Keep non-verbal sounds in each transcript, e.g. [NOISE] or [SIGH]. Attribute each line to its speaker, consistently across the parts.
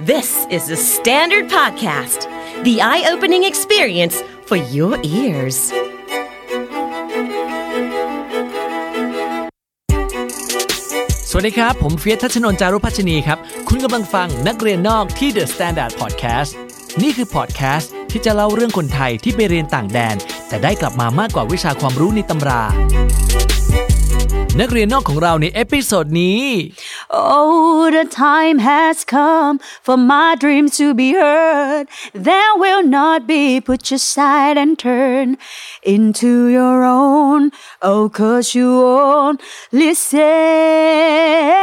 Speaker 1: This is the Standard Podcast, the eye opening experience for your ears.
Speaker 2: Podcast สวัสดีครับ ผมเฟียสทัชนนท์จารุพัชนีครับ คุณกำลังฟังนักเรียนนอกที่ The Standard Podcast นี่คือพอดแคสต์ที่จะเล่าเรื่องคนไทยที่ไปเรียนต่างแดน แต่ได้กลับมามากกว่าวิชาความรู้ในตำรา นักเรียนนอกของเราในเอพิโซดนี้
Speaker 3: Oh, the time has come for my dreams to be heard. There will not be put aside and turn into your own. Oh, cause you won't listen.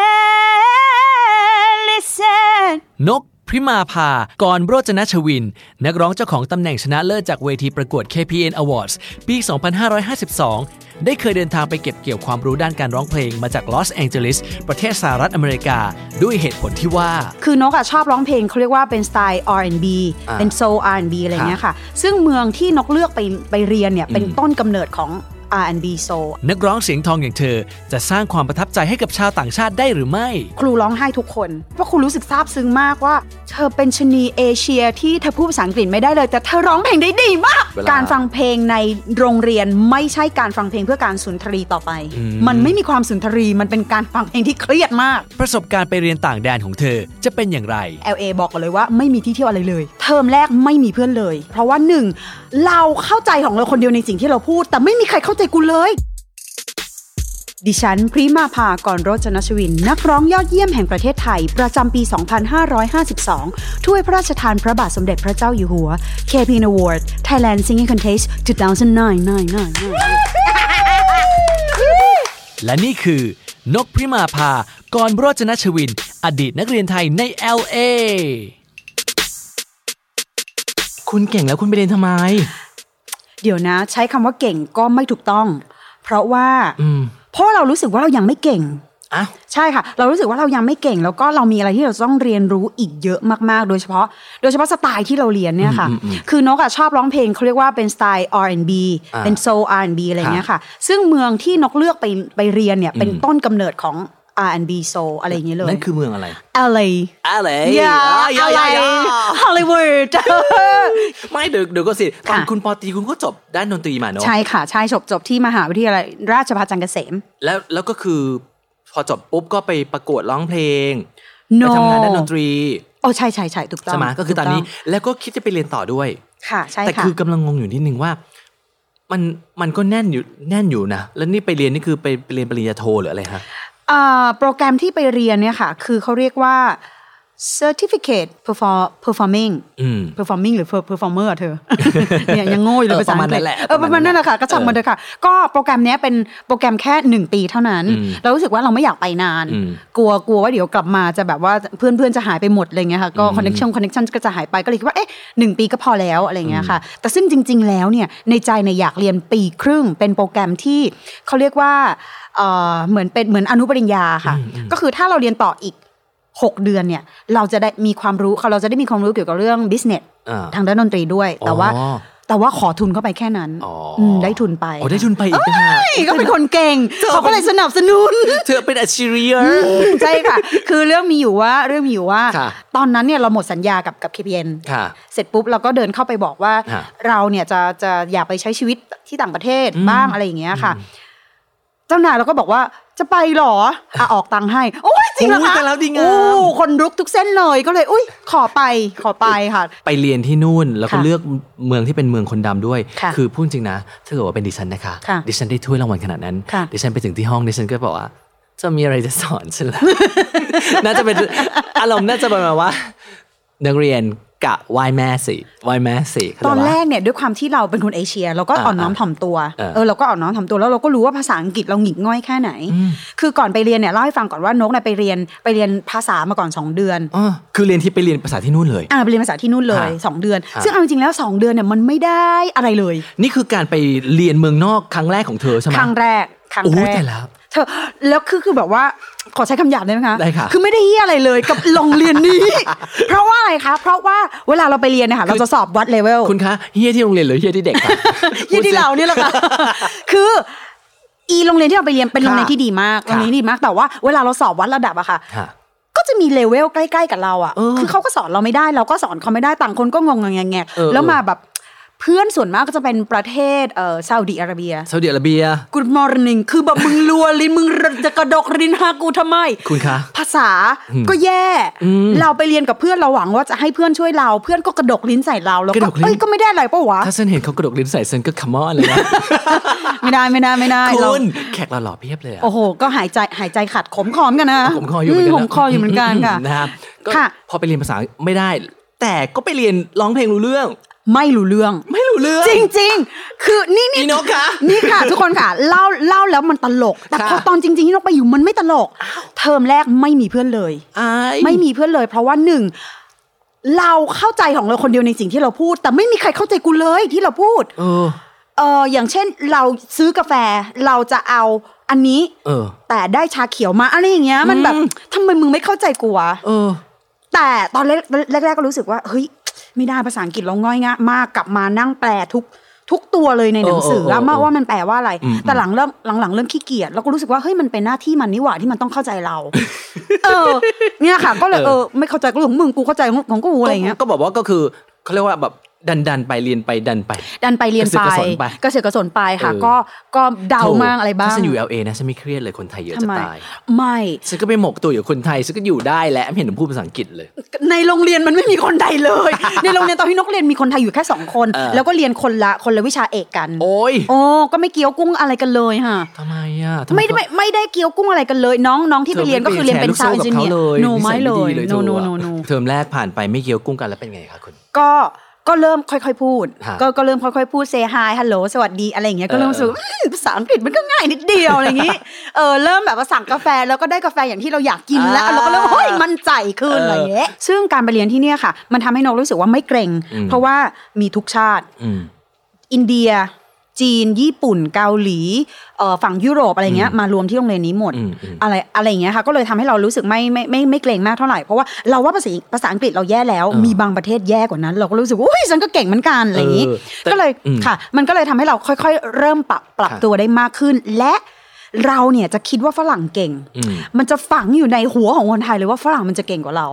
Speaker 3: Listen.
Speaker 2: นกพริมาภากรโรจนชวิน นักร้องเจ้าของตำแหน่งชนะเลิศจากเวทีประกวด KPN Awards ปี 2552 ได้เคยเดินทางไปเก็บเกี่ยวความรู้ด้านการร้องเพลงมาจากลอสแองเจลิสประเทศสหรัฐอเมริกา ด้วยเหตุผลที่ว่า
Speaker 3: คือนกอะชอบร้องเพลงเขาเรียกว่าเป็นสไตล์ R&B เป็น soul R&B อะไรเงี้ยค่ะ ซึ่งเมืองที่นกเลือกไปไปเรียนเนี่ย เป็นต้นกำเนิดของ R&B soul
Speaker 2: นักร้องเสียงทองอย่างเธอ จะสร้างความประทับใจให้กับชาวต่างชาติได้หรือไม่
Speaker 3: ครูร้องไห้ทุกคนเพราะครูรู้สึกซาบซึ้งมากว่า เธอเป็นชนีเอเชียที่เธอพูดภาษาอังกฤษไม่ได้เลย แต่เธอร้องเพลงได้ดีมาก การฟังเพลงในโรงเรียนไม่ใช่การฟังเพลงเพื่อการสุนทรีต่อไป มันไม่มีความสุนทรีมันเป็นการฟังเพลงที่เครียดมาก
Speaker 2: ประสบการณ์ไปเรียนต่างแดนของเธอจะเป็นอย่างไร
Speaker 3: LA บอกกันเลยว่าไม่มีที่เที่ยวอะไรเลย เทอมแรกไม่มีเพื่อนเลย เพราะว่าหนึ่งเราเข้าใจของเราคนเดียวในสิ่งที่เราพูด แต่ไม่มีใครเข้าใจกูเลย ดิฉันพริมาภากรโรจนชวิน นักร้องยอดเยี่ยมแห่งประเทศไทย ประจำปี 2552 ถ้วยพระราชทานพระบาทสมเด็จพระเจ้าอยู่หัว KPN Award Thailand Singing Contest 2009
Speaker 2: และนี่คือนกพริมาภากรโรจนชวิน อดีตนักเรียนไทยใน LA
Speaker 4: คุณเก่งแล้วคุณไปเรียนทำไม
Speaker 3: เดี๋ยวนะ ใช้คำว่าเก่งก็ไม่ถูกต้อง เพราะว่าเพราะว่าเรารู้สึกว่าเรายังไม่เก่ง
Speaker 4: อ้าว
Speaker 3: ใช่ค่ะ เรารู้สึกว่าเรายังไม่เก่ง แล้วก็เรามีอะไรที่เราต้องเรียนรู้อีกเยอะมากๆ โดยเฉพาะ โดยเฉพาะสไตล์ที่เราเรียนเนี่ยค่ะ คือนกอะชอบร้องเพลงเขาเรียกว่าเป็นสไตล์ R&B เป็น soul R&B อะไรเงี้ยค่ะ ซึ่งเมืองที่นกเลือกไปไปเรียนเนี่ยเป็นต้นกำเนิดของ R&B soul อะไรอย่างเงี้ยเลย
Speaker 4: นั่นคือเมืองอะไร
Speaker 3: LA
Speaker 4: อะไร
Speaker 3: yeah LA
Speaker 4: [LAUGHS]
Speaker 3: Hollywood [LAUGHS]
Speaker 4: ไม่เดี๋ยวเดี๋ยวก็สิตอน
Speaker 3: ค่ะ
Speaker 4: คุณปอตรีคุณก็จบด้านดนตรีมาเนอะ
Speaker 3: ใช่ค่ะ ใช่จบจบที่มหาวิทยาลัยราชภัฏจันทร์เกษม
Speaker 4: แล้วแล้วก็คือ พอจบปุ๊บก็ไปประกวดร้องเพลง
Speaker 3: No
Speaker 4: ไปทำงานด้านดนตรี
Speaker 3: โอ้ใช่ใช่ใช่ถูกต้อง
Speaker 4: ใช่ไหมก็คือตอนนี้
Speaker 3: ถูก
Speaker 4: แล้วก็คิดจะไปเรียนต่อด้วย
Speaker 3: งค่ะ ใช่
Speaker 4: แต่
Speaker 3: ค่ะ
Speaker 4: คือกำลังงงอยู่นิดนึงว่า มันมันก็แน่นอยู่แน่นอยู่นะ แล้วนี่ไปเรียนนี่คือไปไปเรียนปริญญาโทหรืออะไรฮะ
Speaker 3: เอ่อโปรแกรมที่ไปเรียนเนี่ยค่ะ คือเขาเรียกว่า certificate perform- performing
Speaker 4: อืม
Speaker 3: performing หรือ per- performer อะเธอ [LAUGHS] เนี่ยยังโง่อยู่เลย
Speaker 4: เออ
Speaker 3: ภาษาอังกฤ
Speaker 4: ประมาณนั้
Speaker 3: ษ
Speaker 4: นแหละ
Speaker 3: เออประมาณนั้นแหละค่ะ ก็ช่างมันเถอะค่ะ ก็โปรแกรมเนี้ยเป็นโปรแกรมแค่หนึ่งปีเท่านั้น เรารู้สึกว่าเราไม่อยากไปนาน
Speaker 4: อืม
Speaker 3: กลัวกลัวว่าเดี๋ยวกลับมาจะแบบว่าเพื่อนเพื่อนๆจะหายไปหมดอะไรเงี้ยค่ะก็ connection connection ก็จะหายไปก็เลยคิดว่าเอ๊ะหนึ่งปีก็พอแล้วอะไรเงี้ยค่ะ แต่ซึ่งจริง ๆ แล้วเนี่ยในใจเนี่ยอยากเรียนปีครึ่ง เป็นโปรแกรมที่เขาเรียกว่าเอ่อเหมือนเป็นเหมือนอนุปริญญาค่ะ ก็คือถ้าเราเรียนต่ออีก 6 เดือนเนี่ยเราจะได้มีความรู้เราจะได้มีความรู้เกี่ยวกับเรื่อง business
Speaker 4: อ่า
Speaker 3: ทางด้านดนตรีด้วย แต่ว่า
Speaker 4: อ๋อ
Speaker 3: แต่ว่าขอทุนเข้าไปแค่นั้น
Speaker 4: อ๋อ
Speaker 3: อืมได้ทุนไป
Speaker 4: อ๋อได้ทุนไปอีกนะฮะ
Speaker 3: นี่ก็เป็นคนเก่ง
Speaker 4: [LAUGHS]
Speaker 3: เขาก็เลยสนับสนุน
Speaker 4: เธอเป็นอัจฉริยะ
Speaker 3: ใช่ค่ะ คือเรื่องมีอยู่ว่าเรื่องมีอยู่ว่า
Speaker 4: ค่ะ
Speaker 3: ตอนนั้นเนี่ยเราหมดสัญญากับกับ KPN
Speaker 4: ค่ะ
Speaker 3: เสร็จปุ๊บเราก็เดินเข้าไปบอกว่า
Speaker 4: ฮะ
Speaker 3: เราเนี่ยจะจะอยากไปใช้ชีวิตที่ต่างประเทศบ้างอะไรอย่างเงี้ยค่ะ เจ้านายเราก็บอกว่าจะไปเหรออ่ะออกตังค์ให้ โอ้ยจริงเหรอ
Speaker 4: โอ้ย
Speaker 3: คะ
Speaker 4: แต่แล้วดีงาม
Speaker 3: โอ้คนรุกทุกเส้นเลยก็เลย อุ้ยขอไปขอไปค่ะ
Speaker 4: ไปเรียนที่นู่นแล้วก็
Speaker 3: ค่ะ
Speaker 4: เลือกเมืองที่เป็นเมืองคนดำด้วย
Speaker 3: ค่ะ
Speaker 4: คือพูดจริงนะถ้าเกิดว่าเป็นดิฉันนะคะ
Speaker 3: ค่ะ
Speaker 4: ดิฉันได้ถ้วยรางวัลขนาดนั้น
Speaker 3: ค่ะ
Speaker 4: ดิฉันไปถึงที่ห้องดิฉันก็บอกว่า จะมีอะไรจะสอน [LAUGHS] ฉันละ น่าจะเป็นอารมณ์น่าจะประมาณว่านักเรียนกะไหวายแม่สิไหวายแม่สิเข้าใจ
Speaker 3: ตอน
Speaker 4: ปะ
Speaker 3: แรกเนี่ยด้วยความที่เราเป็นคนเอเชีย เราก็
Speaker 4: อ่า
Speaker 3: อ่อนน้อมถ่อมตัว
Speaker 4: เออ
Speaker 3: เออเราก็อ่อนน้อมถ่อมตัวแล้วเราก็รู้ว่าภาษาอังกฤษเราหงิกง่อยแค่ไหน คือก่อนไปเรียนเนี่ยเล่าให้ฟังก่อนว่านกเนี่ยไปเรียนไปเรียนภาษามาก่อนสองเดือน
Speaker 4: ะคือเรียนที่ไปเรียนภาษาที่นู่นเลย
Speaker 3: อ่าไปเรียนภาษาที่นู่นเลย
Speaker 4: ฮะ
Speaker 3: สองเดือน
Speaker 4: ฮะ
Speaker 3: ซึ่งเอาจริงๆแล้วสองเดือนเนี่ยมันไม่ได้อะไรเลย
Speaker 4: นี่คือการไปเรียนเมืองนอกครั้งแรกของเธอใช่ไหม
Speaker 3: ครั้งแรกครั้ง
Speaker 4: โอ้
Speaker 3: แร
Speaker 4: ย
Speaker 3: ก
Speaker 4: แต่แล้ว
Speaker 3: เธอแล้วคือคือแบบว่าขอใช้คำหยาบได้ไหมคะ
Speaker 4: ได้ค่ะ
Speaker 3: คือไม่ได้เฮียอะไรเลยกับ โรงเรียน
Speaker 4: [LAUGHS]
Speaker 3: นี้ เพราะว่าอะไรคะ เพราะว่าเวลาเราไปเรียนเนี่ยค่ะเราจะสอบวัดเลเวล
Speaker 4: คุณคะเฮียที่โรงเรียนหรือเฮียที่เด็กคะ
Speaker 3: ยี่ที่ [LAUGHS] เราเนี่ยแหละค่ะ [LAUGHS] คืออีโรงเรียนที่เราไปเรียนเป็นโรงเรียน
Speaker 4: ค่ะ
Speaker 3: ที่ดีมาก
Speaker 4: ค่ะ
Speaker 3: โรงเรียนที่ดีมาก แต่ว่าเวลาเราสอบวัดระดับอะค่ะ
Speaker 4: ค่ะ
Speaker 3: ก็ จะมีเลเวลใกล้ๆกับเราอ่ะ
Speaker 4: เออ
Speaker 3: คือเขาก็สอนเราไม่ได้เราก็สอนเขาไม่ได้ต่างคนก็งงงงแงก
Speaker 4: เออ
Speaker 3: แล้วมาแบบเพื่อนส่วนมากก็จะเป็นประเทศเอ่อซาอุดีอาระเบีย
Speaker 4: ซาอุดิอาระเบีย
Speaker 3: Good morning คือแบบมึงรัวลิ้นมึงจะกระดกลิ้นหากูทำไม
Speaker 4: คุณคะ
Speaker 3: ภาษาก็แย่ เราไปเรียนกับเพื่อนเราหวังว่าจะให้เพื่อนช่วยเรา เพื่อนก็กระดกลิ้นใส่เราแล้ว
Speaker 4: กระ
Speaker 3: ก็
Speaker 4: ดกลิ้น
Speaker 3: เอ้ยก็ไม่ได้อะไรปะวะ
Speaker 4: ถ้าฉันเห็นเขากระดกลิ้นใส่ฉันก็ขมอนเลยนะ
Speaker 3: ไม่ได้ไม่ได้ไม่ได้เรา
Speaker 4: คุณแขกเราหล่อเพียบเลยอะ
Speaker 3: โอ้โห ก็หายใจหายใจขัดขมคอมกันนะ
Speaker 4: ผมคออยู่เหมือนกัน
Speaker 3: มขมคออยู่เหมือนกันค่ะ
Speaker 4: นะครับก็
Speaker 3: ค่ะ
Speaker 4: พอไปเรียนภาษาไม่ได้ แต่ก็ไปเรียนร้องเพลงรู้เรื่อง
Speaker 3: ไม่รู้เรื่อง
Speaker 4: ไม่รู้เรื่อง
Speaker 3: จริงๆ คือนี่นี่
Speaker 4: อีนกคะ
Speaker 3: นี่ค่ะ ทุกคนค่ะเล่าเล่าแล้วมันตลก แต่
Speaker 4: ค่ะ
Speaker 3: พอตอนจริงๆที่นกไปอยู่มันไม่ตลก เทอมแรกไม่มีเพื่อนเลย
Speaker 4: อาย
Speaker 3: ไม่มีเพื่อนเลย เพราะว่าหนึ่งเราเข้าใจของเราคนเดียวในสิ่งที่เราพูด แต่ไม่มีใครเข้าใจกูเลยที่เราพูด
Speaker 4: เออ
Speaker 3: เอออย่างเช่นเราซื้อกาแฟเราจะเอาอันนี้
Speaker 4: เออ
Speaker 3: แต่ได้ชาเขียวมาอะไรอย่างเงี้ยมันแบบทำไมมึงไม่เข้าใจกูวะ
Speaker 4: เออ
Speaker 3: แต่ตอนแรกแรกๆก็รู้สึกว่าเฮ้ยไม่ได้ภาษาอังกฤษเราง่อยง่ายมากกลับมานั่งแปลทุกทุกตัวเลยในหนังสือ
Speaker 4: เออเออเออ
Speaker 3: อะ
Speaker 4: เออ
Speaker 3: มาว่ามันแปลว่าอะไร
Speaker 4: อืม
Speaker 3: แต่หลังเริ่มหลังๆเริ่มขี้เกียจเราก็รู้สึกว่าเฮ้ยมันเป็นหน้าที่มันนี่หว่าที่มันต้องเข้าใจ
Speaker 4: [LAUGHS]
Speaker 3: เรา เออ เนี่ยค่ะ ก็เลยเออไม่เข้าใจก็เรื่องของมึงกูเข้าใจของกูอะไรอย่างเงี้ย
Speaker 4: ก็ก็บอกว่าก็คือเขาเรียกว่าแบบดันดันๆไปเรียนไปดันไป
Speaker 3: ดันไปเรียนไป
Speaker 4: กระเสือกกระสนไป
Speaker 3: กระเสือกกระสนไปค่ะ
Speaker 4: เออ
Speaker 3: ก็ก็เดา
Speaker 4: โถ่
Speaker 3: มากอะไรบ้าง
Speaker 4: ถ้ฉันอยู่ LA นะฉันไม่เครียดเลยคนไทยเยอะ
Speaker 3: ทำ
Speaker 4: จะ
Speaker 3: ไม
Speaker 4: ตาย
Speaker 3: ไม่
Speaker 4: ฉันก็ไปหมกตัวอยู่คนไทยฉันก็อยู่ได้แหละไม่เห็นผมพูดภาษาอังกฤษเลย
Speaker 3: ในโรงเรียนมันไม่มีคนไทยเลย
Speaker 4: [LAUGHS]
Speaker 3: ในโรงเรียนตอนที่นกเรียนมีคนไทยอยู่แค่สองคน
Speaker 4: เออ
Speaker 3: แล้วก็เรียนคนละคนละวิชาเอกกัน
Speaker 4: โอ้ย
Speaker 3: โอ้ก็ไม่เกี่ยวกุ้งอะไรกันเลยค่ะ
Speaker 4: ทำไมอ่ะทำ
Speaker 3: ไม่ได้ไม่ไม่ได้เกี่ยวกุ้งอะไรกันเลย น้องน้องที่ไปเรียนก็คือเรียนเป็นซาวด์เอนจิเนียร์โนไม่เลยโนโนโนโน
Speaker 4: เทอมแรกผ่านไปไม่เกี่ยวกุ้งกันแล้วเป็นไงคะคุณ
Speaker 3: ก็ก็เริ่มค่อยๆพูด
Speaker 4: ฮะ
Speaker 3: ก็ก็เริ่มค่อยๆพูดเซฮายฮัลโหลสวัสดีอะไรอย่างเงี้ยก็เริ่มรู้สึกว่าอืมภาษาอังกฤษมันก็ง่ายนิดเดียวอะไรอย่างงี้เออเริ่มแบบว่าสั่งกาแฟแล้วก็ได้กาแฟอย่างที่เราอยากกินแล้ว
Speaker 4: อ่า
Speaker 3: เราก็เริ่มเฮ้ยมั่นใจขึ้นอะไรอย่างเงี้ยซึ่งการไปเรียนที่เนี่ยค่ะ มันทำให้นกรู้สึกว่าไม่เกรง
Speaker 4: อืม
Speaker 3: เพราะว่ามีทุกชาติ
Speaker 4: อืม
Speaker 3: อินเดีย จีน ญี่ปุ่น เกาหลีเอ่อฝั่งยุโรปอะไรเงี้ยมารวมที่โรงเรียนนี้หมด
Speaker 4: อืมอืม
Speaker 3: อะไรอะไรอย่างเงี้ยค่ะก็เลยทำให้เรารู้สึกไม่ไม่ไม่ไม่เกรงมากเท่าไหร่เพราะว่าเราว่าภาษาภาษาอังกฤษเราแย่แล้ว
Speaker 4: เออ
Speaker 3: มีบางประเทศแย่กว่านั้น เราก็รู้สึกว่าอุ้ยฉันก็เก่งเหมือนกันอะไรอย่างงี้
Speaker 4: เออแต่
Speaker 3: ก็เลย
Speaker 4: อืม
Speaker 3: ค่ะ มันก็เลยทำให้เราค่อย ๆ เริ่มปรับปรับ
Speaker 4: ค่ะ
Speaker 3: ตัวได้มากขึ้น และเราเนี่ยจะคิดว่าฝรั่งเก่ง
Speaker 4: อืม
Speaker 3: มันจะฝังอยู่ในหัวของคนไทยเลยว่าฝรั่งมันจะเก่งกว่าเรา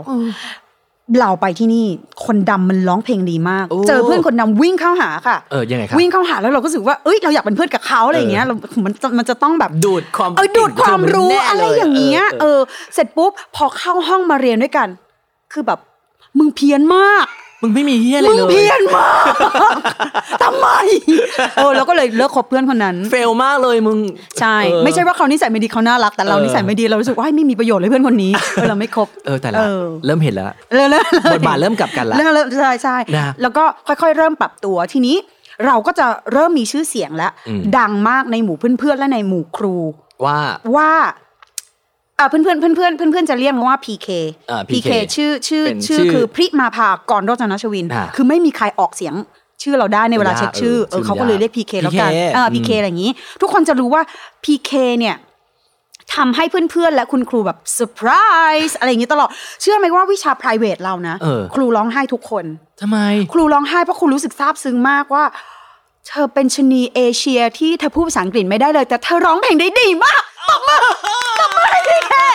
Speaker 3: เราไปที่นี่คนดำมันร้องเพลงดีมาก
Speaker 4: โอ้
Speaker 3: เจอเพื่อนคนดำวิ่งเข้าหาค่ะ
Speaker 4: เออยังไงครับ
Speaker 3: วิ่งเข้าหาแล้วเราก็รู้สึกว่า เอ้ย เราอยากเป็นเพื่อนกับเขาอะไรอย่างเงี้ยเรามันจะมันจะต้องแบบ
Speaker 4: ดูดความ
Speaker 3: เออดูดความรู้
Speaker 4: แน่เลย
Speaker 3: อะไรอย่างเงี้ย
Speaker 4: เออเออ
Speaker 3: เออ เสร็จปุ๊บ พอเข้าห้องมาเรียนด้วยกัน คือแบบ มึงเพี้ยนมาก
Speaker 4: มึงไม่มีเฮียอะไร
Speaker 3: มึง
Speaker 4: เล
Speaker 3: เพี้ย
Speaker 4: ย
Speaker 3: นมาก [LAUGHS] ทำไม เออ เราก็เลยเลิกคบเพื่อนคนนั้น
Speaker 4: เฟลมากเลยมึง
Speaker 3: ใช่
Speaker 4: เออ
Speaker 3: ไม่ใช่ว่าเขานิสัยไม่ดีเขาน่ารัก แต่เรา
Speaker 4: เออ
Speaker 3: นิสัยไม่ดีเรารู้สึกว่าเฮ้ยไม่มีประโยชน์เลยเพื่อนคนนี้เออเราไม่คบ
Speaker 4: เออแต่ละ
Speaker 3: เออ
Speaker 4: เริ่มเห็นแล้ว
Speaker 3: เริ่ม
Speaker 4: บ
Speaker 3: เริ่ม
Speaker 4: ทบาทเริ่มกลับกันละ
Speaker 3: เริ่มเริ่มใช่ใช่
Speaker 4: นะครับ
Speaker 3: แล้วก็ค่อยๆ เริ่มปรับตัวทีนี้ เราก็จะเริ่มมีชื่อเสียงแล้ว
Speaker 4: อืม
Speaker 3: ดังมากในหมู่เพื่อนๆและในหมู่ครู
Speaker 4: ว่า
Speaker 3: ว่าเอ่อเพื่อนๆเพื่อนๆเพื่อนๆจะเรียกมันว่า PK
Speaker 4: อ่า PK
Speaker 3: ชื่อชื่อ
Speaker 4: เป็น
Speaker 3: ชื่อ
Speaker 4: ชื่อ
Speaker 3: คือพริมาภากรโรจนชวิน
Speaker 4: อ่า
Speaker 3: คือไม่มีใครออกเสียงชื่อเราได้ในเวลาเช็คชื่อ
Speaker 4: เออ
Speaker 3: เออเขาก็เลยเรียก PK แล้วกัน
Speaker 4: PK
Speaker 3: เออ PK
Speaker 4: อืม
Speaker 3: อะไรอย่างนี้ ทุกคนจะรู้ว่า PK เนี่ยทำให้เพื่อนๆ และคุณครูแบบเซอร์ไพรส์อะไรอย่างนี้ตลอด เชื่อไหมว่าวิชา private เรานะ
Speaker 4: เออ
Speaker 3: ครูร้องไห้ทุกคน
Speaker 4: ทำไม
Speaker 3: ครูร้องไห้เพราะครูรู้สึกซาบซึ้งมากว่า เธอเป็นชะนีเอเชียที่เธอพูดภาษาอังกฤษไม่ได้เลย แต่เธอร้องเพลงได้ดีมากตบมือตบมือให้พี่แค่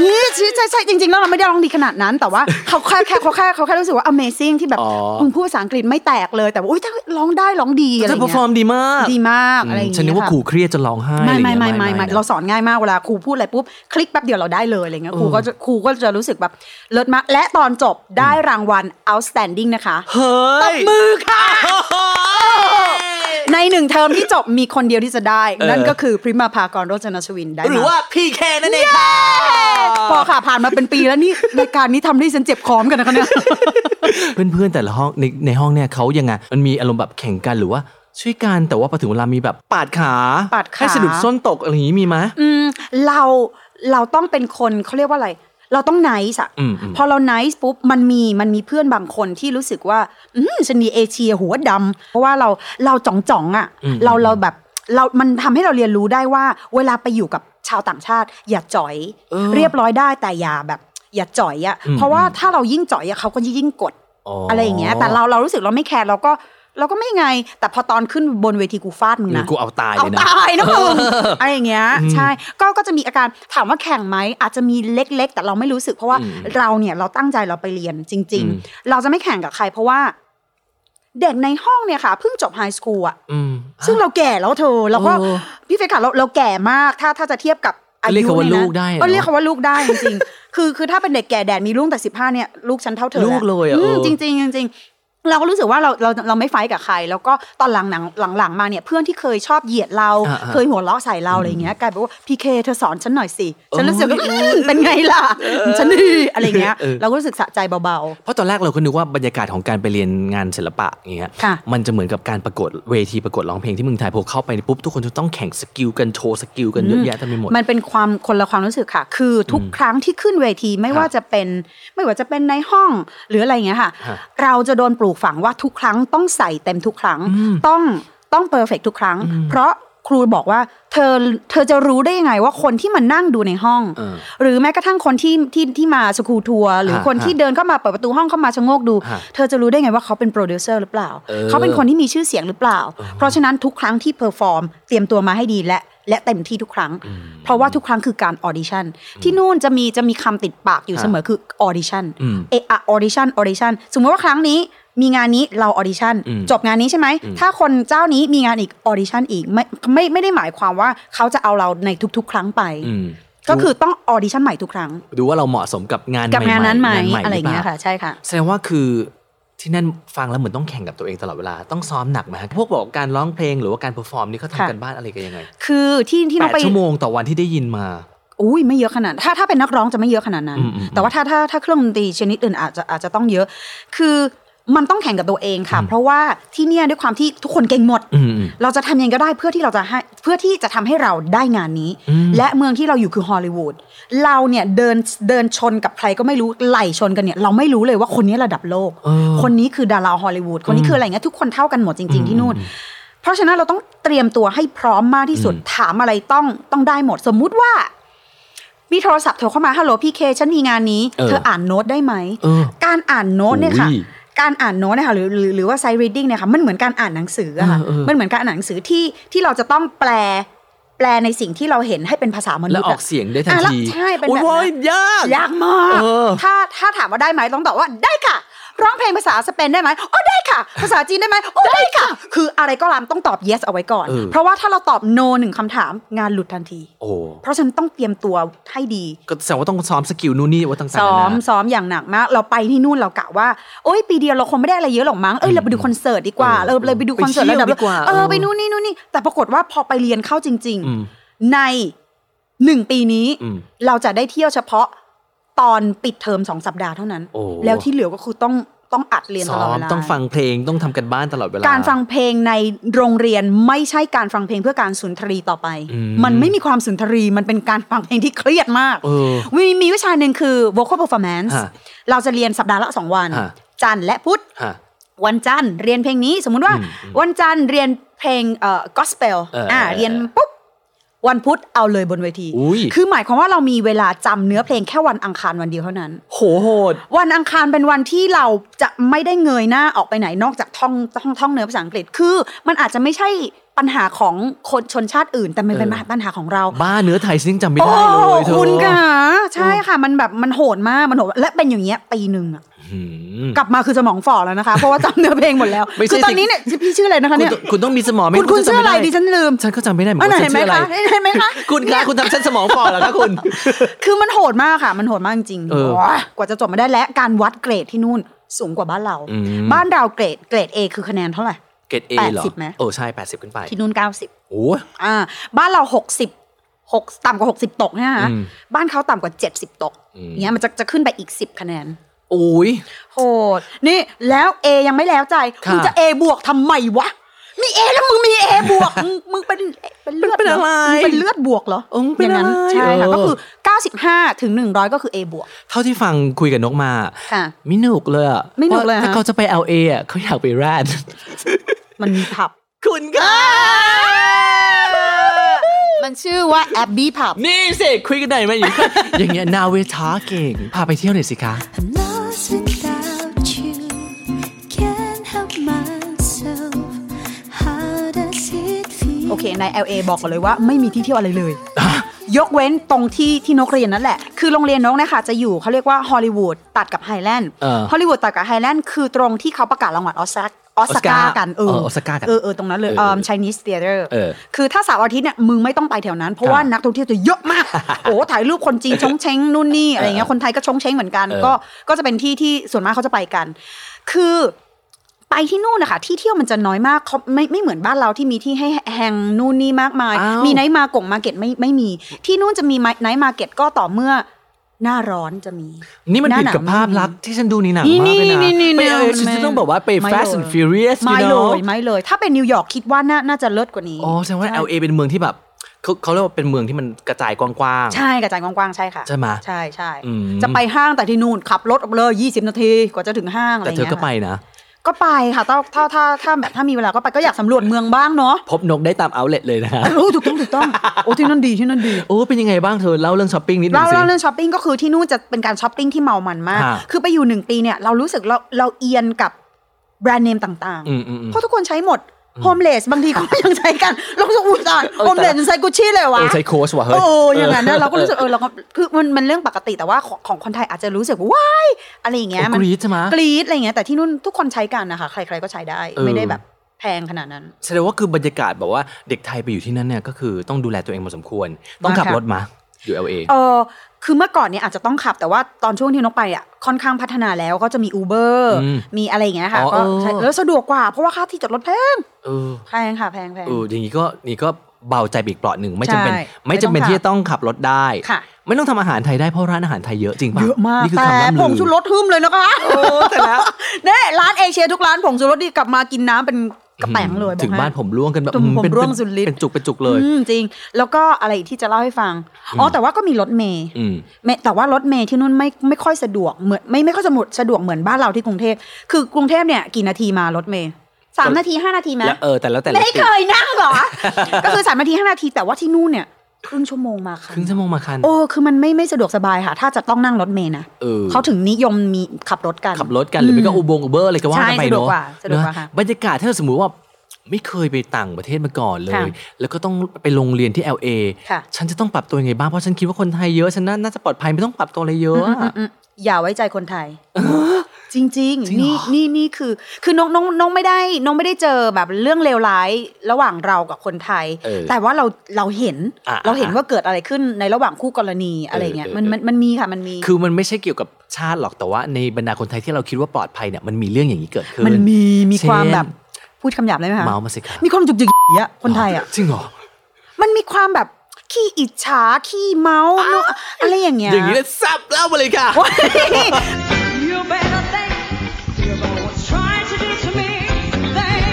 Speaker 3: นี่ใช่ใช่ใช่จริงๆแล้วเราไม่ได้ร้องดีขนาดนั้น แต่ว่า เขาแค่แค่เขาแค่เขาแค่รู้สึกว่า amazing ที่แบบ
Speaker 4: อ๋อ
Speaker 3: มึงพูดภาษาอังกฤษไม่แตกเลย แต่ว่าอุ้ยถ้าร้องได้ร้องดีอะไรอ
Speaker 4: เธอย่างเพอร์ฟอร์ม
Speaker 3: เงี้ย
Speaker 4: ดีมาก
Speaker 3: ดีมากอะไรอย่าง
Speaker 4: ฉั
Speaker 3: เงี้
Speaker 4: น
Speaker 3: ย
Speaker 4: นึกว่า
Speaker 3: ค่ะ
Speaker 4: ขู่เครียดจะร้องไห้
Speaker 3: ไม่ไม่
Speaker 4: อะร
Speaker 3: ไม่
Speaker 4: งี้ย
Speaker 3: ไม่ไม่
Speaker 4: นะ
Speaker 3: เราสอนง่ายมากเวลาครูพูดอะไรปุ๊บคลิกแป๊บเดียวเราได้เลยอะไรเงี้ยครูก็จะครูก็จะรู้สึกแบบเลิศมากและตอนจบได้รางวัล outstanding นะคะ
Speaker 4: เฮ้ย
Speaker 3: ตบมือค่ะ ในหนึ่งเทอมที่จบมีคนเดียวที่จะได้ นั่นก็คือพริมาภากรโรจนชวินได้ม
Speaker 4: หรือว่าพี่แคนั่นเองค่ะ
Speaker 3: พอค่ะผ่านมาเป็นปีแล้วนี่ รายการนี้ทำได้ฉันเจ็บคอมกันนะคะเนี่ย
Speaker 4: เพื่อนๆแต่ละห้องในในห้องเนี่ยเขายังไงมันมีอารมณ์แบบแข่งกันหรือว่าช่วยกันแต่ว่าพอถึงเวลามีแบบปาดขา
Speaker 3: ปาดขา
Speaker 4: ให้สะดุดส้นตกอะไรอย่างนี้มีไหม
Speaker 3: อืมเราเราต้องเป็นคนเขาเรียกว่าอะไร เราต้องไนส์อะ
Speaker 4: อืมอืม
Speaker 3: พอเราไนส์ปุ๊บมันมีมันมีเพื่อนบางคนที่รู้สึกว่า อืมชะนีเอเชียหัวดำเพราะว่าเราเราจ่องจ่องๆอะ
Speaker 4: อืม
Speaker 3: เราเราแบบเรามันทำให้เราเรียนรู้ได้ว่า เวลาไปอยู่กับชาวต่างชาติ อย่าจ่อย
Speaker 4: เออ
Speaker 3: เรียบร้อยได้แต่อย่าแบบ อย่าจ่อยอะ
Speaker 4: อืม
Speaker 3: เพราะว่าถ้าเรายิ่งจ่อยอะเขาก็ยิ่งกด อะไรอย่างเงี้ยแต่เราเรารู้สึกเราไม่แคร์เราก็ เราก็ไม่ไง แต่พอตอนขึ้นบนเวทีกูฟาดมึง
Speaker 4: หรือ
Speaker 3: นะ
Speaker 4: กูเอาตาย
Speaker 3: เอา
Speaker 4: เลยนะ
Speaker 3: ตายนะมึงอะไรอย่างเงี้ยใช่ก็ก็จะมีอาการถามว่าแข่งไหมอาจจะมีเล็กๆ แต่เราไม่รู้สึกเพราะว่า
Speaker 4: อืม
Speaker 3: เราเนี่ยเราตั้งใจเราไปเรียนจริง
Speaker 4: อืม
Speaker 3: ๆ เราจะไม่แข่งกับใครเพราะว่า เด็กในห้องเนี่ยค่ะเพิ่งจบไฮสคูลอ่ะ
Speaker 4: อืม
Speaker 3: ซึ่งเราแก่แล้วเธอเราก็
Speaker 4: โอ้
Speaker 3: พี่เฟย์ค่ะเราเราแก่มากถ้าถ้าจะเทียบกับอา
Speaker 4: เรียก
Speaker 3: ยุ
Speaker 4: เขาว่า
Speaker 3: นี่
Speaker 4: ลู
Speaker 3: ยนะ
Speaker 4: กได้เหรอ
Speaker 3: เออเรียกเขาว่าลูกได้จริงๆ [LAUGHS] คือคือถ้าเป็นเด็กแก่แดดมีลูกแต่สิบห้าเนี่ยลูกฉันเท่าเธอ
Speaker 4: ลูกเลยอะ
Speaker 3: ม
Speaker 4: เออ
Speaker 3: จริงจริงๆจริงๆ เราก็รู้สึกว่าเราเราเราไม่ไฟท์กับใคร แล้วก็ตอนหลังหลังหลังๆมาเนี่ยเพื่อนที่เคยชอบเหยียดเรา
Speaker 4: อ่าๆ
Speaker 3: เคยหัวเราะใส่เราอะไรอย่างเงี้ยกลายเป็นว่าพีเคเธอสอนฉันหน่อยสิ ฉัน
Speaker 4: โอ้ย
Speaker 3: รู้สึกว่าอืมเป็นไงล่ะ ฉันดีอะไรเงี้ย
Speaker 4: เออ
Speaker 3: เราก็รู้สึกสะใจเบา
Speaker 4: เพราะตอนแรกเราก็นึกว่าบรรยากาศของการไปเรียนงานศิลปะอย่างเงี้ย
Speaker 3: ค่ะ
Speaker 4: มันจะเหมือนกับการประกวดเวทีประกวดร้องเพลงที่เมืองไทยพอเข้าไปปุ๊บทุกคนจะต้องแข่งสกิลกันโชว์สกิลกันเยอะ
Speaker 3: อืม
Speaker 4: แยะเต็มไปหมด
Speaker 3: ๆ มันเป็นความคนละความรู้สึกค่ะ คือทุกครั้งที่ขึ้นเวทีไม่
Speaker 4: ครับ
Speaker 3: ว่าจะเป็นไม่ว่าจะเป็นในห้องหรืออะไรเงี้ยค่ะ
Speaker 4: ฮะ
Speaker 3: เราจะโดนปลูกฝังว่าทุกครั้งต้องใส่เต็มทุกครั้งต้องต้องเพอร์เฟกทุกครั้ง เพราะครูบอกว่าเธอเธอจะรู้ได้ยังไงว่าคนที่มันนั่งดูในห้อง
Speaker 4: เออ
Speaker 3: หรือแม้กระทั่งคนที่ที่ที่มาสกูทัวร์หรือ
Speaker 4: ฮะ
Speaker 3: คนที่
Speaker 4: ฮะ
Speaker 3: เดินเข้ามาเปิดประตูห้องเข้ามาชะโงกดู
Speaker 4: ฮะ
Speaker 3: เธอจะรู้ได้ไงว่าเขาเป็นโปรดิวเซอร์หรือเปล่า
Speaker 4: เออ
Speaker 3: เขาเป็นคนที่มีชื่อเสียงหรือเปล่า เพราะฉะนั้นทุกครั้งที่เพอร์ฟอร์มเตรียมตัวมาให้ดีและและเต็มที่ทุกครั้ง เพราะว่าทุกครั้งคือการออดิชั่นที่นู่นจะมีจะมีคำติดปากอยู่เสมอคือออดิชั่น
Speaker 4: อืม
Speaker 3: เอะอะออดิชั่นออดิชั่นสมมติว่าครั้งนี้มีงานนี้เราออดิชั่น
Speaker 4: อืม
Speaker 3: จบงานนี้ใช่ไหมถ้าคนเจ้านี้มีงานอีกออดิชั่นอีกไม่ไม่ไม่ได้หมายความว่าเขาจะเอาเราในทุก ๆ ครั้งไป
Speaker 4: อืม
Speaker 3: ก็คือต้องออดิชั่นใหม่ทุกครั้ง
Speaker 4: ดูว่าเราเหมาะสมกับงาน
Speaker 3: กับงานนั้นไหม
Speaker 4: ใๆ
Speaker 3: อะไรอย่างเงี้ย
Speaker 4: หปล่า
Speaker 3: ค่ะ ใช่ค่ะ
Speaker 4: แสดงว่าคือที่นั่นฟังแล้วเหมือนต้องแข่งกับตัวเองตลอดเวลาต้องซ้อมหนักไหมฮะพวกบอกการร้องเพลงหรือว่าการเพอร์ฟอร์มนี่เขา
Speaker 3: ค่ะ
Speaker 4: ทำกันบ้านอะไรกันยังไง
Speaker 3: คือที่ที่น้
Speaker 4: แป
Speaker 3: อง
Speaker 4: ด
Speaker 3: ไป
Speaker 4: ชั่วโมงต่อวันที่ได้ยินมา
Speaker 3: อุ้ยไม่เยอะขนาด ถ้าถ้าเป็นนักร้องจะไม่เยอะขนาดนั้น
Speaker 4: อืมอืม
Speaker 3: แต่ว่าถ้าถ้าถ้าเครื่องดนตรีชนิดอื่นอาจจะอาจจะต้องเยอะ คือมันต้องแข่งกับตัวเองค่ะ เพราะว่าที่เนี่ยด้วยความที่ทุกคนเก่งหมด
Speaker 4: อืมอืม
Speaker 3: เราจะทำยังไงก็ได้เพื่อที่เราจะให้เพื่อที่จะทำให้เราได้งานนี้ และเมืองที่เราอยู่คือฮอลลีวูดเราเนี่ยเดินเดินชนกับใครก็ไม่รู้ไหลชนกันเนี่ยเราไม่รู้เลยว่าคนนี้ระดับโลก
Speaker 4: เออ
Speaker 3: คนนี้คือดาราฮอลลีวูดคนนี้คืออะไรเงี้ยทุกคนเท่ากันหมดจริง ๆที่นู่น เพราะฉะนั้นเราต้องเตรียมตัวให้พร้อมมากที่สุด ถามอะไรต้องต้องได้หมด สมมุติว่า มีโทรศัพท์โทรเข้ามาฮัลโหลพี่เคฉันมีงานนี้
Speaker 4: เออ
Speaker 3: เธออ่านโน้ตได้ไหม
Speaker 4: เออ
Speaker 3: การอ่านโน้ตเนี่ยค่ะ
Speaker 4: โอ้ย
Speaker 3: การอ่านโน้ตเนี่ยค่ะหรือหรือหรือว่าไซรีดดิ้งเนี่ยค่ะมันเหมือนการอ่านหนังสืออะค่ะ
Speaker 4: เออเออ
Speaker 3: มันเหมือนการอ่านหนังสือที่ที่เราจะต้องแปล แปลในสิ่งที่เราเห็นให้เป็นภาษามนุษย์
Speaker 4: แล้วออก
Speaker 3: ะ
Speaker 4: เสียงได้ทัน
Speaker 3: อ่ะแล้ว
Speaker 4: ที
Speaker 3: ใช่เป็น
Speaker 4: โอ้
Speaker 3: แบ
Speaker 4: ย
Speaker 3: บ
Speaker 4: โว้
Speaker 3: นั้
Speaker 4: ย
Speaker 3: น
Speaker 4: ยาก
Speaker 3: ยากมาก
Speaker 4: เออ
Speaker 3: ถ้าถ้าถามว่าได้ไหมต้องตอบว่าได้ค่ะ ร้องเพลงภาษาสเปนได้ไหมอ๋อได้ค่ะ ภาษาจีนได้ไหมอ๋อได้ค่ะ คืออะไรก็ตามต้องตอบ yes เอาไว้ก่อน
Speaker 4: เออ
Speaker 3: เพราะว่าถ้าเราตอบ no หนึ่งคำถามงานหลุดทันที
Speaker 4: โอ้
Speaker 3: เพราะฉะนันต้องเตรียมตัวให้ดี
Speaker 4: ก็แสดงว่าต้องซ้อมสกิลนู่นนี่ว่าต่างๆ
Speaker 3: ซ้อม
Speaker 4: นานา
Speaker 3: ซ้อมอย่างหนักมาก เราไปที่นู่นเรากะว่าโอ๊ยปีเดียวเราคงไม่ได้อะไรเยอะหรอกมั้งเอ้ยเราไปดูคอนเสิร์ตดีกว่า
Speaker 4: เออ
Speaker 3: เราเลยไปดูคอนเสิร์ตระดับ
Speaker 4: ไปเที่ยวดีกว่า
Speaker 3: เอ
Speaker 4: เอ
Speaker 3: อ
Speaker 4: อ
Speaker 3: ไปนู่นนี่นู่นนี่แต่ปรากฏว่าพอไปเรียนเข้าจริง
Speaker 4: อืม
Speaker 3: ๆ ในหนึ่งปีนี้
Speaker 4: อืม
Speaker 3: เราจะได้เที่ยวเฉพาะตอนปิดเทอมสองสัปดาห์เท่านั้น
Speaker 4: โอ้
Speaker 3: แล้วที่เหลือก็คือต้องต้องอัดเรียนต
Speaker 4: ซ้
Speaker 3: ล
Speaker 4: อ
Speaker 3: อด
Speaker 4: ม
Speaker 3: เวลา
Speaker 4: ต้องฟังเพลงต้องทำกันบ้านตลอดเวลา
Speaker 3: การฟังเพลงในโรงเรียนไม่ใช่การฟังเพลงเพื่อการสุนทรีต่อไป
Speaker 4: อืม
Speaker 3: มันไม่มีความสุนทรี มันเป็นการฟังเพลงที่เครียดมาก
Speaker 4: เออ
Speaker 3: มีมีวิชาหนึ่งคือ vocal performance
Speaker 4: ฮะ
Speaker 3: เราจะเรียนสัปดาห์ละ 2 วัน
Speaker 4: ฮะ
Speaker 3: จันทร์และพุธ
Speaker 4: ฮะ
Speaker 3: วันจันทร์เรียนเพลงนี้สมมุติว่า วันจันทร์เรียนเพลงเอ่อ gospel
Speaker 4: เอออ่
Speaker 3: อ่าเรียนปุ๊บ วันพุธเอาเลยบนเวที
Speaker 4: อุ๊ย
Speaker 3: คือหมายความว่าเรามีเวลาจำเนื้อเพลงแค่วันอังคารวันเดียวเท่านั้น
Speaker 4: โหโหด
Speaker 3: วันอังคารเป็นวันที่เราจะไม่ได้เงยหน้าออกไปไหนนอกจากท่องท่องท่องเนื้อภาษาอังกฤษคือ มันอาจจะไม่ใช่ปัญหาของคนชนชาติอื่น แต่มันเป็น
Speaker 4: เออ
Speaker 3: ปัญหาของเรา
Speaker 4: บ้าเนื้อไทยซึ่งจำไม่
Speaker 3: โอ้
Speaker 4: ได้เลยเธอ
Speaker 3: คุณค่ะใช่ค่ะ มันแบบมันโหดมากมันโหดและเป็นอย่างเงี้ยปีหนึ่งอะ
Speaker 4: หืม
Speaker 3: กลับมาคือสมองฝ่อแล้วนะคะ เพราะว่าจำเนื้อเพลงหมดแล้ว
Speaker 4: ไม่ใช่
Speaker 3: คือตอน
Speaker 4: สิ
Speaker 3: นี้เนี่ยพี่ชื่ออะไรนะ
Speaker 4: คุ
Speaker 3: คะ
Speaker 4: ณ
Speaker 3: เนี่ย
Speaker 4: คุณต้องมีสมองไหม
Speaker 3: คุณคุณชื่ออะไรดิฉันลืม
Speaker 4: ฉันก็จำไม่ได้เหมือน
Speaker 3: อันไหน
Speaker 4: กันฉั
Speaker 3: เห็น
Speaker 4: น
Speaker 3: ไห
Speaker 4: ชื่
Speaker 3: ม
Speaker 4: ออะไร
Speaker 3: คะเห็นไหมคะ
Speaker 4: คุณคะคุณทำฉันสมองฝ่อแล้วคะคุณ
Speaker 3: คือมันโหดมากค่ะ มันโหดมากจริงๆ
Speaker 4: เออ
Speaker 3: โอ้ยกว่าจะจบมาได้และการวัดเกรดที่นู่นสูงกว่าบ้านเรา
Speaker 4: อืม
Speaker 3: บ้านเราเกรดเกรด A คือคะแนนเท่าไหร่
Speaker 4: เกรดเอเหรอ
Speaker 3: 80ไหม
Speaker 4: โอ้ใช่ 80 ขึ้นไป
Speaker 3: ที่นู่น 90
Speaker 4: โอ้
Speaker 3: อ่าบ้านเรา 60 6 ต่ำกว่า 60 ตกเนี่ยนะ
Speaker 4: อืม
Speaker 3: บ้านเขาต่ำกว่า 70 ตก
Speaker 4: อืม
Speaker 3: เนี้ยมันจะจะขึ้นไปอีก 10 คะแนน
Speaker 4: โอ้ย
Speaker 3: โหดนี่แล้ว A ยังไม่แล้วใจ
Speaker 4: ค่ะ
Speaker 3: มึงจะ A บวกทำไมวะ มี A แล้วมึงมี A บวกมึงมึงเป็นเป็นเลือด
Speaker 4: เป็นอะไร
Speaker 3: มึงเป็นเลือดบวกเหรอ
Speaker 4: เออมึงเป็น
Speaker 3: ย่างนั้น
Speaker 4: อะไร
Speaker 3: ใช่ค่ะ
Speaker 4: เออ
Speaker 3: ก็คือ 95ถึง100 ก็คือ A บวก
Speaker 4: เท่าที่ฟังคุยกับนกมา
Speaker 3: ค่ะ
Speaker 4: ไม่หนุกเลยอะ
Speaker 3: ไม่หนุกเลย
Speaker 4: พราะถ้า
Speaker 3: ฮะ
Speaker 4: เขาจะไป LA อ่ะเขาอยากไปแร
Speaker 3: [LAUGHS]
Speaker 4: ด
Speaker 3: มันมีผับ
Speaker 4: คุณค่ะ
Speaker 3: มันชื่อว่าแอบบี้ผับ
Speaker 4: นี่สิคุยกันได้ไหมอย่างเงี้ยอย่างเงี้ย now we're talking พาไปเที่ยวหน่อยสิคะ
Speaker 5: I'm lost without you. Can't help myself.
Speaker 3: เคใน LA บอกกันเลยว่าไม่มีที่เที่ยวอะไร
Speaker 4: [LAUGHS]
Speaker 3: เลย ยกเว้นตรงที่ที่นกเรียนนั่นแหละ คือโรงเรียนนกเนะคะจะอยู่เขาเรียกว่าฮอลลีวูดตัดกับไฮแลนด์
Speaker 4: เออ
Speaker 3: ฮอลลีวูดตัดกับไฮแลนด์คือตรงที่เขาประกาศรางวัลออสการ์ออสการ์กันเออ
Speaker 4: เออ Oscar กัน
Speaker 3: เออเออตรงนั้นเลย
Speaker 4: เออ
Speaker 3: เออ Chinese Theater
Speaker 4: เออ
Speaker 3: คือถ้าเสาร์อาทิตย์เนี่ยมึงไม่ต้องไปแถวนั้น เพราะว่า
Speaker 4: อ่านั
Speaker 3: นักท่องเที่ยวจะเยอะ
Speaker 4: [LAUGHS]
Speaker 3: มาก โอ้ถ่ายรูปคนจีนชงเชงนู่นนี่อะไรเงี้ยคนไทยก็ชงเชงเหมือนกัน
Speaker 4: เออ
Speaker 3: ก็ก็จะเป็นที่ที่ส่วนมากเขาจะไปกัน คือ ไปที่นู่นนะคะที่เที่ยวมันจะน้อยมากเขาไม่ไม่เหมือนบ้านเราที่มีที่ให้แฮงนู่นนี่มากมาย
Speaker 4: อ้าว
Speaker 3: มีไนท์มาร์กงมาร์เก็ตไม่ไม่มี ที่นู่นจะมีไนท์มาร์เก็ตก็ต่อเมื่อหน้าร้อนจะมี
Speaker 4: นี่มัน
Speaker 3: หา
Speaker 4: ผิด
Speaker 3: หาว
Speaker 4: กับภาพลักษณ์ที่ฉันดูในหนัง
Speaker 3: นี่
Speaker 4: มาก
Speaker 3: นี่
Speaker 4: เลยนะ
Speaker 3: นี่นี่
Speaker 4: ไม่เออ
Speaker 3: นี่
Speaker 4: ฉันจะต้องบอกว่าไป
Speaker 3: ม่
Speaker 4: Fast
Speaker 3: เลย
Speaker 4: and Furious
Speaker 3: ไม่
Speaker 4: you
Speaker 3: เล
Speaker 4: know
Speaker 3: ยไม่เลย ถ้าเป็นนิวยอร์กคิดว่าน่าน่าจะเลิศกว่านี้
Speaker 4: อ๋อแสดงว่า
Speaker 3: ใช่
Speaker 4: LA เป็นเมืองที่แบบเขาเขาเรียกว่าเป็นเมืองที่มันกระจายกว้างๆ
Speaker 3: ใช่กระจายกว้างๆใช่ค่ะ
Speaker 4: ใช่ไหม
Speaker 3: ใช่ใช่
Speaker 4: อืม
Speaker 3: จะไปห้างแต่ที่นู่นขับรถออกไปเลย20 นาทีกว่าจะถึงห้างอะไร
Speaker 4: แต่
Speaker 3: ย่าง
Speaker 4: เธอ
Speaker 3: เงี้ย
Speaker 4: ก็ไปนะ
Speaker 3: ก็ไปค่ะถ้าถ้าถ้าถ้าแบบถ้ามีเวลาก็ไปก็อยากสำรวจเมืองบ้างเนาะ
Speaker 4: พบนกได้ตามเอาเล t เลยนะฮะ
Speaker 3: โอ้ถูกต้องถูกต้อง โอ้ที่นั่นดีที่นั่นดี
Speaker 4: โอ้เป็นยังไงบ้างเธอเล่าเรื่องช้อปปิ้งนิดนึ
Speaker 3: เล่าง
Speaker 4: สิ
Speaker 3: เล่าเรื่องช้อปปิ้งก็คือที่นู่นจะเป็นการช้อปปิ้งที่เมามันมาก
Speaker 4: ฮะ
Speaker 3: คือไปอยู่หนึ่งปีเนี่ยเรารู้สึกเราเราเอียนกับแบรนด์เนมต่าง
Speaker 4: อืมอืมอืม
Speaker 3: เพราะทุกคนใช้หมดโฮมเลสบางทีเขาก็ยังใช้กันเราก็จะอุ่นใจโฮมเลสใช้กุชชี่เลยวะ
Speaker 4: เออใช้ Coach ว่ะเฮ้ย
Speaker 3: โอ้อย่างนั้นนะเราก็รู้สึกเออเราก็คือมันมันเรื่องปกติแต่ว่าของของคนไทยอาจจะรู้สึกว่าว้ายอะไรอย่างเงี้ย
Speaker 4: โอ้
Speaker 3: มั
Speaker 4: ก
Speaker 3: น
Speaker 4: รีดใช่ไหม
Speaker 3: กรีดอะไรอย่างเงี้ยแต่ที่นู่นทุกคนใช้กันนะคะใคร ๆก็ใช้ได้
Speaker 4: เออ
Speaker 3: ไม่ได้แบบแพงขนาดนั้น
Speaker 4: แสดงว่าคือบรรยากาศแบบว่าเด็กไทยไปอยู่ที่นั่นเนี่ยก็คือต้องดูแลตัวเองพอสมควร ต้องขับ
Speaker 3: มากค่ะ
Speaker 4: รถมาอยู่ LA
Speaker 3: เออคือเมื่อก่อนเนี่ยอาจจะต้องขับแต่ว่าตอนช่วงที่นกไปอ่ะค่อนข้างพัฒนาแล้วก็จะมีอูเบอร์
Speaker 4: อืม
Speaker 3: มีอะไรอย่างเงี้ยค่ะ
Speaker 4: อ๋อ
Speaker 3: ก็ใช่
Speaker 4: เออ
Speaker 3: แล้วสะดวกกว่าเพราะว่าค่าที่จอดรถแพง
Speaker 4: เออ
Speaker 3: แพงค่ะแพงแพง
Speaker 4: เอออย่างนี้ก็นี่ก็เบาใจไปอีกเปลอดหนึ่งไม่จำเป็น
Speaker 3: ใช่
Speaker 4: ไม่จำเป็นที่จะต้องขับรถได้
Speaker 3: ค่ะ
Speaker 4: ไม่ต้องทำอาหารไทยได้เพราะร้านอาหารไทยเยอะจริงป่ะ
Speaker 3: เยอะมาก
Speaker 4: นี่คือ
Speaker 3: แต่
Speaker 4: คำล่ำลือ
Speaker 3: ผงชูรสทึมเลยนะคะโอ้แต่แล้วนี่ร้ [LAUGHS] านเอเชียทุกร้านผงชูรสนี่กลับมากินน้ำเป็นกระแป๋งเลย
Speaker 4: ถึง
Speaker 3: อกให้
Speaker 4: บ้านผมร่วงกันแบบ
Speaker 3: ถึง
Speaker 4: อื
Speaker 3: ผม
Speaker 4: เป็น
Speaker 3: ร่วง
Speaker 4: เป็น
Speaker 3: สุดฤทธิ์
Speaker 4: เป็นจุกเป็นจุกเลย
Speaker 3: อืมจริง แล้วก็อะไรอีกที่จะเล่าให้ฟังอ๋อแต่ว่าก็มีรถเมย์
Speaker 4: อืม
Speaker 3: เมแต่ว่ารถเมย์ที่นู่นไม่ไม่ค่อยสะดวกเหมือนไม่ไม่ค่อยสะดวกสะดวกเหมือนบ้านเราที่กรุงเทพคือกรุงเทพเนี่ยกี่นาทีมารถเมย์สาม
Speaker 4: เออ
Speaker 3: นาทีห้านาทีไหม
Speaker 4: แล้วเออแต่แล้วแต่ละ
Speaker 3: ไม่
Speaker 4: ติ
Speaker 3: เคยนั่งเหร
Speaker 4: [LAUGHS]
Speaker 3: อ ก็คือสามนาทีห้านาทีแต่ว่าที่นู่นเนี่ยครึ่งชั่วโมงมาค่ะ
Speaker 4: ครึ่งชั่วโมงมาคัน
Speaker 3: โอ้คือมันไม่ไม่สะดวกสบายค่ะ ถ้าจะต้องนั่งรถเมย์นะ
Speaker 4: เออ
Speaker 3: เขาถึงนิยมมีขับรถกัน
Speaker 4: ขับรถกันหรือไม่ก็อุบงอุเบอร์อะไรก็ว่า
Speaker 3: ใช่
Speaker 4: กันไป
Speaker 3: สะดว
Speaker 4: เนาะ
Speaker 3: กกว่าสะดวกกว่า
Speaker 4: นะ
Speaker 3: ค่ะ
Speaker 4: บรรยากาศถ้าสมมุติว่าไม่เคยไปต่างประเทศมาก่อนเล
Speaker 3: ค่ะ
Speaker 4: ย แล้วก็ต้องไปโรงเรียนที่ LA
Speaker 3: ค่ะ
Speaker 4: ฉันจะต้องปรับตัวยังไงบ้าง เพราะฉันคิดว่าคนไทยเยอะ ฉันน่าน่าจะปลอดภัยไม่ต้องปรับตัวอะไรเยอะอะ
Speaker 3: อืมอย่าไว้ใจคนไท
Speaker 4: [GASPS]
Speaker 3: ย จริงจริงๆ
Speaker 4: จริงเหรอ
Speaker 3: นี่นี่นี่คือ คือน้องน้องน้องไม่ได้น้องไม่ได้เจอแบบเรื่องเลวร้ายระหว่างเรากับคนไทย
Speaker 4: เออ
Speaker 3: แต่ว่าเราเราเห็น
Speaker 4: อ่ะ
Speaker 3: เราเห็น
Speaker 4: อ่ะ
Speaker 3: ว่าเกิดอะไรขึ้นในระหว่างคู่กรณีอะไรเงี้ย
Speaker 4: เออ
Speaker 3: มัน
Speaker 4: เออ
Speaker 3: มันมันมีค่ะมันมี
Speaker 4: คือมันไม่ใช่เกี่ยวกับชาติหรอกแต่ว่าในบรรดาคนไทยที่เราคิดว่าปลอดภัยเนี่ยมันมีเรื่องอย่างนี้เกิดขึ้น
Speaker 3: มันมีมี
Speaker 4: เช่น
Speaker 3: ความแบบพูดคำหยาบได้ไหมคะ
Speaker 4: เมาส์มาสิคะ
Speaker 3: มีความจุกจิกอย่างเงี้ยคนไทยอ่ะ
Speaker 4: จริงเหรอ
Speaker 3: มันมีความแบบขี้อิจฉาขี้เมาเนอะอะไรอย่างเงี้ย
Speaker 4: อย่างนี้เลยซับเล่ามาเลยค่ะ
Speaker 6: You better think you about what's trying to do to me. Think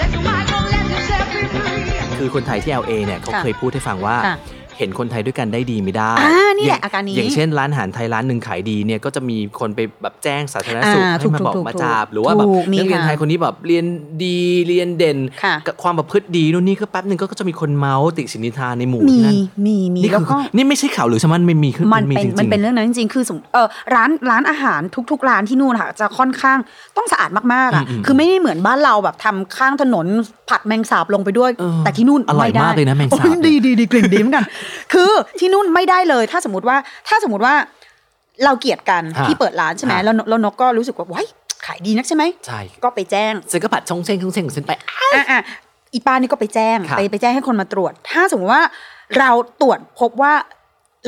Speaker 6: that's why I don't let yourself be free.
Speaker 4: คือคนไทยที่ LA เนี่ยเขา
Speaker 3: ค่ะ
Speaker 4: เคยพูดให้ฟังว่า
Speaker 3: ค่ะ
Speaker 4: เห็นคนไทยด้วยกันได้ดีไม่ได้
Speaker 3: อ่านี่แหละ
Speaker 4: ย่ง
Speaker 3: อาการนี้
Speaker 4: อย่างเช่นร้านอาหารไทยร้านหนึ่งขายดีเนี่ยก็จะมีคนไปแบบแจ้งสาธารณสุข
Speaker 3: อ่า
Speaker 4: ให้มา
Speaker 3: ถูกๆ
Speaker 4: บอก
Speaker 3: ถูกๆ
Speaker 4: มาจาบหรือว่าแบบ
Speaker 3: ถูกมี
Speaker 4: นักเรียน
Speaker 3: ค่ะ
Speaker 4: ไทยคนนี้แบบเรียนดีเรียนเด่น
Speaker 3: ค่ะ
Speaker 4: กับความประพฤติดีนู่นนี่ก็แป๊บหนึ่งก็จะมีคนเมาส์ติสินินทาในหมู่
Speaker 3: มี
Speaker 4: นั่น
Speaker 3: มีมี
Speaker 4: นี่
Speaker 3: แล้ว
Speaker 4: คือ
Speaker 3: ก็
Speaker 4: นี่ไม่ใช่ข่าวหรือใช่ไหมมันไม่มีขึ้น
Speaker 3: มัน
Speaker 4: มี
Speaker 3: เป็น
Speaker 4: จริงๆ
Speaker 3: มันเป็นเรื่องนั้นจริงๆ คือสมมุติเออร้านร้านอาหารทุก ๆ ร้านที่นู่นค่ะจะค่อนข้างต้องสะอาดมากๆอ่ะ
Speaker 4: อืมๆ
Speaker 3: คือไม่ได้เหมือนบ้านเราแบบทำข้างถนนผัดแมงสาบลงไปด้วย
Speaker 4: เออ
Speaker 3: แต่ที่นู่น
Speaker 4: อร่อย
Speaker 3: ไได้
Speaker 4: มากเลยนะแมงสาบ
Speaker 3: โอ้ดีดีดีกลิ่นดีเหมือนกัน คือที่นู่นไม่ได้เลย ถ้าสมมติว่าถ้าสมมติว่าเราเกลียดกัน
Speaker 4: ฮะ
Speaker 3: ที่เปิดร้านใช่ไหม
Speaker 4: ฮะ
Speaker 3: แล้วนแล้วนกก็รู้สึกว่าว้ายขายดีนักใช่ไหม
Speaker 4: ใช่
Speaker 3: ก็ไปแจ้ง
Speaker 4: ฉันก็ผัดช่องเช่งช่องเช่งของฉันไป
Speaker 3: อ่ะอ่ะอีป้านี่ก็ไปแจ้ง
Speaker 4: ครับ
Speaker 3: ไปไปแจ้งให้คนมาตรวจ ถ้าสมมติว่าเราตรวจพบว่า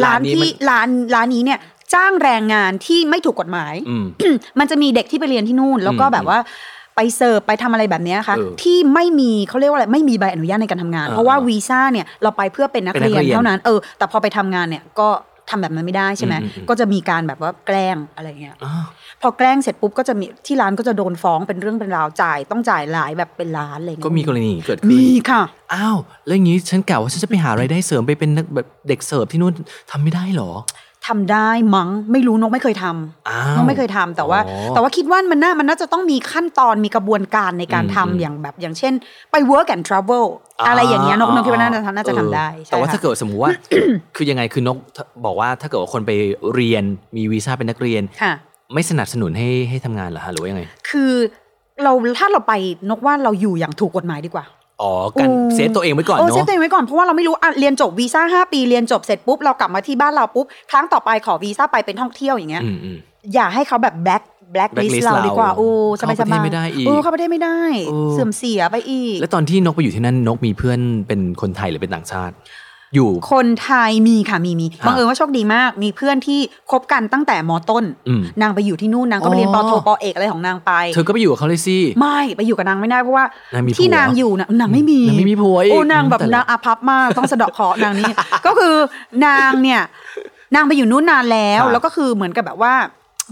Speaker 3: ร้า
Speaker 4: ร้าน นนี้มั
Speaker 3: ที่
Speaker 4: น
Speaker 3: ร้านร้านนี้เนี่ยจ้างแรงงานที่ไม่ถูกกฎหมาย
Speaker 4: อืม
Speaker 3: มันจะมีเด็กที่ไปเรียนที่นู่น แล้วก็
Speaker 4: อืม
Speaker 3: แบบว่าไปเสิร์ฟไปทำอะไรแบบเนี้ยค่ะ
Speaker 4: เออ
Speaker 3: ที่ไม่มีเขาเรียกว่าอะไรไม่มีใบอนุญาตในการทำงาน
Speaker 4: อ่า
Speaker 3: เพราะว่าวีซ่าเนี่ยเราไปเพื่อเป็นนัก
Speaker 4: เป็นนัก
Speaker 3: เรียน
Speaker 4: เรียน
Speaker 3: เท่านั้นเออแต่พอไปทำงานเนี่ยก็ทำแบบนั้นไม่ได้ใช่ไหม
Speaker 4: อืมอืม
Speaker 3: ก็จะมีการแบบว่าแกล้งอะไรอย่างเงี้ย
Speaker 4: อ้าว
Speaker 3: พอแกล้งเสร็จปุ๊บก็จะมีที่ร้านก็จะโดนฟ้องเป็นเรื่องเป็นราวจ่าย ต้องจ่ายหลายแบบเป็นล้านอะไรอย่าง
Speaker 4: ก็
Speaker 3: เงี้ย
Speaker 4: มีกรณีอย่างนี้เกิดขึ้น
Speaker 3: มีค่ะ
Speaker 4: อ้าวแล้วอย่างนี้ฉันกล่าวว่าฉันจะไปหารายได้เสริมไปเป็นนักแบบเด็กเสิร์ฟที่นู่นทำไม่ได้เหรอ
Speaker 3: ทำได้มั้งไม่รู้นกไม่เคยทำ
Speaker 4: อ้าวน
Speaker 3: กไม่เคยทำแต่ว่า
Speaker 4: อ๋อ
Speaker 3: แต่ว่าคิดว่ามันน่ามันน่าจะต้องมีขั้นตอนมีกระบวนการในการ
Speaker 4: อืม
Speaker 3: ทำ
Speaker 4: อืม
Speaker 3: อย่างแบบอย่างเช่น ไป work and travel อะไรอย่างเงี้ยนกนกคิดว่าน่าจะน่าจะทำได้
Speaker 4: เออ
Speaker 3: ใช่
Speaker 4: แต่ว่า
Speaker 3: ค่ะ
Speaker 4: ถ้าเกิดสมมติว่า [COUGHS] คือยังไงคือนกบอกว่าถ้าเกิดว่าคนไปเรียนมีวีซ่าเป็นนักเรียน
Speaker 3: ค่ะ
Speaker 4: ไม่สนับสนุนให้ให้ทำงานเหรอฮะหรือว่ายังไง
Speaker 3: คือเราถ้าเราไปนกว่าเราอยู่อย่างถูกกฎหมายดีกว่า
Speaker 4: อ๋อกัน
Speaker 3: อืม
Speaker 4: เซฟตัวเองไว้ก่อน
Speaker 3: เออ
Speaker 4: เนาะ
Speaker 3: เซฟตัวเองไว้ก่อนเพราะว่าเราไม่รู้อ่ะเรียนจบวีซ่า5ปีเรียนจบเสร็จปุ๊บเรากลับมาที่บ้านเราปุ๊บครั้งต่อไปขอวีซ่าไปเป็นท่องเที่ยวอย่างเงี้ย
Speaker 4: อืมอืม
Speaker 3: อย่าให้เขาแบบแบล็คแบล็คลิส
Speaker 4: blacklist
Speaker 3: เราดีกว่า
Speaker 4: เรา
Speaker 3: โอ้สบายส
Speaker 4: เข้าประเทศ
Speaker 3: บาย
Speaker 4: ไม่ได้อีก
Speaker 3: โอ้เข้าประเทศไม่ได้
Speaker 4: โอ้
Speaker 3: เสื่อมเสียไปอีก
Speaker 4: แล้วตอนที่นกไปอยู่ที่นั่นนกมีเพื่อนเป็นคนไทยหรือเป็นต่างชาติ อยู่
Speaker 3: คนไทยมีค่ะมีมี
Speaker 4: ฮะ
Speaker 3: บังเอิญว่าโชคดีมาก มีเพื่อนที่คบกันตั้งแต่มต้น
Speaker 4: อืม
Speaker 3: นางไปอยู่ที่นู่นนางก็ไป
Speaker 4: อ๋อ
Speaker 3: เรียนปอโทปอเอกอะไรของนางไป
Speaker 4: เธอก็ไปอยู่กับเขาเลยสิ
Speaker 3: ไม่ไปอยู่กับนางไม่ได้เพราะว่าน
Speaker 4: างมีผัว
Speaker 3: ที่นางอยู่นะนางไม่มี
Speaker 4: นางไม่มีผัวอีก
Speaker 3: โอ้นางแบบ
Speaker 4: แต่ละ
Speaker 3: นางอาภัพมากต้องสะเดาะเคราะห์นาง
Speaker 4: [LAUGHS]
Speaker 3: นี่ ก็คือนางเนี่ยนางไปอยู่นู่นนานแล้ว
Speaker 4: ครับ
Speaker 3: แล้วก็คือเหมือนกับแบบว่า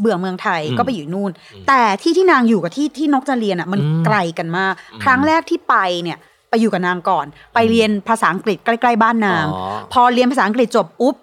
Speaker 3: เบื่อเมืองไทย
Speaker 4: อืม
Speaker 3: ก็ไปอยู่นู่น แต่ที่ที่นางอยู่กับที่ที่นกจะเรียนอ่ะมัน
Speaker 4: อืม
Speaker 3: ไกลกันมาก ครั้งแรกที่ไปเนี่ยไปอยู่กับนางก่อน ไปเรียนภาษาอังกฤษใกล้ๆบ้านนาง
Speaker 4: อ๋อ
Speaker 3: พอเรียนภาษาอังกฤษจบปุ๊บ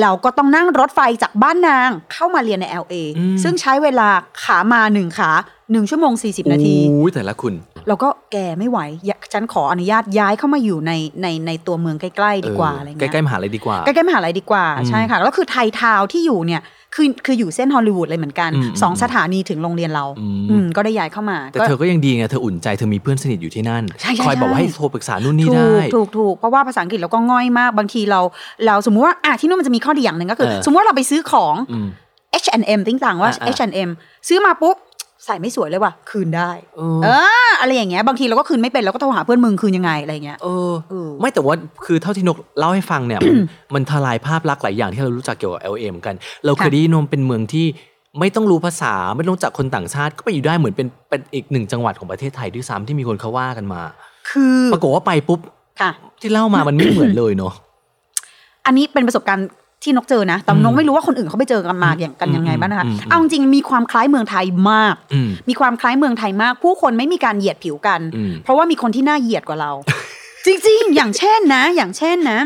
Speaker 3: เราก็ต้องนั่งรถไฟจากบ้านนางเข้ามาเรียนใน LA
Speaker 4: อืม
Speaker 3: ซึ่งใช้เวลาขามาหนึ่งขาหนึ่งชั่วโมง 40 นาที
Speaker 4: อู้ยแต่ละคุณ
Speaker 3: เราก็แก่ไม่ไหวอยากฉันขออนุญาตย้ายเข้ามาอยู่ในในในตัวเมืองใกล้ ๆ ดีกว่า
Speaker 4: เอออ
Speaker 3: อะไรเงี้ย
Speaker 4: ใกล้ๆมหาลัยดีกว่า
Speaker 3: ใกล้ๆมหาลัยดีกว่า
Speaker 4: อืม
Speaker 3: ใช่ค่ะแล้วคือไทยทาวน์ที่อยู่เนี่ยคือคืออยู่เส้นฮอลลีวูดเลยเหมือนกัน
Speaker 4: อืม
Speaker 3: สองสถานีถึงโรงเรียนเรา
Speaker 4: อืม
Speaker 3: อืมก็ได้ย้ายเข้ามา
Speaker 4: แต่
Speaker 3: ก็
Speaker 4: เธอก็ยังดีไงเธออุ่นใจเธอมีเพื่อนสนิทอยู่ที่นั่น
Speaker 3: ใช่ใช่
Speaker 4: คอยบอกว่า
Speaker 3: ใช่
Speaker 4: ให้โทรปรึกษานู่นนี่
Speaker 3: ถู
Speaker 4: ได้
Speaker 3: กถูกถูกเพราะว่าภาษาอังกฤษเราก็ง่อยมากบางทีเรา เราสมมุติว่าอ่ะที่นู่นมันจะมีข้อดีอย่างหนึ่งก็คือ
Speaker 4: เออ
Speaker 3: สมมติว่าเราไปซื้อของ
Speaker 4: อืม
Speaker 3: H&M ต่างๆว่า
Speaker 4: อ่ะ
Speaker 3: H&M ซื้อมาปุ๊บใส่ไม่สวยเลยว่ะคืนได้
Speaker 4: เออ
Speaker 3: เอออะไรอย่างเงี้ยบางทีเราก็คืนไม่เป็นเราก็โทรหาเพื่อนมึงคืนยังไงอะไรอย่างเงี้ย
Speaker 4: เออ
Speaker 3: เออ
Speaker 4: ไม่แต่ว่าคือเท่าที่นกเล่าให้ฟังเนี่ย
Speaker 3: [COUGHS]
Speaker 4: มันมันทลายภาพลักษณ์หลายอย่างที่เรารู้จักเกี่ยวกับ LA เหมือนกัน เราเคย
Speaker 3: ค่ะ
Speaker 4: ได้ยินว่ามันเป็นเมืองที่ไม่ต้องรู้ภาษาไม่ต้องรู้จักคนต่างชาติก็ไปอยู่ได้เหมือนเป็นเป็นอีกหนึ่งจังหวัดของประเทศไทยด้วยซ้ำที่มีคนเขาว่ากันมา
Speaker 3: คือ
Speaker 4: ปรากฏว่าไปปุ๊บ
Speaker 3: ค่ะ
Speaker 4: ที่เล่ามามันไม่เหมือนเลยเนาะ
Speaker 3: อันนี้เป็นประสบการณ์ที่นกเจอนะแต่นกไม่รู้ว่าคนอื่นเขาไปเจอกันมาอย่างกันยังไงบ้างนะคะ
Speaker 4: อืมอืม
Speaker 3: เอาจริงๆมีความคล้ายเมืองไทยมาก
Speaker 4: อืม
Speaker 3: มีความคล้ายเมืองไทยมาก ผู้คนไม่มีการเหยียดผิวกัน
Speaker 4: อืม
Speaker 3: เพราะว่ามีคนที่น่าเหยียดกว่า
Speaker 4: [LAUGHS]
Speaker 3: เรา จริงๆ อย่างเช่นนะ อย่างเช่นนะ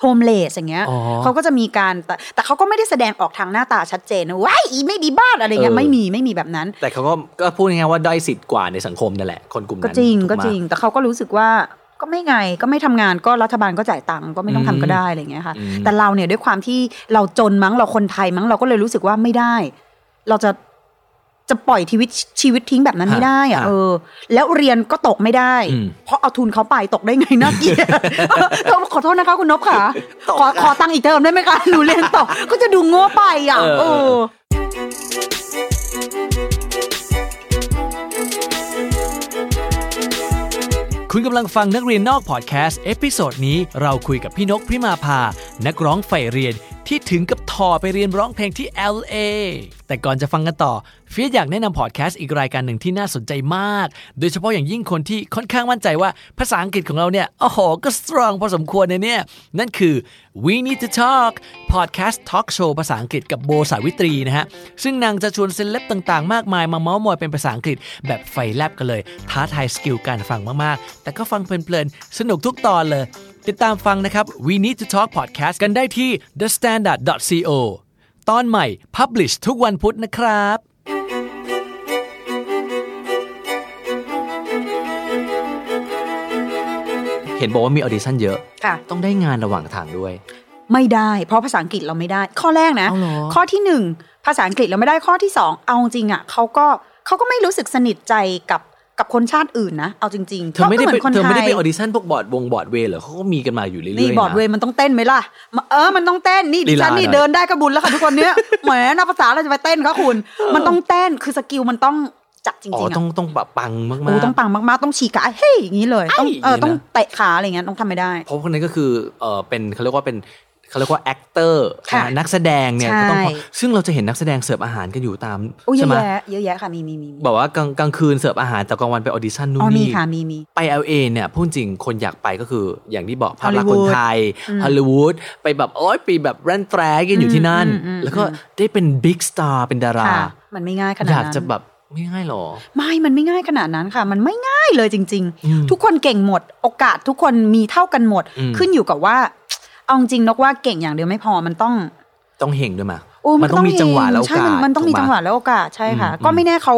Speaker 3: โฮมเลสอย่างเงี้ย
Speaker 4: อ๋อ
Speaker 3: เขาก็จะมีการแต่แต่เขาก็ไม่ได้แสดงออกทางหน้าตาชัดเจนนะว้ายอีไม่มีบ้านอะไรเงี้ย
Speaker 4: เออ
Speaker 3: ไม่มีไม่มีแบบนั้น
Speaker 4: แต่เขาก็ก็พูดง่ายๆว่าด้อยสิทธิ์กว่าในสังคมนั่นแหละคนกลุ่มนั้น
Speaker 3: ก็จริง
Speaker 4: ถู
Speaker 3: ก็
Speaker 4: ไหม
Speaker 3: จริง แต่เขาก็รู้สึกว่าก็ไม่ไงก็ไม่ทำงานก็รัฐบาลก็จ่ายตังค์ก็ไม่ต้อง
Speaker 4: อื
Speaker 3: ทำ
Speaker 4: ม
Speaker 3: ก็ได้อะไรอย่างเงี้ยค่ะ
Speaker 4: อืม
Speaker 3: แต่เราเนี่ยด้วยความที่เราจนมั้งเราคนไทยมั้งเราก็เลยรู้สึกว่าไม่ได้ เราจะจะปล่อยชีวิตชีวิตทิ้งแบบนั้นไม่ได้อะ
Speaker 4: ฮะ
Speaker 3: เออ แล้วเรียนก็ตกไม่ได้
Speaker 4: อืม
Speaker 3: เพราะเอาทุนเขาไปตกได้ไงน่าเกลี
Speaker 4: [LAUGHS]
Speaker 3: ยด ต้องขอโทษนะคะคุณนพค่ะ
Speaker 4: ตก
Speaker 3: ขอขอตังค์อีกเทอมได้ไหมคะหนูเรียนตกก็จะดูโง่ไปอ่ะ
Speaker 4: เออ
Speaker 3: เออ
Speaker 7: คุณกำลังฟังนักเรียนนอกพอดแคสต์เอพิโซดนี้เราคุยกับพี่นกพริมาภา นักร้องใฝ่เรียนที่ถึงกับถอไปเรียนร้องเพลงที่ LA แต่ก่อนจะฟังกันต่อเฟียสอยากแนะนำพอดแคสต์อีกรายการหนึ่งที่น่าสนใจมาก โดยเฉพาะอย่างยิ่งคนที่ค่อนข้างมั่นใจว่าภาษาอังกฤษของเราเนี่ย โอ้โห ก็สตรองพอสมควรเลยเนี่ย นั่นคือ We Need to Talk Podcast Talk Show ภาษาอังกฤษกับโบสาวิตรีนะฮะ ซึ่งนางจะชวนเซเลบต่างๆ มากมายมาเมาส์มอยเป็นภาษาอังกฤษแบบไฟแลบกันเลย ท้าทายสกิลการฟังมากๆ แต่ก็ฟังเพลินๆ สนุกทุกตอนเลย ติดตามฟังนะครับ We Need to Talk Podcast กันได้ที่ thestandard.co ตอนใหม่ Publish ทุกวันพุธนะครับ
Speaker 4: เห็นบอกว่ามีออดิชั่นเยอะ
Speaker 3: ค่ะ
Speaker 4: ต้องได้งานระหว่างทางด้วย
Speaker 3: ไม่ได้ เพราะภาษาอังกฤษเราไม่ได้ ข้อแรกนะ
Speaker 4: เอาเหรอ
Speaker 3: ข้อที่หนึ่งภาษาอังกฤษเราไม่ได้ข้อที่สองเอาจริงอ่ะเขาก็เขาก็ไม่รู้สึกสนิทใจกับกับคนชาติอื่นนะ เอาจริงๆ
Speaker 4: เธอไม่ได้
Speaker 3: ก็
Speaker 4: ไป
Speaker 3: ก็หนคน
Speaker 4: เธอไม่ได้
Speaker 3: ทย
Speaker 4: ไปออดิชั่นพวกบอร์ดวงบอร์ดเวย์เหรอเขาก็มีกันมาอยู่เรื่อยๆ
Speaker 3: นี่
Speaker 4: นะ
Speaker 3: บอร์ดเวย์มันต้องเต้นไหมล่ะมาเออมันต้องเต้นนี่
Speaker 4: ลี
Speaker 3: ดิ
Speaker 4: ลา
Speaker 3: ฉันนี่
Speaker 4: หน่อย
Speaker 3: เดินได้ก็บุญแล้วค่ะทุกคนเนี้ย แหมนับภาษาเราจะไปเต้นคะคุณ
Speaker 4: [GASPS]
Speaker 3: มันต้องเต้นคือสกิลมันต้องจับจริง
Speaker 4: อ๋อ
Speaker 3: ๆ
Speaker 4: ต้อ
Speaker 3: อ่ะ
Speaker 4: งต้องแบบปังมากๆ
Speaker 3: โอ้ต้องปังมากๆต้องฉีกขาเฮ้ยอย่างนี้เลยต้องเออ
Speaker 4: ไอ้
Speaker 3: ต้องเตะขาอะไรเงี้ยต้องทำไม่ได้
Speaker 4: เพราะพวกนั้นก็คือเออเป็นเขาเรียกว่าเป็นเขาเรียกว่าแอคเตอร์
Speaker 3: ค่ะ
Speaker 4: นักแสดงเนี่ย
Speaker 3: ใช่
Speaker 4: ก็ต้องซึ่งเราจะเห็นนักแสดงเสิร์ฟอาหารกันอยู่ตาม
Speaker 3: โอ้ยเย
Speaker 4: ใช่
Speaker 3: อะ
Speaker 4: ไหม
Speaker 3: แยะเยอะแยะค่ะมีมีมีมี
Speaker 4: แบบว่ากลางกลางคืนเสิร์ฟอาหารแต่กลางวันไปออดิชั่นนู่
Speaker 3: อ๋อนมี
Speaker 4: นี่
Speaker 3: ค่ะมีมี
Speaker 4: ไป LA เนี่ยพูดจริงคนอยากไปก็คืออย่างที่บอกภาพลักษณ์คน
Speaker 3: Hollywood
Speaker 4: ไทยฮอลลีวูดไปแบบโอ๊ยไปแบบแรนแตรกันอยู่ที่นั่น
Speaker 3: อืมอืม
Speaker 4: แล้วก็ได้เป็นบิ๊กสตาร์เป็นดารา
Speaker 3: ค่ะมันไม่ง่ายขนาด
Speaker 4: อ
Speaker 3: นั้น
Speaker 4: ยากจะแบบไม่ง่ายหรอ
Speaker 3: ไม่ มันไม่ง่ายขนาดนั้นค่ะ มันไม่ง่ายเลยจริง
Speaker 4: อืม
Speaker 3: ๆ ทุกคนเก่งหมด โอกาสทุกคนมีเท่ากันหมด
Speaker 4: อืม
Speaker 3: ขึ้นอยู่กับว่า เอาจริงนกว่าเก่งอย่างเดียวไม่พอ มันต้อง
Speaker 4: ต้องเฮงด้วยมา
Speaker 3: โอ้
Speaker 4: มันต้องมีจังหวะแล้วโอ
Speaker 3: ใช่
Speaker 4: กา
Speaker 3: มัน
Speaker 4: ส
Speaker 3: มันต้องมี
Speaker 4: ถูกไ
Speaker 3: จังหวะแล้วโอกาส ใช่ค่ะ
Speaker 4: อืม
Speaker 3: ก็ไม่แน่เขา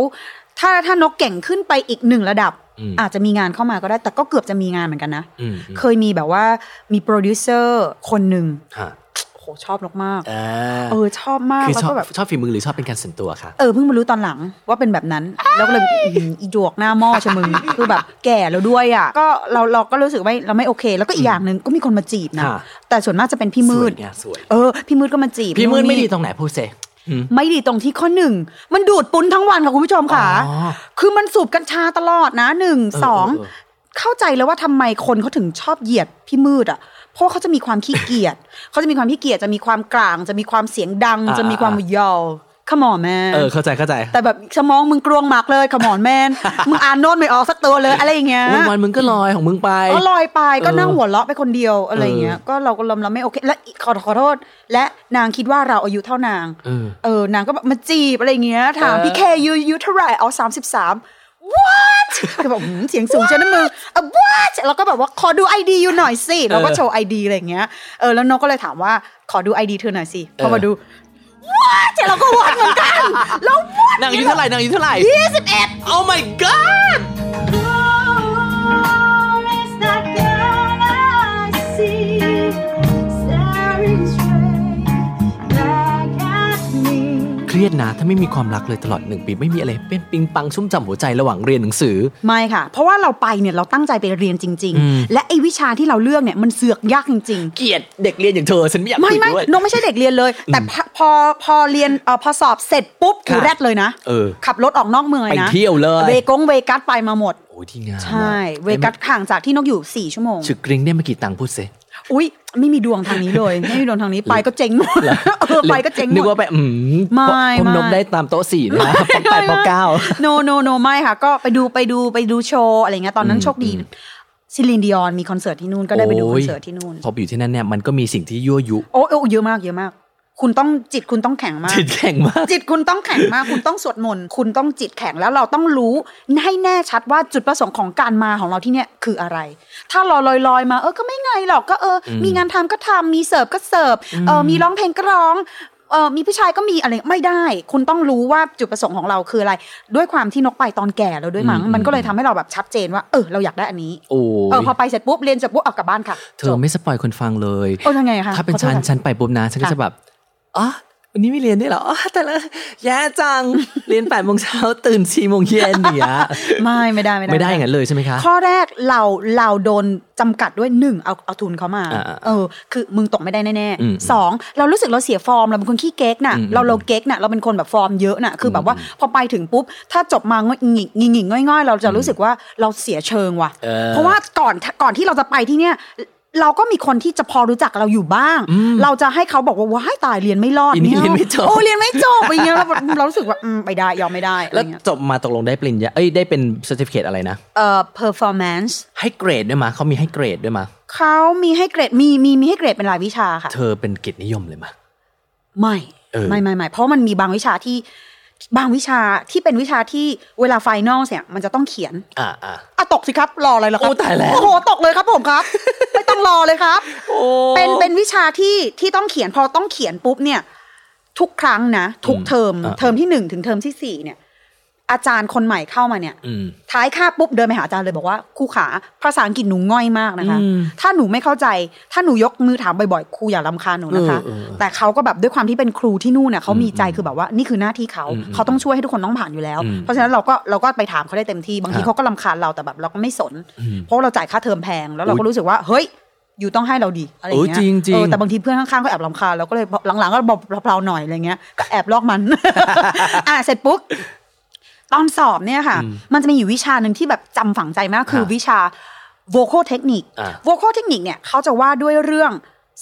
Speaker 3: ถ้าถ้านกเก่งขึ้นไปอีกหนึ่งระดับ
Speaker 4: อืม
Speaker 3: อาจจะมีงานเข้ามาก็ได้ แต่ก็เกือบจะมีงานเหมือนกันนะ
Speaker 4: อืมอืม
Speaker 3: เคยมีแบบว่า มีโปรดิวเซอร์คนหนึ่ง
Speaker 4: ฮะ
Speaker 3: โห หชอบมากๆ
Speaker 4: เออ
Speaker 3: เออชอบมาก
Speaker 4: คือ
Speaker 3: แล้ว
Speaker 4: ชอบ
Speaker 3: ก็แบบ
Speaker 4: ชอบฝีมือหรือชอบเป็นการส่วนตัวคะ
Speaker 3: เออเพิ่งมารู้ตอนหลังว่าเป็นแบบนั้น แล้วก็เลยอืมอีดวกหน้าหม้อชะมึง คือแบบแก่แล้วด้วยอ่ะก็เราเราก็รู้สึกไม่เราไม่โอเค แล้วก็อีกอย่างหนึ่งก็มีคนมาจีบนะแต่ส่วนมากจะเป็นพี่มื
Speaker 4: สว
Speaker 3: ด
Speaker 4: ยไงสวย
Speaker 3: เออพี่มืดก็มาจีบ
Speaker 4: พี่มืด
Speaker 3: นู่น
Speaker 4: ไม่
Speaker 3: นี่
Speaker 4: ดีตรงไหนพูดเซ
Speaker 3: ไม่ดีตรงที่ข้อหนึ่งมันดูดปุ้นทั้งวันค่ะคุณผู้ชมค่ะ
Speaker 4: อ๋อ
Speaker 3: คือมันสูบกัญชาตลอดนะหนึ่ง
Speaker 4: เออ
Speaker 3: สอง
Speaker 4: เออเออ
Speaker 3: เข้าใจแล้วว่าทำไมคนเขาถึงชอบเหยียดพี่มืดอ่ะ เพราะว่าเขาจะมีความขี้เกียจ เขาจะมีความขี้เกียจจะมีความกลาง จะมีความเสียงดัง
Speaker 4: อ่า
Speaker 3: จะมีความยาวขมอแม่
Speaker 4: เออเข้าใจเข้าใจ
Speaker 3: แต่แบบสมองมึงกลวงหมากเลยขมอนแม
Speaker 4: [LAUGHS]
Speaker 3: น มึงอ่านโน้ตไม่ออกสักตัวเลยอะไรอย่างเงี้ย
Speaker 4: วันวันๆมึงก็ลอยของมึงไป
Speaker 3: ก็ลอยไปก็
Speaker 4: เออ
Speaker 3: นั่งหัวเราะไปคนเดียวอะไรอย่างเงี้ย
Speaker 4: เออ
Speaker 3: ก็เราก็ลมเราไม่โอเค และขอขอโทษ และนางคิดว่าเราอายุเท่านาง
Speaker 4: เออ
Speaker 3: เออนางก็แบบมาจีบอะไรอย่างเงี้ย ถาม
Speaker 4: เออ
Speaker 3: พี่เคยูอายุเท่าไหร่เอาสามสิบสาม
Speaker 4: [LAUGHS]
Speaker 3: what ก็แบบหืมเสียงสูงเช่นนั้นมึงเออ what แล้วก็แบบว่าขอดูไอดีอยู่หน่อยสิเราก็โชว์ไอดีอะไรอย่างเงี้ยเออแล้วน้องก็เลยถามว่าขอดูไอดีเธอหน่อยสิพอมาดู what เราก็วัดเหมือนกัน [LAUGHS] แล้ว what
Speaker 4: นางอายุเท่าไหร่นางอายุเท่าไหร่
Speaker 3: ยี่สิบเอ็ด
Speaker 4: Oh my god
Speaker 5: me.
Speaker 4: เครียดนะถ้าไม่มีความรักเลยตลอดหนึ่งปีไม่มีอะไรเป็นปิงปังชุ่มฉ่ำหัวใจระหว่างเรียนหนังสือ
Speaker 3: ไม่ค่ะ เพราะว่าเราไปเนี่ยเราตั้งใจไปเรียนจริง
Speaker 4: อืม
Speaker 3: ๆ และไอ้วิชาที่เราเลือกเนี่ยมันเสือกยากจริง
Speaker 4: เกลียดเด็กเรียนอย่างเธอฉันไม่อยาก
Speaker 3: ๆ ไม่
Speaker 4: คุย
Speaker 3: ไม่
Speaker 4: ด้วย
Speaker 3: น้องไม่ใช่เด็กเรียนเลย แต่พอพอพอเรียนเอ่อพอสอบเสร็จปุ๊บ
Speaker 4: ค่ะ
Speaker 3: กูแรดเลยนะ
Speaker 4: เออ
Speaker 3: ขับรถออกนอกเมืองลนะ
Speaker 4: ไปเที่ยวเลย
Speaker 3: เวกงเวกัสไปมาหมด
Speaker 4: โอ้ยที่งาน
Speaker 3: ใช่เวกัสห่างจากที่นกอยู่ 4 ชั่วโมง
Speaker 4: ฉึกกริ้งได้มากี่ตังค์พูดเซ
Speaker 3: อุ๊ย ไม่มีดวงทางนี้เลย ไม่มีดวงทางนี้ไปก็เจ๊งหมดเออไปก็เจ๊งห
Speaker 4: นึ
Speaker 3: ม
Speaker 4: ก
Speaker 3: ด
Speaker 4: ว่าไปอืม
Speaker 3: ไม่
Speaker 4: ผม
Speaker 3: ไม่
Speaker 4: นมได้ตามโต๊ะสี่นะปอกแปดปอกเก้า
Speaker 3: no no no ไม่ค่ะ ก็ไปดูไปดูไปดูโชว์อะไรเงี้ยตอนนั้นโชคดีซิลินดิออนมีคอนเสิร์ตที่นู่นก็ได้ไปดูคอนเสิร์ตที่นู่น
Speaker 4: โอ้ยพอไปอยู่ที่นั่นเนี่ยมันก็มีสิ่งที่ยั่วยุ
Speaker 3: โอ้โอ้เยอะมากเยอะมาก คุณต้องจิตคุณต้องแข็งมาก
Speaker 4: จิตแข็งมาก
Speaker 3: จิตคุณต้องแข็งมาก คุณต้องสวดมนต์คุณต้องจิตแข็งแล้วเราต้องรู้ให้แน่ชัดว่าจุดประสงค์ของการมาของเราที่เนี่ยคืออะไร ถ้าเราลอยลอยๆมา เออก็ไม่ไงหรอกก็เอออมีงานทำก็ทำมีเสิร์ฟก็เสิร์ฟเออมีร้องเพลงก็ร้องเออมีผู้ชายก็มีอะไรไม่ได้ คุณต้องรู้ว่าจุดประสงค์ของเราคืออะไร ด้วยความที่นกไปตอนแก่แล้วด้วยมั้ง
Speaker 4: อืม
Speaker 3: มันก็เลยทำให้เราแบบชัดเจนว่า เออเราอยากได้อันนี้
Speaker 4: โอ้
Speaker 3: เออย พอไปเสร็จปุ๊บเรียนเสร็จปุ๊บเอากลับบ้านค่ะ
Speaker 4: เธอไม่สปอยคนฟังเลย
Speaker 3: โอ้ยังไงอะคะ
Speaker 4: ถ้าเป็น
Speaker 3: ขอโท
Speaker 4: ฉั
Speaker 3: ษ
Speaker 4: น
Speaker 3: ค่ะ
Speaker 4: ฉันไปปุ๊บนะฉันก็
Speaker 3: ค่ะ
Speaker 4: จะแบบอ๋อวันนี้ไม่เรียนด้วยเหรออ๋อแต่ละแย่จัง เรียนแปดโมงเช้าตื่นสี่โมงเย็นเนี่ย
Speaker 3: ไม่ไม่ได้ไม่ได้
Speaker 4: ไม่ได้อย่างนั้นเลยใช่ไหมคะ
Speaker 3: ข้อแรกเราเราโดนจำกัดด้วยหนึ่งเอาเอาทุนเขามา
Speaker 4: อ่าๆ
Speaker 3: เออ คือมึงตกไม่ได้แน่
Speaker 4: อืม
Speaker 3: ๆสองเรารู้สึกเราเสียฟอร์มเราเป็นคนขี้เก๊กน่ะ
Speaker 4: อืม
Speaker 3: เราเราเก๊กน่ะเราเป็นคนแบบฟอร์มเยอะน่ะคือแบบว่าพอไปถึงปุ๊บ ถ้าจบมาง่อยหงิกหงิกง่อยๆ เราจะรู้สึกว่าเราเสียเชิงว่ะ
Speaker 4: เออ
Speaker 3: เพราะว่าก่อนก่อนที่เราจะไปที่เนี่ยเราก็มีคนที่จะพอรู้จักเราอยู่บ้าง เราจะให้เขาบอกว่าว้ายตายเรียนไม่รอด
Speaker 4: อีนี่
Speaker 3: ย
Speaker 4: เรียนไม่จบ
Speaker 3: โอ้เรียนไม่จบอย่างเงี้ยเราแบบเรารู้สึกว่าอืมไม่ได้ยอมไม่ได้อะไร
Speaker 4: แล้ว
Speaker 3: เงี้ย
Speaker 4: จบมาตกลงได้ปริญญาเอ้ยได้เป็น certificate อะไรนะ
Speaker 3: เอ่อ performance
Speaker 4: ให้เกรดด้วยมาเขามีให้เกรดด้วยมา
Speaker 3: เขามีให้เกรดมีมีมีให้เกรดเป็นรายวิชาค่ะ
Speaker 4: เธอเป็นเกียรตินิยมเลยมา
Speaker 3: ไม่
Speaker 4: เออ
Speaker 3: ไม่ไม่ไม่เพราะมันมีบางวิชาที่บางวิชาที่เป็นวิชาที่เวลาไฟนอลเนี่ยมันจะต้องเขียน
Speaker 4: อ่าอ่า
Speaker 3: อ่ะตกสิครับรออะไรล่ะครับ
Speaker 4: โอ้ตายแล้ว
Speaker 3: โอ้โหตกเลยครับผม [LAUGHS] ครับ ไม่ต้องรอเลยครับ
Speaker 4: โอ้
Speaker 3: เป็นเป็นวิชาที่ที่ต้องเขียนพอต้องเขียนปุ๊บเนี่ย ทุกครั้งนะ ทุกเทอมเทอมที่หนึ่งถึงเทอมที่สี่เนี่ย อาจารย์คนใหม่เข้ามาเนี่ย
Speaker 4: อืม
Speaker 3: ท้ายคาบปุ๊บเดินไปหาอาจารย์เลยบอกว่าครูขาภาษาอังกฤษหนูง่อยมากนะคะ
Speaker 4: อืม
Speaker 3: ถ้าหนูไม่เข้าใจ ถ้าหนูยกมือถามบ่อยๆครูอย่าลำคาญหนูนะคะ
Speaker 4: เออเออ
Speaker 3: แต่เขาก็แบบด้วยความที่เป็นครูที่นู่นเน่ะเขามีใจคือแบบว่านี่คือหน้าที่เขา
Speaker 4: อืม
Speaker 3: เขาต้องช่วยให้ทุกคนต้องผ่านอยู่แล้ว
Speaker 4: อืม
Speaker 3: เพราะฉะนั้นเราก็เราก็ไปถามเขาได้เต็มที่บางที
Speaker 4: ครับ
Speaker 3: เขาก็ลำคาญเราแต่แบบเราก็ไม่สน
Speaker 4: อืม
Speaker 3: เพราะเราจ่ายค่าเทอมแพงแล้วเรา
Speaker 4: อุ๊
Speaker 3: ก็
Speaker 4: ย
Speaker 3: รู้สึกว่าเฮ้ยอยู่ต้องให้เราดีอะไรอย่างเงี้ย
Speaker 4: เออจริงๆ
Speaker 3: เออแต่บางทีเพื่อนข้างๆก็แอบลำคาญเราก็เลยหลังๆก็บอกเพลาๆหน่อยอะไรเงี้ยก็แอบลอกมัน อ่ะเสร็จปุ๊บ ตอนสอบเนี่ยค่ะ มันจะมีอยู่วิชาหนึ่งที่แบบจำฝังใจมากคือ
Speaker 4: ฮะ
Speaker 3: วิชา vocal technique
Speaker 4: อ่า
Speaker 3: vocal technique เนี่ยเขาจะว่าด้วยเรื่อง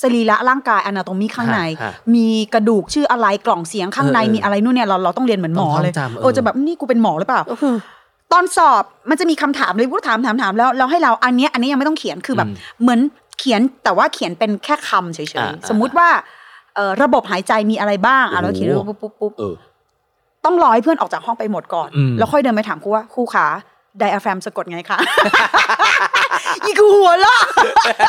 Speaker 3: สรีระร่างกาย anatomy ข้างใน
Speaker 4: ฮะฮะ
Speaker 3: มีกระดูกชื่ออะไรกล่องเสียงข้างใน
Speaker 4: เออเออ
Speaker 3: มีอะไรนู่นเนี่ยเราเราต้องเรียนเหมือนหมอเลย
Speaker 4: ต้องท่องจำเออ
Speaker 3: เออจะแบบนี่กูเป็นหมอหรือเปล่า ตอนสอบมันจะมีคำถามเลยว่าถามถามถามแล้วเราให้เราอันเนี้ยอันนี้ยังไม่ต้องเขียนคือแบบ เหมือนเขียนแต่ว่าเขียนเป็นแค่คำเฉย
Speaker 4: อ่า
Speaker 3: ๆ สมมุติว่าเอ่อระบบหายใจมีอะไรบ้างอ่ะเราเขียน
Speaker 4: โอ้โห
Speaker 3: ปุ๊บปุ๊บปุ๊บ
Speaker 4: เออ
Speaker 3: ต้องรอให้เพื่อนออกจากห้องไปหมดก่อน
Speaker 4: อืม
Speaker 3: แล้วค่อยเดินไปถามครูว่าครูขาไดอะแฟมสะกดไงคะ [LAUGHS] อีกหัวละ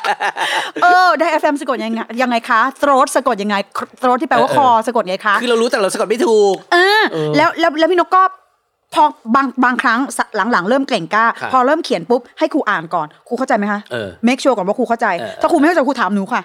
Speaker 3: [LAUGHS] เออไดอะแฟมสะกดยังไงยังไงคะโ o ร t สะกดยังไงโ o ร t ที่แปลว่าคอสะกดไงคะ
Speaker 4: คือเรารู้แต่เราสะกดไม่ถูก
Speaker 3: เออแล้วแล้วแล้วพี่นกก็ พอบางบางครั้งสะหลังๆ เริ่มเกรงกล้า
Speaker 4: ครับ
Speaker 3: พอเริ่มเขียนปุ๊บให้ครูอ่านก่อนครูเข้าใจไหมคะ
Speaker 4: เออ
Speaker 3: เมคชัวร์ก่อนว่าครูเข้าใจ
Speaker 4: เออ
Speaker 3: ถ้าครูไม่เข้าใจครูถามหนูค่ะ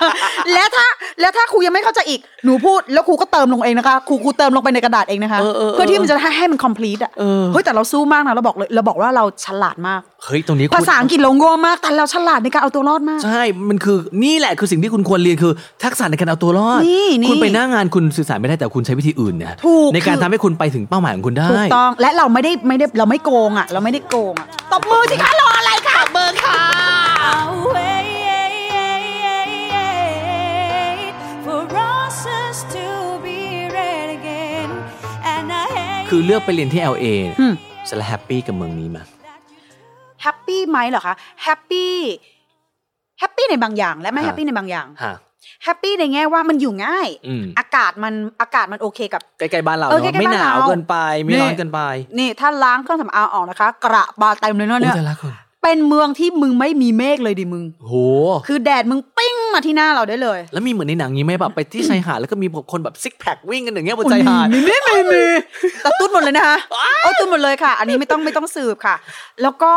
Speaker 3: [LAUGHS] และถ้าและถ้าครูยังไม่เข้าใจอีกหนูพูดแล้วครูก็เติมลงเองนะคะครูครูเติมลงไปในกระดาษเองนะคะเพื่อที่มันจะให้ให้มัน complete อ่ะเฮ้ยแต่เราสู้มากนะเราบอกเลยเราบอกว่าเราฉลาดมาก
Speaker 4: เฮ้ยตรงนี้คุณ
Speaker 3: ภาษาอังกฤษเราโง่มากแต่เราฉลาดในการเอาตัวรอดมาก
Speaker 4: ใช่ มันคือนี่แหละคือสิ่งที่คุณควรเรียนคือ ทักษะในการเอาตัวรอด
Speaker 3: นี่นี่
Speaker 4: คุณไปหน้างานคุณสื่อสารไม่ได้แต่คุณใช้วิธีอื่นนะ
Speaker 3: ถูก
Speaker 4: ในการ
Speaker 3: คือ
Speaker 4: ทำให้คุณไปถึงเป้าหมายของคุณได้
Speaker 3: ถูกต้องและเราไม่ได้ไม่ได้เราไม่โกงอ่ะ เราไม่ได้โกงอ่ะตบมือสิคะรออะไรคะเบอร์ค่ะ
Speaker 4: คือเลือกไปเรียนที่ LA
Speaker 3: อืม
Speaker 4: สละแฮปปี้กับเมืองนี้มา
Speaker 3: แฮปปี้ไหมเหรอคะแฮปปี้แฮปปี้ในบางอย่าง และไม่แฮปปี้ในบางอย่าง
Speaker 4: ฮะ
Speaker 3: แฮปปี้ในแง่ว่ามันอยู่ง่าย
Speaker 4: อืม
Speaker 3: อากาศมันอากาศมันโอเคกับ
Speaker 4: ใกล้ๆบ้านเรา
Speaker 3: เออ
Speaker 4: เนาะ
Speaker 3: ใกล้ๆ
Speaker 4: ไม่หนาว
Speaker 3: บ้านเรา
Speaker 4: เกินไปไม่ร้อน
Speaker 3: นี่
Speaker 4: เกินไป
Speaker 3: นี่ถ้าล้างเครื่องสำอางออกนะคะ กระบาเต็มเลยเนาะ
Speaker 4: อุ้ย
Speaker 3: เนี่ย
Speaker 4: แต่ละคน
Speaker 3: เป็นเมืองที่มึงไม่มีเมฆเลยดิมึง
Speaker 4: โห
Speaker 3: คือแดดมึงปิ้งมาที่หน้าเราได้เลย
Speaker 4: แล้วมีเหมือนในหนังนี้ไหมแบบไปที่ชายหาดแล้วก็มีแบบคนแบบซิกแพควิ่งกันอย่างเงี้ยบนชายหาด
Speaker 3: มีไม่มีมีแต่ตุ้ดหมดเลย
Speaker 4: [LAUGHS]
Speaker 3: นะคะเอาตุ้ดหมดเลยค่ะ อันนี้ไม่ต้องไม่ต้องสืบค่ะ แล้วก็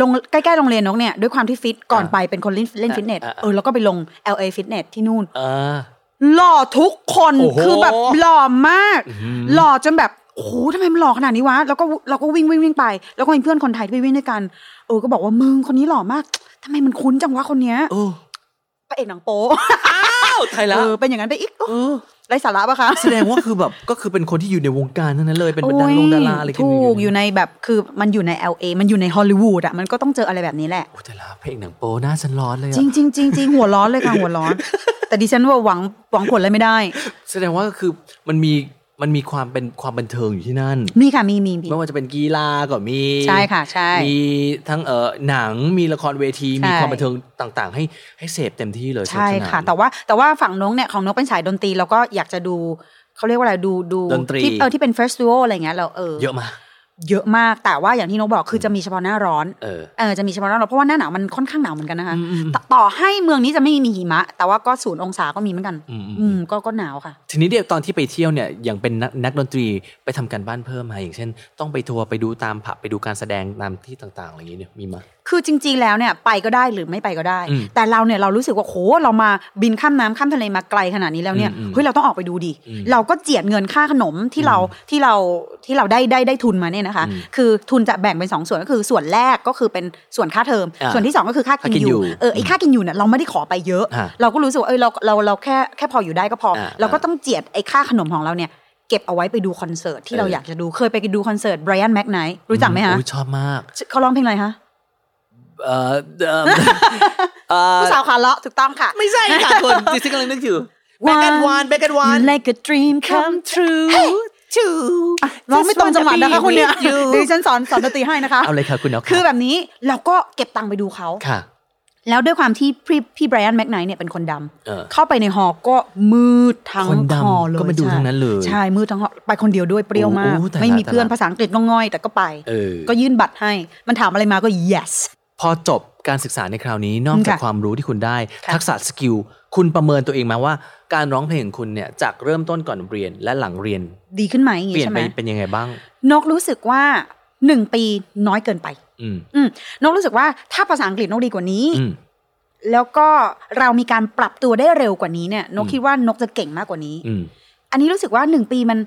Speaker 3: ลงใกล้ๆโรงเรียนนกเนี่ยด้วยความที่ฟิตก่อนไปเป็นคนเล่นเล่นฟิตเนส
Speaker 4: อ่าอ่า
Speaker 3: เออแล้วก็ไปลง LA Fitness ที่นู่น
Speaker 4: เออ
Speaker 3: หล่อทุกคน
Speaker 4: โอ้โห
Speaker 3: คือแบบหล่อมาก หล่อจนแบบโอ้โหทำไมมันหล่อขนาดนี้วะแล้วก็เราก็วิ่งวิ่งวิ่งไป แล้วก็มีเพื่อนคนไทยที่ไปวิ่งด้วยกันเออก็บอกว่ามึงคนนี้หล่อมากทำไมมันคุ้นจังวะคนเนี้ย
Speaker 4: เออ
Speaker 3: พระเอกหนังโป๊
Speaker 4: อ้าวไทยละ
Speaker 3: เออเป็นอย่างนั้นไปอีกโอ้
Speaker 4: เออ
Speaker 3: ไรสาระปะคะ
Speaker 4: แสดงว่าคือแบบก็คือเป็นคนที่อยู่ในวงการทั้งนั้นเลยเป็นบรรดาล
Speaker 3: โอ้
Speaker 4: ง
Speaker 3: ย
Speaker 4: ดาราอะไรกัน
Speaker 3: ถูกอยู่
Speaker 4: นะ
Speaker 3: ในแบบคือมันอยู่ใน LA มันอยู่ในฮอลลีวูดอะมันก็ต้องเจออะไรแบบนี้แหละ
Speaker 4: โอ้แต่ละเพลงหนังโป๊หน้าฉันร้อนเลย
Speaker 3: จ
Speaker 4: อะ
Speaker 3: ริงจริงจริงจริงหัวร้อนเลย
Speaker 4: [LAUGHS]
Speaker 3: ค่ะหัวร้อน แต่ดิฉันว่าหวังหวังผลอะไรไม่ได้
Speaker 4: แสดงว่าคือมันมีมันมีความเป็นความบันเทิงอยู่ที่นั่น
Speaker 3: มีค่ะมีมีมี
Speaker 4: ไม่ว่าจะเป็นกีฬาก็มี
Speaker 3: ใช่ค่ะใช่
Speaker 4: มีทั้งเออหนังมีละครเวที
Speaker 3: ใช่
Speaker 4: มีความบันเทิงต่างๆ ให้ให้เสพเต็มที่เลย
Speaker 3: ใช่
Speaker 4: สนุกสนาน
Speaker 3: ค่ะ แต่ว่าแต่ว่าฝั่งน้องเนี่ยของน้องเป็นสายดนตรีเราก็อยากจะดูเขาเรียกว่าอะไรดูดู
Speaker 4: ดนตรี
Speaker 3: ที่เออที่เป็นเฟสติวัลอะไรเงี้ยเราเออ
Speaker 4: เยอะมาก
Speaker 3: เยอะมากแต่ว่าอย่างที่น้องบอกคือจะมีเฉพาะหน้าร้อน
Speaker 4: เออ
Speaker 3: เออจะมีเฉพาะหน้าร้อนเพราะว่าหน้าหนาวมันค่อนข้างหนาวเหมือนกันนะคะตต่อให้เมืองนี้จะไม่มีหิมะ แต่ว่าก็ศูนย์องศาก็มีเหมือนกัน อืมก็ก็หนาวค่ะ
Speaker 4: ทีนี้เดียวตอนที่ไปเที่ยวเนี่ยอย่างเป็นนักนักดนตรีไปทำการบ้านเพิ่มมาอย่างเช่น ต้องไปทัวร์ไปดูตามผับไปดูการแสดงตามที่ต่างๆอะไรอย่างเงี้ยเนี่ยมีมา
Speaker 3: คือจริง ๆ แล้วเนี่ยไปก็ได้หรือไม่ไปก็ได้
Speaker 4: อืม
Speaker 3: แต่เราเนี่ยเรารู้สึกว่าโหเรามาบินข้ามน้ำข้ามทะเลมาไกลขนาดนี้แล้วเนี่ย
Speaker 4: อืมอืม
Speaker 3: เฮ้ยเราต้องออกไปดูดิ
Speaker 4: อืม
Speaker 3: เราก็เจียดเงินค่าขนมที่เราที่เราที่เราได้ได้ได้ทุนมาเนี่ยนะคะ
Speaker 4: อืม
Speaker 3: คือทุนจะแบ่งเป็นสองส่วนก็คือส่วนแรกก็คือเป็นส่วนค่าเทอม
Speaker 4: อ่า
Speaker 3: ส่วนที่สองก็คือค่า
Speaker 4: ค่า
Speaker 3: กิน
Speaker 4: กิน
Speaker 3: อ
Speaker 4: อยู่
Speaker 3: ยู่เออไอ้ค่ากินอยู่เนี่ยเราไม่ได้ขอไปเยอะ
Speaker 4: อ่า
Speaker 3: เราก็รู้สึกว่าเออเราเราเราแค่แค่พออยู่ได้ก็พออา เราก็ต้องเจียดไอ้ค่าขนมของเราเนี่ยเก็บเอาไว้ไปดูคอนเสิร์ตที่เรา
Speaker 4: เออ
Speaker 3: อ
Speaker 4: อ
Speaker 3: ยากจะดูเคยไปดูคอนเสิร์ตไบรอันแม็กไนท์รู้จักไหมคะ
Speaker 4: อุ๊ยชอบมาก
Speaker 3: เขาร้องเพลงอะไรคะ
Speaker 4: เอ่อเอิ่ม
Speaker 3: [LAUGHS]
Speaker 4: เอ่อ
Speaker 3: ผู้สาวขาเลาะถูกต้องค่ะ
Speaker 4: ไม่ใช่ค่ะ
Speaker 1: [LAUGHS]
Speaker 4: คนดิฉันกำลังนึกอยู่แบกแอนวานแบกแอนวาน
Speaker 3: You like a dream come true true ร้องไม่ตรงจังหวะนะคะคุณเนี่ย
Speaker 4: Just wanna be with you
Speaker 3: ดิฉันสอนสอนดนตรีให้นะคะ
Speaker 4: เอาเลยค่ะคุณนกะ
Speaker 3: คือแบบนี้เราก็เก็บตังค์ไปดูเขา
Speaker 4: ค่ะ
Speaker 3: แล้วด้วยความที่พี่พี่ไบรอันแม็กไนท์เนี่ยเป็นคนดำ
Speaker 4: เออ
Speaker 3: เข้าไปในหอก็มืดทั้ง
Speaker 4: คนดำ
Speaker 3: หอเลย
Speaker 4: ก็มาดู
Speaker 3: ใช่
Speaker 4: ทั้งนั้นเลย
Speaker 3: ใช่มืดทั้งหอไปคนเดียวด้วยเปรี้ยวมาก
Speaker 4: โอ้โหแต่ละ
Speaker 3: ไม่มีเพื่อน
Speaker 4: แต่ละ
Speaker 3: ภาษาอังกฤษก็ง่อยแต่ก็ไป
Speaker 4: เออ
Speaker 3: ก็ยื่นบัตรให้ มันถามอะไรมาก็ yes
Speaker 4: พอจบการศึกษาในคราวนี้นอกจาก
Speaker 3: ค่ะ
Speaker 4: ความรู้ที่คุณได้
Speaker 3: ค่ะ
Speaker 4: ทักษะสกิลคุณประเมินตัวเองไหมาว่าการร้องเพลงของคุณเนี่ยจากเริ่มต้นก่อนเรียนและหลังเรียน
Speaker 3: ดีขึ้นไหมอย่าง
Speaker 4: เป
Speaker 3: งี้
Speaker 4: ลี่ยน
Speaker 3: ใช่
Speaker 4: ไป
Speaker 3: ไหม
Speaker 4: เป็นยังไงบ้าง
Speaker 3: นกรู้สึกว่าหนึ่งปีน้อยเกินไป
Speaker 4: อืม
Speaker 3: อืมนกรู้สึกว่าถ้าภาษาอังกฤษนกดีกว่านี้
Speaker 4: อืม
Speaker 3: แล้วก็เรามีการปรับตัวได้เร็วกว่านี้เนี่ยนกคิดว่านกจะเก่งมากกว่านี้
Speaker 4: อืม
Speaker 3: อันนี้รู้สึกว่าหนึ่งปีมัน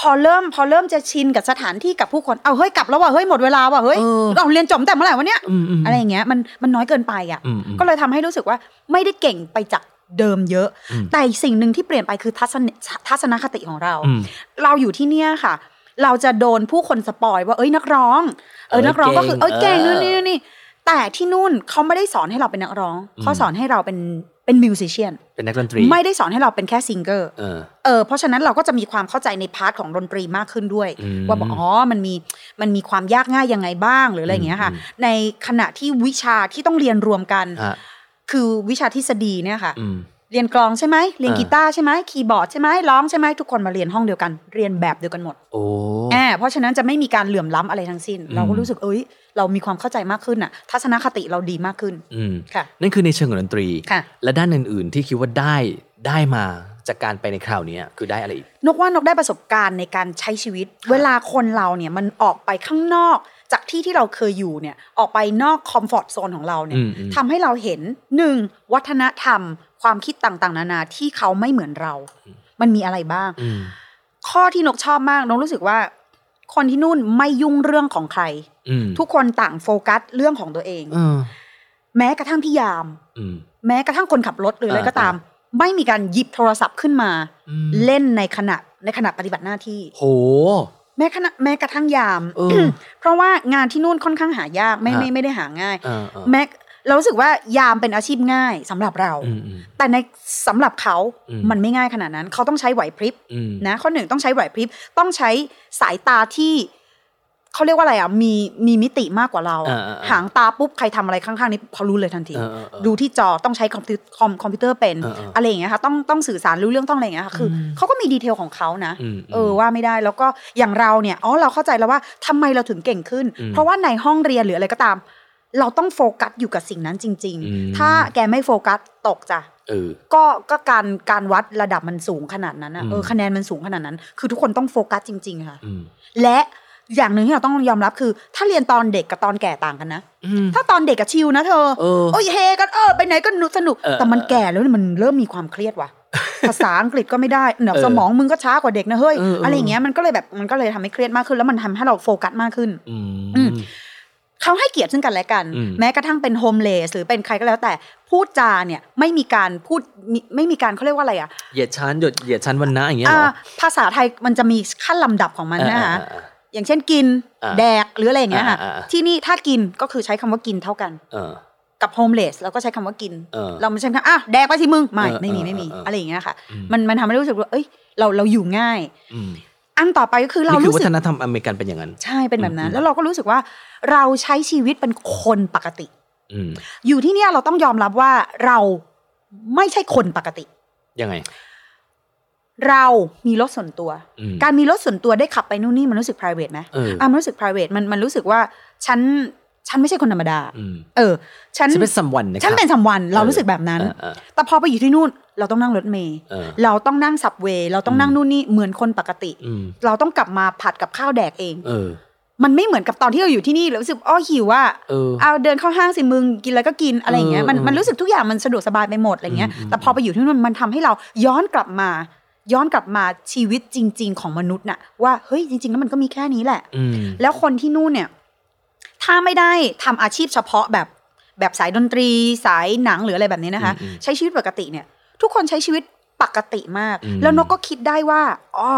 Speaker 3: พอเริ่มพอเริ่มจะชินกับสถานที่กับผู้คนเอาเฮ้ยกลับแล้วว่ะเฮ้ยหมดเวลาว่ะเฮ้ย
Speaker 4: เออ
Speaker 3: เราเรียนจบตั้งแต่เมื่อไหร่วะเนี่ย
Speaker 4: อืมอืม
Speaker 3: อะไรอย่างเงี้ยมันมันน้อยเกินไปอ่ะ
Speaker 4: อืมอืม
Speaker 3: ก็เลยทำให้รู้สึกว่าไม่ได้เก่งไปจากเดิมเยอะ
Speaker 4: อืม
Speaker 3: แต่สิ่งหนึ่งที่เปลี่ยนไปคือทัศนทัศนคติของเรา
Speaker 4: อืม
Speaker 3: เราอยู่ที่เนี่ยค่ะ เราจะโดนผู้คนสปอยว่าเอ้ยนักร้องเออ
Speaker 4: เอ้ย
Speaker 3: นักร้องก็คือ
Speaker 4: เก่
Speaker 3: เอ้ย
Speaker 4: ง
Speaker 3: เก่ง
Speaker 4: เออ
Speaker 3: นู่นนี่นู่นนี่แต่ที่นู่นเขาไม่ได้สอนให้เราเป็นนักร้อง
Speaker 4: อืม
Speaker 3: เขาสอนให้เราเป็นเป็นมิวสิชเน
Speaker 4: เป็นนักดนตรี
Speaker 3: ไม่ได้สอนให้เราเป็นแค่ซิงเกอร์
Speaker 4: เออ
Speaker 3: เออเพราะฉะนั้นเราก็จะมีความเข้าใจในพาร์ทของดนตรีมากขึ้นด้วย
Speaker 4: อืม
Speaker 3: ว่าบอกอ๋อมันมีมันมีความยากง่ายยังไงบ้างหรืออะไรอย่างเงี้ยค่ะ
Speaker 4: อืม
Speaker 3: ในขณะที่วิชาที่ต้องเรียนรวมกัน
Speaker 4: ฮะ
Speaker 3: คือวิชาทฤษฎีเนี่ยค่ะ
Speaker 4: อืม
Speaker 3: เรียนกลองใช่ไหมเรียน
Speaker 4: อ่า
Speaker 3: กีตาร์ใช่ไหมคีย์บอร์ดใช่ไหมร้องใช่ไหมทุกคนมาเรียนห้องเดียวกัน เรียนแบบเดียวกันหมด
Speaker 4: โอ้
Speaker 3: อ่าเพราะฉะนั้นจะไม่มีการเหลื่อมล้ำอะไรทั้งสิ้น เราก็รู้สึกเอ้ย เรามีความเข้าใจมากขึ้นน่ะ ทัศนคติเราดีมากขึ้น
Speaker 4: อืม
Speaker 3: ค่ะ
Speaker 4: นั่นคือในเชิงของดนตรี
Speaker 3: ค่ะ
Speaker 4: และด้านอื่น ๆ ที่คิดว่าได้ได้มา
Speaker 8: จากการไปในคราวนี้คือได้อะไรอีก
Speaker 3: นกว่านกได้ประสบการณ์ในการใช้ชีวิต เวลาคนเราเนี่ยมันออกไปข้างนอก จากที่ที่เราเคยอยู่เนี่ยออกไปนอกคอมฟอร์ทโซนของเราเนี่
Speaker 8: อื
Speaker 3: ย
Speaker 8: มอืม
Speaker 3: ทำให้เราเห็นหนึ่งวัฒนธรรม ความคิดต่างๆ นานาที่เขาไม่เหมือนเรา มันมีอะไรบ้าง
Speaker 8: อืม
Speaker 3: ข้อที่นกชอบมากนกรู้สึกว่า คนที่นู่นไม่ยุ่งเรื่องของใคร
Speaker 8: อืม
Speaker 3: ทุกคนต่างโฟกัสเรื่องของตัวเอง
Speaker 8: เออ
Speaker 3: แม้กระทั่งพี่ยาม
Speaker 8: อืม
Speaker 3: แม้กระทั่งคนขับรถหรืออะไร
Speaker 8: อ่า
Speaker 3: ก็ตาม ไม่มีการหยิบโทรศัพท์ขึ้นมา
Speaker 8: อืม
Speaker 3: เล่นในขณะในขณะปฏิบัติหน้าที่
Speaker 8: โห
Speaker 3: แม้ขณะแม้กระทั่งยาม
Speaker 8: เออ
Speaker 3: [COUGHS] เพราะว่างานที่นู่นค่อนข้างหายากไม่ไม่ไม่ได้หาง่าย
Speaker 8: เออเออ
Speaker 3: แม้เรารู้สึกว่ายามเป็นอาชีพง่ายสำหรับเรา
Speaker 8: อืมอืม
Speaker 3: แต่ในสำหรับเขา
Speaker 8: อืม
Speaker 3: มันไม่ง่ายขนาดนั้น เขาต้องใช้ไหวพริบ
Speaker 8: อืม
Speaker 3: นะข้อหนึ่งต้องใช้ไหวพริบต้องใช้สายตาที่เขาเรียกว่าอะไรอ่ะมีมีมิติมากกว่าเรา
Speaker 8: เออ
Speaker 3: อะ
Speaker 8: เออเออ
Speaker 3: หางตาปุ๊บใครทำอะไรข้างๆนี้เขารู้เลยทันที
Speaker 8: เออเออเออ
Speaker 3: ดูที่จอต้องใช้คอมพิวคอมคอมพิวเตอร์เป็น
Speaker 8: เออเอออ
Speaker 3: อะไรอย่างเงี้ยค่ะต้องต้องสื่อสารรู้เรื่องต้องอะไรอย่างเงี้ยค่ะคืออเขาก็มีดีเทลของเขานะ
Speaker 8: อืมอืม
Speaker 3: เออว่าไม่ได้แล้วก็อย่างเราเนี่ยอ๋อเราเข้าใจแล้วว่าทำไมเราถึงเก่งขึ้น
Speaker 8: อืม
Speaker 3: เพราะว่าในห้องเรียนหรืออะไรก็ตาม เราต้องโฟกัสอยู่กับสิ่งนั้นจริง
Speaker 8: อืม
Speaker 3: ๆ ถ้าแกไม่โฟกัสตกจ้ะ
Speaker 8: เออ
Speaker 3: ก็ก็การการวัดระดับมันสูงขนาดนั้นอะ
Speaker 8: อืม
Speaker 3: เออคะแนนมันสูงขนาดนั้น คือทุกคนต้องโฟกัสจริง ๆ ค่ะ
Speaker 8: อืม
Speaker 3: และอย่างหนึ่งที่เราต้องยอมรับคือ ถ้าเรียนตอนเด็กกับตอนแก่ต่างกันนะ
Speaker 8: อืม
Speaker 3: ถ้าตอนเด็กกับชิลนะเธอ
Speaker 8: เออ
Speaker 3: โอ้ยเฮกันเออไปไหนก็สนุก
Speaker 8: เออ
Speaker 3: แต่มันแก่แล้วเนี่ยมันเริ่มมีความเครี
Speaker 8: [LAUGHS]
Speaker 3: ยดว่ะ ภาษาอังกฤษก็ไม่ได้เนี่ย
Speaker 8: เออ
Speaker 3: สมองมึงก็ช้ากว่าเด็กนะเฮ้ย
Speaker 8: เออเอออ
Speaker 3: อะไรอย่างเงี้ยมันก็เลยแบบมันก็เลยทำให้เครียดมากขึ้น แล้วมันทำให้เราโฟกัสมากขึ้น
Speaker 8: อืม
Speaker 3: อืม เขาให้เกียรติซึ่งกันและกัน
Speaker 8: อืม
Speaker 3: แม้กระทั่งเป็นโฮมเลสหรือเป็นใครก็แล้วแต่พูดจาเนี่ยไม่มีการพูดมิไม่มีการเขาเรียกว่าอะไรอ่ะ
Speaker 8: เหยียดชั้นหยดเหยียดชั้นวันนะอย่างเงี้ยเหร
Speaker 3: อ่า
Speaker 8: อ
Speaker 3: ภาษาไทยมันจะมีขั้นลำดับของมัน
Speaker 8: อ่า
Speaker 3: นะคะ
Speaker 8: อ่าอ่า
Speaker 3: อย่างเช่นกิน
Speaker 8: อ่า
Speaker 3: แดกหรืออะไรอย่างเงี้ยค่ะ
Speaker 8: อ่าอ่าอ่า
Speaker 3: ที่นี่ถ้ากินก็คือใช้คำว่ากินเท่ากัน
Speaker 8: เออ
Speaker 3: กับโฮมเลสเราก็ใช้คำว่ากิน
Speaker 8: เออ
Speaker 3: เราไม่ใช่คำอ่ะแดกไปสิมึงไม่
Speaker 8: เออ
Speaker 3: ไม่มี
Speaker 8: เออ
Speaker 3: ไม่มี
Speaker 8: เอออ
Speaker 3: อะไรอย่างเงี้ยค่ะ
Speaker 8: อืม
Speaker 3: มันมันทำให้รู้สึกว่าเอ้ยเราเราอยู่ง่าย
Speaker 8: อืม
Speaker 3: อันต่อไปก็คือเรา
Speaker 8: นี่คือ
Speaker 3: รู้
Speaker 8: วั
Speaker 3: สึก
Speaker 8: ฒนธรรมอเมริกันเป็นอย่างนั้น
Speaker 3: ใช่เป็นแบบนั้
Speaker 8: อืม
Speaker 3: นแล้วเราก็รู้สึกว่าเราใช้ชีวิตเป็นคนปกติ
Speaker 8: อืม
Speaker 3: อยู่ที่เนี่ยเราต้องยอมรับว่าเราไม่ใช่คนปกติ
Speaker 8: ยังไง
Speaker 3: เรามีรถส่วนตัว
Speaker 8: อืม
Speaker 3: การมีรถส่วนตัวได้ขับไปนู่นนี่มันรู้สึก p r i v a t e ไหม
Speaker 8: เอออ่
Speaker 3: อ่ะมันรู้สึก p r i v a t e มันมันรู้สึกว่าฉันฉันไม่ใช่คนธรรมดา
Speaker 8: อืม
Speaker 3: เออ ฉัน
Speaker 8: ฉันเป็นสัมวันนะครั
Speaker 3: ฉันเป็นสัมวันเรารู้สึกแบบนั้น
Speaker 8: เออเออ
Speaker 3: แต่พอไปอยู่ที่นู่นเราต้องนั่งรถเมล์
Speaker 8: เออ
Speaker 3: เราต้องนั่งสับเวย์เราต้องนั่งนู่นนี่เหมือนคนปกติ
Speaker 8: อืม
Speaker 3: เราต้องกลับมาผัดกับข้าวแดกเอง
Speaker 8: เออ
Speaker 3: มันไม่เหมือนกับตอนที่เราอยู่ที่นี่เรารู้สึกอ้อหิวว่า
Speaker 8: เออ
Speaker 3: เอาเดินเข้าห้างสิมึงกินอะไรก็กินอะไรอย่างเงี้ยมัน
Speaker 8: เออ
Speaker 3: มันรู้สึกทุกอย่างมันสะดวกสบายไปหมดอะไรเงี้ย
Speaker 8: อืมอืม
Speaker 3: แต่พอไปอยู่ที่นู่นมันทำให้เราย้อนกลับมา ย้อนกลับมาชีวิตจริง ๆ ของมนุษย์น่ะว่าเฮ้ยจริง ๆ แล้วมันก็มีแค่นี้แหละ
Speaker 8: อืม
Speaker 3: แล้วคนที่นู่นเนี่ย ถ้าไม่ได้ทำอาชีพเฉพาะแบบแบบสายดนตรี สายหนังหรืออะไรแบบนี้นะคะ
Speaker 8: อืมอืม
Speaker 3: ใช้ชีวิตปกติเนี่ย ทุกคนใช้ชีวิตปกติมาก
Speaker 8: อืม
Speaker 3: แล้วนกก็คิดได้ว่าอ๋อ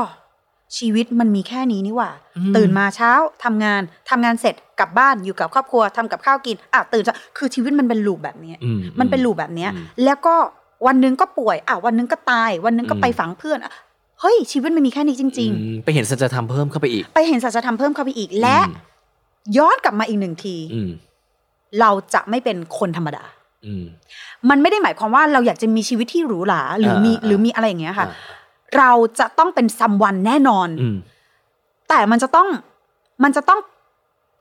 Speaker 3: ชีวิตมันมีแค่นี้นี่หว่า
Speaker 8: อืม
Speaker 3: ตื่นมาเช้าทำงานทำงานเสร็จกลับบ้านอยู่กับครอบครัวทำกับข้าวกินอ่ะตื่นเช้าคือชีวิตมันเป็นลูปแบบนี้
Speaker 8: อืม
Speaker 3: มันเป็นลูปแบบเนี้ย
Speaker 8: อืม
Speaker 3: แล้วก็วันหนึงก็ป่วยอ่ะวันหนึงก็ตาย วันหนึงก็
Speaker 8: อืม
Speaker 3: ไปฝังเพื่อนอ่ะเฮ้ย ชีวิตมันมีแค่นี้จริง
Speaker 8: อืมไปเห็นสัจธรรมเพิ่มเข้าไปอีก
Speaker 3: ๆ ไปเห็นศาสนาธรรมเพิ่มเข้าไปอีกและ
Speaker 8: อืม
Speaker 3: ย้อนกลับมาอีกหนึ่งที
Speaker 8: อืม
Speaker 3: เราจะไม่เป็นคนธรรมดา
Speaker 8: อืม
Speaker 3: มันไม่ได้หมายความว่าเราอยากจะมีชีวิตที่หรูหราหรือมี
Speaker 8: อ่าอ่า
Speaker 3: หรือมีอะไรอย่างเงี้ยค่ะ
Speaker 8: อ่า
Speaker 3: เราจะต้องเป็นซัมวันแน่นอน
Speaker 8: อืม
Speaker 3: แต่มันจะต้องมันจะต้อง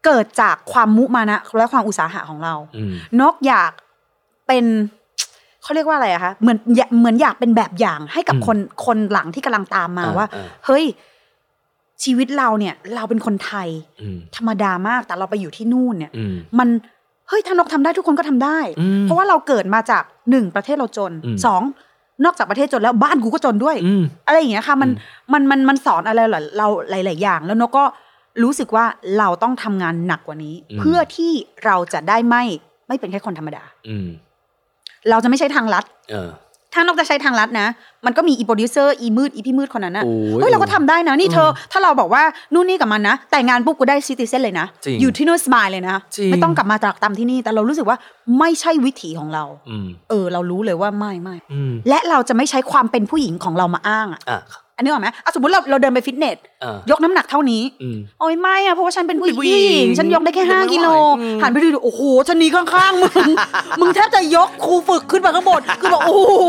Speaker 3: เกิดจากความมุมานะและความอุตสาหะของเรา
Speaker 8: อืม
Speaker 3: นกอยากเป็น เขาเรียกว่าอะไรอะคะเหมือนอยากเหมือนอยากเป็นแบบอย่างให้กับ
Speaker 8: อืม
Speaker 3: คนคนหลังที่กำลังตามมา
Speaker 8: อ่า
Speaker 3: ว่า
Speaker 8: อ่า
Speaker 3: เฮ้ย ชีวิตเราเนี่ย เราเป็นคนไทย
Speaker 8: อืม
Speaker 3: ธรรมดามากแต่เราไปอยู่ที่นู่นเนี่ย
Speaker 8: อืม
Speaker 3: มันเฮ้ยถ้านกทำได้ทุกคนก็ทำได้
Speaker 8: อืม
Speaker 3: เพราะว่าเราเกิดมาจากหนึ่งประเทศเราจน
Speaker 8: อืม
Speaker 3: สองนอกจากประเทศจนแล้วบ้านกูก็จนด้วย
Speaker 8: อืม
Speaker 3: อะไรอย่างเงี้ยค่ะมันมันมันมันสอนอะไรหลายเราหลาย ๆ อย่าง แล้วนกก็รู้สึกว่าเราต้องทำงานหนักกว่านี้
Speaker 8: อืม
Speaker 3: เพื่อที่เราจะได้ไม่ไม่เป็นแค่คนธรรมดา
Speaker 8: อืม
Speaker 3: เราจะไม่ใช้ทางลัด
Speaker 8: เออ
Speaker 3: ถ้านกจะใช้ทางลัดนะ มันก็มีอีโปรดิวเซอร์อีมืดอีพี่มืดคนนั้นนะ
Speaker 8: โอ้ย
Speaker 3: เฮ้ยเราก็ทำได้นะนี่เธอ ถ้าเราบอกว่านู่นนี่กับมันนะ แต่งงานปุ๊บกูได้ซิติเซนเลยนะ
Speaker 8: จริง
Speaker 3: อยู่ที่นู่นสบายเลยนะ
Speaker 8: จริง
Speaker 3: ไม่ต้องกลับมาตรากตามที่นี่ แต่เรารู้สึกว่าไม่ใช่วิถีของเรา
Speaker 8: อืม
Speaker 3: เออ เรารู้เลยว่าไม่ไม่
Speaker 8: อืม
Speaker 3: และเราจะไม่ใช้ความเป็นผู้หญิงของเรามาอ้างอ่ะ
Speaker 8: อ่ะ
Speaker 3: อันนี้ออกไหมอ่ะสมมติเราเราเดินไปฟิตเนส
Speaker 8: เออย
Speaker 3: กน้ำหนักเท่านี้
Speaker 8: อืม
Speaker 3: โอ้ยไม่อะเพราะว่าฉันเป็นผู้
Speaker 8: เป็นผู้ห
Speaker 3: ห
Speaker 8: ญิ
Speaker 3: ญิ
Speaker 8: ง
Speaker 3: ง ฉันยกได้แค่ห้า
Speaker 8: ไม่ไหว
Speaker 3: กิโล
Speaker 8: อืม
Speaker 3: หันไปดูดิโอ้โหชะนีข้างๆมึ
Speaker 8: [LAUGHS]
Speaker 3: ง มึงแทบจะยกครูฝึกขึ้นมาข้างบนคือแบบโอ้โห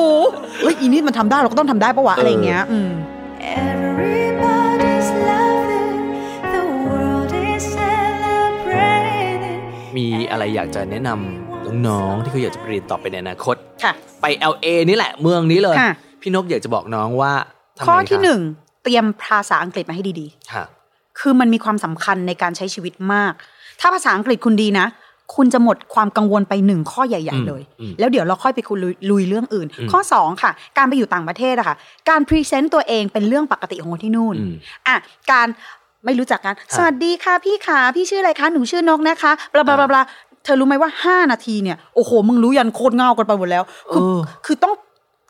Speaker 3: เฮ้ยอีนี่มันทำได้เราก็ต้องทำได้ปะวะอะไรอย่างเงี้ยอืม
Speaker 5: Everybody's laughing, the world is celebrating.
Speaker 8: มีอะไรอยากจะแนะนำน้องๆที่เขาอยากจะไปเรียนต่อไปในอนาคต
Speaker 3: ค่ะ
Speaker 8: ไป LA นี่แหละเมืองนี้เลย
Speaker 3: ค่ะ
Speaker 8: พี่นกอยากจะบอกน้องว่าำไม
Speaker 3: ข้อที่
Speaker 8: คะ
Speaker 3: หนึ่งเตรียมภาษาอังกฤษมาให้ดีๆ
Speaker 8: ค่ะ
Speaker 3: คือมันมีความสำคัญในการใช้ชีวิตมาก ถ้าภาษาอังกฤษคุณดีนะ คุณจะหมดความกังวลไปหนึ่งข้อใหญ่
Speaker 8: อืม
Speaker 3: ๆ เลย
Speaker 8: อืม
Speaker 3: แล้วเดี๋ยวเราค่อยไปคุยลุยลุยเรื่องอื่น
Speaker 8: อืม
Speaker 3: ข้อ 2 ค่ะ การไปอยู่ต่างประเทศอะค่ะ การพรีเซนต์ตัวเองเป็นเรื่องปกติของคนที่นู่น
Speaker 8: อืม
Speaker 3: อ่ะ การไม่รู้จักกัน
Speaker 8: ครับ
Speaker 3: สวัสดีค่ะพี่ขาพี่ชื่ออะไรคะ หนูชื่อนกนะคะบลาบลาบลาบลาเธอรู้ไหมว่าห้านาทีเนี่ย โอ้โห มึงรู้ยันโคตรเงากันไปหมดแล้ว คือ
Speaker 8: เออ
Speaker 3: คือต้อง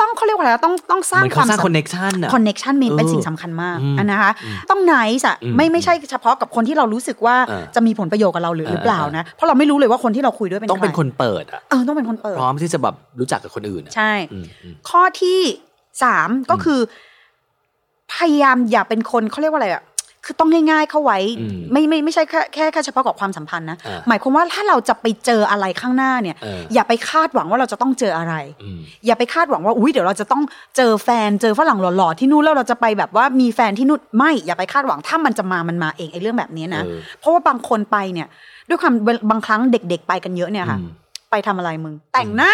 Speaker 3: ต้องเขาเรียกว่าอะไรนะต้องต้องสร้าง
Speaker 8: เหมือน
Speaker 3: ควา
Speaker 8: เขา
Speaker 3: ม
Speaker 8: สร้าง
Speaker 3: สัม
Speaker 8: ค
Speaker 3: พั
Speaker 8: อน
Speaker 3: นธ์
Speaker 8: เน็ชันอะ
Speaker 3: คอนเน็ชันมีเป็น
Speaker 8: เออ
Speaker 3: สิ่งสำคัญมาก
Speaker 8: อืม
Speaker 3: อันนะคะ ต้องไนส์อะ
Speaker 8: อืม
Speaker 3: ไม่ไม่ใช่เฉพาะกับคนที่เรารู้สึกว่า
Speaker 8: เออ
Speaker 3: จะมีผลประโยชน์กับเราหรือ
Speaker 8: เออ
Speaker 3: หรือเปล่า
Speaker 8: เออ
Speaker 3: นะ เพราะเราไม่รู้เลยว่าคนที่เราคุยด้วยเป็น
Speaker 8: ต้องเป็น
Speaker 3: ใร
Speaker 8: คนเปิดอะ
Speaker 3: เออต้องเป็นคนเปิด
Speaker 8: พร้อมที่จะแบบรู้จักกับคนอื่นอะ
Speaker 3: ใช่
Speaker 8: อืมอืม
Speaker 3: ข้อที่สามก็คือ พยายามอย่าเป็นคนเขาเรียกว่าอะไรอะคือต้องง่ายๆเข้าไว้
Speaker 8: อืม
Speaker 3: ไม่ไม่ไม่ใช่แค่แค่แค่เฉพาะกับความสัมพันธ์นะ
Speaker 8: เออ
Speaker 3: หมายความว่าถ้าเราจะไปเจออะไรข้างหน้าเนี่ย
Speaker 8: เอออ
Speaker 3: อย่าไปคาดหวังว่าเราจะต้องเจออะไร
Speaker 8: อืม
Speaker 3: อย่าไปคาดหวังว่าอุ้ยเดี๋ยวเราจะต้องเจอแฟนเจอฝรั่งหล่อๆที่นู่นแล้วเราจะไปแบบว่ามีแฟนที่นู่นไม่อย่าไปคาดหวังถ้ามันจะมามันมาเองไอ้เรื่องแบบนี้นะ
Speaker 8: เออ
Speaker 3: เพราะว่าบางคนไปเนี่ย ด้วยความเวลบางครั้งเด็ก ๆ ไปกันเยอะเนี่ยค่ะ
Speaker 8: อืม
Speaker 3: ไปทำอะไรมึง แต่งหน้า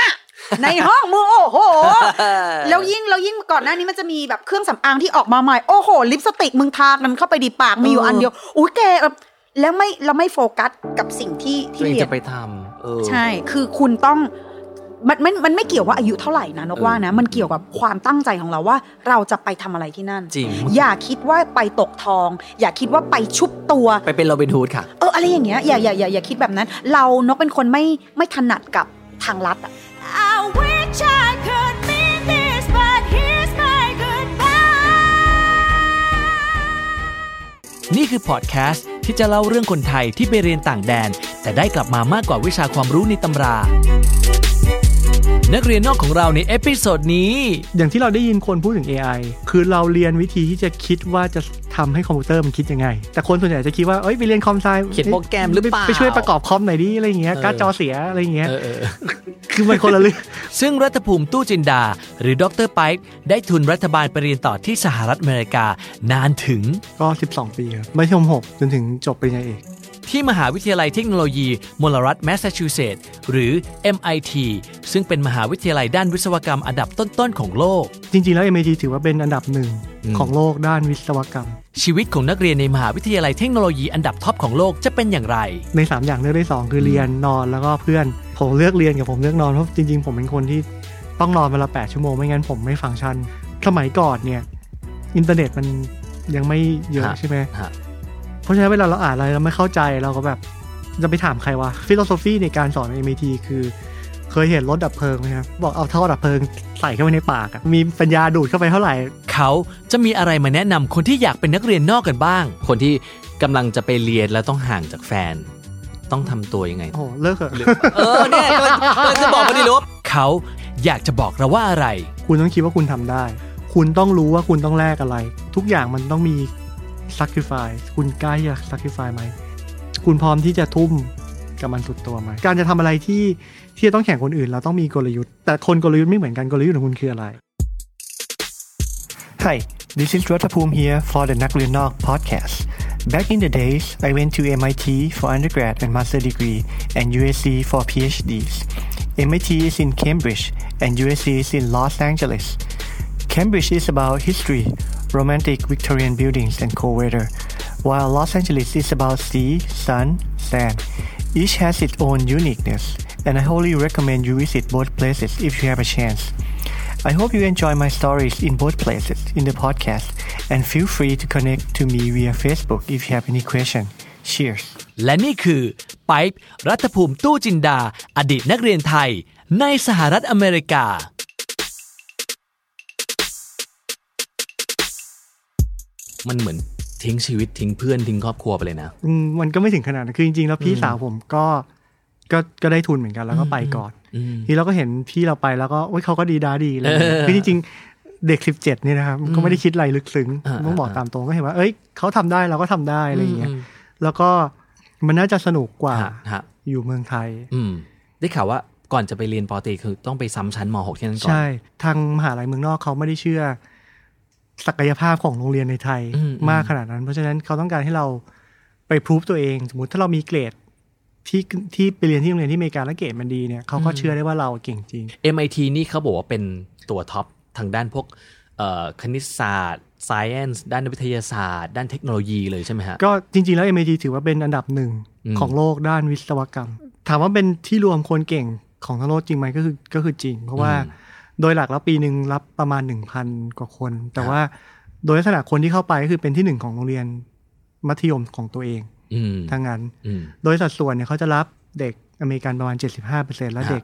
Speaker 3: ในห้องมึงโอ้โห
Speaker 8: [LAUGHS]
Speaker 3: แล้วยิ่งแล้วยิ่งก่อนหน้านี้มันจะมีแบบเครื่องสำอางที่ออกมาใหม่โอ้โหลิปสติกมึงทากันเข้าไปดีปากมีอยู่อันเดียวอุ้ยแกแบบแล้วไม่เราไม่โฟกัสกับสิ่งที่
Speaker 8: ตัว
Speaker 3: ที่
Speaker 8: เอง
Speaker 3: เรียน
Speaker 8: จะไปทำเออ
Speaker 3: ใช่ คือคุณต้อง มันมันมันไม่เกี่ยวว่าอายุเท่าไหร่นะนกว่านะ มันเกี่ยวกับความตั้งใจของเราว่า เราจะไปทำอะไรที่นั่น
Speaker 8: จริง
Speaker 3: อย่าคิดว่าไปตกทอง อย่าคิดว่าไปชุบตัว
Speaker 8: ไปเป็นโรบินฮูดค่ะ
Speaker 3: เอออะไรอย่างเงี้ย อย่าอย่าอย่าอย่าคิดแบบนั้น เรานกเป็นคนไม่ไม่ถนัดกับทางลัดอะ
Speaker 5: I wish I could mean this, but here's my goodbye.
Speaker 2: นี่คือพอดแคสต์ที่จะเล่าเรื่องคนไทยที่ไปเรียนต่างแดน แต่ได้กลับมามากกว่าวิชาความรู้ในตำรา นักเรียนนอกของเราในเอพิโซดนี้
Speaker 9: อย่างที่เราได้ยินคนพูดถึง AI คือเราเรียนวิธีที่จะคิดว่าจะทำให้คอมพิวเตอร์มันคิดยังไง แต่คนส่วนใหญ่จะคิดว่าเอ้ยไปเรียนคอมไซ
Speaker 8: เขียนโปรแกรมหรือเปล่า
Speaker 9: ไปช่วยประกอบคอมหน่อยดิอะไรอย่างเงี้ย
Speaker 8: เออ
Speaker 9: การ์ดจอเสียอะไรอย่างเงี้ย
Speaker 8: เออเออ
Speaker 9: คือมันคนละเรื่อง [LAUGHS]
Speaker 2: ซึ่งรัฐภูมิตู้จินดา หรือดรไปป์ได้ทุนรัฐบาลไปเรียนต่อที่สหรัฐอเมริกานานถึง
Speaker 9: ก็ 12 ปีครับมัธยม6จนถึงจบปริญญาเอก
Speaker 2: ที่มหาวิทยาลัยเทคโนโลยี มลรัฐแมสซาชูเซตส์หรือ MIT ซึ่งเป็นมหาวิทยาลัยด้านวิศวกรรมอันดับต้น ๆ ของโลก
Speaker 9: จริง ๆ แล้ว MIT ถือว่าเป็นอันดับหนึ่ง
Speaker 8: อืม
Speaker 9: ของโลกด้านวิศวกรรม
Speaker 2: ชีวิตของนักเรียนในมหาวิทยาลัยเทคโนโลยีอันดับท็อปของโลกจะเป็นอย่างไร
Speaker 9: ใน 3 อย่างเลือกได้ 2 คือเรียนนอนแล้วก็เพื่อน ผมเลือกเรียนกับผมเลือกนอนเพราะจริงๆ ผมเป็นคนที่ต้องนอนวันละ8ชั่วโมงไม่งั้นผมไม่ฟังก์ชัน สมัยก่อนเนี่ยอินเทอร์เน็ตมันยังไม่เยอะ
Speaker 8: ฮะ
Speaker 9: ใช่ไหม
Speaker 8: ฮะ
Speaker 9: เพราะฉะนั้นเวลาเราอ่านอะไรเราไม่เข้าใจเราก็แบบจะไปถามใครวะฟิโลโซฟีในการสอน MIT คือ เคยเห็นรถดับเพลิงไหมครับบอกเอาท่อดับเพลิงใส่เข้าไปในปากอะมีปัญญาดูดเข้าไปเท่าไหร่
Speaker 2: เขาจะมีอะไรมาแนะนำคนที่อยากเป็นนักเรียนนอกกันบ้าง
Speaker 8: คนที่กำลังจะไปเรียนแล้วต้องห่างจากแฟน ต้องทำตัวยังไง
Speaker 9: โอ้โหเลิกเถอะ
Speaker 8: เออ [LAUGHS] เนี่ยกำลังกำลังจะบอกพอดีลบ
Speaker 2: เขาอยากจะบอกเราว่าอะไร
Speaker 9: คุณต้องคิดว่าคุณทำได้ คุณต้องรู้ว่าคุณต้องแลกอะไร ทุกอย่างมันต้องมี sacrifice คุณกล้าที่จะ sacrifice ไหม คุณพร้อมที่จะทุ่มกับมันสุดตัวไหม การจะทำอะไรที่ที่จะต้องแข่งคนอื่น เราต้องมีกลยุทธ์ แต่คนกลยุทธ์ไม่เหมือนกันกลยุทธ์ของคุณคืออะไร Hi this is Ratapum here for the นักเรียนนอก podcast Back in the days I went to MIT for undergrad and master degree and USC for PhDs MIT is in Cambridge and USC is in Los Angeles Cambridge is about history, romantic Victorian buildings, and cold weather, while Los Angeles is about sea, sun, sand. Each has its own uniqueness, and I wholly recommend you visit both places if you have a chance. I hope you enjoy my stories in both places in the podcast, and feel free to connect to me via Facebook if you have any question. Cheers.
Speaker 2: และนี่คือไปป์รัฐภูมิตู้จินดา อดีตนักเรียนไทย ในสหรัฐอเมริกา
Speaker 8: มันเหมือนทิ้งชีวิตทิ้งเพื่อนทิ้งครอบครัวไปเลยนะ
Speaker 9: อืมมันก็ไม่ถึงขนาดนั้นคือจริงๆ แล้วพี่สาวผมก็ก็ก็ได้ทุนเหมือนกันแล้วก็ไปก่อน
Speaker 8: อืม
Speaker 9: ทีเราก็เห็นพี่เราไปแล้วก็โอ้ยเขาก็ดีด้าดีเลยคือจริงๆ เด็กสิบเจ็ดนี่ยนะครับก็ไม่ได้คิดอะไรลึกซึ้ง
Speaker 8: อ่า
Speaker 9: ต้องบอก
Speaker 8: อ่า
Speaker 9: ตามตรงก็เห็นว่า เอ้ยเขาทำได้เราก็ทำได้อะไรอย่างเงี้ย
Speaker 8: อืม
Speaker 9: แล้วก็มันน่าจะสนุกกว่า
Speaker 8: ฮะฮะ
Speaker 9: อยู่เมืองไทย
Speaker 8: อืม ได้ข่าวว่าก่อนจะไปเรียนปอตรีคือต้องไปซ้ำชั้นม .6 ที่นั่นก่อน
Speaker 9: ใช่ ทางมหาลัยเมืองนอกเขาไม่ได้เชื่อ ศักยภาพของโรงเรียนในไทย
Speaker 8: อืม
Speaker 9: มากขนาดนั้น เพราะฉะนั้นเขาต้องการให้เราไปพรูฟตัวเอง สมมติถ้าเรามีเกรดที่ที่ไปเรียนที่โรงเรียนที่อเมริกาแล้วเกรดมันดีเนี่ยเขาก็
Speaker 8: อืม
Speaker 9: เชื่อได้ว่าเราเก่งจริง
Speaker 8: MIT นี่เขาบอกว่าเป็นตัวท็อป ทางด้านพวกเอ่อคณิตศาสตร์ science ด้านวิทยาศาสตร์ ด้านเทคโนโลยีเลยใช่ไหมฮะ
Speaker 9: ก็จริง ๆ แล้ว MIT ถือว่าเป็นอันดับหนึ่ง
Speaker 8: อืม
Speaker 9: ของโลกด้านวิศวกรรม ถามว่าเป็นที่รวมคนเก่งของทั้งโลกจริงไหมก็คือก็คือจริง เพราะว่าโดยหลักแล้วปีหนึ่งรับประมาณ 1,000 กว่าคน แต่ว่าโดยลักษณะคนที่เข้าไปก็คือเป็นที่หนึ่งของโรงเรียนมัธยมของตัวเอง
Speaker 8: อืม
Speaker 9: ทั้งนั้น
Speaker 8: อืม
Speaker 9: โดยสัดส่วนเนี่ยเขาจะรับเด็กอเมริกันประมาณ 75%
Speaker 8: ครั
Speaker 9: และ
Speaker 8: บ
Speaker 9: เด็ก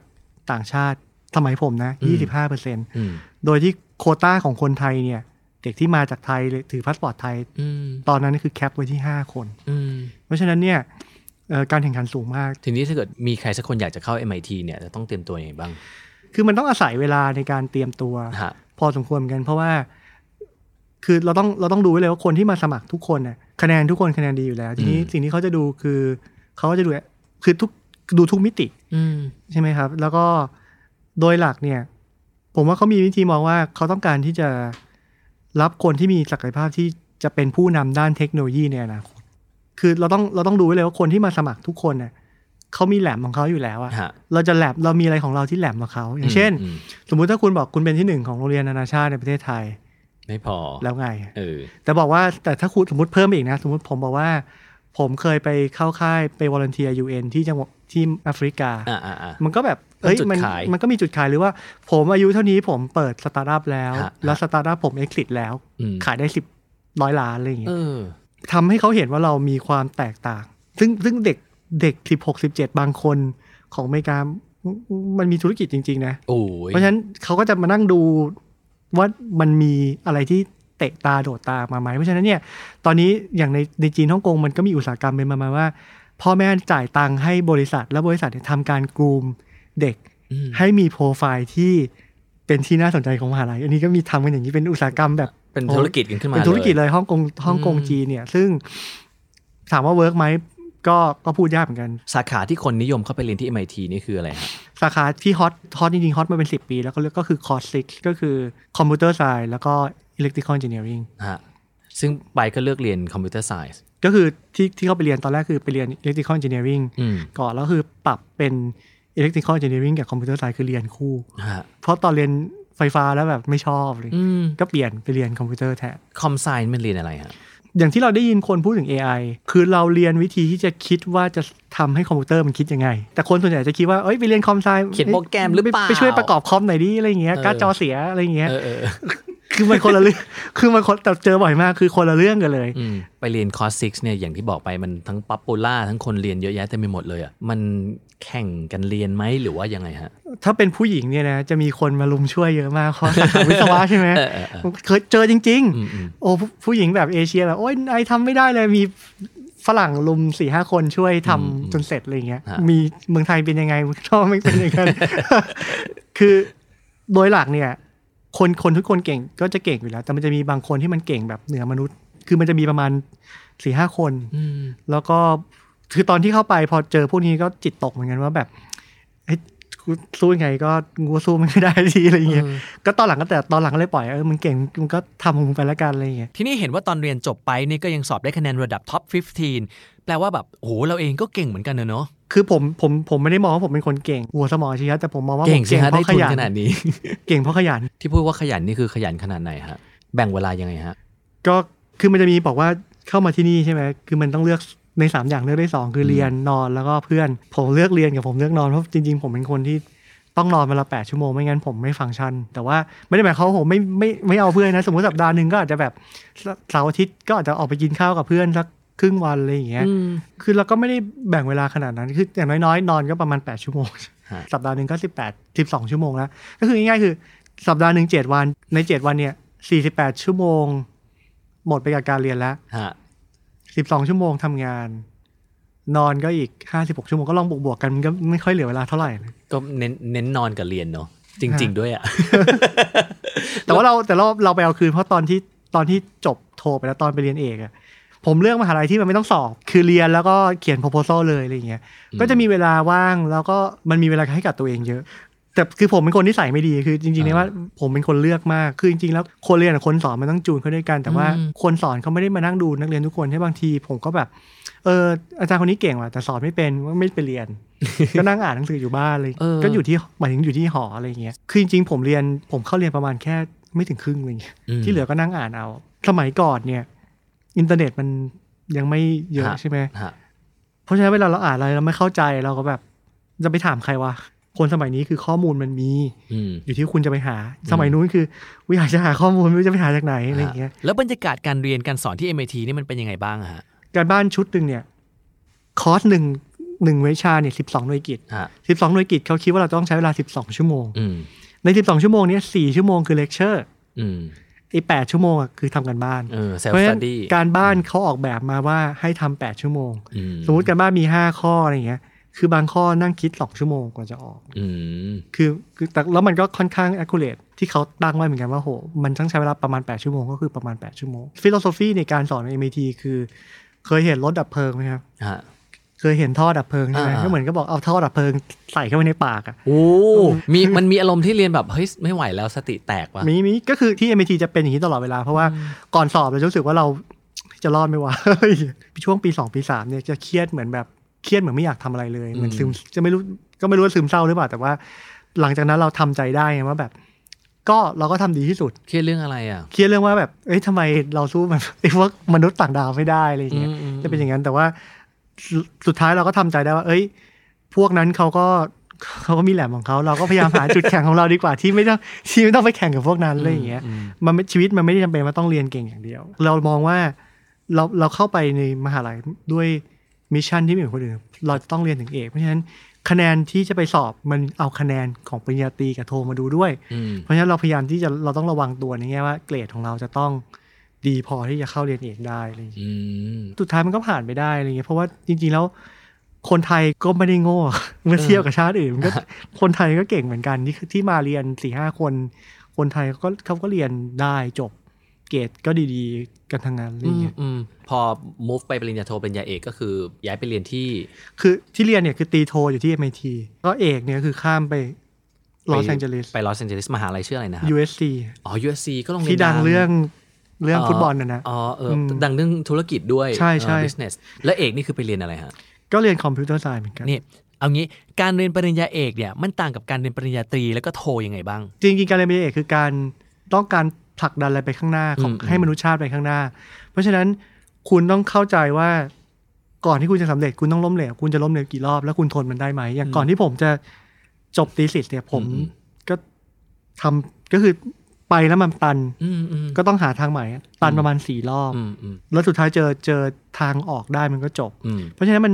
Speaker 9: ต่างชาติสมัยผมนะ
Speaker 8: อืมอ
Speaker 9: 25%
Speaker 8: ืม
Speaker 9: โดยที่โควต้าของคนไทยเนี่ย เด็กที่มาจากไทยหรือถือพาสปอร์ตไทย
Speaker 8: อืม
Speaker 9: ตอนนั้นคือแคปไว้ที่ 5 คน
Speaker 8: อืม
Speaker 9: เพราะฉะนั้นเนี่ยเอ่อการแข่งขันสูงมาก
Speaker 8: ทีนี้ถ้าเกิดมีใครสักคนอยากจะเข้า MIT เนี่ยจะต้องเตรียมตัวยังไงบ้าง
Speaker 9: คือมันต้องอาศัยเวลาในการเตรียมตัว
Speaker 8: ฮะ
Speaker 9: พอสมควรเหมือนกัน เพราะว่า คือเราต้องเราต้องดูไว้เลยว่าคนที่มาสมัครทุกคนน่ะคะแนนทุกคนคะแนนดีอยู่แล้ว ทีนี้สิ่งที่เขาจะดูคือเขาก็จะดูคือทุกดูทุกมิติ
Speaker 8: อืม
Speaker 9: ใช่ไหมครับ แล้วก็โดยหลักเนี่ย ผมว่าเขามีวิธีมองว่าเขาต้องการที่จะรับคนที่มีศักยภาพที่จะเป็นผู้นำด้านเทคโนโลยีในอนาคต คือเราต้องเราต้องดูไว้เลยว่าคนที่มาสมัครทุกคนเนี่ยเขามีแหลมของเขาอยู่แล้วอะ
Speaker 8: ฮะ
Speaker 9: เราจะแหลมเรามีอะไรของเราที่แหลมกว่าเขา อย่างเช่น
Speaker 8: อืม
Speaker 9: สมมุติถ้าคุณบอกคุณเป็นที่หนึ่งของโรงเรียนนานาชาติในประเทศไทย
Speaker 8: ไม่พอ
Speaker 9: แล้วไง
Speaker 8: เออ
Speaker 9: แต่บอกว่าแต่ถ้าคุณสมมติเพิ่มอีกนะ สมมติผมบอกว่า ผมเคยไปเข้าค่ายไปวอร์เนเทียยูเอ็นที่จังหวัดที่แอฟริกา
Speaker 8: อ่าอ่าอ่า
Speaker 9: มันก็แบบ
Speaker 8: เป็น
Speaker 9: เอ้ย
Speaker 8: จุด
Speaker 9: มัน
Speaker 8: ขาย
Speaker 9: มันก็มีจุดขายหรือว่า ผมอายุเท่านี้ผมเปิดสตาร์ทอัพแล้ว
Speaker 8: ฮะ
Speaker 9: แล้วสตาร์ทอัพผมเอ็กซิสแล้ว
Speaker 8: อืม
Speaker 9: ขายได้สิบร้อยล้านอะไรอย่างเงี้
Speaker 8: เอย อ
Speaker 9: ทำให้เขาเห็นว่าเรามีความแตกต่าง ซึ่งซึ่งเด็กเด็กสิบหกสิบเจ็ดบางคนของอเมริกามันมีธุรกิจจริง ๆ นะ
Speaker 8: โอ้ย
Speaker 9: เพราะฉะนั้นเขาก็จะมานั่งดูว่ามันมีอะไรที่เตะตาโดดตามาไหมเพราะฉะนั้นเนี่ยตอนนี้อย่างในในจีนฮ่องกงมันก็มีอุตสาหกรรมเป็นประมาณว่า พ่อแม่จ่ายตังค์ให้บริษัท แล้วบริษัทเนี่ยทำการกลูมเด็ก
Speaker 8: อืม
Speaker 9: ให้มีโปรไฟล์ที่เป็นที่น่าสนใจของมหาลัยอันนี้ก็มีทำกันอย่างนี้เป็นอุตสาหกรรมแบบ
Speaker 8: เป็นธุรกิจกันขึ้นมา
Speaker 9: เป็นธุรกิจ
Speaker 8: เลย
Speaker 9: เลยฮ่องกงฮ่องกง
Speaker 8: อืม
Speaker 9: จีนเนี่ย ซึ่งถามว่าเวิร์กไหมก็ก็พูดยากเหมือนกัน
Speaker 8: สาขาที่คนนิยมเข้าไปเรียนที่ MIT นี่คืออะไรฮะ
Speaker 9: สาขาที่ฮอตฮอตจริงๆฮอตมาเป็น 10 ปี แล้วก็เลือกก็คือคอร์สซิกก็คือคอมพิวเตอร์ไซ e แล้วก็อิเล็กทริคอ e เอนจิเนียริง
Speaker 8: ฮะ ซึ่งไปก็เลือกเรียนคอมพิวเตอร์ไซส์
Speaker 9: ก็คือที่ที่เขาไปเรียนตอนแรกคือไปเรียนอิเล็กทริคอ e เอนจิเนียริง
Speaker 8: อืม
Speaker 9: ก่อนแล้วคือปรับเป็นอิเล็กทริคอ e เอนจิเนียริงกับคอมพิวเตอร์ไซ e คือเรียนคู่
Speaker 8: ฮะ
Speaker 9: เพราะตอนเรียนไฟฟ้าแล้วแบบไม่ชอบเลย
Speaker 8: อืม
Speaker 9: ก็เปลี่ยนไปเรียนคอมพิวเตอร์แทน
Speaker 8: คอมไซน์มันเรียนอะไรฮะ
Speaker 9: อย่างที่เราได้ยินคนพูดถึง AI คือเราเรียนวิธีที่จะคิดว่าจะทำให้คอมพิวเตอร์มันคิดยังไง แต่คนส่วนใหญ่จะคิดว่าเอ้ยไปเรียนคอมไซ
Speaker 8: เขียนโปรแกรมหรือเปล่า
Speaker 9: ไปช่วยประกอบคอมหน่อยดิอะไรอย่างเงี้ย
Speaker 8: เออ
Speaker 9: การ์ดจอเสียอะไรอย่างเงี้ย
Speaker 8: เออเออเออ
Speaker 9: คือมันคนละเรื่อง [LAUGHS] คือมันคนแต่เจอบ่อยมาก คือคนละเรื่องกันเลย
Speaker 8: อืมไปเรียนคอร์สซิกเนี่ยอย่างที่บอกไปมันทั้งป๊อปปูล่าทั้งคนเรียนเยอะแยะเต็มไปหมดเลยอ่ะ มันแข่งกันเรียนไหมหรือว่ายังไงฮะ
Speaker 9: ถ้าเป็นผู้หญิงเนี่ยนะ จะมีคนมาลุมช่วยเยอะมาก [LAUGHS] เพราะสาขาวิศวะใช่ไหม
Speaker 8: เออเออเออ
Speaker 9: ผมเคยเจอจริง
Speaker 8: อืมอืม
Speaker 9: ๆ โอ้ผู้ผู้หญิงแบบเอเชียแบบโอ้ยไอทำไม่ได้เลยมีฝรั่งลุมสี่ห้าคนช่วยทำจนเสร็จอะไรอย่างเงี้ย มีเมืองไทยเป็นยังไงเมืองนอกไม่เป็นยัง [LAUGHS] ไง คือโดยหลักเนี่ย คนคนทุกคนเก่งก็จะเก่งอยู่แล้ว แต่มันจะมีบางคนที่มันเก่งแบบเหนือมนุษย์ คือมันจะมีประมาณสี่ห้าคน
Speaker 8: อืม
Speaker 9: แล้วก็คือตอนที่เข้าไปพอเจอพวกนี้ก็จิตตกเหมือนกันว่าแบบเฮ้ยกูสู้ยังไงก็กูก็สู้ไม่ได้ทีอะไรเงี้ยก็ตอนหลังก็แต่ตอนหลังก็เลยปล่อยเออมึงเก่งมึงก็ทำของมึงไปแล้วกันอะไรเงี้ย
Speaker 2: ที่นี่เห็นว่าตอนเรียนจบไปนี่ก็ยังสอบได้คะแนนระดับท็อป 15 แปลว่าแบบโอ้โหเราเองก็เก่งเหมือนกันเนอะเนาะ
Speaker 9: คือผมผมผมไม่ได้มองว่าผมเป็นคนเก่ง หัวสมองอาชี้แต่ผมมองว่าผม
Speaker 8: เก่งสิ
Speaker 9: เก่ง
Speaker 8: ฮะ
Speaker 9: เพ
Speaker 8: ได้
Speaker 9: ราะข
Speaker 8: ทุน
Speaker 9: ยัน
Speaker 8: ขนาดนี้ [LAUGHS]
Speaker 9: เก่งเพราะขยัน
Speaker 8: ที่พูดว่าขยันนี่คือขยันขนาดไหนฮะ แบ่งเวลายังไงฮะ
Speaker 9: ก็คือมันจะมีบอกว่าเข้ามาที่นี่ใช่ไหมคือมันต้องเลือกในสามอย่างเลือกได้สองคือเรียนนอนแล้วก็เพื่อน ผมเลือกเรียนกับผมเลือกนอนเพราะจริงๆ ผมเป็นคนที่ต้องนอนมาละแปดชั่วโมงไม่งั้นผมไม่ฟังก์ชัน แต่ว่าไม่ได้หมายความว่าผมไม่ไม่ไม่เอาเพื่อนนะ สมมติสัปดาห์หนึ่งก็อาจจะแบบเสาร์อาทิตย์ก็อาจจะออกไปกินข้าวกับเพื่อนสักครึ่งวันอะไรอย่างเงี้ยคือเราก็ไม่ได้แบ่งเวลาขนาดนั้นคืออย่างน้อยๆนอนก็ประมาณแปดชั่วโมง
Speaker 8: ฮะ
Speaker 9: สัปดาห์หนึ่งก็สิบแปดสิบสองชั่วโมงแล้วก็คือง่ายๆคือสัปดาห์หนึ่งเจ็ดวันในเจ็ดวันเนี่ยสี่สิบแปดชั่วโมง หมดไปกับการเรียนแล้ว
Speaker 8: ฮะ
Speaker 9: 12 ชั่วโมงทำงาน นอนก็อีก 56 ชั่วโมงก็ลองบวกบวกๆกันมันก็ไม่ค่อยเหลือเวลาเท่าไหร่เลย
Speaker 8: ก็เน้นเน้นนอนกับเรียนเนาะจริง
Speaker 9: ฮะ
Speaker 8: ๆ ด้วยอ่ะ
Speaker 9: แต่ว่าเราแต่เราเราไปเอาคืนเพราะตอนที่ตอนที่จบโทรไปแล้วตอนไปเรียนเอกอะผมเลือกมหาลัยที่มันไม่ต้องสอบ คือเรียนแล้วก็เขียน proposal เลยอะไรอย่างเงี้ย ก็จะมีเวลาว่างแล้วก็มันมีเวลาให้กับตัวเองเยอะ แต่คือผมเป็นคนที่ใส่ไม่ดีคือจริงๆเนี่ยว่าผมเป็นคนเลือกมากคือจริงๆแล้วคนเรียนกับคนสอนมันต้องจูนเข้าด้วยกัน แต่ว่า
Speaker 8: อืม
Speaker 9: คนสอนเขาไม่ได้มานั่งดูนักเรียนทุกคนให้บางที ผมก็แบบเอออาจารย์คนนี้เก่งว่ะแต่สอนไม่เป็นว่าไม่ไปเรียน ก็นั่งอ่านหนังสืออยู่บ้านเลย
Speaker 8: เออ
Speaker 9: ก็อยู่ที่หมายถึงอยู่ที่หออะไรอย่างเงี้ยคือจริงๆผมเรียนผมเข้าเรียนประมาณแค่ ไม่ถึงครึ่งอะไรเลย
Speaker 8: อืม
Speaker 9: ที่เหลือก็นั่งอ่านเอา สมัยก่อนเนี่ย อินเทอร์เน็ตมันยังไม่เยอะ
Speaker 8: ฮะ
Speaker 9: ใช่ไหม
Speaker 8: ฮะ
Speaker 9: เพราะฉะนั้นเวลาเราอ่านอะไรเราไม่เข้าใจเราก็แบบ จะไปถามใครวะคนสมัยนี้คือข้อมูลมันมี
Speaker 8: อืม
Speaker 9: อยู่ที่คุณจะไปหา สมัยนู้นคือวิหาจะหาข้อมูลไม่รู้จะไปหาจากไหนอะไรอย่างเงี้ย
Speaker 2: แล้วบรรยากาศการเรียนการสอนที่ MIT นี่มันเป็นยังไงบ้างอะฮะ
Speaker 9: การบ้านชุดหนึ่งเนี่ย คอร์สหนึ่งหนึ่งวิชาเนี่ยสิบสองหน่วยกิจ
Speaker 8: ฮะ
Speaker 9: สิบสองหน่วยกิจเขาคิดว่าเราต้องใช้เวลาสิบสองชั่วโมง
Speaker 8: อืม
Speaker 9: ในสิบสองชั่วโมงเนี้สี่ชั่วโมงคือเลคเชอร์
Speaker 8: อืม
Speaker 9: อีกแปดชั่วโมงอะคือทำกันบ้าน
Speaker 8: เออเซลฟ์
Speaker 9: เพราะ
Speaker 8: ส
Speaker 9: ฉะ
Speaker 8: ตั
Speaker 9: นั้น
Speaker 8: ดดี้
Speaker 9: การบ้านเขาออกแบบมาว่าให้ทำแปดชั่วโมง
Speaker 8: อื
Speaker 9: สมมติการบ้านมีห้าข้ออะไรอย่างเงี้ย คือบางข้อนั่งคิดสองชั่วโมงกว่าจะออก
Speaker 8: อืม
Speaker 9: คือคือแต่แล้วมันก็ค่อนข้าง accurate ที่เขาตั้งไว้เหมือนกันว่าโห มันต้องใช้เวลาประมาณ 8 ชั่วโมงก็คือประมาณ 8 ชั่วโมงฟิโลโซฟีในการสอนใน MIT คือ เคยเห็นรถดับเพลิงไหมครับ
Speaker 8: ฮะ
Speaker 9: เคยเห็นท่อดับเพลิงใช่ไหม
Speaker 8: อ่าๆ
Speaker 9: ก็เหมือนก็บอกเอาท่อดับเพลิงใส่เข้าไปในปากอะ
Speaker 8: โอ้ มีมันมีอารมณ์ที่เรียนแบบ เฮ้ย ไม่ไหวแล้วสติแตกว่ะ
Speaker 9: มีมีก็คือที่ MIT จะเป็นอย่างนี้ตลอดเวลา เพราะว่าก่อนสอบเราจะรู้สึกว่าเราจะรอดไหมวะ [LAUGHS] ช่วงปี 2 ปี 3 เนี่ยจะเครียดเหมือนแบบเครียดเหมือนไม่อยากทำอะไรเลยเหมือนซึมจะไม่รู้ก็ไม่รู้ว่าซึมเศร้าหรือเปล่าแต่ว่า หลังจากนั้นเราทำใจได้ไงว่าแบบ ก็เราก็ทำดีที่สุด
Speaker 8: เครียดเรื่องอะไรอ่ะ
Speaker 9: เครียดเรื่องว่าแบบ เอ้ยทำไมเราสู้มัน [LAUGHS] ไอ้พวกมนุษย์ต่างดาวไม่ได้อะไรอย่างเงี้ย
Speaker 8: อืมอืม
Speaker 9: จะเป็นอย่างนั้น แต่ว่าสุสุดท้ายเราก็ทำใจได้ว่า เอ้ย พวกนั้นเขาก็เขาก็มีแหลมของเขา เราก็พยายามหา จุดแข็งของเราดีกว่าที่ไม่ต้อง [LAUGHS] ที่ไม่ต้องไปแข่งกับพวกนั้นอะไรอย่างเงี้ย มันไม่ชีวิตมันไม่ได้จำเป็นว่าต้องเรียนเก่งอย่างเดียว เรามองว่าเราเราเข้าไปในมหาลัยด้วยมิชชั่นที่ไม่เหมือนคนอื่น เราต้องเรียนถึงเอก เพราะฉะนั้นคะแนนที่จะไปสอบมันเอาคะแนนของปริญญาตรีกับโทมาดูด้วย
Speaker 8: อืม
Speaker 9: เพราะฉะนั้นเราพยายามที่จะเราต้องระวังตัวในแง่ว่าเกรดของเราจะต้องดีพอที่จะเข้าเรียนเอกได้อะไรอย่างเงี้ย
Speaker 8: อืม
Speaker 9: สุดท้ายมันก็ผ่านไปได้อะไรเงี้ยเพราะว่าจริงๆแล้วคนไทยก็ไม่ได้โง่ [LAUGHS] เมื่อเทียบกับชาติอื่นมันก็
Speaker 8: [LAUGHS]
Speaker 9: คนไทยก็เก่งเหมือนกันที่ที่มาเรียนสี่ห้าคน คนไทยเขาก็เขาก็เรียนได้จบเกรดก็ดีๆ กันทั้งนั้นอะไรเงี้ย
Speaker 8: อืม พอ move ไปปริญญาโทปริญญาเอกก็คือ ย้ายไปเรียนที่
Speaker 9: คือที่เรียนเนี่ยคือตีโทอยู่ที่ MIT ก็เอกเนี่ยคือข้ามไปลอสแองเจลิส
Speaker 8: ไปลอสแองเจลิสมหาลัยชื่ออะไรนะครับ
Speaker 9: USC
Speaker 8: อ๋อ USC ก็โรงเรียน
Speaker 9: ที่ดังเรื่องเรื่องฟุตบอลน่ะนะ
Speaker 8: อ๋อเอออ
Speaker 9: ม
Speaker 8: ดังเรื่องธุรกิจด้วย
Speaker 9: ใช่ใช่
Speaker 8: เออ business แล้วเอกนี่คือไปเรียนอะไรฮะ
Speaker 9: ก็เรียนคอมพิวเตอร์ไซน์เหมือนกัน
Speaker 2: นี่ เอางี้การเรียนปริญญาเอกเนี่ยมันต่างกับการเรียนปริญญาตรีแล้วก็โทยังไงบ้าง
Speaker 9: จริงๆการเรียนปริญญาเอกคือการต้องการผลักดันอะไรไปข้างหน้าของ
Speaker 8: อืม
Speaker 9: ให้มนุษยชาติไปข้างหน้า เพราะฉะนั้นคุณต้องเข้าใจว่าก่อนที่คุณจะสำเร็จคุณต้องล้มเหลวคุณจะล้มเหลวกี่รอบแล้วคุณทนมันได้ไหมอย่างก่อนที่ผมจะจบตีสิทธ์เนี่ยผมก็ทำก็คือไปแล้วมันตัน
Speaker 8: อืมอืม
Speaker 9: ก็ต้องหาทางใหม่ตันประมาณสี่รอบ
Speaker 8: อืมอืม
Speaker 9: แล้วสุดท้ายเจอเจอทางออกได้มันก็จบ
Speaker 8: อืม
Speaker 9: เพราะฉะนั้นมัน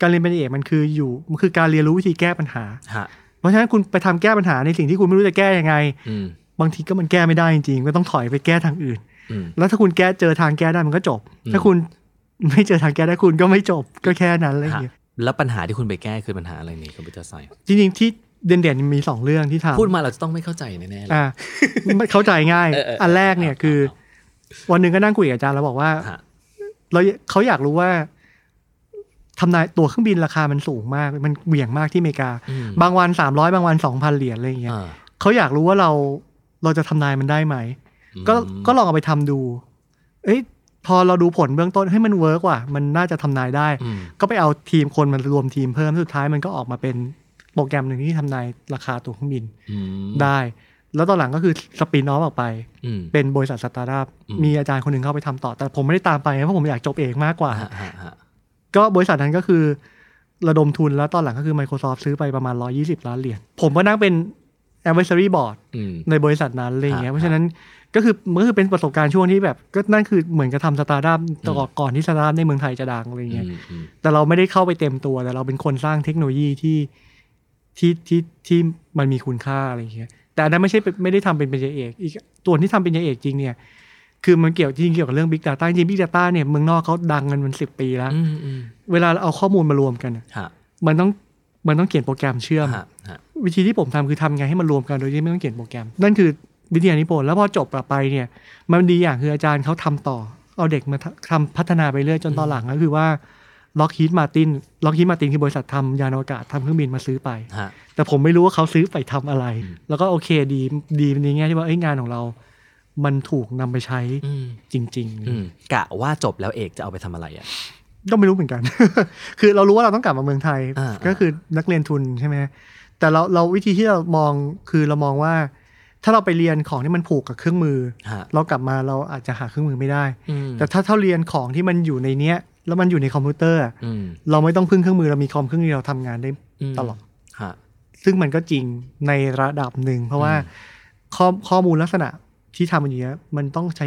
Speaker 9: การเรียนปริญญาเอกมันคืออยู่มันคือการเรียนรู้วิธีแก้ปัญหา
Speaker 8: ฮะ
Speaker 9: เพราะฉะนั้นคุณไปทำแก้ปัญหาในสิ่งที่คุณไม่รู้จะแก้ยังไง
Speaker 8: อืม
Speaker 9: บางทีก็มันแก้ไม่ได้จริงๆ ก็ต้องถอยไปแก้ทางอื่น
Speaker 8: อืม
Speaker 9: แล้วถ้าคุณแก้เจอทางแก้ได้มันก็จบ
Speaker 8: อืม
Speaker 9: ถ้าคุณไม่เจอทางแก้ได้คุณก็ไม่จบก็แค่นั้นอะไรอย่างเงี้ย
Speaker 8: แล้วปัญหาที่คุณไปแก้คือปัญหาอะไรในคอมพิวเตอร์ไซน์
Speaker 9: จริงๆที่เด่นๆมีสองเรื่องที่ทำ
Speaker 8: พูดมาเราจะต้องไม่เข้าใจแน่ๆเลย
Speaker 9: อ่า มันเข้าใจง่าย
Speaker 8: เออเออเอออั
Speaker 9: อันแรกเนี่ย
Speaker 8: เอา
Speaker 9: คือ วันหนึ่งก็นั่งคุยกับอาจารย์แล้วบอกว่า
Speaker 8: ฮะ
Speaker 9: เราเขาอยากรู้ว่าทำนายตั๋วเครื่องบินราคามันสูงมาก มันเหวี่ยงมากที่อเมริกา
Speaker 8: อืม
Speaker 9: บางวันสามร้อยบางวันสองพันเหรียญอะไรอย่างเงี้ย
Speaker 8: อ่า
Speaker 9: เขาอยากรู้ว่าเราเราจะทำนายมันได้ไหม
Speaker 8: อืม
Speaker 9: ก็ก็ลองเอาไปทำดู เอ้ยพอเราดูผลเบื้องต้นให้ยมันเวิร์กว่ะมันน่าจะทำนายได้
Speaker 8: อืม
Speaker 9: ก็ไปเอาทีมคนมารวมทีมเพิ่มสุดท้ายมันก็ออกมาเป็นโปรแกรมหนึ่งที่ทำนายราคาตั๋วเครื่องบิน
Speaker 8: อืม
Speaker 9: ได้ แล้วตอนหลังก็คือสปินน้อฟออกไป
Speaker 8: อืม
Speaker 9: เป็นบริษัทสตาร์ทอัพ
Speaker 8: อืม
Speaker 9: มีอาจารย์คนหนึ่งเข้าไปทำต่อ แต่ผมไม่ได้ตามไปนะเพราะผมอยากจบเองมากกว่า
Speaker 8: ฮะฮะฮะ
Speaker 9: ก็บริษัทนั้นก็คือระดมทุนแล้วตอนหลังก็คือ Microsoft ซื้อไปประมาณ 120 ล้านเหรียญผมก็นั่งเป็น advisory board
Speaker 8: อืม
Speaker 9: ในบริษัทนั้นอะไรอย่างเงี้ย
Speaker 8: ฮะ
Speaker 9: เพราะฉะนั้นก็คือมันก็คือเป็นประสบการณ์ช่วงที่แบบ ก็นั่นคือเหมือนกระทำสตาร์ทอัพตลอดก่อนที่สตาร์ทอัพในเมืองไทยจะดังอะไรอย่าง
Speaker 8: อื
Speaker 9: เงี้ย
Speaker 8: มอืม
Speaker 9: แต่เราไม่ได้เข้าไปเต็มตัวแต่เราเป็นคนสร้างเทคโนโลยีที่ที่ที่ที่มันมีคุณค่าอะไรอย่างเงี้ยแต่อันนั้นไม่ใช่เป็นไม่ได้ทำเป็นปริญญาเอกอีกตัวที่ทำเป็นปริญญาเอกจริงเนี่ยคือมันเกี่ยวจริงๆเกี่ยวกับเรื่อง Big Data จริง Big Data เนี่ยเมืองนอกเขาดังกันมันสิบปีแล้ว
Speaker 8: อืมอืม
Speaker 9: เวลาเอาข้อมูลมารวมกันอะ
Speaker 8: ฮะ
Speaker 9: มันต้องมันต้องเขียนโปรแกรมเชื่อม
Speaker 8: ฮะฮะ
Speaker 9: วิธีที่ผมทำคือทำไงให้มันรวมกันโดยที่ไม่ต้องเขียนโปรแกรม นั่นคือวิทยานิพนธ์แล้วพอจบไปเนี่ย มันดีอย่างคืออาจารย์เขาทำต่อ เอาเด็กมาทำทำพัฒนาไปเรื่อยจนตอนหลังก็คือว่าล็อกฮี t มาตินล็อกฮี t มาตินคือบริษัททำยานอวกาศทำเครื่องบินมาซื้อไป
Speaker 8: ฮะ
Speaker 9: แต่ผมไม่รู้ว่าเขาซื้อไปทำอะไร แล้วก็โอเคดีดีในแง่ที่ว่าเอ้ยงานของเรา มันถูกนำไปใช้
Speaker 8: อืม
Speaker 9: จริง
Speaker 8: อืมกะว่าจบแล้วเอกจะเอาไปทำอะไรอ่ะ
Speaker 9: ๆ ก็ไม่รู้เหมือน [LAUGHS] กัน คือเรารู้ว่าเราต้องกลับมาเมืองไทย
Speaker 8: อ่าๆ
Speaker 9: ก็คือนักเรียนทุนใช่ไหมแต่เราเราวิธีที่เรามองคือเรามองว่า ถ้าเราไปเรียนของที่มันผูกกับเครื่องมือ
Speaker 8: ฮะ
Speaker 9: เรากลับมาเราอาจจะหาเครื่องมือไม่ได้
Speaker 8: อืม
Speaker 9: แต่ถ้าเท่าเรียนของที่มันอยู่ในเนี้ย แล้วมันอยู่ในคอมพิวเตอร์อะ
Speaker 8: อืม
Speaker 9: เราไม่ต้องพึ่งเครื่องมือเรามีคอมเครื่องเดียวเราทำงานได้
Speaker 8: อืม
Speaker 9: ตลอด
Speaker 8: ฮะ
Speaker 9: ซึ่งมันก็จริงในระดับหนึ่ง เพราะว่าข้อข้อมูลลักษณะที่ทำอย่างเงี้ยมันต้องใช้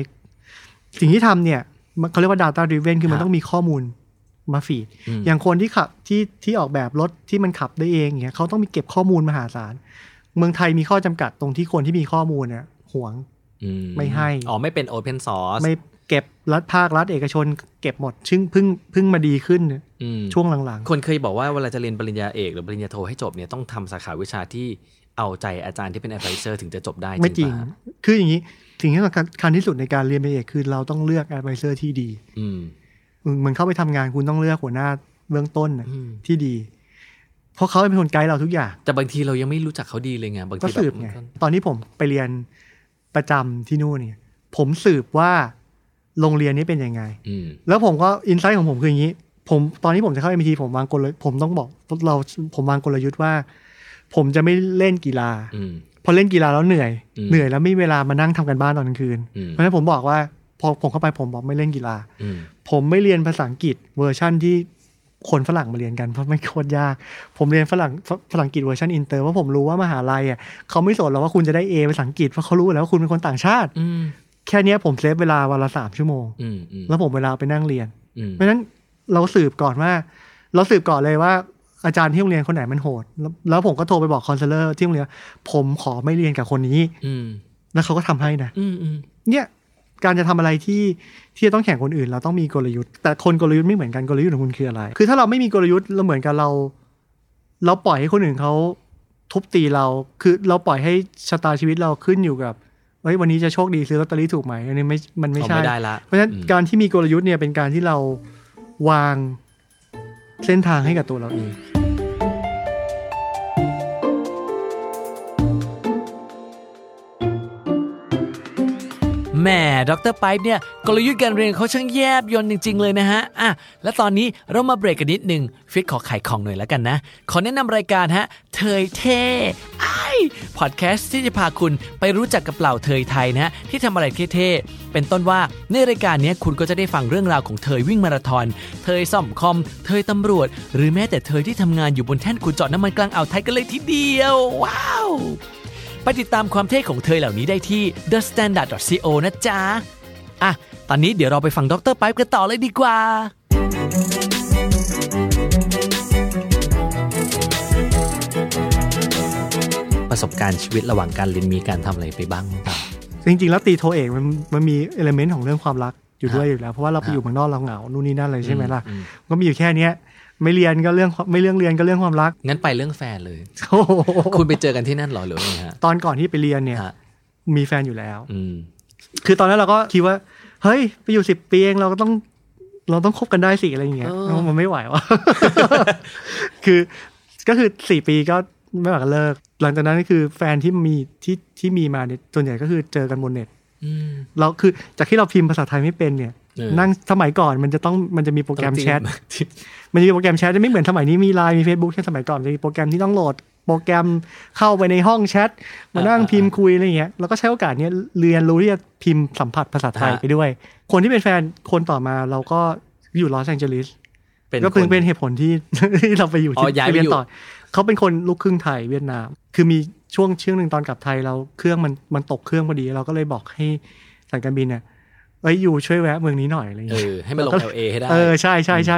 Speaker 9: สิ่งที่ทำเนี่ยมันเขาเรียกว่า Data Driven คือมัน
Speaker 8: ฮะ
Speaker 9: ต้องมีข้อมูลมาฟีด
Speaker 8: อืม
Speaker 9: อย่างคนที่ขับที่ที่ออกแบบรถที่มันขับได้เองเนี่ยเขาต้องมีเก็บข้อมูลมหาศาล เมืองไทยมีข้อจำกัดตรงที่คนที่มีข้อมูลเนี่ยหวง
Speaker 8: อื
Speaker 9: ไม่ให้
Speaker 8: อ๋อ ไม่เป็น Open Source
Speaker 9: ไม่เก็บรัฐภาครัฐเอกชน เก็บหมดซึ่งเพึ่งเพึ่งมาดีขึ้นเนี่ย
Speaker 8: อืม
Speaker 9: ช่วงหลังๆ
Speaker 8: คนเคยบอกว่าเวลาจะเรียนปริญญาเอกหรือปริญญาโทให้จบเนี่ยต้องทำสาขาวิชาที่เอาใจอาจารย์ที่เป็น advisor ถึงจะจบได้
Speaker 9: ไม่จริง
Speaker 8: ปะฮะ
Speaker 9: คืออย่างนี้สิ่งที่สำคัญที่สุดในการเรียนเป็นเอกคือเราต้องเลือก advisor ที่ดี
Speaker 8: อืม
Speaker 9: มึงมึงเข้าไปทำงานคุณต้องเลือกหัวหน้าเบื้องต้นน่ะ
Speaker 8: อืม
Speaker 9: ที่ดี เพราะเขาเป็นคนไกด์เราทุกอย่าง
Speaker 8: แต่บางทีเรายังไม่รู้จักเขาดีเลยไงบาง
Speaker 9: ก็
Speaker 8: ทีแบบ
Speaker 9: สืบไง ตอนที่ผมไปเรียนประจำที่นู่นเนี่ย ผมสืบว่าโรงเรียนนี้เป็นยังไง
Speaker 8: อืม
Speaker 9: แล้วผมก็อินไซต์ของผมคืออย่างนี้ ผมตอนที่ผมจะเข้า MIT ผมวางกลยุทธ์ผมต้องบอกเราผมวางกลยุทธ์ว่า ผมจะไม่เล่นกีฬา
Speaker 8: อืม
Speaker 9: พอเล่นกีฬาแล้วเหนื่อย
Speaker 8: อืม
Speaker 9: เหนื่อยแล้วไม่มีเวลามานั่งทำกันบ้านตอนกลางคืน
Speaker 8: อืม
Speaker 9: เพราะฉะนั้นผมบอกว่าพอผมเข้าไปผมบอกไม่เล่นกีฬา
Speaker 8: อืม
Speaker 9: ผมไม่เรียนภาษาอังกฤษเวอร์ชั่นที่คนฝรั่งมาเรียนกันเพราะมันโคตรยาก ผมเรียนฝรั่งฝฝรั่งอังกฤษเวอร์ชันอินเตอร์เพราะผมรู้ว่ามหาลัยอ่ะเขาไม่สนหรอกว่าคุณจะได้ A ภาษาอังกฤษเพราะเขารู้แล้วว่าคุณเป็นคนต่างชาติ
Speaker 8: อืม
Speaker 9: แค่เนี้ยผมเซฟเวลาวันละสามชั่วโมง
Speaker 8: อืม อืม
Speaker 9: แล้วผมเวลาไปนั่งเรียน
Speaker 8: อืม
Speaker 9: เพราะฉะนั้นเราสืบก่อนว่า เราสืบก่อนเลยว่า อาจารย์ที่โรงเรียนคนไหนมันโหด แล้วแล้วผมก็โทรไปบอกคอนเซลเลอร์ที่โรงเรียนว่าผมขอไม่เรียนกับคนนี้
Speaker 8: อืม
Speaker 9: แล้วเขาก็ทำให้นะ
Speaker 8: อืมอืม
Speaker 9: เนี่ยการจะทำอะไรที่ที่จะต้องแข่งคนอื่น เราต้องมีกลยุทธ์ แต่คนกลยุทธ์ไม่เหมือนกันกลยุทธ์ของคุณคืออะไร คือถ้าเราไม่มีกลยุทธ์เราเหมือนกับเรา เราปล่อยให้คนอื่นเขาทุบตีเรา คือเราปล่อยให้ชะตาชีวิตเราขึ้นอยู่กับเฮ้ยวันนี้จะโชคดีซื้อลอตเตอรี่ถูกไหมอันนี้ไม่มันไม่
Speaker 8: เอา
Speaker 9: ใช่
Speaker 8: ไม่ได้ละ
Speaker 9: เพราะฉะนั้น
Speaker 8: อืม
Speaker 9: การที่มีกลยุทธ์เนี่ยเป็นการที่เราวางเส้นทางให้กับตัวเราเอง
Speaker 2: แหม่ดรไปป์เนี่ยกลยุทธ์การเรียนเขาช่างแยบยนต์จริง ๆ เลยนะฮะอ่ะและตอนนี้เรามาเบรกกันนิดนึงฟิตขอไขายของหน่อยแล้วกันนะ ขอแนะนำรายการฮะ เทยเท่ไอ้ายพอดแคสต์ที่จะพาคุณไปรู้จักกับเหล่าเทยไทยนะฮะที่ทำอะไรเท่ๆ เป็นต้นว่าในรายการเนี้ยคุณก็จะได้ฟังเรื่องราวของเทยวิ่งมาราธอนเทยซ่อมคอม เทยตำรวจ หรือแม้แต่เทยที่ทำงานอยู่บนแท่นขุดเจาะน้ำมันกลางอ่าวไทยกันเลยทีเดียว ว้าว ไปติดตามความเท่ของเธอเหล่านี้ได้ที่ the standard co นะจ๊ะ อ่ะ ตอนนี้เดี๋ยวเราไปฟังดรไปป์กันต่อเลยดีกว่า
Speaker 8: ประสบการณ์ชีวิตระหว่างการเรียนมีการทำอะไรไป
Speaker 2: [LAUGHS]
Speaker 8: บ้างหรือเปล่า
Speaker 9: จริงๆแล้วตีโทเอกมันมันมีเอลเมนต์ของเรื่องความรักอยู่ด้วย
Speaker 8: ฮะ
Speaker 9: อยู่แล้ว เพราะว่าเราไป
Speaker 8: ฮะ
Speaker 9: อยู่เมืองนอกเราเหงานู่นนี่นั่นเลยใช่ไหมล่ะ
Speaker 8: อืม
Speaker 9: ก็มีอยู่แค่เนี้ย ไม่เรียนก็เรื่องไม่เรื่องเรียนก็เรื่องความรัก [LAUGHS]
Speaker 8: งั้นไปเรื่องแฟนเลย
Speaker 9: โอ้โห
Speaker 8: [LAUGHS] คุณไปเจอกันที่นั่นเหรอหรือว่าไงฮะ
Speaker 9: ตอนก่อนที่ไปเรียนเนี่ย
Speaker 8: ฮะ
Speaker 9: มีแฟนอยู่แล้ว
Speaker 8: อืม
Speaker 9: คือตอนนั้นเราก็คิดว่า เฮ้ย ไปอยู่สิบปีเองเราก็ต้อง เราต้องคบกันได้สิอะไรอย่างเงี้ย
Speaker 8: เออ
Speaker 9: เอ้ามันไม่ไหววะ [LAUGHS] คือก็คือสี่ปีก็ไม่ไหวก็เลิก หลังจากนั้นก็คือแฟนที่มีที่ที่มีมาเนี่ยส่วนใหญ่ก็คือเจอกันบนเน็ต
Speaker 8: อืม
Speaker 9: เราคือจากที่เราพิมพ์ภาษาไทยไม่เป็นเนี่ย
Speaker 8: เออ
Speaker 9: นั่งสมัยก่อนมันจะต้องมันจะมีโปรแกรมแชท มันจะมีโปรแกรมแชทจะไม่เหมือนสมัยนี้มีไลน์มี Facebook แค่สมัยก่อนจะมีโปรแกรมที่ต้องโหลด โปรแกรมเข้าไปในห้องแชทมานั่งพิมพ์คุยอะไรอย่างเงี้ยแล้วก็ใช้โอกาสเนี้ยเรียนรู้ที่จะพิมพ์สัมผัสภาษาไทย
Speaker 8: ฮะ
Speaker 9: ไปด้วย คนที่เป็นแฟนคนต่อมาเราก็อยู่ลอสแองเจลิส
Speaker 8: [LAUGHS] เป็น
Speaker 9: ก็
Speaker 8: ค
Speaker 9: เป็น นเป็นเหตุผลที่ [LAUGHS] ที่เราไปอยู่
Speaker 8: อ๋
Speaker 9: ที่
Speaker 8: อย้ายไป
Speaker 9: ไปเรีย
Speaker 8: อยู่
Speaker 9: นต่อเขาเป็นคนลูกครึ่งไทยเวียดนาม คือมีช่วงช่วงหนึ่งตอนกลับไทยเราเครื่องมันมันตกเครื่องพอดี เราก็เลยบอกให้สายการบินเนี่ยเอ้ยอยู่ช่วยแวะเมืองนี้หน่อยอะไรอย่าง
Speaker 8: เอ
Speaker 9: เงี้ย
Speaker 8: อ ให้มัน
Speaker 9: [LAUGHS]
Speaker 8: ลง LA ให้ได้
Speaker 9: เออใช่ใช่ใช่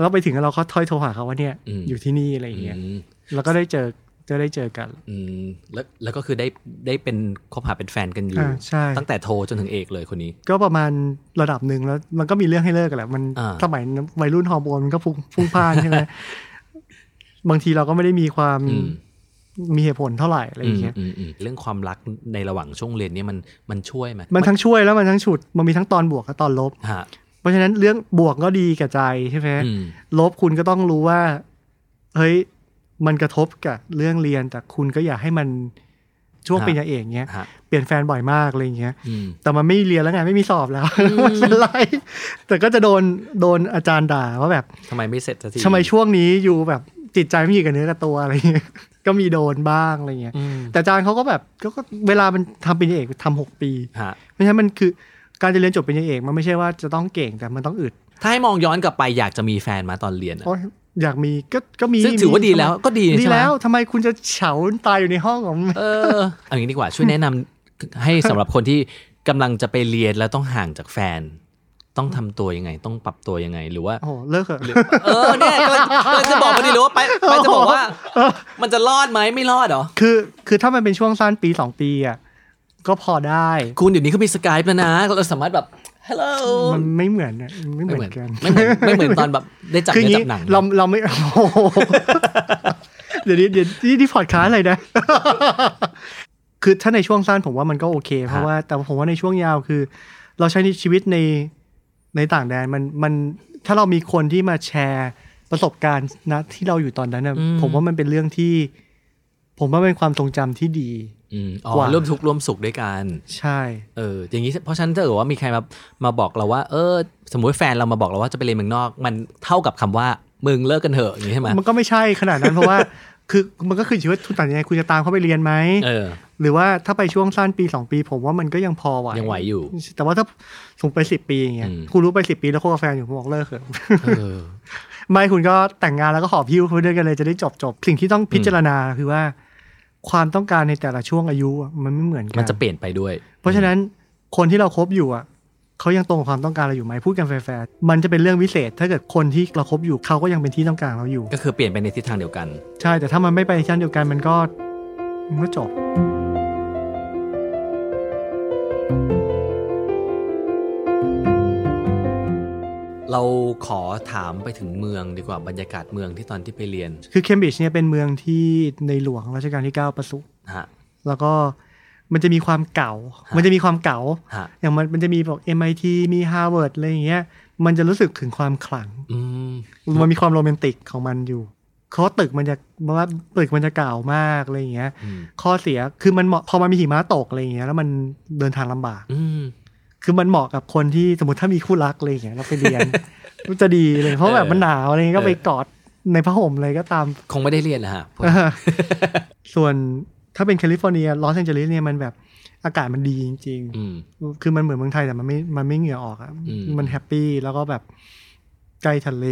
Speaker 9: แล้วไปถึงแล้วเราก็ถ้อยโทรหาเขาว่าเนี่ย
Speaker 8: อืม
Speaker 9: อยู่ที่นี่อะไรอย่างเงี้ย
Speaker 8: อืม
Speaker 9: แล้วก็ได้เจอจะได้เจอกัน
Speaker 8: อืมแล้วแล้วก็คือได้ได้เป็นคบหาเป็นแฟนกันอยู่
Speaker 9: อ่าใช่
Speaker 8: ตั้งแต่โทจนถึงเอกเลยคนนี้
Speaker 9: ก็ประมาณระดับหนึ่งแล้วมันก็มีเรื่องให้เลิกกันแหละมัน
Speaker 8: อ่า
Speaker 9: สมัยนั้นวัยรุ่นฮอร์โมนมันก็พุ่งพุ่งพล่านใช่ไหม บางทีเราก็ไม่ได้มีความ
Speaker 8: อืม
Speaker 9: มีเหตุผลเท่าไหร่อะไรอย่างเงี้ย
Speaker 8: อืมอืมอืมเรื่องความรักในระหว่างช่วงเรียนเนี่ยมันมันช่วยไหม
Speaker 9: มันทั้งช่วยแล้วมันทั้งฉุดมันมีทั้งตอนบวกกับตอนลบ
Speaker 8: ฮะ
Speaker 9: เพราะฉะนั้นเรื่องบวกก็ดีแก่ใจใช่ไหม
Speaker 8: อืม
Speaker 9: ลบคุณก็ต้องรู้ว่า เฮ้ย มันกระทบกับเรื่องเรียน แต่คุณก็อยากให้มันช่วง
Speaker 8: ฮะ
Speaker 9: เป็นยาเอกเงี้ย
Speaker 8: ฮะ
Speaker 9: เปลี่ยนแฟนบ่อยมากอะไรอย่างเงี้ย
Speaker 8: อืม
Speaker 9: แต่มันไม่เรียนแล้วไงไม่มีสอบแล้ว [LAUGHS] ไม่เป็นไร แต่ก็จะโดนโดนอาจารย์ด่าว่าแบบ
Speaker 8: ทำไมไม่เสร็จสักที
Speaker 9: ทำไมช่วงนี้อยู่แบบจิตใจไม่อยู่กับเนื้อกับตัวอะไรอย่างเงี้ย [LAUGHS] ก็มีโดนบ้างอะไรเงี้ย
Speaker 4: อืม
Speaker 9: แต่อาจารย์เขาก็แบบก็ก็เวลามันทำปริญญาเอกทำหกปี
Speaker 4: ฮะ
Speaker 9: เพราะฉะนั้นมันคือการจะเรียนจบปริญญาเอกมันไม่ใช่ว่าจะต้องเก่งแต่มันต้องอึด
Speaker 4: ถ้าให้มองย้อนกลับไปอยากจะมีแฟนมาตอนเรียนอะ
Speaker 9: เพราะอยากมีก็ก็มี
Speaker 4: ซึ่งถือว่าดีแล้วก็ดี
Speaker 9: ดี
Speaker 4: ใช่ไหม
Speaker 9: แล้วทำไมคุณจะเฉาตายอยู่ในห้องของ
Speaker 4: เออเอาอย่างนี้ดีกว่าช่วยแนะนำให้สำ [LAUGHS] หรับคนที่กำลังจะไปเรียนแล้วต้องห่างจากแฟน ต้องทำตัวยังไง ต้องปรับตัวยังไงหรือว่า
Speaker 9: โอ้โหเลิกเหอะ
Speaker 4: เออเนี่ยกำลังกำลังจะบอกพอดีเลยว่าไปไปจะบอกว่า มันจะรอดไหมไม่รอดเหรอ
Speaker 9: คือคือถ้ามันเป็นช่วงสั้นปีสองปีอ่ะก็พอได้
Speaker 4: คุณเดี๋ยวนี้เขามีสกายแล้วนะ เราสามารถแบบ hello
Speaker 9: มันไม่เหมือนอะไม่เหมือนกัน
Speaker 4: ไม่เหมือนไม่เหมือนตอนแบบได้จับ
Speaker 9: คือ
Speaker 4: เนื้อ
Speaker 9: งี้
Speaker 4: จับหนัง
Speaker 9: เราเราไม่ [LAUGHS] โอ้โหเดี๋ยวนี้เดี๋ยวนี่นี่พอดคาสต์อะไรนะ [LAUGHS] คือถ้าในช่วงสั้นผมว่ามันก็โอเค เพราะว่าแต่ผมว่าในช่วงยาวคือ เราใช้ในชีวิตในในต่างแดนมันมันถ้าเรามีคนที่มาแชร์ประสบการณ์นะที่เราอยู่ตอนนั้นนะผมว่ามันเป็นเรื่องที่ ผมว่าเป็นความทรงจำที่ดี
Speaker 4: อืมอ๋
Speaker 9: ก
Speaker 4: อ
Speaker 9: ว่า
Speaker 4: ร่วมทุกข์ร่วมสุขด้วยกัน
Speaker 9: ใช่
Speaker 4: เอออย่างนี้เพราะฉะนั้นถ้าเกิดว่ามีใครมามาบอกเราว่า เออ สมมติแฟนเรามาบอกเราว่าจะไปเรียนเมืองนอก มันเท่ากับคำว่ามึงเลิกกันเถอะอย่างนี้ใช่ไหม
Speaker 9: มันก็ไม่ใช่ขนาดนั้นเพราะว่า
Speaker 4: [LAUGHS]
Speaker 9: คือมันก็คือชีวิตทุนต่างยังไงคุณจะตามเขาไปเรียนไหม
Speaker 4: เออ
Speaker 9: หรือว่าถ้าไปช่วงสั้นปีสองปี ผมว่ามันก็ยังพอไหว
Speaker 4: ยังไหวอยู่
Speaker 9: แต่ว่าถ้าสมมติไปสิบปีอย่างเงี้ย
Speaker 4: อืม
Speaker 9: คุณรู้ไปสิบปีแล้วคบกับแฟนอยู่ผมบอกเลิกเถอะ [LAUGHS]
Speaker 4: เออ
Speaker 9: ไม่คุณก็แต่งงานแล้วก็หอบยิ้วไปด้วยกันเลยจะได้จบจบสิ่งที่ต้องพิจารณาคือว่า ความต้องการในแต่ละช่วงอายุอะมันไม่เหมือนกั
Speaker 4: มัน
Speaker 9: น
Speaker 4: จะเปลี่ยนไปด้วย
Speaker 9: เพราะฉะนั้นคนที่เราคบอยู่อ่ะเขายังตรงกับความต้องการเราอยู่ไหมพูดกันแฟร์ๆมันจะเป็นเรื่องวิเศษ ถ้าเกิดคนที่เราคบอยู่เขาก็ยังเป็นที่ต้องการเราอยู่
Speaker 4: ก็คือเปลี่ยนไปในทิศทางเดียวกัน
Speaker 9: ใช่แต่ถ้ามันไม่ไปชั้นเดียวกันมันก็มันก็จบ
Speaker 4: เราขอถามไปถึงเมืองดีกว่าบรรยากาศเมืองที่ตอนที่ไปเรียน
Speaker 9: คือเคมบริดจ์เนี่ยเป็นเมืองที่ในหลวงรัชกาลที่ 9 ประสูติ
Speaker 4: ฮะ
Speaker 9: แล้วก็มันจะมีความเก่า มันจะมีความเก่า
Speaker 4: ฮะ
Speaker 9: อย่างมันมันจะมีบอก MIT มี Harvard อะไรอย่างเงี้ย มันจะรู้สึกถึงความขลัง
Speaker 4: อืม
Speaker 9: มันมีความโรแมนติกของมันอยู่ ข้อตึกมันจะมันว่าตึกมันจะเก่ามากอะไรอย่างเงี้ย
Speaker 4: อืม
Speaker 9: ข้อเสียคือมันเหมาะพอมันมีหิมะตกอะไรอย่างเงี้ยแล้วมันเดินทางลำบาก
Speaker 4: อืม
Speaker 9: คือมันเหมาะกับคนที่สมมติถ้ามีคู่รักอะไรอย่างเงี้ยเราไปเรีย
Speaker 4: [LAUGHS]
Speaker 9: น มันจะดีเลย เพราะแบบมันหนาวอะไรเงี้ยก็ไป
Speaker 4: เออ
Speaker 9: กอดในผ้าห่มเลยก็ตาม
Speaker 4: คงไม่ได้เรียนแล้วฮะผม
Speaker 9: [LAUGHS] ส่วนถ้าเป็นแคลิฟอร์เนียลอสแอนเจลิสเนี่ยมันแบบอากาศมันดีจริง
Speaker 4: อืม
Speaker 9: ๆ คือมันเหมือนเมืองไทยแต่มันไม่มันไม่เหงื่อออกอะ
Speaker 4: อืม
Speaker 9: มันแฮปปี้แล้วก็แบบใกล้ทะเล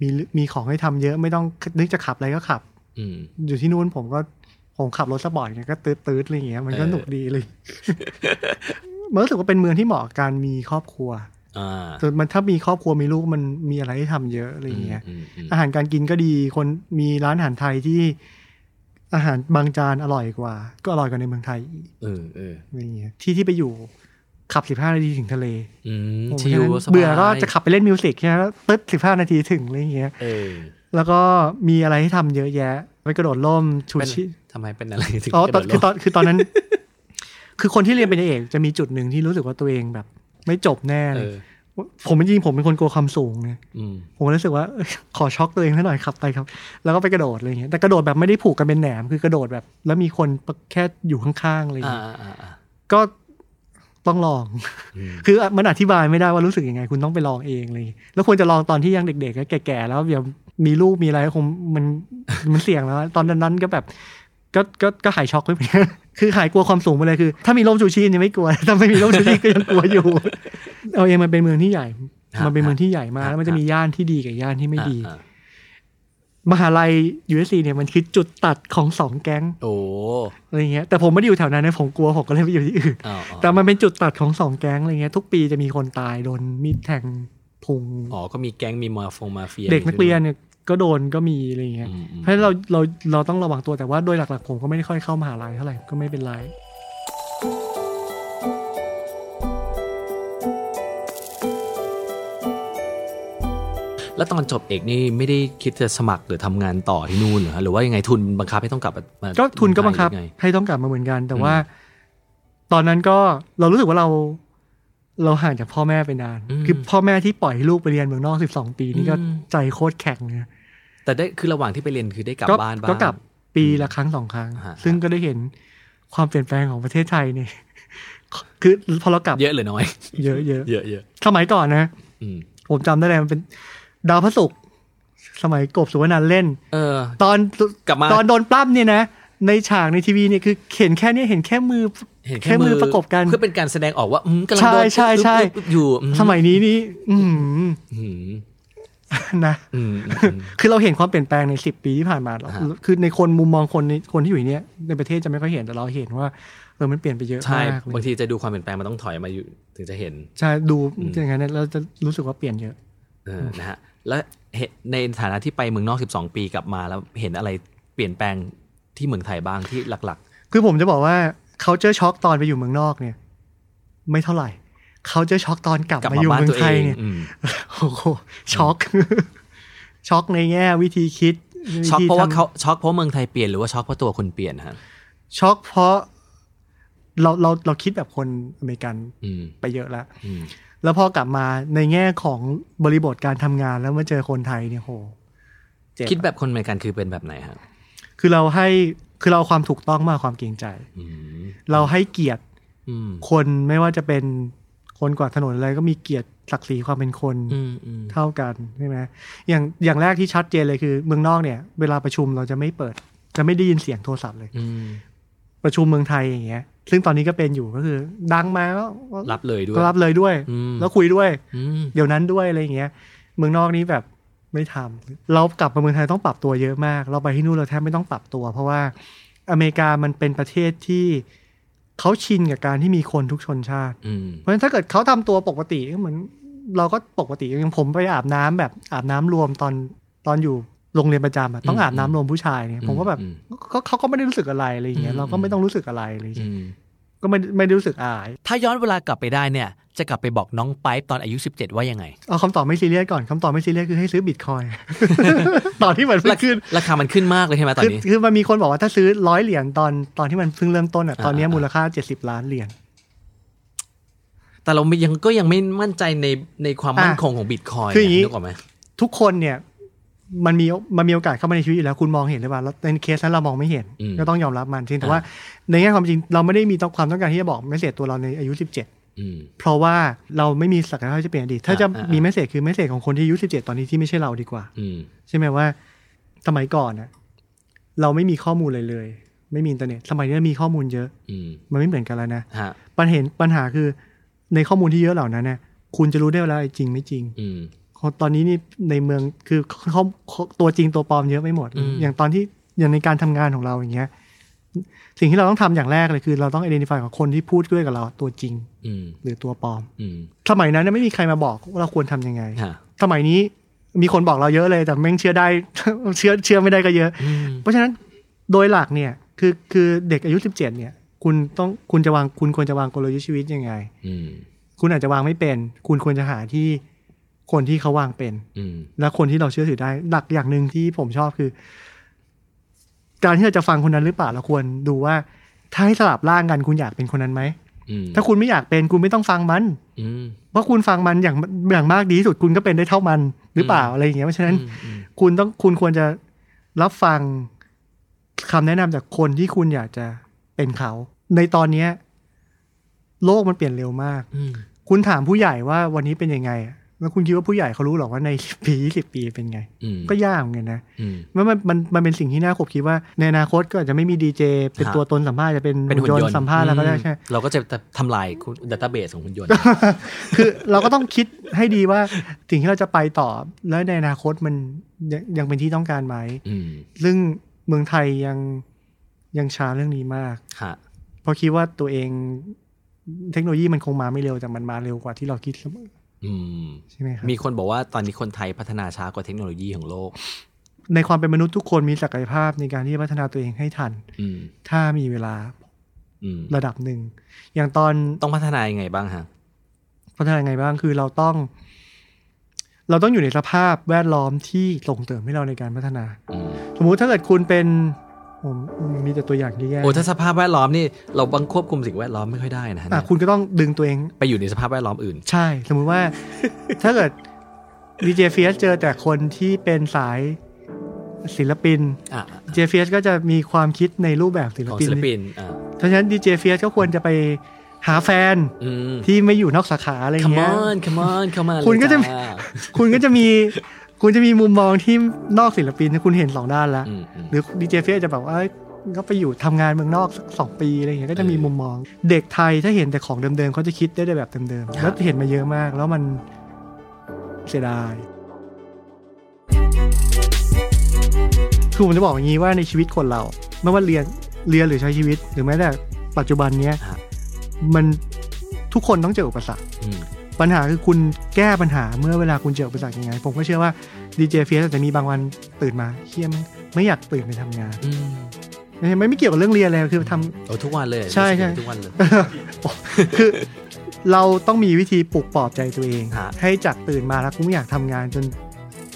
Speaker 9: มีมีของให้ทำเยอะไม่ต้องนึกจะขับอะไรก็ขับ
Speaker 4: อืม
Speaker 9: อยู่ที่นู้นผมก็ผมขับรถสปอร์ตเนี่ยก็ตืดตืดๆอะไรอย่างเงี้ยมันก็
Speaker 4: เออ
Speaker 9: หนุกดีเลย [LAUGHS] มันรู้สึกว่าเป็นเมืองที่เหมาะกับการมีครอบครัว
Speaker 4: อ่า
Speaker 9: แต่มันถ้ามีครอบครัวมีลูกมันมีอะไรให้ทำเยอะอะไรอย่างเงี้ย
Speaker 4: อืมอืม
Speaker 9: อาหารการกินก็ดีคนมีร้านอาหารไทยที่อาหารบางจานอร่อยกว่า ก็อร่อยกว่าในเมืองไทยอีก
Speaker 4: เออเออ
Speaker 9: อะไรอย่างเงี้ยที่ที่ไปอยู่ขับสิบห้านาทีถึงทะเล
Speaker 4: อืม
Speaker 9: โอ้โห
Speaker 4: ชิลสบาย
Speaker 9: เบื่อก็จะขับไปเล่นมิวสิกใช่ไหมแล้วตึ๊ดสิบห้านาทีถึงอะไรอย่างเงี้ย
Speaker 4: เออ
Speaker 9: แล้วก็มีอะไรให้ทำเยอะแยะไปกระโดดร่มชู
Speaker 4: เป็น
Speaker 9: ชี
Speaker 4: ทำไมเป็นอะไรถึง
Speaker 9: อ๋อตอน
Speaker 4: กระโดด
Speaker 9: คือต
Speaker 4: ร่ม
Speaker 9: อนคือตอนนั้น คือคนที่เรียนเป็นเอกจะมีจุดหนึ่งที่รู้สึกว่าตัวเองแบบ ไม่จบแน่
Speaker 4: เอ
Speaker 9: เลย
Speaker 4: อ
Speaker 9: ผมจริงๆผมเป็นคนกลัวความสูงไง
Speaker 4: อืม
Speaker 9: ผมก็รู้สึกว่า [LAUGHS] เอ้ยขอช็อกตัวเองให้หน่อยครับไปครับ แล้วก็ไปกระโดดอะไรอย่างเงี้ยแต่กระโดดแบบไม่ได้ผูกกันเป็นแหนม คือกระโดดแบบ แล้วมีคนแค่อยู่ข้างๆอะไรอย่าง
Speaker 4: อ่า
Speaker 9: เงี้ย
Speaker 4: อ่าอ่า
Speaker 9: ก็ต้องลอง คือมันอธิบายไม่ได้ว่ารู้สึกยังไง คุณต้องไปลองเองอะไรอย่างเลยแล้วควรจะลองตอนที่ยังเด็กๆแล้วแก่ๆแล้วเดี๋ยวมีลูกมีอะไรคงมันมันเสี่ยงแล้ว ตอนนั้นๆก็แบบก็ก็ก็หายช็อกไปเหมือนกัน [LAUGHS] คือหายกลัวความสูงไปเลยคือ ถ้ามีร่มชูชีพยังไม่กลัว [LAUGHS] ถ้าไม่มีร่มชูชีพก็ยังกลัวอยู่ [LAUGHS] เอาเองมันเป็นเมืองที่ใหญ่ มันเป็นเมืองที่ใหญ่มากแล้วมันจะมีย่านที่ดีกับย่านที่ไม่ดี
Speaker 4: อ่าอ่าม
Speaker 9: หาลัย USC เนี่ยมันคือจุดตัดของสองแก๊ง
Speaker 4: โอ้
Speaker 9: อะไรเงี้ยแต่ผมไม่ได้อยู่แถวนั้นนะผมกลัวผมก็เลยไปอยู่ที่อื่น
Speaker 4: อ้าว
Speaker 9: แต่มันเป็นจุดตัดของสองแก๊งอะไรเงี้ยทุกปีจะมีคนตายโดนมีดแทงพุง
Speaker 4: อ๋อ ก็มีแก๊งมีมาฟงมาเฟีย
Speaker 9: เด็กนักเรียนเนี่ยก็โดนก็มีอะไรเงี้ย
Speaker 4: อืมอืม
Speaker 9: เพราะฉะนั้นเราเราเราต้องระวังตัวแต่ว่าโดยหลักๆผมก็ไม่ได้ค่อยเข้ามหาลัยเท่าไหร่ก็ไม่เป็นไร
Speaker 4: แล้วตอนจบเอกนี่ไม่ได้คิดจะสมัครหรือทำงานต่อที่นู่นเหรอฮะหรือว่ายังไงทุนบังคับให้ต้องกลับมามา
Speaker 9: ก็ทุนก็บังคับ
Speaker 4: ไทยหรือไ
Speaker 9: ให้ต้องกลับมาเหมือนกัน แต่ว่า ตอนนั้นก็เรารู้สึกว่าเรา เราห่างจากพ่อแม่ไปนาน
Speaker 4: อืม
Speaker 9: คือพ่อแม่ที่ปล่อยให้ลูกไปเรียนเมืองนอก 12 ปีนี่ก็
Speaker 4: อืม
Speaker 9: ใจโคตรแข็งเลย
Speaker 4: แต่ได้คือระหว่างที่ไปเรียนคือได้กลับบ้านบ้าง
Speaker 9: ก็กลับปีละครั้งสองครั้ง
Speaker 4: ฮะ
Speaker 9: ซึ่งก็ได้เห็นความเปลี่ยนแปลงของประเทศไทยเนี่ย [LAUGHS] คือพอเรากลับ
Speaker 4: เยอะหรือ
Speaker 9: [LAUGHS]
Speaker 4: น้อย
Speaker 9: เยอะเยอะ
Speaker 4: เยอะเยอะ
Speaker 9: สมัยก่อนนะ
Speaker 4: อืม
Speaker 9: ผมจำได้เลยมันเป็น ดาวพระศุกร์ สมัยกบสุวรรณันท์เล่น
Speaker 4: เออ
Speaker 9: ตอน
Speaker 4: กลับมา
Speaker 9: ตอนโดนปล้ำเนี่ยนะ ในฉากในทีวีเนี่ยคือเห็นแค่เนี้เห็นแค่มือ
Speaker 4: เห็น
Speaker 9: มือประกบกัน
Speaker 4: เพื่อเป็นการแสดงออกว่าอืมกำลัง
Speaker 9: ใช่
Speaker 4: โดน
Speaker 9: ใช่ใช่
Speaker 4: อึ๊บอึ๊บอึ๊บอยู่อื
Speaker 9: สมัยนี้นี่ อือหือ
Speaker 4: อืม
Speaker 9: นะ
Speaker 4: อืมอืม
Speaker 9: คือเราเห็นความเปลี่ยนแปลงในสิบปีที่ผ่านมาหรอก
Speaker 4: ฮะ
Speaker 9: คือในคนมุมมองคนในคนที่อยู่ในเนี้ยในประเทศจะไม่ค่อยเห็นแต่เราเห็นว่าเออมันเปลี่ยนไปเยอะ
Speaker 4: [LAUGHS] ใช่
Speaker 9: มากเลย
Speaker 4: บางทีจะดูความเปลี่ยนแปลงมันต้องถอยมาอยู่ถึงจะเห็น
Speaker 9: ใช่ดูอย่างนั้นเราจะรู้สึกว่าเปลี่ยนเยอะ
Speaker 4: เออนะฮะแล้วเห็นในฐานะที่ไปเมืองนอก 12 ปีกลับมาแล้วเห็นอะไรเปลี่ยนแปลงที่เมืองไทยบ้างที่หลัก
Speaker 9: คือผมจะบอกว่าเขาเจอช็อกตอนไปอยู่เมืองนอกเนี่ย ไม่เท่าไหร่เขาเจอช็อกตอนกลับ
Speaker 4: ๆ กลับ
Speaker 9: มา
Speaker 4: มา
Speaker 9: อยู่
Speaker 4: บ้าน
Speaker 9: เมือ
Speaker 4: ตัว
Speaker 9: ง
Speaker 4: เอ
Speaker 9: ไทย
Speaker 4: ง
Speaker 9: เนี่ย
Speaker 4: อืม
Speaker 9: โอ้โหช็อก [LAUGHS] ช็อกในแง่วิธีคิด
Speaker 4: ช็อก
Speaker 9: ธี
Speaker 4: เพราะว่า
Speaker 9: ทำ
Speaker 4: เขาช็อกเพราะเมืองไทยเปลี่ยนหรือว่าช็อกเพราะตัวคนเปลี่ยนฮะ
Speaker 9: ช็อกเพราะเราเราเราคิดแบบคนอเมริกัน
Speaker 4: อืม
Speaker 9: ไปเยอะแล้ว
Speaker 4: อืม
Speaker 9: แล้วพอกลับมาในแง่ของบริบทการทำงานแล้วมาเจอคนไทยเนี่ยโหเจ็อะ
Speaker 4: คิดแบบคนอเมริกันคือเป็นแบบไหนฮะ
Speaker 9: คือเราให้คือเราเอาความถูกต้องมากกว่าความเกรงใจ
Speaker 4: อืม
Speaker 9: เราให้เกียรติ
Speaker 4: อืม
Speaker 9: คนไม่ว่าจะเป็นคนกวาดถนนอะไรก็มีเกียรติศักดิ์ศรีความเป็นคน
Speaker 4: อืมอืม
Speaker 9: เท่ากันใช่ไหมอย่างอย่างแรกที่ชัดเจนเลยคือ เมืองนอกเนี่ย เวลาประชุมเราจะไม่เปิด จะไม่ได้ยินเสียงโทรศัพท์เลย
Speaker 4: อืม
Speaker 9: ประชุมเมืองไทยอย่างเงี้ย ซึ่งตอนนี้ก็เป็นอยู่ก็คือ ดังมาก็
Speaker 4: รับเลยด้วย
Speaker 9: ก็รับเลยด้วย
Speaker 4: อืม
Speaker 9: แล้วคุยด้วย
Speaker 4: อืม
Speaker 9: เดี๋ยวนั้นด้วยอะไรอย่างเงี้ย เมืองนอกนี้แบบไม่ทำเรากลับมาเมืองไทยต้องปรับตัวเยอะมาก เราไปที่นู่นเราแทบไม่ต้องปรับตัว เพราะว่าอเมริกามันเป็นประเทศที่เขาชินกับการที่มีคนทุกชนชาติ
Speaker 4: อืม
Speaker 9: เพราะฉะนั้นถ้าเกิดเขาทำตัวปกติก็เหมือน เราก็ปกติอย่างผมไปอาบน้ำแบบอาบน้ำรวมตอนตอนอยู่โรงเรียนประจำอะต้องอาบน้ำรวมผู้ชายเนี่ยผมก็แบบ
Speaker 4: อื
Speaker 9: ก็เขาก็ไม่ได้รู้สึกอะไรอะไรอย่างเงี้ย
Speaker 4: อืม
Speaker 9: เราก็ไม่ต้องรู้สึกอะไรอะไรอย่าง
Speaker 4: อื
Speaker 9: เงี้ย
Speaker 4: ม
Speaker 9: ก็ไม่ไม่ได้รู้สึกอาย
Speaker 10: ถ้าย้อนเวลากลับไปได้เนี่ย จะกลับไปบอกน้องไปป์ตอนอายุ 17 ว่ายังไง
Speaker 9: เอาคำตอบไม่ซีเรียสก่อนคำตอบไม่ซีเรียสคือให้ซื้อบิตคอย
Speaker 4: [LAUGHS]
Speaker 9: น์ ตอนที่มันเพิ่งขึ้น
Speaker 4: ราคามันขึ้นมากเลยใช่ไหมตอน
Speaker 9: คือ
Speaker 4: นี้
Speaker 9: คือมันมีคนบอกว่าถ้าซื้อร้อยเหรียญตอนตอนที่มันเพิ่งเริ่มต้นอ่ะ
Speaker 4: อ่า
Speaker 9: ตอนเนี้ยมูลค่าเจ็ดสิบล้านเหรียญ
Speaker 4: แต่เรายังก็ยังไม่มั่นใจในในความมั่น
Speaker 9: อ่ะ
Speaker 4: คงของบิตคอยน์
Speaker 9: คืออย่างงี้
Speaker 4: นึกออกไหม
Speaker 9: ทุกคนเนี่ยมันมีมันมีโอกาสเข้ามาในชีวิตอยู่แล้วคุณมองเห็นหรือเปล่าแล้วในเคสนั้นเรามองไม่เห็น ก็ต้องยอมรับมันจริงแต่ว่าในแง่ความจริงเราไม่ได้มีต้องความต้องการที่จะบอกเมสเซจตัวเราในอายุ 17
Speaker 4: อืม
Speaker 9: เพราะว่าเราไม่มีศักยภาพที่จะเปลี่ยนอดีตถ้าจะ
Speaker 4: อ่าอ่ามี
Speaker 9: มีเมสเซจคือเมสเซจของคนที่อายุ 17 ตอนนี้ที่ไม่ใช่เราดีกว่า
Speaker 4: อืม
Speaker 9: ใช่ไหมว่าสมัยก่อนอ่ะเราไม่มีข้อมูลเลยเลย ไม่มีอินเทอร์เน็ตสมัยนี้มีข้อมูลเยอะ
Speaker 4: อืม
Speaker 9: มันไม่เหมือนกันแล้วนะ
Speaker 4: ฮะ
Speaker 9: ปัญหาปัญหาคือในข้อมูลที่เยอะเหล่านั้นเนี่ยคุณจะรู้ได้ว่าอะไรจริงไม่จริง
Speaker 4: อืม
Speaker 9: คนตอนนี้นี่ในเมืองคือเขาตัวจริงตัวปลอมเยอะไม่หมด
Speaker 4: อืม
Speaker 9: อย่างตอนที่อย่างในการทำงานของเราอย่างเงี้ย สิ่งที่เราต้องทำอย่างแรกเลยคือเราต้อง identify กับคนที่พูดด้วยกับเราตัวจริง
Speaker 4: อืม
Speaker 9: หรือตัวปลอม
Speaker 4: อืม
Speaker 9: สมัยนั้นเนยไม่มีใครมาบอกว่าเราควรทำยังไง
Speaker 4: ฮะ
Speaker 9: สมัยนี้มีคนบอกเราเยอะเลย แต่แม่งเชื่อได้ [LAUGHS] เชื่อเชื่อไม่ได้ก็เยอะ
Speaker 4: อืม
Speaker 9: เพราะฉะนั้นโดยหลักเนี่ยคือคือเด็กอายุ 17 เนี่ย คุณต้องคุณจะวางคุณควรจะวางกลยุทธ์ชีวิตยังไง
Speaker 4: อืม
Speaker 9: คุณอาจจะวางไม่เป็น คุณควรจะหาที่คนที่เขาวางเป็น
Speaker 4: อืม
Speaker 9: และคนที่เราเชื่อถือได้ หลักอย่างหนึ่งที่ผมชอบคือ การที่เราจะฟังคนนั้นหรือเปล่าเราควรดูว่า ถ้าให้สลับร่างกันคุณอยากเป็นคนนั้นไหม
Speaker 4: อืม
Speaker 9: ถ้าคุณไม่อยากเป็นคุณไม่ต้องฟังมัน
Speaker 4: อืม
Speaker 9: เพราะคุณฟังมันอย่างอย่างมากดีที่สุดคุณก็เป็นได้เท่ามันหรือเปล่าอะไรอย่างเงี้ยเพราะฉะนั้น
Speaker 4: อืม
Speaker 9: คุณต้องคุณควรจะรับฟังคำแนะนำจากคนที่คุณอยากจะเป็นเขา ในตอนเนี้ยโลกมันเปลี่ยนเร็วมาก
Speaker 4: อืม
Speaker 9: คุณถามผู้ใหญ่ว่าวันนี้เป็นยังไงอะแล้วคุณคิดว่าผู้ใหญ่เขารู้หรอว่าใน [LAUGHS] ปีสิบปีเป็นไง
Speaker 4: อืม
Speaker 9: ก็ยากเหมือนกันนะ
Speaker 4: อืม
Speaker 9: มันมันมันมันเป็นสิ่งที่น่าขบคิดว่าในอนาคตก็อาจจะไม่มีดีเจเป็น
Speaker 4: ฮะ
Speaker 9: ตัวตนสัมภาษณ์จะเป็น
Speaker 4: เป็น
Speaker 9: หุ่น
Speaker 4: หุ่น
Speaker 9: ย
Speaker 4: ยน
Speaker 9: นต์
Speaker 4: ต์
Speaker 9: สัมภาษณ์แล้วก็ได้ใช่
Speaker 4: อืมเราก็จะทำลายดัตต้าเบสของหุ่นยนต์
Speaker 9: คือเราก็ต้องคิดให้ดีว่าสิ่งที่เราจะไปต่อแล้วในอนาคตมันยังยังเป็นที่ต้องการไหม
Speaker 4: อืม
Speaker 9: ซึ่งเมืองไทยยังยังช้าเรื่องนี้มาก
Speaker 4: ฮะ
Speaker 9: เพราะคิดว่าตัวเองเทคโนโลยีมันคงมาไม่เร็วแต่มันมาเร็วกว่าที่เราคิดเสมอ
Speaker 4: อืม
Speaker 9: ใช่ไหมครับ
Speaker 4: มีคนบอกว่าตอนนี้คนไทยพัฒนาช้ากว่าเทคโนโลยีของโลก
Speaker 9: ในความเป็นมนุษย์ทุกคนมีศักยภาพในการที่จะพัฒนาตัวเองให้ทัน
Speaker 4: อืม
Speaker 9: ถ้ามีเวลา
Speaker 4: อืม
Speaker 9: ระดับหนึ่ง อย่างตอน
Speaker 4: ต้องพัฒนายังไงบ้างฮะ
Speaker 9: พัฒนายังไงบ้างคือเราต้อง เราต้องอยู่ในสภาพแวดล้อมที่ส่งเสริมให้เราในการพัฒนา
Speaker 4: อืม
Speaker 9: สมมุติถ้าเกิดคุณเป็นผมมีแต่ตัวอย่างแย่ๆ
Speaker 4: โอ้ถ้าสภาพแวดล้อมนี่เราบังควบคุมสิ่งแวดล้อมไม่ค่อยได้นะฮะ
Speaker 9: อ่ะ
Speaker 4: เนี่ย
Speaker 9: คุณก็ต้องดึงตัวเอง
Speaker 4: ไปอยู่ในสภาพแวดล้อมอื่น
Speaker 9: ใช่ สมมุติว่า ถ้าเกิดดีเจเฟียสเจอแต่คนที่เป็นสายศิลปิน
Speaker 4: อ่ะ
Speaker 9: ดีเจเฟียสก็จะมีความคิดในรูปแบบศิล
Speaker 4: ของ
Speaker 9: ปิน
Speaker 4: ศิลปินอ่ะ
Speaker 9: เพราะฉะนั้นดีเจเฟียสก็ควรจะไปหาแฟน
Speaker 4: อืม
Speaker 9: ที่ไม่อยู่นอกสาขาอะไรอย่าง
Speaker 4: come
Speaker 9: เงี้ย
Speaker 4: on come on เข้ามาเลย
Speaker 9: [LAUGHS] คุณก็จะ
Speaker 4: า
Speaker 9: คุณก็จะมี คุณจะมีมุมมองที่นอกศิลปินนะคุณเห็นสองด้านละ
Speaker 8: อืมอืม
Speaker 9: หรือดีเจเฟียจะแบบว่าเอ้ยก็ไปอยู่ทำงานเมืองนอกสักสองปีอะไรอย่างเงี้ยก็จะมีมุมมอง เด็กไทยถ้าเห็นแต่ของเดิมๆเขาจะคิดได้แต่แบบเดิมๆแล้วเห็นมาเยอะมาก แล้วมันเสียดาย คือผมจะบอกอย่างนี้ว่าในชีวิตคนเรา ไม่ว่าเรียนเรียนหรือใช้ชีวิต หรือแม้แต่ปัจจุบันเนี้ย
Speaker 8: ฮะ
Speaker 9: มันทุกคนต้องเจออุปสรรค
Speaker 8: อืม
Speaker 9: ปัญหาคือคุณแก้ปัญหาเมื่อเวลาคุณเจออุปสรรคยังไง ผมก็เชื่อว่าดีเจเฟียสอาจจะมีบางวันตื่นมาเฮียมงไม่อยากตื่นไปทำงาน
Speaker 8: อืม
Speaker 9: ไม่ไม่เกี่ยวกับเรื่องเรียนเลยคือทำ
Speaker 8: โอ้ทุกวันเลย
Speaker 9: ใช่ใช่
Speaker 8: ทุกวันเลย
Speaker 9: คือเราต้องมีวิธีปลุกปลอบใจตัวเอง
Speaker 8: ฮะ
Speaker 9: ให้จากตื่นมาแล้วกูไม่อยากทำงานจน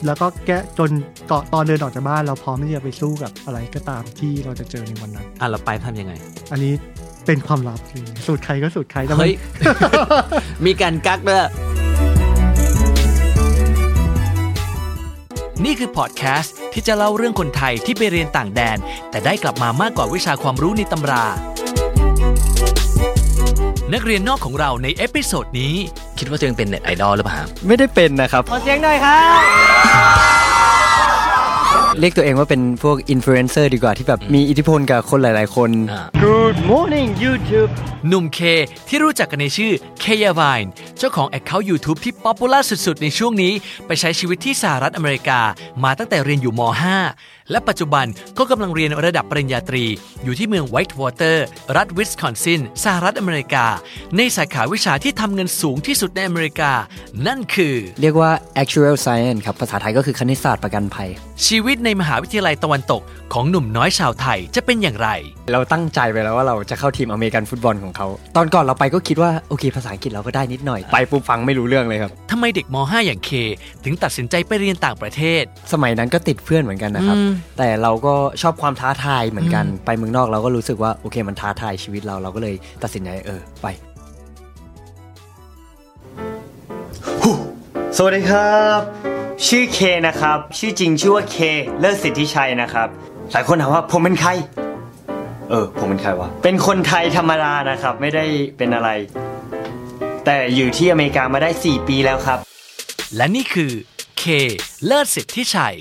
Speaker 9: แล้วก็แก้จนเกาะตอนเดินออกจากบ้าน เราพร้อมที่จะไปสู้กับอะไรก็ตามที่เราจะเจอในวันนั้น
Speaker 8: อ่ะเราไปทำยังไง
Speaker 9: อันนี้เป็นความลับจริงสูตรใครก็สูตรใครแต่
Speaker 4: [LAUGHS]
Speaker 9: มัน
Speaker 8: เฮ้ย มีการกักด้วย
Speaker 2: นี่คือพอดแคสต์ที่จะเล่าเรื่องคนไทยที่ไปเรียนต่างแดน แต่ได้กลับมามากกว่าวิชาความรู้ในตำรา นักเรียนนอกของเราในเอพิโซดนี้
Speaker 4: คิดว่าตัวเองเป็นเน็ตไอดอลหรือเปล่าครับ
Speaker 11: ไม่ได้เป็นนะครับ ขอเสียงหน่อยครับ เรียกตัวเองว่าเป็นพวกอินฟลูเอนเซอร์ดีกว่าที่แบบมีอิทธิพลกับคนหลาย ๆ คน
Speaker 4: อ่า
Speaker 2: หนุ่มเคที่รู้จักกันในชื่อเคยาวายน์เจ้าของแอคเคาท์ YouTube ที่ป๊อปปูล่าสุดๆ ในช่วงนี้ ไปใช้ชีวิตที่สหรัฐอเมริกา มาตั้งแต่เรียนอยู่ม .5 และปัจจุบันก็กำลังเรียนระดับปริญญาตรี อยู่ที่เมืองไวท์วอเตอร์รัฐวิสคอนซินสหรัฐอเมริกา ในสาขาวิชาที่ทำเงินสูงที่สุดในอเมริกา นั่นคือ
Speaker 11: เรียกว่า actual science ครับ ภาษาไทยก็คือคณิตศาสตร์ประกันภัย
Speaker 2: ชีวิตในมหาวิทยาลัยตะวันตกของหนุ่มน้อยชาวไทยจะเป็นอย่างไร
Speaker 11: เราตั้งใจไปแล้วว่าเราจะเข้าทีมอเมริกันฟุตบอลของเขา ตอนก่อนเราไปก็คิดว่า โอเค ภาษาอังกฤษเราก็ได้นิดหน่อย ไปปุ๊บฟังไม่รู้เรื่องเลยครับ
Speaker 2: ทำไมเด็กม .5 อย่างเค ถึงตัดสินใจไปเรียนต่างประเทศ
Speaker 11: สมัยนั้นก็ติดเพื่อนเหมือนกันนะครับ แต่เราก็ชอบความท้าทายเหมือนกัน ไปเมืองนอกเราก็รู้สึกว่าโอเค มันท้าทายชีวิตเราเราก็เลยตัดสินใจเออไป
Speaker 12: สวัสดีครับ ชื่อเคนะครับ ชื่อจริงชื่อว่าเคเลิศสิทธิชัยนะครับ หลายคนถามว่าผมเป็นใคร เออ ผมเป็นใครวะ เป็นคนไทยธรรมดานะครับ ไม่ได้เป็นอะไร แต่อยู่ที่อเมริกามาได้ 4 ปีแล้วครับ
Speaker 2: และนี่คือเคเลิศสิทธิชัย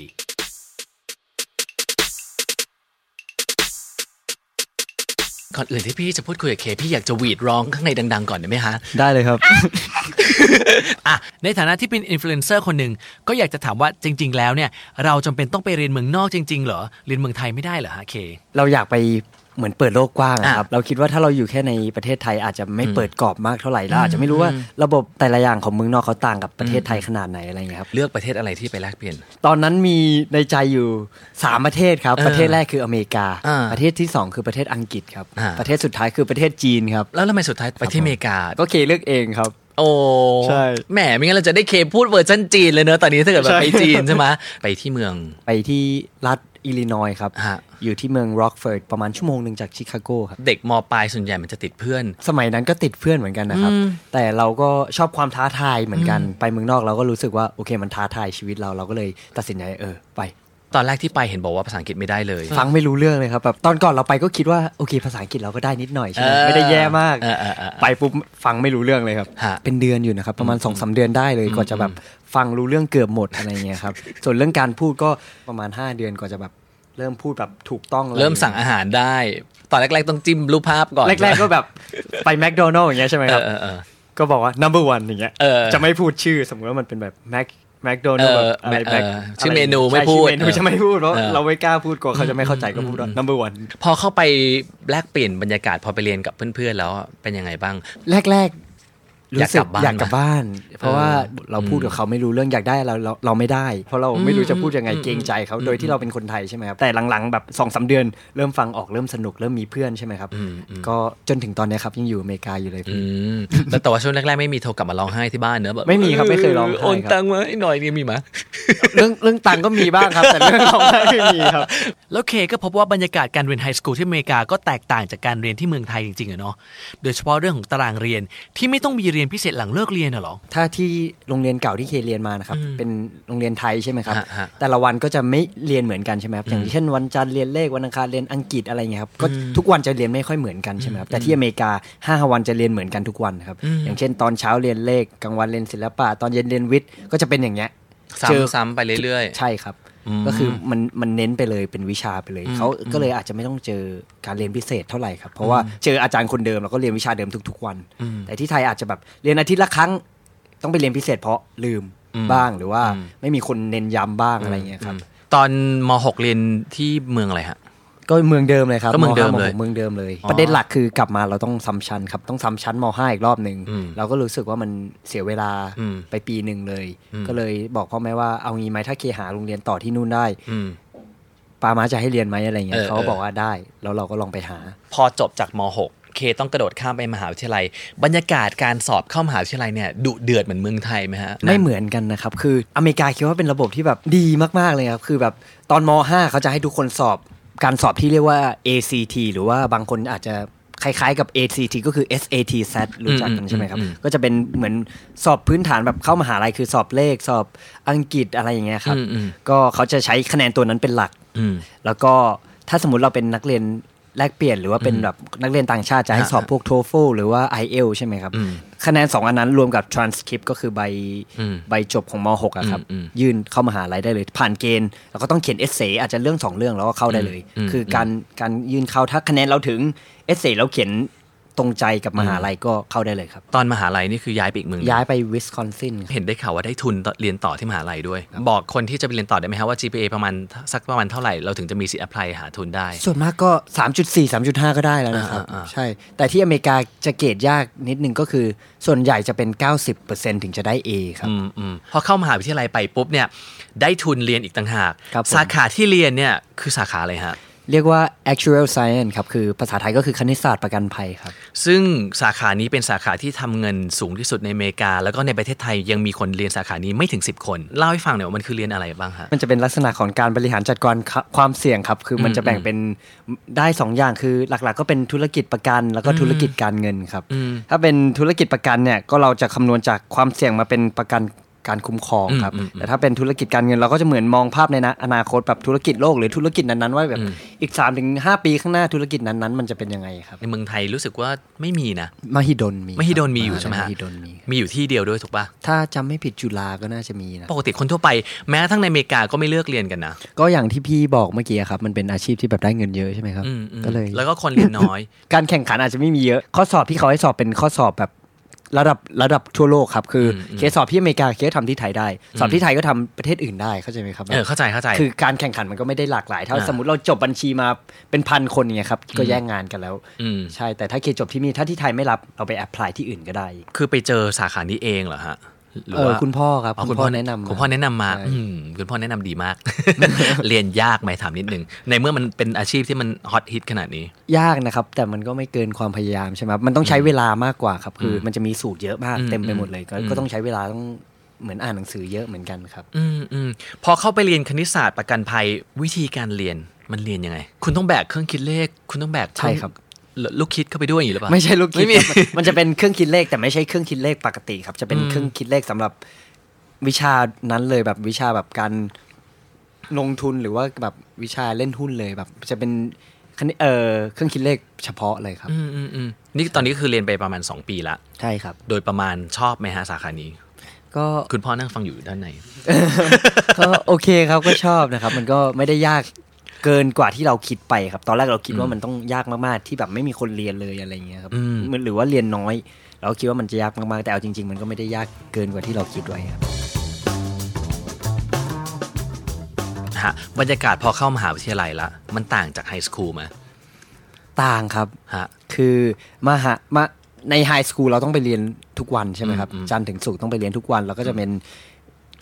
Speaker 4: ก่อนอื่นที่พี่จะพูดคุยกับเค พี่อยากจะหวีดร้องข้างในดัง ๆ ก่อนได้ไหมฮะ
Speaker 11: ได้เลยครับ
Speaker 2: อ่ะ ในฐานะที่เป็นอินฟลูเอนเซอร์คนหนึ่ง ก็อยากจะถามว่าจริง ๆ แล้วเนี่ย เราจำเป็นต้องไปเรียนเมืองนอกจริง ๆ เหรอ เรียนเมืองไทยไม่ได้เหรอฮะเค
Speaker 11: เราอยากไปเหมือนเปิดโลกกว้างอะครับ เราคิดว่าถ้าเราอยู่แค่ในประเทศไทยอาจจะไม่เปิดกรอบมากเท่าไหร่แล้วอาจจะไม่รู้ว่าระบบแต่ละอย่างของเมืองนอกเขาต่างกับประเทศไทยขนาดไหนอะไรเงี้ยครับ
Speaker 4: เลือกประเทศอะไรที่ไปแลกเปลี่ยน
Speaker 11: ตอนนั้นมีในใจอยู่ 3 ประเทศครับ ประเทศแรกคืออเมริกา
Speaker 4: อ่า
Speaker 11: ประเทศที่ 2 คือประเทศอังกฤษครับ
Speaker 4: อ่า
Speaker 11: ประเทศสุดท้ายคือประเทศจีนครับ
Speaker 4: แล้วทำไมสุดท้ายไปที่อเมริกา
Speaker 11: ก็เคเลือกเองครับ
Speaker 4: โอ้
Speaker 11: ใช่
Speaker 4: แหมไม่งั้นเราจะได้เคพูดเวอร์ชันจีนเลยเนอะตอนนี้ถ้าเกิดแบบไปจีนใช่ไหมไปที่เมือง
Speaker 11: ไปที่รัฐอิลลินอยครับ
Speaker 4: ฮะ
Speaker 11: อยู่ที่เมืองร็อกเฟิร์ดประมาณชั่วโมงหนึ่งจากชิคาโกครับ
Speaker 4: เด็กมปลายส่วนใหญ่มันจะติดเพื่อน
Speaker 11: สมัยนั้นก็ติดเพื่อนเหมือนกันนะครับ แต่เราก็ชอบความท้าทายเหมือนกัน ไปเมืองนอกเราก็รู้สึกว่าโอเคมันท้าทายชีวิตเราเราก็เลยตัดสินใจเออไป
Speaker 4: ตอนแรกที่ไปเห็นบอกว่าภาษาอังกฤษไม่ได้เลย
Speaker 11: ฟังไม่รู้เรื่องเลยครับแบบตอนก่อนเราไปก็คิดว่าโอเค ภาษาอังกฤษเราก็ได้นิดหน่อยใช่ไหม
Speaker 4: เออ
Speaker 11: ไม่ได้แย่มาก
Speaker 4: เออเออเออ
Speaker 11: ไปปุ๊บฟังไม่รู้เรื่องเลยครับ
Speaker 4: ฮะ
Speaker 11: เป็นเดือนอยู่นะครับประมาณ2อสาเดือนได้เลยกว่าจะแบบฟังรู้เรื่องเกือบหมดอะไรเงี้ยครับ ส่วนเรื่องการพูดก็ประมาณ 5 เดือนกว่าจะแบบเริ่มพูดแบบถูกต้องลย
Speaker 4: เริ่มสั่งอาหารได้ ตอนแรก ๆ ต้องจิ้มรูปภาพก่อน
Speaker 11: แรกๆก็แบบไปแม d โดนัลล์อย่างเงี้ยใช่ไหมครับ
Speaker 4: เออเออเออ
Speaker 11: ก็บอกว่า number one อย่างเงี้ย
Speaker 4: เออ
Speaker 11: จะไม่พูดชื่อสมมติว่ามันเป็นแบบแม d แม d โดนัล
Speaker 4: เออบ
Speaker 11: แบอะไร
Speaker 4: เออ
Speaker 11: แม็ก
Speaker 4: ชื่อเมนูไม่พูด
Speaker 11: เมนูจะไม่พูดเพราะ
Speaker 4: เออ
Speaker 11: เราไม่กล้าพูดกลัวเขาจะไม่เข้าใจก็พูดว่า number one
Speaker 4: พอเข้าไปแลกเปลี่ยนบรรยากาศพอไปเรียนกับเพื่อนๆแล้วเป็นยังไงบ้าง
Speaker 11: แรกๆ
Speaker 4: อยาก
Speaker 11: รู้สึ
Speaker 4: กลั
Speaker 11: ก
Speaker 4: บบ้าน
Speaker 11: อยากกลับบ้าน เพราะว่า
Speaker 4: เอ
Speaker 11: เราพูดกับเขาไม่รู้เรื่องอยากได้เราเราเราไม่ได้ เพราะเราไม่รู้จะพูดยังไงเกรงใจเขาโดยที่เราเป็นคนไทยใช่ไหมครับแต่หลังๆแบบสองสามเดือนเริ่มฟังออกเริ่มสนุกเริ่มมีเพื่อนใช่ไหมครับ
Speaker 4: อืมอืม
Speaker 11: ก็จนถึงตอนเนี้ยครับยังอยู่อเมริกาอยู่เลยพี่
Speaker 4: อืมแล้วแต่ว่าช่วงแรกๆไม่มีโทรกลับมาร้องไห้ที่บ้านเนอะแบบ
Speaker 11: ไม่มีครับไม่เคยร้องไห้ครับ
Speaker 4: โอนตังค์มาให้หน่อยนี่มีไหม
Speaker 11: เรื่องเรื่องตังค์ก็มีบ้างครับ แต่เรื่อง [LAUGHS] เราไม่มีครับ
Speaker 2: แล้วเคก็พบว่าบรรยากาศการเรียนไฮสคูลที่อเมริกาก็แตกต่างจากการเรียนที่เมืองไทยจริงๆอะเนาะ โดยเฉพาะเรื่องของตารางเรียนที่ไม่ต้องมีเรียนพิเศษหลังเลิกเรียนอะเหรอ
Speaker 11: ถ้าที่โรงเรียนเก่าที่เคยเรียนมานะครับ เป็นโรงเรียนไทยใช่ไหมครับ
Speaker 4: ฮะฮะ
Speaker 11: แต่ละวันก็จะไม่เรียนเหมือนกันใช่ไหมครับ อย่างเช่นวันจันทร์เรียนเลขวันอังคารเรียนอังกฤษอะไรเงี้ยครับ ก็ทุกวันจะเรียนไม่ค่อยเหมือนกันใช่ไหมครับ แต่ที่อเมริกาห้าวันจะเรียนเหมือนกันทุกวันครับ อย่างเช่น ตอนเช้าเรียนเลขกลางวันเรียนศิลปะตอนเย็นเรียนวิทย์ก็จะเป็นอย่างเงี้ย เจอ
Speaker 4: ซ้ำซ้ำไปเรื่อย
Speaker 11: ใช่ครับ
Speaker 4: อืม
Speaker 11: ก็คือมันมันเน้นไปเลยเป็นวิชาไปเลย
Speaker 4: อืม
Speaker 11: เขา
Speaker 4: อืม
Speaker 11: ก็เลยอาจจะไม่ต้องเจอการเรียนพิเศษเท่าไหร่ครับ เพราะว่าเจออาจารย์คนเดิมแล้วก็เรียนวิชาเดิมทุก ๆ วัน
Speaker 4: อืม
Speaker 11: แต่ที่ไทยอาจจะแบบเรียนอาทิตย์ละครั้ง ต้องไปเรียนพิเศษเพราะลืม
Speaker 4: อืม
Speaker 11: บ้างหรือว่า
Speaker 4: อืม
Speaker 11: ไม่มีคนเน้นย้ำบ้างอะไรเงี้ยครับ
Speaker 4: ตอนม .6 เรียนที่เมืองอะไรฮะ
Speaker 11: ก็เมืองเดิมเลยครับ
Speaker 4: ก็เมืองเดิม
Speaker 11: ห้า
Speaker 4: เลย
Speaker 11: หกเมืองเดิมเลย
Speaker 4: อ๋อ
Speaker 11: ประเด็นหลักคือกลับมาเราต้องซ้ำชั้นครับต้องซ้ำชั้นมห้าอีกรอบหนึ่ง
Speaker 4: อืม
Speaker 11: เราก็รู้สึกว่ามันเสียเวลา
Speaker 4: อืม
Speaker 11: ไปปีหนึ่งเลย
Speaker 4: อืม
Speaker 11: ก็เลยบอกพ่อแม่ว่าเอางี้ไหมถ้าเคหาโรงเรียนต่อที่นู่นได้
Speaker 4: อืม
Speaker 11: ปามาจะให้เรียนไหมอะไรเงี้
Speaker 4: เอย อ
Speaker 11: เขา
Speaker 4: เออ
Speaker 11: บอกว่าได้ แล้วเราก็ลองไปหา
Speaker 4: พอจบจากม .6 เคต้องกระโดดข้ามไปมหาวิทยาลัย บรรยากาศการสอบเข้ามหาวิทยาลัยเนี่ยดุเดือดเหมือนเมืองไทยไหมฮะ
Speaker 11: ไม่เหมือนกันนะครับ คืออเมริกาคิดว่าเป็นระบบที่แบบดีมาก ๆ เลยครับ คือแบบตอนม .5 เขาจะให้ทุกคนสอบการสอบที่เรียกว่า ACT หรือว่าบางคนอาจจะคล้าย ๆ กับ ACT ก็คือ SAT SAT รู้จักกันใช่ไหมครับ
Speaker 4: อืมอืมอืม
Speaker 11: ก็จะเป็นเหมือนสอบพื้นฐานแบบเข้ามหาลัยคือสอบเลขสอบอังกฤษอะไรอย่างเงี้ยครับ
Speaker 4: อืมอืม
Speaker 11: ก็เขาจะใช้คะแนนตัวนั้นเป็นหลัก
Speaker 4: อืม
Speaker 11: แล้วก็ถ้าสมมติเราเป็นนักเรียนแลกเปลี่ยนหรือว่าเป็นแบบนักเรียนต่างชาติจะให้สอบพวกโทฟหรือว่า i อเอลใช่ไหมครับ
Speaker 4: อืม
Speaker 11: คะแนนสองอันนั้นรวมกับ transcript ก็คือใบ
Speaker 4: อืม
Speaker 11: ใบจบของม .6 อะครับ
Speaker 4: อืมอืม
Speaker 11: ยื่นเข้ามหาลัยได้เลย ผ่านเกณฑ์ แล้วก็ต้องเขียนเอเซอาจจะเรื่องสองเรื่องแล้วก็เข้าได้เลย
Speaker 4: อืมอืม
Speaker 11: คือการการยื่นเข้าถ้าคะแนนเราถึงเอเซแล้วเขียนตรงใจกับมหาลัยก็เข้าได้เลยครับ
Speaker 4: ตอนมหาลัยนี่คือย้ายไปอีกเมืองหนึ่ง
Speaker 11: ย้ายไปวิสคอนซิน
Speaker 4: เห็นได้ข่าวว่าได้ทุนต่อเรียนต่อที่มหาลัยด้วย บอกคนที่จะไปเรียนต่อได้ไหมฮะว่า GPA ประมาณสักประมาณเท่าไหร่เราถึงจะมีสิทธิ์ apply หาทุนได้
Speaker 11: ส่วนมากก็ 3.4 3.5 ก็ได้แล้วนะครับ
Speaker 4: อ่าอ่าอ่า
Speaker 11: ใช่ แต่ที่อเมริกาจะเกรดยากนิดนึงก็คือ ส่วนใหญ่จะเป็น 90%ถึงจะได้ A ครับ
Speaker 4: อืมอืมพอเข้ามหาวิทยาลัยไปปุ๊บเนี่ยได้ทุนเรียนอีกต่างหาก
Speaker 11: ครับผม
Speaker 4: สาขาที่เรียนเนี่ยคือสาขาอะไรฮะ
Speaker 11: เรียกว่า actual science ครับ คือภาษาไทยก็คือคณิตศาสตร์ประกันภัยครับ
Speaker 4: ซึ่งสาขานี้เป็นสาขาที่ทำเงินสูงที่สุดในอเมริกา แล้วก็ในประเทศไทยยังมีคนเรียนสาขานี้ไม่ถึง 10 คน เล่าให้ฟังหน่อยว่ามันคือเรียนอะไรบ้างฮะ
Speaker 11: มันจะเป็นลักษณะของการบริหารจัดการคความเสี่ยงครับ คือมันจะแบ่งเป็นได้สองอย่างคือหลักๆ ก็เป็นธุรกิจประกัน แล้วก็ธุรกิจการเงินครับ ถ้าเป็นธุรกิจประกันเนี่ยก็เราจะคำนวณจากความเสี่ยงมาเป็นประกันการคุ้มครองครับ แต่ถ้าเป็นธุรกิจการเงินเราก็จะเหมือนมองภาพในอนาคตแบบธุรกิจโลกหรือธุรกิจนั้นๆว่าแบบอีก3าถึงหปีข้างหน้าธุรกิจนั้นๆมันจะเป็นยังไงครับ
Speaker 4: ในเมืองไทยรู้สึกว่าไม่มีนะ
Speaker 11: มหิดลมีครับ
Speaker 4: มหิดลมีอยู่ใช่ไหมฮะ
Speaker 11: หิดลมี
Speaker 4: มีอยู่ที่เดียวด้วยถูกปะ
Speaker 11: ถ้าจำไม่ผิดจุฬาก็น่าจะมีนะ
Speaker 4: ปกติคนทั่วไปแม้ทั้งในอเมริกาก็ไม่เลือกเรียนกันนะ
Speaker 11: ก็อย่างที่พี่บอกเมื่อกี้ครับมันเป็นอาชีพที่แบบได้เงินเยอะใช่ไหมครับ
Speaker 4: อืมอืม
Speaker 11: ก็เลย
Speaker 4: แล้วก็คนเรียนน้อย
Speaker 11: การแข่งขันอาจจะไม่มีเยอะ ข้อสอบที่เขาให้สอบเป็นข้อสอบแบบระดับระดับทั่วโลกครับ คืออเคสสอบที่อเมริกาเคสทำที่ไทยได้ สอบที่ไทยก็ทำประเทศอื่นได้เข้าใจไหมครับ
Speaker 4: เออเข้าใจเข้าใจ
Speaker 11: คือการแข่งขันมันก็ไม่ได้หลากหลายเท่า
Speaker 4: อ่า
Speaker 11: สมมติเราจบบัญชีมาเป็นพันคนอย่างเงี้ยครับก็แย่งงานกันแล้ว
Speaker 4: ม
Speaker 11: ใช่แต่ถ้าเคจบที่นี่ถ้าที่ไทยไม่รับเราไปแอพพลายที่อื่นก็ได้
Speaker 4: คือไปเจอสาขานี้เองเหรอฮะหรื
Speaker 11: เออ
Speaker 4: ว่า
Speaker 11: คุณพ่อครับ
Speaker 4: อ๋อ
Speaker 11: คุณพ่อแนะนำมา
Speaker 4: คุณพ่อแนะนำมา
Speaker 11: ใช่
Speaker 4: อืมคุณพ่อแนะนำดี
Speaker 11: [LAUGHS]
Speaker 4: มาก เรียนยากไหมถามนิดนึงในเมื่อมันเป็นอาชีพที่มันฮอตฮิตขนาดนี้
Speaker 11: ยากนะครับ แต่มันก็ไม่เกินความพยายามใช่ไหมครับมันต้องใช้เวลามากกว่าครับ คืออมันจะมีสูตรเยอะมาก
Speaker 4: อืม
Speaker 11: เต็มไปหมดเลยก็
Speaker 4: อืม
Speaker 11: ก็ต้องใช้เวลาต้องเหมือนอ่านหนังสือเยอะเหมือนกันครับ
Speaker 4: อืมอืมพอเข้าไปเรียนคณิตศาสตร์ประกันภัยวิธีการเรียนมันเรียนยังไง คุณต้องแบกเครื่องคิดเลข คุณต้องแบกเอง
Speaker 11: ใช่ครับ
Speaker 4: ลูกคิดเข้าไปด้วยอย่างนี้หรือเปล่า
Speaker 11: ไม่ใช่ลูกคิด
Speaker 4: ไม่มี
Speaker 11: ครับ [LAUGHS] มันมันจะเป็นเครื่องคิดเลขแต่ไม่ใช่เครื่องคิดเลขปกติครับ จะเป็นเครื่องคิดเลขสำหรับวิชานั้นเลยแบบวิชาแบบการลงทุนหรือว่าแบบวิชาเล่นหุ้นเลยแบบ จะเป็นคณิตเอ่อเครื่องคิดเลขเฉพาะเลยครับ
Speaker 4: อืมอืมอืมนี่ตอนนี้คือเรียนไปประมาณ 2 ปีละ
Speaker 11: ใช่ครับ
Speaker 4: โดยประมาณชอบไหมฮะสาขานี้
Speaker 11: ก็
Speaker 4: คุณพ่อนั่งฟังอยู่ด้านใน
Speaker 11: ก็โอเคครับก็ชอบนะครับ มันก็ไม่ได้ยากเกินกว่าที่เราคิดไปครับ ตอนแรกเราคิดว่ามันต้องยากมากๆ ที่แบบไม่มีคนเรียนเลยอะไรอย่างเงี้ยครับ
Speaker 4: อืม
Speaker 11: หรือว่าเรียนน้อย เราคิดว่ามันจะยากมากๆแต่เอาจริง ๆ มันก็ไม่ได้ยากเกินกว่าที่เราคิดไว้ครับ
Speaker 4: ฮะบรรยากาศพอเข้ามหาวิทยาลัยละมันต่างจากไฮสคูลไหม
Speaker 11: ต่างครับ
Speaker 4: ฮะ
Speaker 11: คือมาหามาในไฮสคูลเราต้องไปเรียนทุกวันใช่ไหมครับ
Speaker 4: อืมอืม
Speaker 11: จันทร์ถึงศุกร์ต้องไปเรียนทุกวัน แล้วก็จะเป็น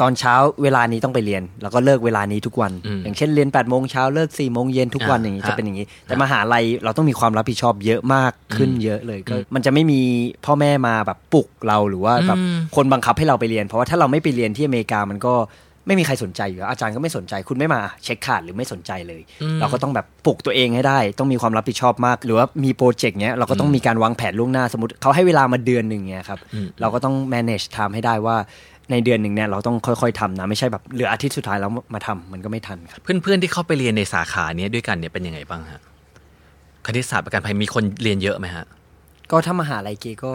Speaker 11: ตอนเช้าเวลานี้ต้องไปเรียน แล้วก็เลิกเวลานี้ทุกวัน อย่างเช่นเรียน8ปดโมงเช้าเลิก4ี่โมงเย็นทุกวันอย่างนี้จะเป็นอย่างนี้ แต่มหาลัยเราต้องมีความรับผิดชอบเยอะมากขึ้นเยอะเลยก็มันจะไม่มีพ่อแม่มาแบบปลุกเราหรือว่าแบบคนบังคับให้เราไปเรียน เพราะว่าถ้าเราไม่ไปเรียนที่อเมริกามันก็ไม่มีใครสนใจอยู่แล้วอาจารย์ก็ไม่สนใจคุณไม่มาเช็คขาดหรือไม่สนใจเลย เราก็ต้องแบบปลุกตัวเองให้ได้ ต้องมีความรับผิดชอบมาก หรือว่ามีโปรเจกต์เนี้ยเราก็ต้องมีการวางแผนล่วงหน้าสมมติเขาให้เวลามาเดือนหนึ่งเนี้ยครับเราก็ต้อง manage time ให้ได้ว่าในเดือนหนึ่งเนี่ยเราต้องค่อยๆทำนะไม่ใช่แบบเหลืออาทิตย์สุดท้ายแล้วมาทำมันก็ไม่ทันครับ
Speaker 4: เพื่อนๆที่เข้าไปเรียนในสาขาเนี้ยด้วยกันเนี่ยเป็นยังไงบ้างฮะคณิตศาสตร์ประกันภัยมีคนเรียนเยอะไหมฮะ
Speaker 11: ก็ถ้ามหาลัยเกก็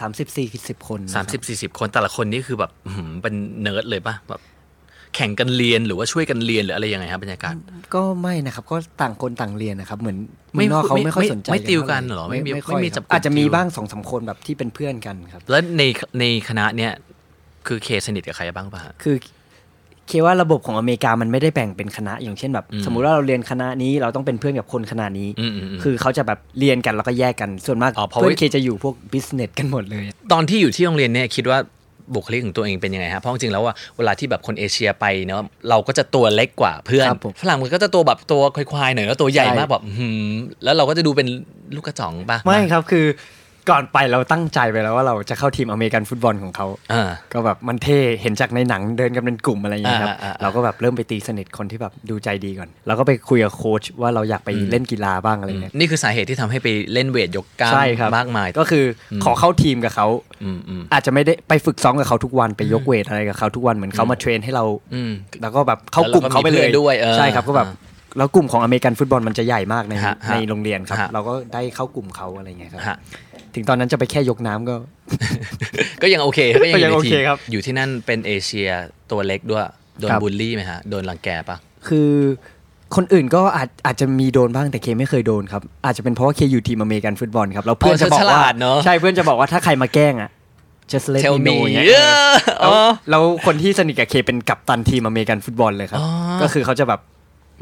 Speaker 11: สามสิบสี่สิบคนนะค
Speaker 4: สา
Speaker 11: รั
Speaker 4: ม
Speaker 11: บ
Speaker 4: สิบสี่สิบคนแต่ละคนนี่คือแบบอื้อหือเป็นเนิร์ดเลยป่ะแบบแข่งกันเรียนหรือว่าช่วยกันเรียนหรืออะไรยังไงครับบรรยากาศ
Speaker 11: ก็ไม่นะครับก็ต่างคนต่างเรียนนะครับ เหมือน
Speaker 4: ไม่
Speaker 11: เมืองนอกเขาไม่ค่อยสนใจ
Speaker 4: ไม่ไม่ติวกัน
Speaker 11: ท่าไ
Speaker 4: เหรอไม่มี
Speaker 11: ไม่ค่อย
Speaker 4: ไม่มี
Speaker 11: ค
Speaker 4: จั
Speaker 11: รั
Speaker 4: บบ กลุ่ม
Speaker 11: อาจจะมี
Speaker 4: ติว
Speaker 11: บ้างสองสามคนแบบที่เป็นเพื่อนกันครับ
Speaker 4: แล้วในในคณะเนี่ยคือเคสนิทกับใครบ้างป่ะฮะ
Speaker 11: คือเคดว่าระบบของอเมริกามันไม่ได้แบ่งเป็นคณะ อย่างเช่นแบบ
Speaker 4: อืม
Speaker 11: สมมุติว่าเราเรียนคณะนี้เราต้องเป็นเพื่อนกับคนคณะนี้
Speaker 4: อืมอืมอืม
Speaker 11: คือเขาจะแบบเรียนกันแล้วก็แยกกันส่วนมาก
Speaker 4: อ๋อเพราะว่า
Speaker 11: เพื่อนเคจะอยู่พวกบิสเนสกันหมดเลย
Speaker 4: ตอนที่อยู่ที่โรงเรียนเนี่ยคิดว่าบุคลิกของตัวเองเป็นยังไงฮะเพราะจริงๆแล้วว่าเวลาที่แบบคนเอเชียไปเนาะเราก็จะตัวเล็กกว่าเพื่อน
Speaker 11: ครับผม
Speaker 4: ฝรั่งมันก็จะตัวแบบตัวควายๆหน่อยแล้วตัวใหญ่
Speaker 11: ใช่
Speaker 4: มากแบบอื้อหือแล้วเราก็จะดูเป็นลูกกระจองป่ะ
Speaker 11: ไม่ครับคือก่อนไปเราตั้งใจไปแล้วว่าเราจะเข้าทีมอเมริกันฟุตบอลของเขา
Speaker 4: อ่า
Speaker 11: ก็แบบมันเท่เห็นจากในหนังเดินกันเป็นกลุ่มอะไรอย่างเงี้ยครับ
Speaker 4: อ่าอ่าอ่า
Speaker 11: เราก็แบบเริ่มไปตีสนิทคนที่แบบดูใจดีก่อน เราก็ไปคุยกับโค้ชว่าเราอยากไป
Speaker 4: อืม
Speaker 11: เล่นกีฬาบ้างอะไรเงี้ย
Speaker 4: นี่คือสาเหตุที่ทำให้ไปเล่นเวทยกกล้าม
Speaker 11: ใช่ครับ
Speaker 4: มากมาย
Speaker 11: ก็คืออ
Speaker 4: ม
Speaker 11: ขอเข้าทีมกับเขา
Speaker 4: อืมอืม
Speaker 11: อาจจะไม่ได้ไปฝึกซ้อมกับเขาทุกวันไปยกเวทอะไรกับเขาทุกวันเหมือนเขามาเทรนให้เรา
Speaker 4: อืม
Speaker 11: แล้วก็แบบเข้ากลุ่มเขาไป
Speaker 4: แล้วเราก็มี
Speaker 11: เล
Speaker 4: เพื่
Speaker 11: ย
Speaker 4: อนด้วยเออ
Speaker 11: ใช่ครับก็แบบแล้วกลุ่มของอเมริกันฟุตบอลมันจะใหญ่มากใน
Speaker 4: ฮะฮะ
Speaker 11: ในโรงเรียนครับ
Speaker 4: ฮะ
Speaker 11: เราก็ได้เข้ากลุ่มเขาอะไรเงี้ยครับ
Speaker 4: ฮะ [LAUGHS]
Speaker 11: ถึงตอนนั้นจะไปแค่ยกน้ำก็
Speaker 4: ก็ยังโอเค
Speaker 11: ก็ยัง
Speaker 4: ใน
Speaker 11: โอ
Speaker 4: ที
Speaker 11: เคครับ
Speaker 4: อยู่ที่นั่นเป็นเอเชียตัวเล็กด้วยโดน
Speaker 11: ครับ
Speaker 4: บูลลี่ไหมฮะโดนรังแกปะ
Speaker 11: คือคนอื่นก็อาจอาจจะมีโดนบ้างแต่เคไม่เคยโดนครับ อาจจะเป็นเพราะว่าเคอยู่ทีมอเมริกันฟุตบอลครับแล้วเพื่อน
Speaker 4: เออ
Speaker 11: จะบอก
Speaker 4: ฉ
Speaker 11: ว่า
Speaker 4: ลาดเนอะ
Speaker 11: ใช่เพื่อนจะบอกว่าถ้าใครมาแกล้งอ่ะ just let
Speaker 4: Tell
Speaker 11: me
Speaker 4: me
Speaker 11: know อย่างเงี้ย
Speaker 4: เอ
Speaker 11: เอ
Speaker 4: อ
Speaker 11: อ
Speaker 4: อ๋อ
Speaker 11: แล้วแล้วคนที่สนิทกับเคเป็นกัปตันทีมอเมริกันฟุตบอลเลยครับ
Speaker 4: อ๋อ
Speaker 11: ก็คือเขาจะแบบ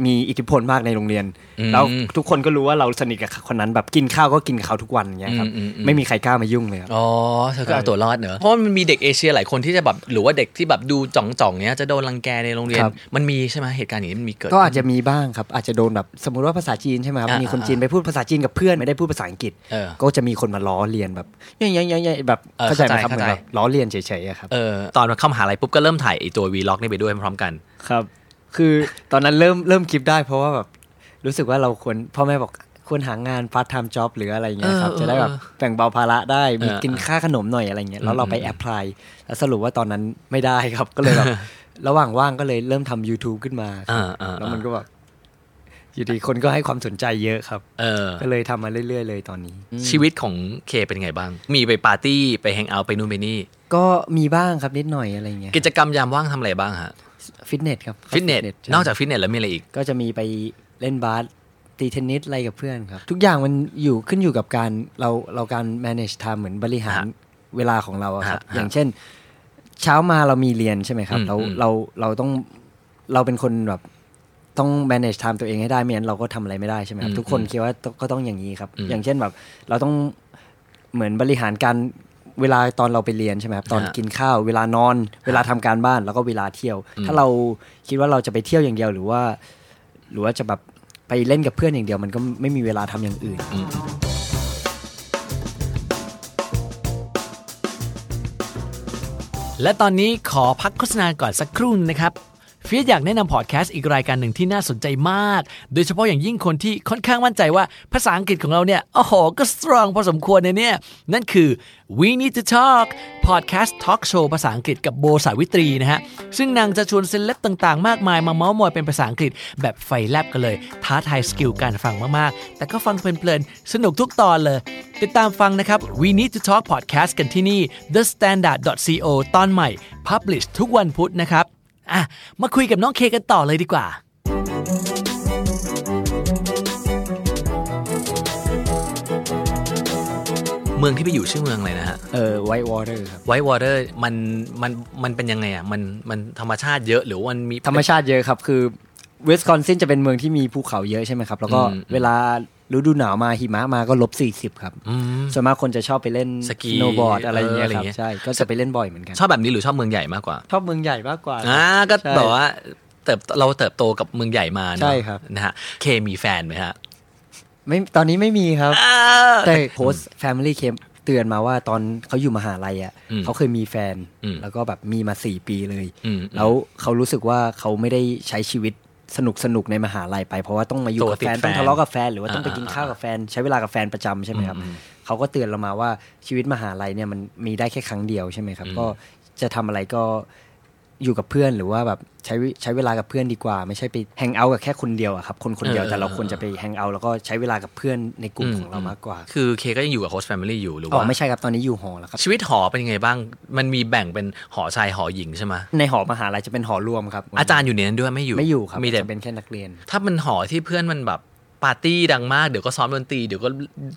Speaker 11: มีอิทธิพลมากในโรงเรียน
Speaker 4: อืม
Speaker 11: แล้วทุกคนก็รู้ว่าเราสนิทกับคนนั้นแบบกินข้าวก็กินกับเขาทุกวันอย่างเงี้ยครับ
Speaker 4: อืมอืมอืม
Speaker 11: ไม่มีใครกล้ามายุ่งเลยครับ
Speaker 4: อ๋อเธอก็เอาตัวรอดเนอะเพราะว่ามันมีเด็กเอเชียหลายคนที่จะแบบหรือว่าเด็กที่แบบดูจ่องจ่องๆเนี้ยจะโดนรังแกในโรงเรียน
Speaker 11: ครับ
Speaker 4: มันมีใช่ไหมเหตุการณ์อย่างนี้มันมีเกิด
Speaker 11: ก็อาจจะมีบ้างครับ อาจจะโดนแบบสมมติว่าภาษาจีนใช่ไหมครับ
Speaker 4: อ่ามี
Speaker 11: มีคน
Speaker 4: อ่า
Speaker 11: จีนไปพูดภาษาจีนกับเพื่อนไม่ได้พูดภาษาอังกฤษ
Speaker 4: เออ
Speaker 11: ก็จะมีคนมาล้อเลียนแบบยังยังยังยังแบบ
Speaker 4: เออ
Speaker 11: เข้าใจไหมครับ
Speaker 4: เข้า
Speaker 11: เห
Speaker 4: ใจ
Speaker 11: มือนแบบล้อเลียนเฉยๆอะครับ
Speaker 4: เออตอนเข้ามหาลัยปุ๊บก็เริ่มถ่ายไอตัววีล็อกนี่ไปด้วยพร้อมกัน
Speaker 11: ครับ คือตอนนั้นเริ่มเริ่มคลิปได้เพราะว่าแบบรู้สึกว่าเราควรพ่อแม่บอกควรหางานพาร์ทไทม์จ็อบหรืออะไรอย่างเงี้ยครับ
Speaker 4: เออ
Speaker 11: จะได้แบบ
Speaker 4: เออ
Speaker 11: แบ่งเบาภาระได้มี
Speaker 4: เออ
Speaker 11: กินค่าขนมหน่อยอะไรเงี้ยแล้วเราไป
Speaker 4: อืม
Speaker 11: แอพพลายแล้วสรุปว่าตอนนั้นไม่ได้ครับก็เลยแบบ ระหว่างว่างก็เลยเริ่มทำ YouTube ขึ้นมา
Speaker 4: เออเออ
Speaker 11: แล้วมันก็แบบอยู่ดีคนก็ให้ความสนใจเยอะครับ
Speaker 4: เออ
Speaker 11: ก็เลยทำมาเรื่อย ๆ เลยตอนนี้
Speaker 4: ชีวิตของเคเป็นไงบ้าง มีไปปาร์ตี้ไปแฮงเอาท์ไปนู่นไปนี่
Speaker 11: ก็มีบ้างครับนิดหน่อยอะไรเงี้ย
Speaker 4: กิจกรรมยามว่างทำอะไรบ้างฮะ
Speaker 11: ฟิตเนสครับ
Speaker 4: ฟิตเนส
Speaker 11: ใช่
Speaker 4: นอกจากฟิตเนสแล้วมีอะไรอีก
Speaker 11: ก็จะมีไปเล่นบาสตีเทนนิสอะไรกับเพื่อนครับ ทุกอย่างมันอยู่ขึ้นอยู่กับการเราเราการ manage time เหมือนบริหาร
Speaker 4: ฮะ
Speaker 11: เวลาของเราอะครับ
Speaker 4: ฮะฮะ
Speaker 11: อย่างเช่น เช้ามาเรามีเรียนใช่ไหมครับ
Speaker 4: อืม
Speaker 11: เรา
Speaker 4: อืม
Speaker 11: เราเราต้องเราเป็นคนแบบต้อง manage time ตัวเองให้ได้ไม่งั้นเราก็ทำอะไรไม่ได้ใช่ไหมครับทุกคนคิดว่าก็ต้องอย่างนี้ครับ อย่างเช่นแบบ เราต้อง เหมือนบริหารการเวลาตอนเราไปเรียนใช่ไหมครับตอน
Speaker 4: ฮะ
Speaker 11: กินข้าว เวลานอน เวลาทำการบ้านแล้วก็เวลาเที่ยว ถ้าเราคิดว่าเราจะไปเที่ยวอย่างเดียวหรือว่า หรือว่าจะแบบไปเล่นกับเพื่อนอย่างเดียวมันก็ไม่มีเวลาทำอย่างอื่น
Speaker 2: และตอนนี้ขอพักโฆษณาก่อนสักครู่นะครับเฟียสอยากแนะนำพอดแคสต์อีกรายการหนึ่งที่น่าสนใจมาก โดยเฉพาะอย่างยิ่งคนที่ค่อนข้างมั่นใจว่าภาษาอังกฤษของเราเนี่ยโอ้โหก็สตรองพอสมควรในเนี่ยนั่นคือ We Need to Talk Podcast Talk Show ภาษาอังกฤษกับโบสาวิตรีนะฮะ ซึ่งนางจะชวนเซเลบต่างๆ มากมายมาเมาส์มอยเป็นภาษาอังกฤษแบบไฟแลบกันเลย ท้าทายสกิลการฟังมากๆ แต่ก็ฟังเพลินๆสนุกทุกตอนเลย ติดตามฟังนะครับ We Need to Talk Podcast กันที่นี่ The Standard co ตอนใหม่ Publish ทุกวันพุธนะครับ อ่ะ มาคุยกับน้องเคกันต่อเลยดีกว่า
Speaker 4: เมืองที่ไปอยู่ชื่อเมืองอะไรนะฮะ
Speaker 11: เออ white water ครับ
Speaker 4: ไวท์วอเตอร์มันมันมันเป็นยังไงอ่ะมันมันธรรมชาติเยอะหรือว่ามันมี
Speaker 11: ธรรมชาติเยอะครับ คือเวสคอนซินจะเป็นเมืองที่มีภูเขาเยอะใช่ไหมครับ แล้วก็
Speaker 4: อืม
Speaker 11: เวลาฤดูหนาวมาหิมะมาก็ลบสี่สิบครับส่วนมากคนจะชอบไปเล่น
Speaker 4: สกี
Speaker 11: โนบอร์ดอะไรอย่างเงี้ย
Speaker 4: เอออะไร
Speaker 11: ครับ
Speaker 4: เงี้ย
Speaker 11: ใช่ก็จะไปเล่นบ่อยเหมือนกัน
Speaker 4: ชอบแบบนี้หรือชอบเมืองใหญ่มากกว่า
Speaker 11: ชอบเมืองใหญ่มากกว่า
Speaker 4: อ่าก็
Speaker 11: ใช่
Speaker 4: แบบว่าเติบเราเติบโตกับเมืองใหญ่มาเนอะ
Speaker 11: ใช่ครับ
Speaker 4: นะฮะเคมีแฟนไหมฮะ
Speaker 11: ไม่ตอนนี้ไม่มีครับ แต่โพสแฟมิลี่เคมเตือนมาว่าตอนเขาอยู่มหาลัยอ่ะเขาเคยมีแฟน แล้วก็แบบมีมาสี่ปีเลย
Speaker 4: อืม
Speaker 11: แล้วเขารู้สึกว่าเขาไม่ได้ใช้ชีวิตสนุกสนุกๆในมหาลัยไป เพราะว่าต้องมาอยู่
Speaker 4: ตัว
Speaker 11: กับ
Speaker 4: ติด
Speaker 11: แฟน
Speaker 4: แฟน
Speaker 11: ต้องทะเลาะกับแฟนหรือว่าต้องไป
Speaker 4: อ่า
Speaker 11: กินข้าวกับแฟน ใช้เวลากับแฟนประจำใช่ไหมครับเขาก็เตือนเรามาว่าชีวิตมหาลัยเนี่ยมันมีได้แค่ครั้งเดียวใช่ไหมครับ ก็จะทำอะไรก็ อยู่กับเพื่อนหรือว่าแบบใช้วิใช้เวลากับเพื่อนดีกว่า ไม่ใช่ไปแฮงเอาท์กับแค่คนเดียวอะครับคนคนเดียว
Speaker 4: เออ
Speaker 11: แต่เรา
Speaker 4: เออ
Speaker 11: ควรจะไปแฮงเอาท์แล้วก็ใช้เวลากับเพื่อนในกลุ่ม
Speaker 4: ม
Speaker 11: ของเรามากกว่า
Speaker 4: คือเคก็ยังอยู่กับโฮสต์แฟมิลี่อยู่หรือ
Speaker 11: อ๋อ
Speaker 4: ว่า
Speaker 11: ไม่ใช่ครับตอนนี้อยู่หอแล้วครับ
Speaker 4: ชีวิตหอเป็นยังไงบ้าง มันมีแบ่งเป็นหอชายหอหญิงใช่ไหม
Speaker 11: ในหอมหาลัยจะเป็นหอรวมครับ
Speaker 4: อาจารย์อยู่ในนั้นด้วยไม่อยู่
Speaker 11: ไม่อยู่ครับ
Speaker 4: มีแต่
Speaker 11: จะเป็นแค่นักเรียน
Speaker 4: ถ้ามันหอที่เพื่อนมันแบบปาร์ตี้ดังมากเดี๋ยวก็ซ้อมดนตรีเดี๋ยวก็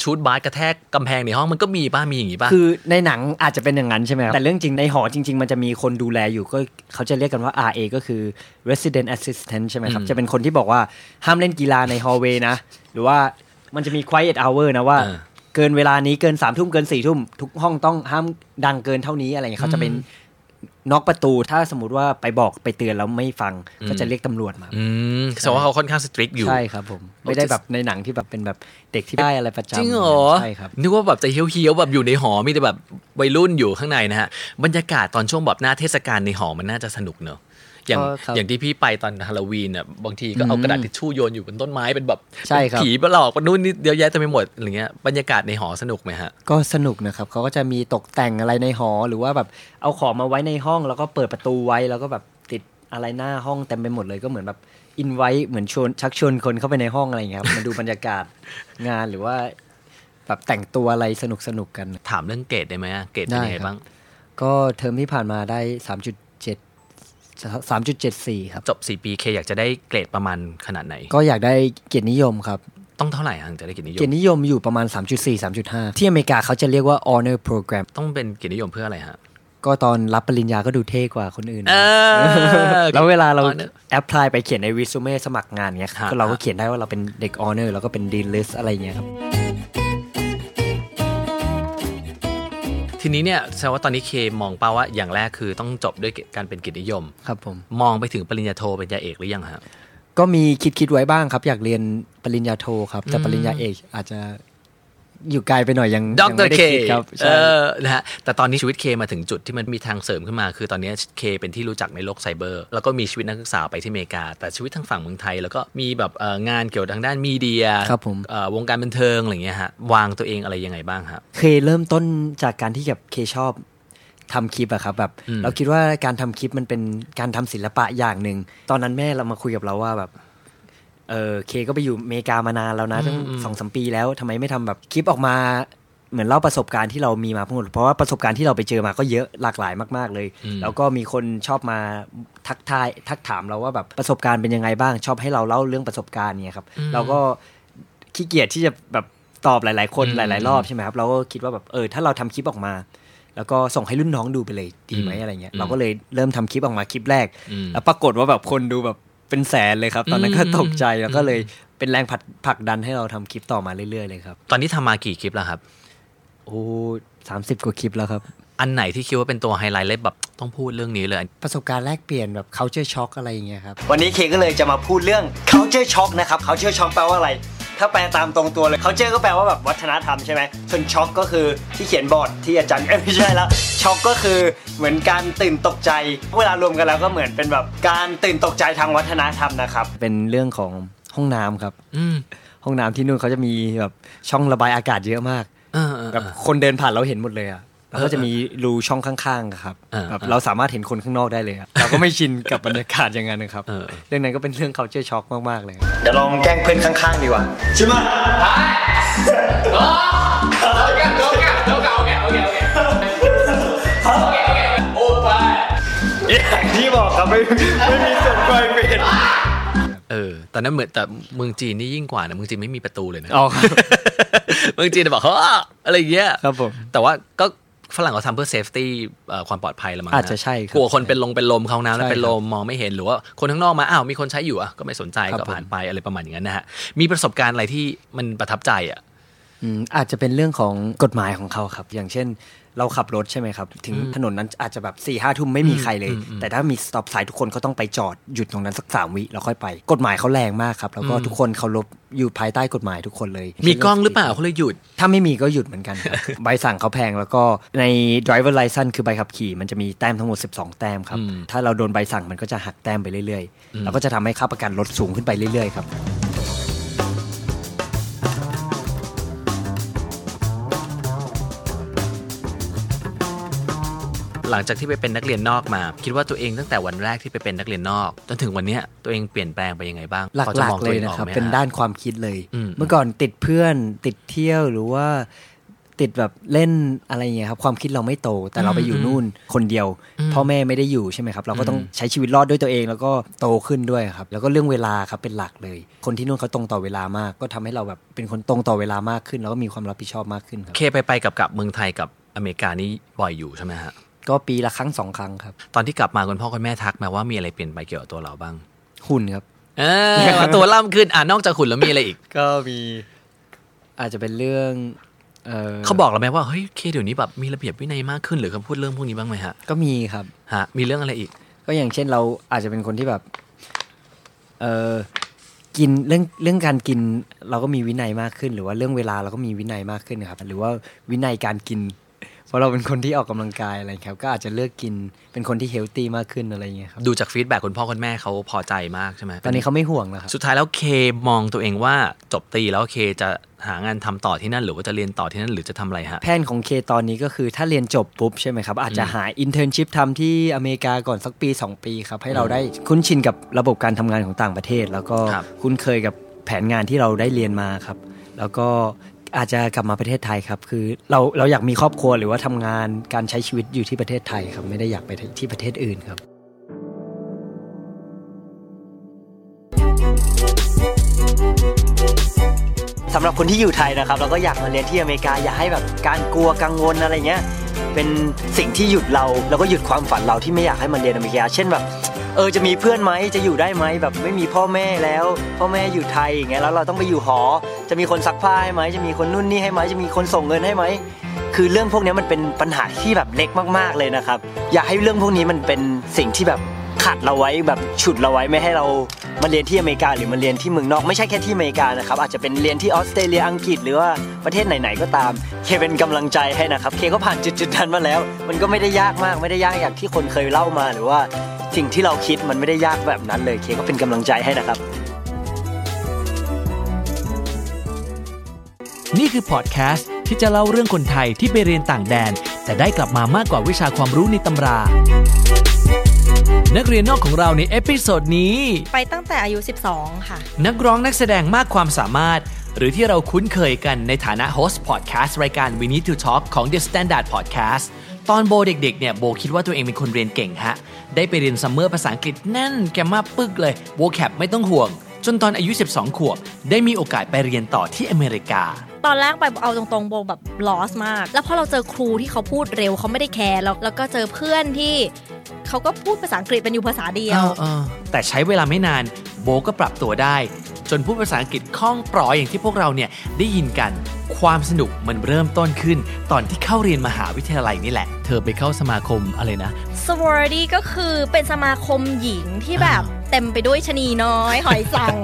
Speaker 4: ชูดบาสกระแทกกำแพงในห้องมันก็มีป้ามีอย่างงี้ป้า
Speaker 11: คือในหนังอาจจะเป็นอย่างนั้นใช่ไหมครับแต่เรื่องจริงในหอจริง ๆ มันจะมีคนดูแลอยู่ก็เขาจะเรียกกันว่า RA ก็คือ resident assistant ใช่ไหมครับ
Speaker 4: อืม
Speaker 11: จะเป็นคนที่บอกว่าห้ามเล่นกีฬาในฮอลเวย์นะ หรือว่ามันจะมี quiet hour นะว่า
Speaker 4: เออ
Speaker 11: เกินเวลานี้เกิน3ามทุ่มเกิน4ี่ทุ่มทุกห้องต้องห้ามดังเกินเท่านี้อะไรอย่างเงี้ยเขาจะเป็น
Speaker 4: อืม
Speaker 11: น็อกประตูถ้าสมมติว่าไปบอกไปเตือนแล้วไม่ฟัง
Speaker 4: อืม
Speaker 11: ก็จะเรียกตำรวจมา
Speaker 4: อืมแสดงว่าเขาค่อนข้างสตริกอยู่
Speaker 11: ใช่ครับผมไม่ได้แบบในหนังที่แบบเป็นแบบเด็กที่ได้อะไรประจำ
Speaker 4: จริงเหรอ
Speaker 11: ใช่ครับ
Speaker 4: นึกว่าแบบจะเฮี้ยวๆแบบอยู่ในหอมีแต่แบบวัยรุ่นอยู่ข้างในนะฮะบรรยากาศตอนช่วงแบบหน้าเทศกาลในหอมันน่าจะสนุกเนอะอย่าง
Speaker 11: ก็ครับ
Speaker 4: อย่างที่พี่ไปตอนฮาโลวีนอ่ะบางทีก็เอา
Speaker 11: อืม
Speaker 4: กระดาษทิชชู่โยนอยู่บนต้นไม้เป็นแบบ
Speaker 11: ใช่ครับ
Speaker 4: ผีมาหลอกมานู่นนี่เยอะแยะเต็มไปหมดอะไรเงี้ยบรรยากาศในหอสนุกไหมฮะ
Speaker 11: ก็สนุกนะครับเขาก็จะมีตกแต่งอะไรในหอหรือว่าแบบเอาของมาไว้ในห้องแล้วก็เปิดประตูไว้แล้วก็แบบติดอะไรหน้าห้องเต็มไปหมดเลยก็เหมือนแบบอินไว้เหมือนชวนชักชวนคนเข้าไปในห้องอะไรอย่างเงี้ยครับ มาดูบรรยากาศงานหรือว่าแบบแต่งตัวอะไรสนุกสนุกๆกัน
Speaker 4: ถามเรื่องเกรดได้ไหมอะเกรดเป็นยังไง
Speaker 11: ได้ครับ
Speaker 4: บ้าง
Speaker 11: ก็เทอมที่ผ่านมาได้สามจุดเจ็ดสามจุดเจ็ดสี่ครับ
Speaker 4: จบ4ปีเคอยากจะได้เกรดประมาณขนาดไหน
Speaker 11: ก็อยากได้เกียรตินิยมครับ
Speaker 4: ต้องเท่าไหร่อะถึงจะได้เกียรตินิย
Speaker 11: เกียร
Speaker 4: ม
Speaker 11: ตินิยมอยู่ประมาณ 3.4 3.5 ที่อเมริกาเขาจะเรียกว่า honor program
Speaker 4: ต้องเป็นเกียรตินิยมเพื่ออะไรฮะ
Speaker 11: ก็ตอนรับปริญญาก็ดูเท่กว่าคนอื่น
Speaker 4: เออ
Speaker 11: แล้วเวลาเรา
Speaker 4: Honor
Speaker 11: แอปพลายไปเขียนในรีสูเม่สมัครงานเนี้ย
Speaker 4: ฮะ
Speaker 11: ก็เราก็เขียนได้ว่าเราเป็นเด็กออเนอร์แล้วก็เป็นดีลิสอะไรเงี้ยครับ
Speaker 4: ทีนี้เนี่ยแสดงว่าตอนนี้เคมองเป้าว่าอย่างแรกคือต้องจบด้วยการเป็นเกียรตินิยม
Speaker 11: ครับผม
Speaker 4: มองไปถึงปริญญาโทปริญญาเอกหรือยังฮะ
Speaker 11: ก็มีคิดคิดไว้บ้างครับ อยากเรียนปริญญาโทครับ แต่
Speaker 4: อืม
Speaker 11: ปริญญาเอกอาจจะอยู่ไกลไปหน่อยยัง
Speaker 4: ด
Speaker 11: ยั
Speaker 4: ร
Speaker 11: งไม่ได้
Speaker 4: เค
Speaker 11: คิดครับ
Speaker 4: เอ
Speaker 11: ใช่
Speaker 4: อนะฮะแต่ตอนนี้ชีวิตเคมาถึงจุดที่มันมีทางเสริมขึ้นมา คือตอนนี้เคเป็นที่รู้จักในโลกไซเบอร์ แล้วก็มีชีวิตนักศึกษาไปที่อเมริกา แต่ชีวิตทางฝั่งเมืองไทย แล้วก็มีแบบเอ่องานเกี่ยวทางด้านมีเดีย
Speaker 11: ครับผม
Speaker 4: เอ่อวงการบันเทิงอะไรอย่างเงี้ยฮะวางตัวเองอะไรยังไงบ้างฮะ
Speaker 11: เคเริ่มต้นจากการที่แบบเคชอบทำคลิปอะครับแบบ
Speaker 4: อืม
Speaker 11: เราคิดว่าการทำคลิปมันเป็นการทำศิลปะอย่างหนึ่งตอนนั้นแม่เรามาคุยกับเราว่าแบบเออเคก็ไปอยู่อเมริกามานานแล้วนะตั้ง
Speaker 4: อืม
Speaker 11: สองสามปีแล้วทำไมไม่ทำแบบคลิปออกมาเหมือนเล่าประสบการณ์ที่เรามีมาทั้งหมดเพราะว่าประสบการณ์ที่เราไปเจอมาก็เยอะหลากหลายมาก ๆ เลย แล้วก็มีคนชอบมาทักทายทักถามเราว่าแบบประสบการณ์เป็นยังไงบ้าง ชอบให้เราเล่าเรื่องประสบการณ์เนี่ยครับเราก็ ขี้เกียจที่จะแบบตอบหลาย ๆ คน
Speaker 4: อืม
Speaker 11: หลาย ๆ รอบใช่ไหมครับ เราก็คิดว่าแบบเออถ้าเราทำคลิปออกมา แล้วก็ส่งให้รุ่นน้องดูไปเลยดีไหม
Speaker 4: อืม
Speaker 11: อะไรเงี้ย
Speaker 4: อืม
Speaker 11: เราก็เลยเริ่มทำคลิปออกมาคลิปแรก
Speaker 4: อืม
Speaker 11: แล้วปรากฏว่าแบบคนดูแบบเป็นแสนเลยครับ ตอนนั้นก็
Speaker 4: อืม
Speaker 11: ตกใจแล้วก็เลยเป็นแรงผลักผลักดันให้เราทำคลิปต่อมาเรื่อย ๆ เลยครับ
Speaker 4: ตอนนี้ทำมากี่คลิปแล้วครับ
Speaker 11: โอ้สามสิบกว่าคลิปแล้วครับ
Speaker 4: อันไหนที่คิดว่าเป็นตัวไฮไลท์เลยแบบต้องพูดเรื่องนี้เลย
Speaker 11: ประสบการณ์แลกเปลี่ยนแบบ culture shock อะไรอย่างเงี้ยครับ
Speaker 12: วันนี้เคก็เลยจะมาพูดเรื่อง culture shock นะครับ culture shock แปลว่าอะไร ถ้าแปลตามตรงตัวเลย culture ก็แปลว่าแบบวัฒนธรรมใช่ไหมส่วน shock ก็คือที่เขียนบอร์ดที่อาจารย์เอ้ย [LAUGHS] ไม่ใช่แล้ว shock ก็คือเหมือนการตื่นตกใจ เวลารวมกันแล้วก็เหมือนเป็นแบบการตื่นตกใจทางวัฒนธรรมนะครับ
Speaker 11: เป็นเรื่องของห้องน้ำครับ
Speaker 4: อืม
Speaker 11: ห้องน้ำที่นู่นเขาจะมีแบบช่องระบายอากาศเยอะมาก
Speaker 4: เออเออ
Speaker 11: แบ
Speaker 4: เอบ อ
Speaker 11: คนเดินผ่านเราเห็นหมดเลยอะแล้วก็จะมีรูช่องข้างๆอะครับ
Speaker 4: เออ
Speaker 11: แบบ
Speaker 4: เออ
Speaker 11: เราสามารถเห็นคนข้างนอกได้เลยอะเราก็ไม่ชินกับบรรยากาศอย่างนั้นนะครับ
Speaker 4: เออ
Speaker 11: เรื่องนั้นก็เป็นเรื่อง culture shock มากๆเลย
Speaker 12: เดี๋ยวลองแกล้งเพื่อนข้างๆดีกว่าใช่ไหมอย่างที่บอกครับไม่ไม่มีส่วนไกลเป็น
Speaker 4: เออตอนนั้นเหมือนแต่เมืองจีนนี่ยิ่งกว่านะเมืองจีนไม่มีประตูเลยนะ
Speaker 11: อ๋อครับ
Speaker 4: [LAUGHS] เมืองจีนจะบอกเฮ้ออะไรอย่างเงี้ย
Speaker 11: ครับผม
Speaker 4: แต่ว่าก็ฝรั่งเขาทำเพื่อเซฟตี้ความปลอดภัยละมั้งน
Speaker 11: อาจจะใช่ครับ
Speaker 4: กลัวคนเป็นลงเป็นลมเขาน้ำแล้ว
Speaker 11: ใช่ครับ
Speaker 4: เป็นลมมองไม่เห็นหรือว่าคนข้างนอกมาอ้าวมีคนใช้อยู่อ่ะก็ไม่สนใจ
Speaker 11: ครับ
Speaker 4: ก็ผ่าน
Speaker 11: ผม
Speaker 4: ไปอะไรประมาณอย่างนั้นนะฮะมีประสบการณ์อะไรที่มันประทับใจอ่ะ
Speaker 11: อืมอาจจะเป็นเรื่องของกฎหมายของเขาครับ อย่างเช่น เราขับรถใช่ไหมครับ ถึงถนนนั้นอาจจะแบบ4ี่ห้าทุ่มไม่มีใครเลย แต่ถ้ามี stop สายทุกคนก็ต้องไปจอดหยุดตรงนั้นสักสามวิแล้วค่อยไป กฎหมายเขาแรงมากครับ แล้วก็ทุกคนเคารพอยู่ภายใต้กฎหมายทุกคนเลย
Speaker 4: มีกล้องหรือเปล่าเขาเลยหยุด
Speaker 11: ถ้าไม่มีก็หยุดเหมือนกันครับ [LAUGHS] ใบสั่งเขาแพงแล้วก็ใน driver license คือใบขับขี่ มันจะมีแต้มทั้งหมด 12 แต้มครับ
Speaker 4: อืม
Speaker 11: ถ้าเราโดนใบสั่งมันก็จะหักแต้มไปเรื่อยๆ แล้วก็จะทำให้ค่าประกันลดสูงขึ้นไปเรื่อยๆครับ
Speaker 13: หลังจากที่ไปเป็นนักเรียนนอกมา คิดว่าตัวเองตั้งแต่วันแรกที่ไปเป็นนักเรียนนอก จนถึงวันเนี้ยตัวเองเปลี่ยนแปลงไปยังไงบ้าง
Speaker 11: ห
Speaker 13: พอจะ
Speaker 11: ลัก
Speaker 13: มอง
Speaker 11: ๆเล
Speaker 13: ตัวย อง
Speaker 11: นะ
Speaker 13: ออก
Speaker 11: ครับ
Speaker 13: ไหมฮ
Speaker 11: เป็นด้านความคิดเลย
Speaker 13: อืม
Speaker 11: เมื่อก่อนติดเพื่อนติดเที่ยวหรือว่าติดแบบเล่นอะไรอย่างเงี้ยครับความคิดเราไม่โต แต่เราไปอยู่นู่นคนเดียว พ่อแม่ไม่ได้อยู่ใช่ไหมครับ เราก็ต้องใช้ชีวิตรอดด้วยตัวเอง แล้วก็โตขึ้นด้วยครับ แล้วก็เรื่องเวลาครับเป็นหลักเลย คนที่นู่นเขาตรงต่อเวลามาก ก็ทำให้เราแบบเป็นคนตรงต่อเวลามากขึ้น แล้วก็มีความรับผิดชอบมากขึ้นครับ
Speaker 13: เคไปไปกับกับเมืองไทยกับอเมริกานี่บ่อยอยู่ใช่ไหมฮะ
Speaker 11: ก็ปีละครั้งสองครั้งครับ
Speaker 13: ตอนที่กลับมาคุณพ่อคุณแม่ทักไหมาว่ามีอะไรเปลี่ยนไปเกี่ยวกับตัวเราบ้าง
Speaker 11: หุ่นครับ
Speaker 13: เออว่าตัวล่ำขึ้นอ่ะนอกจากหุ่นแล้วมีอะไรอีก
Speaker 11: ก็มีอาจจะเป็นเรื่องเอ่อ
Speaker 13: เขาบอกเราไหมว่าเฮ้ยเคเดี๋ยวนี้แบบมีระเบียบวินัยมากขึ้นหรือคำพูดเรื่องพวกนี้บ้างไหมฮะ
Speaker 11: ก็มีครับ
Speaker 13: ฮะมีเรื่องอะไรอีก
Speaker 11: ก็อย่างเช่นเราอาจจะเป็นคนที่แบบเออกินเรื่องเรื่องการกินเราก็มีวินัยมากขึ้น หรือว่าเรื่องเวลาเราก็มีวินัยมากขึ้นนะครับ หรือว่าวินัยการกิน เพราะเราเป็นคนที่ออกกำลังกายอะไรครับ ก็อาจจะเลือกกินเป็นคนที่เฮลตี้มากขึ้นอะไรอย่างเงี้ยครับ
Speaker 13: ดูจากฟีดแบ็กคุณพ่อคุณแม่เขาพอใจมากใช่ไหม
Speaker 11: ตอนนี้เขาไม่ห่วงแล้วครับ
Speaker 13: สุดท้ายแล้วเคมองตัวเองว่าจบตรีแล้วเคจะหางานทำต่อที่นั่น หรือว่าจะเรียนต่อที่นั่นหรือจะทำอะไรฮะ
Speaker 11: แผนของเคตอนนี้ก็คือถ้าเรียนจบปุ๊บใช่ไหมครับ อาจจะหาอินเทอร์นชิพทำที่อเมริกาก่อนสักปี 2 ปีครับ ให้เราได้คุ้นชินกับระบบการทำงานของต่างประเทศ แล้วก็
Speaker 13: ครับ
Speaker 11: คุ้นเคยกับแผนงานที่เราได้เรียนมาครับ แล้วก็อาจจะกลับมาประเทศไทยครับ คือเราเราอยากมีครอบครัวหรือว่าทำงานการใช้ชีวิตอยู่ที่ประเทศไทยครับ ไม่ได้อยากไปที่ประเทศอื่นครับ
Speaker 14: สำหรับคนที่อยู่ไทยนะครับเราก็อยากมาเรียนที่อเมริกาอย่าให้แบบการกลัวกังวลอะไรเงี้ยเป็นสิ่งที่หยุดเราแล้วก็หยุดความฝันเราที่ไม่อยากให้มาเรียนอเมริกา เช่นแบบเออจะมีเพื่อนไหมจะอยู่ได้ไหมแบบไม่มีพ่อแม่แล้ว พ่อแม่อยู่ไทยอย่างเงี้ยแล้วเราต้องไปอยู่หอ จะมีคนซักผ้าให้ไหมจะมีคนนู่นนี่ให้ไหมจะมีคนส่งเงินให้ไหมคือเรื่องพวกเนี้ยมันเป็นปัญหาที่แบบเล็กมากๆเลยนะครับ อยากให้เรื่องพวกนี้มันเป็นสิ่งที่แบบ ขัดเราไว้แบบฉุดเราไว้ไม่ให้เรามาเรียนที่อเมริกาหรือมาเรียนที่เมืองนอกไม่ใช่แค่ที่อเมริกานะครับอาจจะเป็นเรียนที่ออสเตรเลียอังกฤษหรือว่าประเทศไหนๆก็ตาม เคเป็นกำลังใจให้นะครับเคก็ผ่านจุดๆนั้นมาแล้ว มันก็ไม่ได้ยากมากไม่ได้ยากอย่างที่คนเคยเล่ามาหรือว่าสิ่งที่เราคิดมันไม่ได้ยากแบบนั้นเลยเคก็เป็นกำลังใจให้นะครับ
Speaker 4: นี่คือพอดแคสต์ที่จะเล่าเรื่องคนไทยที่ไปเรียนต่างแดน แต่ได้กลับมามากกว่าวิชาความรู้ในตำรา นักเรียนนอกของเราในเอพิโซดนี้
Speaker 1: ไปตั้งแต่อายุ 12 ค่ะ
Speaker 4: นักร้องนักแสดงมากความสามารถ หรือที่เราคุ้นเคยกันในฐานะโฮสต์พอดแคสต์รายการ We Need to Talk ของ The Standard Podcast ตอนโบเด็กๆเนี่ยโบคิดว่าตัวเองเป็นคนเรียนเก่งฮะ ได้ไปเรียนซัมเมอร์ภาษาอังกฤษแน่นแกมมาปึกเลยโบแคปไม่ต้องห่วง จนตอนอายุ 12 ขวบ ได้มีโอกาสไปเรียนต่อที่อเมริกา
Speaker 1: ตอนแรกไปเอาตรงๆโบแบบ lost มาก แล้วพอเราเจอครูที่เขาพูดเร็วเขาไม่ได้แคร์แล้วแล้วก็เจอเพื่อนที่เขาก็พูดภาษาอังกฤษเป็นอยู่ภาษาเดียว
Speaker 4: ออแต่ใช้เวลาไม่นานโบก็ปรับตัวได้ จนพูดภาษาอังกฤษคล่องปลอยอย่างที่พวกเราเนี่ยได้ยินกัน ความสนุกมันเริ่มต้นขึ้น ตอนที่เข้าเรียนมหาวิทยาลัยนี่แหละ เธอไปเข้าสมาคมอะไรนะ
Speaker 1: sorority ก็คือเป็นสมาคมหญิงที่แบบเต็มไปด้วยชะนีน้อย หอยสัง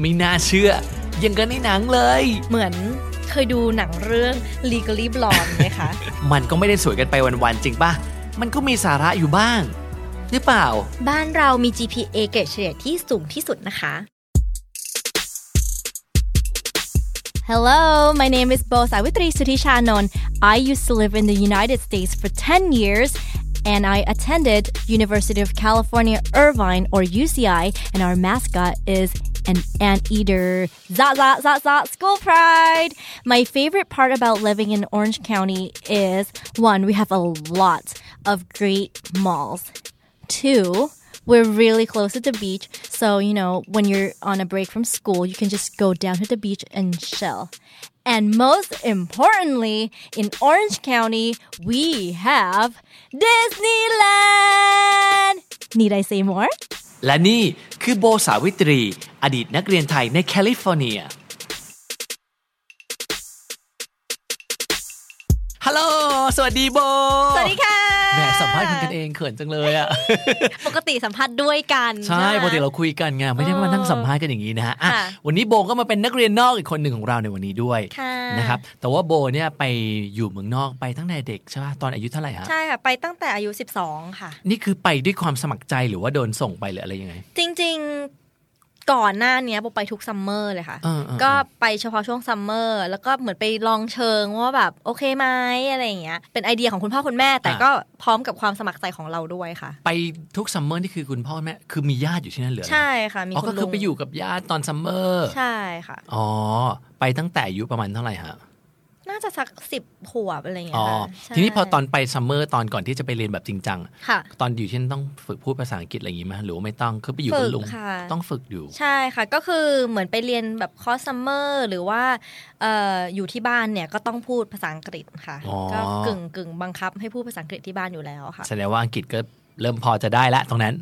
Speaker 4: ไม่น่าเชื่อ ยังกันในหนังเลย
Speaker 1: เหมือนเคยดูหนังเรื่อง legally blonde ไหมคะ [LAUGHS]
Speaker 4: มันก็ไม่ได้สวยกันไปวันๆจริงป่ะ มันก็มีสาระอยู่บ้าง หรือเปล่า
Speaker 1: บ้านเรามี GPA เกรดเฉลี่ยที่สูงที่สุดนะคะ Hello, my name is Bo Savitri Sutishanon. I used to live in the United States for 10 years and I attended University of California Irvine or UCI and our mascot is an anteater. Zot, zot, zot, zot, school pride! My favorite part about living in Orange County is one, we have a lot of great malls. Two, we're really close to the beach. So, you know, when you're on a break from school, you can just go down to the beach and chill. And most importantly, in Orange County, we have Disneyland! Need I say more?
Speaker 4: และนี่คือโบสาวิตรี อดีตนักเรียนไทยในแคลิฟอร์เนีย ฮัลโหล สวัสดีโบแหมสัมภาษณ์คนกันเองเขินจังเลยอะ ใช่ปกติเราคุยกันไงไม่ได้มานั่งสัมภาษณ์กันอย่างนี้นะฮะอ่ะ
Speaker 1: ค่ะ
Speaker 4: วันนี้โบก็มาเป็นนักเรียนนอกอีกคนหนึ่งของเราในวันนี้ด้วย
Speaker 1: ค่ะ
Speaker 4: นะครับแต่ว่าโบเนี่ยไปอยู่เมืองนอกไปตั้งแต่เด็กใช่ป่ะตอนอายุเท่าไหร่ฮะ
Speaker 1: ใช่ค่ะไปตั้งแต่อายุ 12 ค่ะ
Speaker 4: นี่คือไปด้วยความสมัครใจหรือว่าโดนส่งไปหรืออะไรยังไง
Speaker 1: จริงๆ
Speaker 15: ก่อนหน้าเนี้ยโบไปทุกซัมเมอร์เลยค่ะ
Speaker 16: อ่าอ่า
Speaker 15: ก็ไปเฉพาะช่วงซัมเมอร์แล้วก็เหมือนไปลองเชิงว่าแบบโอเคไหมอะไรอย่างเงี้ย เป็นไอเดียของคุณพ่อคุณแม่ แต่
Speaker 4: อ่า
Speaker 15: ก็พร้อมกับความสมัครใจของเราด้วยค่ะ
Speaker 4: ไปทุกซัมเมอร์นี่คือคุณพ่อแม่คือมีญาติอยู่ที่นั่นเหลือ
Speaker 15: ใช่ค่ะมี
Speaker 4: อ๋อ
Speaker 15: คุ
Speaker 4: ก็
Speaker 15: ณ
Speaker 4: คื
Speaker 15: ลุ
Speaker 4: อง ไปอยู่กับญาติตอนซัมเมอร์
Speaker 15: ใช่ค่ะ
Speaker 4: อ๋อไปตั้งแต่อายุประมาณเท่าไหร่ฮะ
Speaker 15: น่าจะสักสิบขวบอะไรอย่างเงี้
Speaker 4: อ๋
Speaker 15: ย
Speaker 4: อ
Speaker 15: ค่ะใช่
Speaker 4: ทีนี้พอตอนไปซัมเมอร์ตอนก่อนที่จะไปเรียนแบบจริงจัง
Speaker 15: ค่ะ
Speaker 4: ตอนอยู่ที่นั่นต้องฝึกพูดภาษาอังกฤษอะไรอย่างงี้ไหมหรือว่าไม่ต้องคือไปอยู่กับลุง
Speaker 15: ฝึกค่ะ
Speaker 4: ต้องฝึกอยู่
Speaker 15: ใช่ค่ะ ก็คือเหมือนไปเรียนแบบคอร์สซัมเมอร์หรือว่าเอ่ออยู่ที่บ้านเนี่ยก็ต้องพูดภาษาอังกฤษค่ะ
Speaker 4: อ๋อ
Speaker 15: ก็กึ่งกึ่งบังคับให้พูดภาษาอังกฤษที่บ้านอยู่แล้วค่ะ
Speaker 4: แสดงว่าอังกฤษก็เริ่มพอจะได้ละตรงนั้น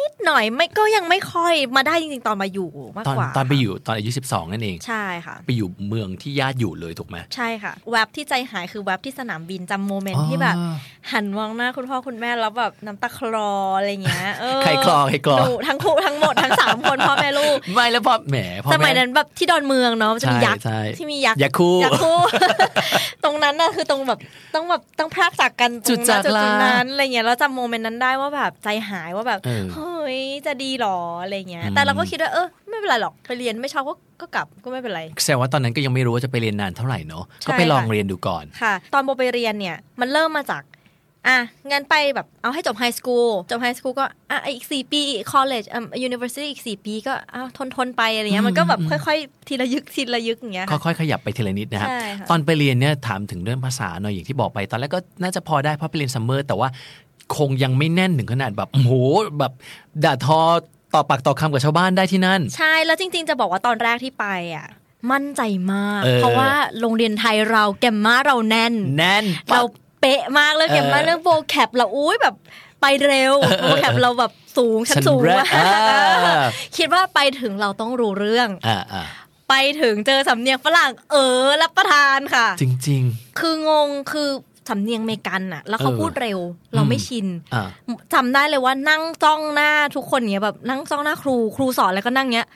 Speaker 15: นิดหน่อยไม่ก็ยังไม่ค่อยมาได้จริงๆตอนมาอยู่มาก
Speaker 4: ตอน
Speaker 15: กว่า
Speaker 4: ตอนไปอยู่ตอนอายุ 12 นั่นเอง
Speaker 15: ใช่ค่ะ
Speaker 4: ไปอยู่เมืองที่ญาติอยู่เลยถูกไหม
Speaker 15: ใช่ค่ะแวบที่ใจหายคือแวบที่สนามบินจำโมเมนต์ที่แบบ หันมองหน้าคุณพ่อคุณแม่แล้วแบบน้ำตาคลออะไรเงี้ยเออ
Speaker 4: ใครคลอใครคลอ
Speaker 15: ดูทั้งคู่ทั้งหมดทั้งสามคนพ่อแม่ลูก
Speaker 4: ไม่แล้วพ่อแหม [LAUGHS] พ่อ
Speaker 15: ส
Speaker 4: แ
Speaker 15: มัยนั้นแบบที่ดอนเมืองเนาะมันจะมียักษ์
Speaker 4: ใช่ใช่
Speaker 15: ที่มียักษ์
Speaker 4: ยักษ์คู่
Speaker 15: ยักษ์คู่ [LAUGHS] ตรงนั้นน่ะคือตรงแบบต้องแบบต้องพรากจากกันต
Speaker 4: จุ
Speaker 15: ร
Speaker 4: ด
Speaker 15: ง
Speaker 4: จา
Speaker 15: นั้
Speaker 4: ก
Speaker 15: นจุด
Speaker 4: ลา
Speaker 15: นั้นอะไรเงี้ยแล้วจำโมเมนต์นั้นได้ว่าแบบใจหายว่าแบบ
Speaker 4: เออ
Speaker 15: เฮ้ยจะดีหรออะไรเงี้ย
Speaker 4: อืม
Speaker 15: แต่เราก็คิดว่าเออไม่เป็นไรหรอกไปเรียนไม่ชอบก็ก็กลับก็ไม่เป็นไร
Speaker 4: แสดงว่าตอนนั้นก็ยังไม่รู้ว่าจะไปเรียนนานเท่าไหร่เนอะก็ไปลองเรียนดูก่อน
Speaker 15: ค่ะ ตอนโบไปเรียนเนี่ยมันเริ่มมาจาก อ่ะงั้นไปแบบเอาให้จบไฮสคูลจบไฮสคูลก็อ่ะอีก 4 ปีคอลเลจอ่ะยูนิเวอร์ซิตี้อีก 4 ปีก็อ้าวทนทนๆไปอะไรเงี้ยมันก็แบบค่อยๆ ทีละยึกทีละยึกอย่างเงี้ยค่ะ
Speaker 4: ค่อยๆขยับไปทีละนิดนะฮะ
Speaker 15: ใช่ค่ะ
Speaker 4: ตอนไปเรียนเนี่ยถามถึงเรื่องภาษาหน่อยอย่างที่บอกไป ตอนแรกก็น่าจะพอได้เพราะไปเรียนซัมเมอร์ แต่ว่าคงยังไม่แน่นถึงขนาดแบบโอ้โหแบบด่าทอต่อปากต่อคำกับชาวบ้านได้ที่นั่น
Speaker 15: ใช่ แล้วจริงๆ จะบอกว่าตอนแรกที่ไปอ่ะ มั่นใจมาก
Speaker 4: เออ
Speaker 15: เพราะว่าโรงเรียนไทยเราแกมมาเราแน่น
Speaker 4: แน่น
Speaker 15: เราเป๊ะมากเลย
Speaker 4: เออ
Speaker 15: แกมมาเรื่องโบแคปเราอุ้ยแบบไปเร็วโบแคปเราแบบสูงชั้นสูง
Speaker 4: ฉันแรกอ่า
Speaker 15: คิดว่าไปถึงเราต้องรู้เรื่อง
Speaker 4: อ่าอ่า
Speaker 15: ไปถึงเจอสำเนียงฝรั่งเออรับประทานค่ะ
Speaker 4: จริง
Speaker 15: คืองงคือสำเนียงเมกันอะแล้วเขา
Speaker 4: เออ
Speaker 15: พูดเร็ว เราไม่ชิน
Speaker 4: อ่า
Speaker 15: จำได้เลยว่านั่งจ้องหน้าทุกคนเงี้ยแบบนั่งจ้องหน้าครูครูสอนแล้วก็นั่ง
Speaker 4: [LAUGHS]
Speaker 15: เงี้ย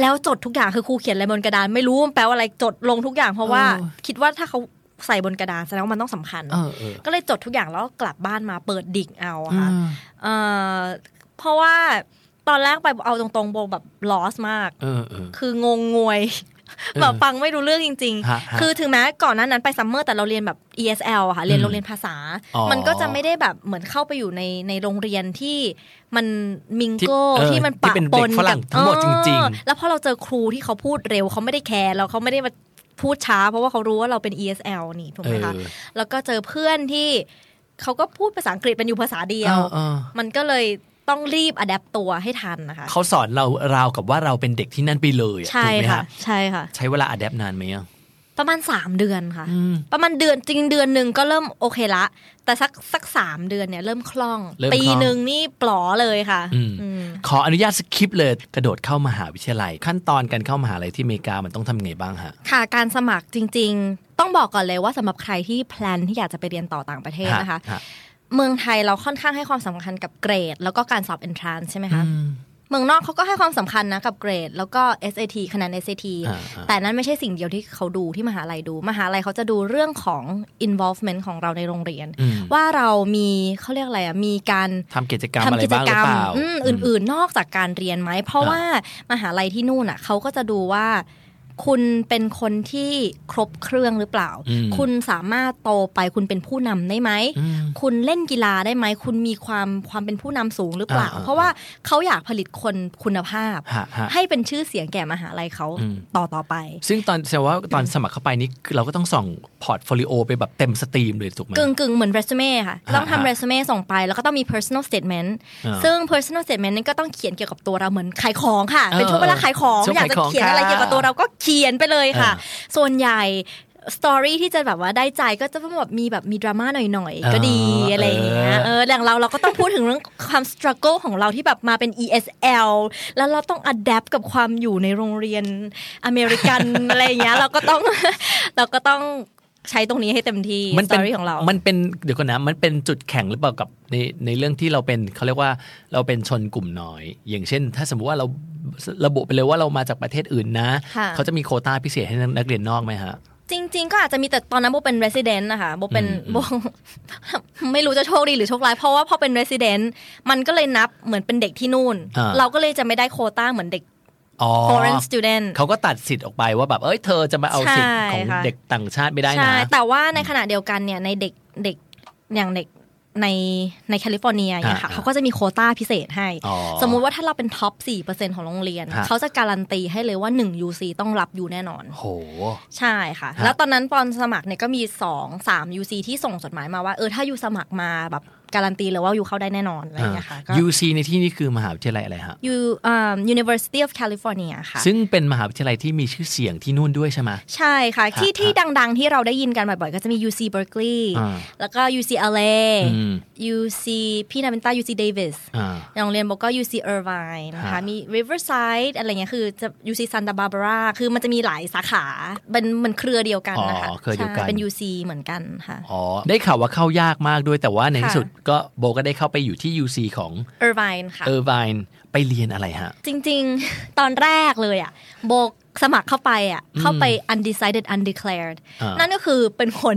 Speaker 15: แล้วจดทุกอย่างคือครูเขียนอะไรบนกระดานไม่รู้มันแปลว่าอะไรจดลงทุกอย่างเพราะว่า คิดว่าถ้าเขาใส่บนกระดานแสดงว่ามันต้องสำคัญ
Speaker 4: ๆเออเออ
Speaker 15: ก็เลยจดทุกอย่างแล้วก็กลับบ้านมาเปิดดิ่งเอาอะค่ะ
Speaker 4: อืม
Speaker 15: เอ่อเพราะว่าตอนแรกไปเอาตรงๆโบแบบ lost มาก
Speaker 4: เออเออ
Speaker 15: คืองงงวย [LAUGHS]
Speaker 4: เออ
Speaker 15: แบบฟังไม่รู้เรื่องจริง
Speaker 4: ฮะฮะ
Speaker 15: ๆ คือถึงแม้ก่อนหน้านั้นไปซัมเมอร์แต่เราเรียนแบบ ESL อะค่ะ เรียนโรงเรียนภาษา
Speaker 4: อ๋อ
Speaker 15: มันก็จะไม่ได้แบบเหมือนเข้าไปอยู่ในในโรงเรียนที่มันมิงโก้
Speaker 4: ที่เออ
Speaker 15: ที่มัน
Speaker 4: ที่
Speaker 15: ปะ
Speaker 4: เป็น
Speaker 15: ป
Speaker 4: เด็ก
Speaker 15: น
Speaker 4: ฝรั่
Speaker 15: กับ
Speaker 4: งทั้งหมดจริงๆ
Speaker 15: เออแล้วพอเราเจอครูที่เขาพูดเร็วเขาไม่ได้แคร์เราเขาไม่ได้มาพูดช้า เพราะว่าเขารู้ว่าเราเป็น ESL นี่ถูก
Speaker 4: เอ
Speaker 15: ไหม
Speaker 4: อ
Speaker 15: คะ แล้วก็เจอเพื่อนที่เขาก็พูดภาษาอังกฤษเป็นอยู่ภาษาเดียว
Speaker 4: เออ
Speaker 15: มันก็เลยต้องรีบอัดแอปตัวให้ทันนะคะ
Speaker 4: เขาสอนเราราวกับว่าเราเป็นเด็กที่นั่นไปเลยอะ
Speaker 15: ใช่
Speaker 4: ถูกไหม
Speaker 15: ค่ะ
Speaker 4: ฮะ
Speaker 15: ใช่ค่ะ
Speaker 4: ใช้เวลาอัดแอปนานไหมอะ
Speaker 15: ประมาณ 3 เดือนค่ะ ประมาณเดือนจริงเดือนหนึ่งก็เริ่มโอเคละ แต่สักสักสามเดือนเนี่ยเริ่มคล่อง
Speaker 4: เริ่มคล่
Speaker 15: ปี
Speaker 4: อง
Speaker 15: หนึ่งนี่ปลอเลยค่ะ
Speaker 4: อืม
Speaker 15: อืม
Speaker 4: ขออนุญาตสคิปเลยกระโดดเข้ามหาวิทยาลัย ขั้นตอนการเข้ามหาลัยที่อเมริกามันต้องทำไงบ้างฮะ
Speaker 15: ค่ะการสมัครจริง ๆ ต้องบอกก่อนเลยว่าสำหรับใครที่แพลนที่อยากจะไปเรียนต่อต่างประเทศนะคะ
Speaker 4: ฮะ
Speaker 15: เมืองไทยเราค่อนข้างให้ความสำคัญกับเกรด แล้วก็การสอบ entrance ใช่ไหมคะ เมืองนอกเขาก็ให้ความสำคัญนะกับเกรด แล้วก็ SAT คะแนน SAT
Speaker 16: อ่าอ่า
Speaker 15: แต่นั้นไม่ใช่สิ่งเดียวที่เขาดูที่มหาลัยดู มหาลัยเขาจะดูเรื่องของ involvement ของเราในโรงเรียน
Speaker 4: อืม
Speaker 15: ว่าเรามีเขาเรียกอะไรอะมีการ
Speaker 4: ทำกิจกรรมอะไรบ้างหรือเปล่า
Speaker 15: อืมอื่นๆ นอกจากการเรียนไหม เพราะ
Speaker 4: อ่า
Speaker 15: ว่ามหาลัยที่นู่นอ่ะเขาก็จะดูว่า คุณเป็นคนที่ครบเครื่องหรือเปล่า
Speaker 16: อืม
Speaker 15: คุณสามารถโตไปคุณเป็นผู้นำได้ไหม คุณเล่นกีฬาได้ไหม คุณมีความความเป็นผู้นำสูงหรือเปล่า
Speaker 16: อ่าอ่า
Speaker 15: เพราะว่าเขาอยากผลิตคนคุณภาพ
Speaker 4: ฮะฮะ
Speaker 15: ให้เป็นชื่อเสียงแก่มหาลัยเขา
Speaker 4: อืม
Speaker 15: ต่อต่อไป
Speaker 4: ซึ่งตอนแสดงว่าตอนสมัครเข้าไปนี่คือเราก็ต้องส่องพอร์ตโฟลิโอไปแบบเต็มสตรีมเลยถูกไหม
Speaker 15: กึ่งกึ่งเหมือนเรซูเม่ค่ะ
Speaker 4: อ่า
Speaker 15: ต้อง
Speaker 4: ฮะ
Speaker 15: ทำเรซูเม่ส่งไป แล้วก็ต้องมี personal statement
Speaker 4: อ่า
Speaker 15: ซึ่ง personal statement นี่ก็ต้องเขียนเกี่ยวกับตัวเราเหมือนขายของค่ะ
Speaker 16: เออ
Speaker 15: เป็นช่วงเวลาขายของ
Speaker 16: ช่วง
Speaker 15: อยาก
Speaker 16: ขาย
Speaker 15: จะ
Speaker 16: ของ
Speaker 15: เขียนอะไร
Speaker 16: ค่ะ
Speaker 15: เกี่ยวกับตัวเราก็เขียนไปเลยค่ะ
Speaker 16: อ่
Speaker 15: ส่วนใหญ่สตอรี่ที่จะแบบว่าได้ใจก็จะแบบมีแบบมีดราม่าหน่อย
Speaker 16: อ๋อ
Speaker 15: ๆ ก็ดีอะไรอย่างเงี้ย
Speaker 16: เออ
Speaker 15: เอออย่างเราเราก็ต้องพูดถึงเรื่องความ struggle ของเราที่แบบมาเป็น ESL แล้วเราต้อง adapt กับความอยู่ในโรงเรียนอเมริกันอะไรอย่างเงี้ยเราก็ต้อง [LAUGHS] เราก็ต้องใช้ตรงนี้ให้เต็มที่
Speaker 4: มั
Speaker 15: สต
Speaker 4: เป็น
Speaker 15: อรี่ของเรา
Speaker 4: มันเป็นเดี๋ยวก่อนนะมันเป็นจุดแข็งหรือเปล่ากับในในเรื่องที่เราเป็นเขาเรียกว่าเราเป็นชนกลุ่มน้อย อย่างเช่น ถ้าสมมติว่าเราระบุไปเลยว่าเรามาจากประเทศอื่นนะ
Speaker 15: ค่ะ
Speaker 4: เขาจะมีโควต้าพิเศษให้นักเรียนนอกไหมฮะ
Speaker 15: จริง ๆ ก็อาจจะมีแต่ตอนนั้นโบเป็น resident นะคะโบเป็น [LAUGHS] โบ ไม่รู้จะโชคดีหรือโชคร้าย เพราะว่าพอเป็น resident มันก็เลยนับเหมือนเป็นเด็กที่นู่น
Speaker 4: อ่า
Speaker 15: เราก็เลยจะไม่ได้โควต้าเหมือนเด็ก
Speaker 4: อ๋อ
Speaker 15: foreign student
Speaker 4: เขาก็ตัดสิทธิ์ออกไปว่าแบบเอ้ยเธอจะมาเอาสิทธิ์
Speaker 15: ใช่
Speaker 4: ของ
Speaker 15: ค่ะ
Speaker 4: เด็กต่างชาติไม่ได้นะ
Speaker 15: ใช่แต่ว่าในขณะเดียวกันเนี่ยในเด็กเด็กอย่างเด็กในในแคลิฟอร์เนียเนี่ยค่ะ
Speaker 4: อ่า
Speaker 15: เขาก็จะมีโควต้าพิเศษให้
Speaker 4: อ๋อ
Speaker 15: สมมุติว่าถ้าเราเป็นท็อป 4%ของโรงเรียน
Speaker 4: ฮะ
Speaker 15: เขาจะการันตีให้เลยว่า 1 UC ต้องรับอยู่แน่นอน
Speaker 4: โห
Speaker 15: ใช่ค่ะ
Speaker 4: ฮะ
Speaker 15: แล้วตอนนั้นปอนสมัครเนี่ยก็มี 2 3 UC ที่ส่งจดหมายมาว่า เออถ้ายูสมัครมาแบบการันตีเลยว่ายูเข้าได้แน่นอนอะไรอย่างเงี้ยค่ะก็
Speaker 4: อ่า UC ในที่นี้คือมหาวิทยาลัยอะไรฮะ
Speaker 15: ยูอ่า University of California ค่ะ
Speaker 4: ซึ่งเป็นมหาวิทยาลัยที่มีชื่อเสียงที่นู่นด้วยใช่ไหม
Speaker 15: ใช่ค่ะ ที่
Speaker 4: ฮะ
Speaker 15: ที่ดังๆ ที่เราได้ยินกันบ่อยๆ ก็จะมี UC Berkeley
Speaker 4: อ่า
Speaker 15: แล้วก็ UCLA
Speaker 4: อืม
Speaker 15: UC พี่นาวินต้า UC Davis
Speaker 4: อ่า
Speaker 15: อย่างโรงเรียนโบอกก็ UC Irvine นะคะ
Speaker 4: ฮะ
Speaker 15: มี Riverside อะไรเงี้ยคือจะ UC Santa Barbara คือมันจะมีหลายสาขาเป็นมันเครือเดียวกันนะคะ
Speaker 4: อ๋อเครือเดียวกัน
Speaker 15: ใช่เป็น UC เหมือนกันค่ะ
Speaker 4: อ๋อ ได้ข่าวว่าเข้ายากมากด้วยแต่ว่าในที่
Speaker 15: ค่ะ
Speaker 4: สุดก็โบก็ได้เข้าไปอยู่ที่ UC ของ
Speaker 15: Irvine ค่ะ
Speaker 4: เออร์ไวน์ไปเรียนอะไรฮะ
Speaker 15: จริงๆ ตอนแรกเลยอ่ะโบกสมัครเข้าไปอ่ะ
Speaker 4: อืม
Speaker 15: เข้าไป undecided undeclared
Speaker 4: อ่านั่
Speaker 15: นั่นก็คือเป็นคน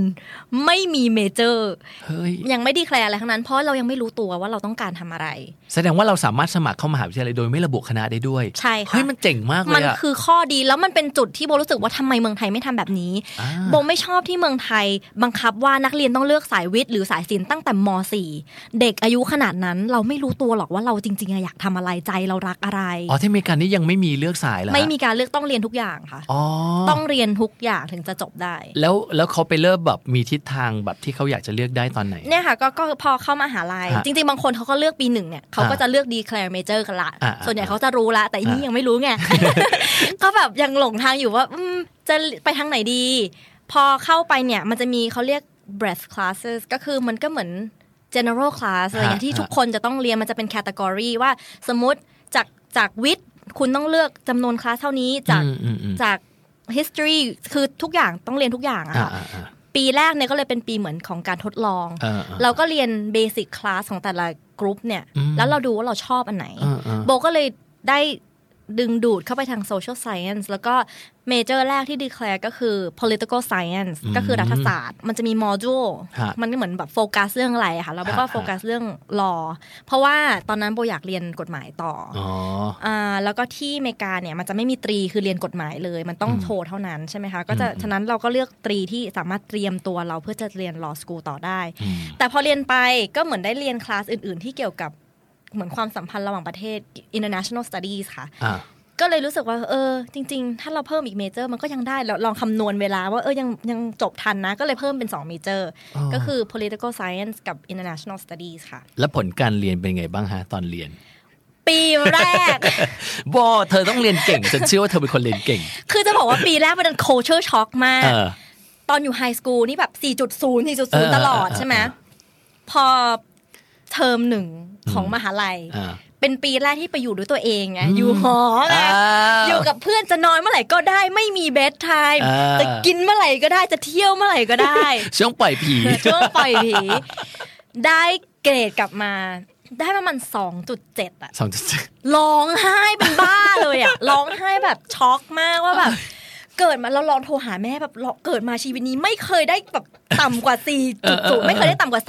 Speaker 15: ไม่มีเมเจอร์
Speaker 4: เฮ้ย
Speaker 15: ยังไม่ดีแคลร์อะไรทั้งนั้น เพราะเรายังไม่รู้ตัวว่าเราต้องการทำอะไร
Speaker 4: แสดงว่าเราสามารถสมัครเข้ามหาวิทยาลัยโดยไม่ระบุคณะได้ด้วย
Speaker 15: ใช่
Speaker 4: เฮ้ย
Speaker 15: ค่ะ
Speaker 4: มันเจ๋งมากเล
Speaker 15: มัน
Speaker 4: ยอะ
Speaker 15: คือข้อดีแล้วมันเป็นจุดที่โบรู้สึกว่าทำไมเมืองไทยไม่ทำแบบนี้
Speaker 4: า
Speaker 15: โบไม่ชอบที่เมืองไทยบังคับว่านักเรียนต้องเลือกสายวิทย์หรือสายศิลป์ตั้งแต่ม .4 เด็กอายุขนาดนั้นเราไม่รู้ตัวหรอกว่าเราจริงๆอะอยากทำอะไรใจเรารักอะไร
Speaker 4: อ๋อ ที่อเมริกันนี่ยังไม่มีเลือกสายเหรอฮะ
Speaker 15: ไม่มีการเลือกต้องเรียนทุกอย่างค่ะ
Speaker 4: อ๋อ
Speaker 15: ต้องเรียนทุกอย่างถึงจะจบได้
Speaker 4: แล้วแล้วเขาไปเริ่มแบบมีทิศทางแบบที่เขาอยากจะเลือกได้ตอนไหน
Speaker 15: เนี่ยค่ะก็ก็พอเข้ามาหาลัย
Speaker 4: ฮะ
Speaker 15: จริง ๆ บางคนเขาก็เลือกปีหนึ่งเนี่ยเขาก็จะเลือก declare major กันละ
Speaker 4: อ่า
Speaker 15: ส่วนใหญ่เขาจะรู้ละ แต่อันนี้
Speaker 4: อ่ายั
Speaker 15: ยังไม่รู้ไง [LAUGHS] ก็แบบยังหลงทางอยู่ว่าอืมจะไปทางไหนดี พอเข้าไปเนี่ยมันจะมีเขาเรียก breadth classes ก็คือมันก็เหมือน general class อะไรอย่างเงี้ย
Speaker 4: ฮะ
Speaker 15: ที่ทุก
Speaker 4: ฮะ
Speaker 15: คนจะต้องเรียนมันจะเป็น category ว่าสมมติจากจากวิทย์คุณต้องเลือกจำนวนคลาสเท่านี้จาก
Speaker 4: อืมอืมอืม
Speaker 15: จาก history คือทุกอย่างต้องเรียนทุกอย่างอะ
Speaker 4: อ่า
Speaker 15: ค่ะ
Speaker 4: อ่าอ่า
Speaker 15: ปีแรกเนี่ยก็เลยเป็นปีเหมือนของการทดลอง
Speaker 4: เออเออ
Speaker 15: เราก็เรียนเบสิ c คลาสของแต่ละกรุ๊ปเนี่ย
Speaker 4: อืม
Speaker 15: แล้วเราดูว่าเราชอบอันไหน
Speaker 4: เออเออ
Speaker 15: โบก็เลยได้ดึงดูดเข้าไปทาง social science แล้วก็เมเจอร์แรกที่ดีแคลร์ก็คือ political science
Speaker 4: อืม
Speaker 15: ก็คือรัฐศาสตร์ มันจะมีมอจูล
Speaker 4: ฮะ
Speaker 15: มันก็เหมือนแบบโฟกัสเรื่องอะไรอะค่ะ แล้วโบก็
Speaker 4: ฮะ
Speaker 15: โฟกัสเรื่อง law เพราะว่าตอนนั้นโบอยากเรียนกฎหมายต่ออ
Speaker 4: อ๋อ
Speaker 15: อ่าแล้วก็ที่อเมริกาเนี่ยมันจะไม่มีตรีคือเรียนกฎหมายเลย มันต้อง
Speaker 4: อืม
Speaker 15: โทเท่านั้นใช่ไหมคะก็จะ
Speaker 4: อืม
Speaker 15: ฉะนั้นเราก็เลือกตรีที่สามารถเตรียมตัวเราเพื่อจะเรียน law school ต่อได้
Speaker 4: อืม
Speaker 15: แต่พอเรียนไปก็เหมือนได้เรียนคลาสอื่น ๆ ที่เกี่ยวกับเหมือนความสัมพันธ์ระหว่างประเทศ international studies ค่ะ
Speaker 4: อ่า
Speaker 15: ก็เลยรู้สึกว่าเออจริง ๆ ถ้าเราเพิ่มอีกเมเจอร์มันก็ยังได้แล้วลองคำนวณเวลาว่าเออยังยังจบทันนะ ก็เลยเพิ่มเป็น2เมเจอร์
Speaker 4: อ๋อ
Speaker 15: ก็คือ political science กับ international studies ค่ะ
Speaker 4: แล้วผลการเรียนเป็นไงบ้างฮะตอนเรียน
Speaker 15: ปีแรก
Speaker 4: บอเธอต้องเรียนเก่งฉันเชื่อว่าเธอเป็นคนเรียนเก่ง
Speaker 15: คือจะบอกว่าปีแรกมันเป็น culture shock มาก
Speaker 4: เออ
Speaker 15: ตอนอยู่ไฮสคูลนี่แบบ 4.0
Speaker 4: เออ
Speaker 15: 4.0 ตลอด
Speaker 4: เออ
Speaker 15: ใช่ไหม
Speaker 4: เออ
Speaker 15: พอเทอมหนึ่งของมหาลัย
Speaker 4: อ่า
Speaker 15: เป็นปีแรกที่ไปอยู่ด้วยตัวเองไง
Speaker 4: อืม
Speaker 15: อยู่หอไง
Speaker 4: อ้าว
Speaker 15: อยู่กับเพื่อนจะนอนเมื่อไหร่ก็ได้ ไม่มีเบสไทม์
Speaker 4: อ่า
Speaker 15: จะกินเมื่อไหร่ก็ได้จะเที่ยวเมื่อไหร่ก็ได้
Speaker 4: [LAUGHS] ช่วงปล่อยผี
Speaker 15: ช่วง [LAUGHS] ปล่อยผีได้เกรดกลับมา ได้ประมาณ2.7อะ
Speaker 4: สองจุดเจ็ด
Speaker 15: ร้องไห้เป็นบ้าเลยอะ [LAUGHS] ร้องไห้แบบช็อกมากว่าแบบ เกิดมาแล้วลองโทรหาแม่แบบเราเกิดมาชีวิตนี้ไม่เคยได้แบบต่ำกว่า [LAUGHS] 4.0 ไม่เคยได้ต่ำกว่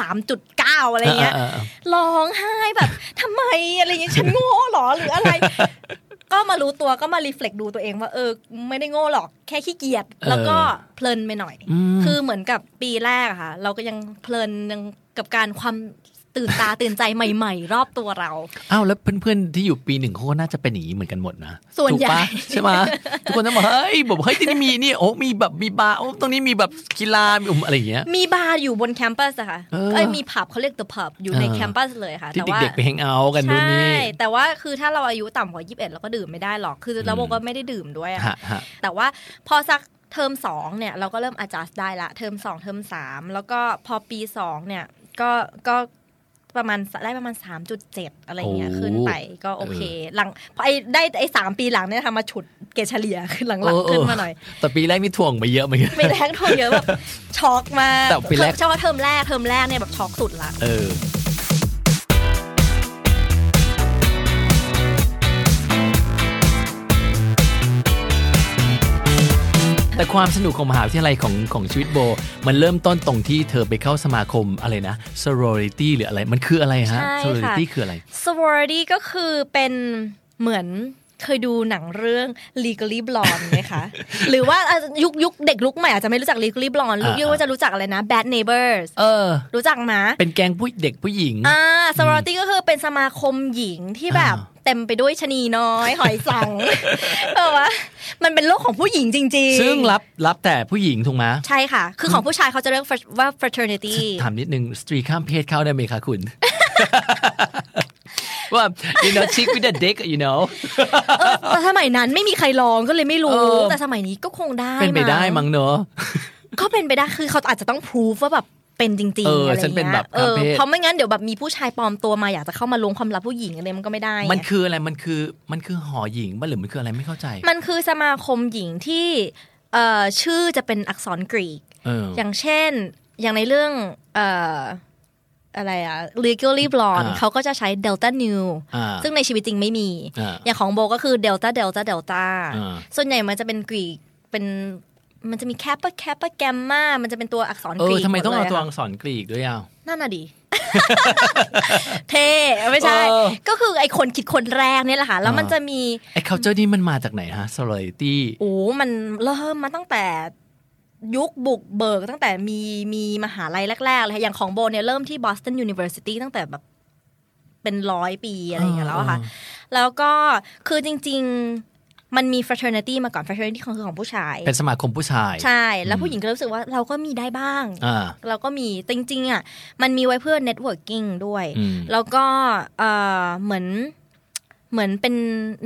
Speaker 15: า 3.9 อะไรเงี้ย
Speaker 4: เออเออเออ
Speaker 15: ร้องไห้แบบทำไมอะไรเงี้ยฉันโง่หรอหรืออะไร [LAUGHS] ก็มารู้ตัวก็มารีเฟล็กดูตัวเองว่าเออ ไม่ได้โง่หรอกแค่ขี้เกียจแล้วก็เพลินไปหน่อย
Speaker 4: อืม
Speaker 15: คือเหมือนกับปีแรกอะค่ะ เราก็ยังเพลินยังกับการความตื่นตาตื่นใจใหม่ ๆ รอบตัวเรา
Speaker 4: อ้าวแล้วเพื่อนๆที่อยู่ปีหนึ่งเขาก็น่าจะเป็นอย่างนี้เหมือนกันหมดนะ
Speaker 15: ส่วนใหญ่
Speaker 4: ถูกปะใช่ไหมทุกคนต้องบอกเฮ้ยบอกเฮ้ยที่นี่มีนี่โอ้มีแบบมีบาร์โอ้ตรงนี้มีแบบกีฬามีอุ้มอะไรอย่างเงี้ย
Speaker 15: มีบาร์อยู่บนแคมปัสอะค่ะ
Speaker 4: เออ
Speaker 15: เอ้ยมีผับเขาเรียก The Pub อยู่ใน
Speaker 4: เออ
Speaker 15: แคมปัสเลยค่ะ
Speaker 4: ที่
Speaker 15: แต่ว่า
Speaker 4: เด็กๆไปแฮงเอาท์กันนู่น
Speaker 15: ใช่
Speaker 4: นี่
Speaker 15: แต่ว่าคือถ้าเราอายุต่ำกว่า 21 เราก็ดื่มไม่ได้หรอก คือเรา
Speaker 4: อืม
Speaker 15: ก็ไม่ได้ดื่มด้วยอะ
Speaker 4: ฮะฮะ
Speaker 15: แต่ว่าพอสักเทอม 2 เนี่ย เราก็เริ่ม adjust ได้ละ เทอม 2 เทอม 3 แล้วก็พอปี 2 เนี่ย ก็ก็ประมาณได้ประมาณ 3.7 อะไรเงี้ย
Speaker 4: โอ้
Speaker 15: ขึ้นไปก็โอเค หลังพอไอ้ได้ไอ้สามปีหลังเนี่ยทำมาฉุดเกรดเฉลี่ย [LAUGHS] ขึ้นหลัง
Speaker 4: เออ
Speaker 15: ๆ
Speaker 4: เออ
Speaker 15: ขึ้นมาหน่อย
Speaker 4: แต่ปีแรกนี่ถ่วงไปเยอะเหมือนกัน
Speaker 15: ไม่แรงโทรเย
Speaker 4: [LAUGHS]
Speaker 15: อะแบบช็อกมาก
Speaker 4: แต่ปีแรก
Speaker 15: เฉพาะเทอมแรกเทอมแรกเนี่ยแบบช็อกสุดละ
Speaker 4: เออ แต่ความสนุกของมหาวิทยาลัยของของชีวิตโบ มันเริ่มต้นตรงที่เธอไปเข้าสมาคมอะไรนะ sorority หรืออะไร มันคืออะไรฮะ
Speaker 15: ใช่ค่ะ
Speaker 4: sorority คืออะไร
Speaker 15: sorority ก็คือเป็นเหมือน เคยดูหนังเรื่อง Legally Blonde ไหม
Speaker 4: [LAUGHS]
Speaker 15: คะ หรือว่าอ่ะยุคยุคเด็กลุกใหม่อาจจะไม่รู้จัก Legally Blonde ยุค
Speaker 17: อ่า
Speaker 15: ยุคว่าจะรู้จักอะไรนะ Bad Neighbors
Speaker 4: เออ
Speaker 15: รู้จักไหม
Speaker 4: เป็นแกงผู้เด็กผู้หญิง
Speaker 15: อ่าสวอตี้ก็คือเป็นสมาคมหญิงที่แบบเต็มไปด้วยชะนีน้อย หอยสั
Speaker 4: [LAUGHS]
Speaker 15: ง แบบว่า มันเป็นโลกของผู้หญิงจริงๆ
Speaker 4: ซึ่งรับรับแต่ผู้หญิงถูกไหม
Speaker 15: ใช่ค่ะ คือของผู้ชายเขาจะเรียกว่า fraternity
Speaker 4: ถามนิดนึง สตรีข้ามเพศเข้าได้ไหมคะคุณ [LAUGHS] ว่า you know chick with a dick you know
Speaker 15: เออแต่สมัยนั้นไม่มีใครลองก็เลยไม่รู้
Speaker 4: เออ
Speaker 15: แต่สมัยนี้ก็คงได้
Speaker 4: เป็นไปได้มั้งเนอะ
Speaker 15: ก็เป็นไปได้คือเขาอาจจะต้องพูฟว่าแบบเป็นจริง
Speaker 4: เออ
Speaker 15: ๆ
Speaker 4: อ
Speaker 15: อะไร
Speaker 4: ฉันเป็น
Speaker 15: เงี้
Speaker 4: แบบ
Speaker 15: ยเออ
Speaker 4: ประเภท
Speaker 15: เพราะไม่งั้นเดี๋ยวแบบมีผู้ชายปลอมตัวมาอยากจะเข้ามาล้วงความลับผู้หญิงอะไรมันก็ไม่ได้ไง
Speaker 4: มันคืออะไรมันคือมันคือหอหญิงบ้างหรือมันคืออะไรไม่เข้าใจ
Speaker 15: มันคือสมาคมหญิงที่เอ่อชื่อจะเป็นอักษรกรีก
Speaker 4: เออ
Speaker 15: อย่างเช่น อย่างในเรื่องเอ่ออะไรอะ legally blonde
Speaker 4: อ่า
Speaker 15: เขาก็จะใช้ delta new
Speaker 4: อ่า
Speaker 15: ซึ่งในชีวิตจริงไม่มี
Speaker 4: อ่า
Speaker 15: อย่างของโบก็คือ delta delta delta
Speaker 4: อ่า
Speaker 15: ส่วนใหญ่มันจะเป็นกรีก เป็น มันจะมี kappa kappa gamma มันจะเป็นตัวอักษร
Speaker 4: เอก
Speaker 15: รี
Speaker 4: อก ทำไมต้องเอา
Speaker 15: หดลยะ
Speaker 4: ตัว
Speaker 15: ค่ะ
Speaker 4: อักษรกรีกด้วยอ่ะ
Speaker 15: นั่นน่ะดิ เท่ไม่ใช่
Speaker 4: เออ
Speaker 15: ก็คือไอคนคิดคนแรกเนี่ยแหละค่ะ แล้วมันจะมี
Speaker 4: ไอ้ culture นี่มันมาจากไหนฮะ sorority
Speaker 15: โอ้มันเริ่มมาตั้งแต่ยุคบุกเบิกตั้งแต่มีมีมหาลัยแรกๆเลยค่ะอย่างของโบเนี่ยเริ่มที่ Boston University ตั้งแต่แบบเป็นร้อยปีอะไรอย่างเงี้ยแล้วอะค่ะ แล้วก็คือจริง ๆ มันมี fraternity มาก่อน fraternity ของคือของผู้ชาย
Speaker 4: เป็นสมาคมผู้ชาย
Speaker 15: ใช่ แล้วผู้หญิงก็รู้สึกว่าเราก็มีได้บ้าง
Speaker 4: อ่า
Speaker 15: เราก็มีแต่จริงๆอ่ะมันมีไว้เพื่อ networking ด้วย
Speaker 4: อืม
Speaker 15: แล้วก็เอ่อเหมือนเหมือนเป็น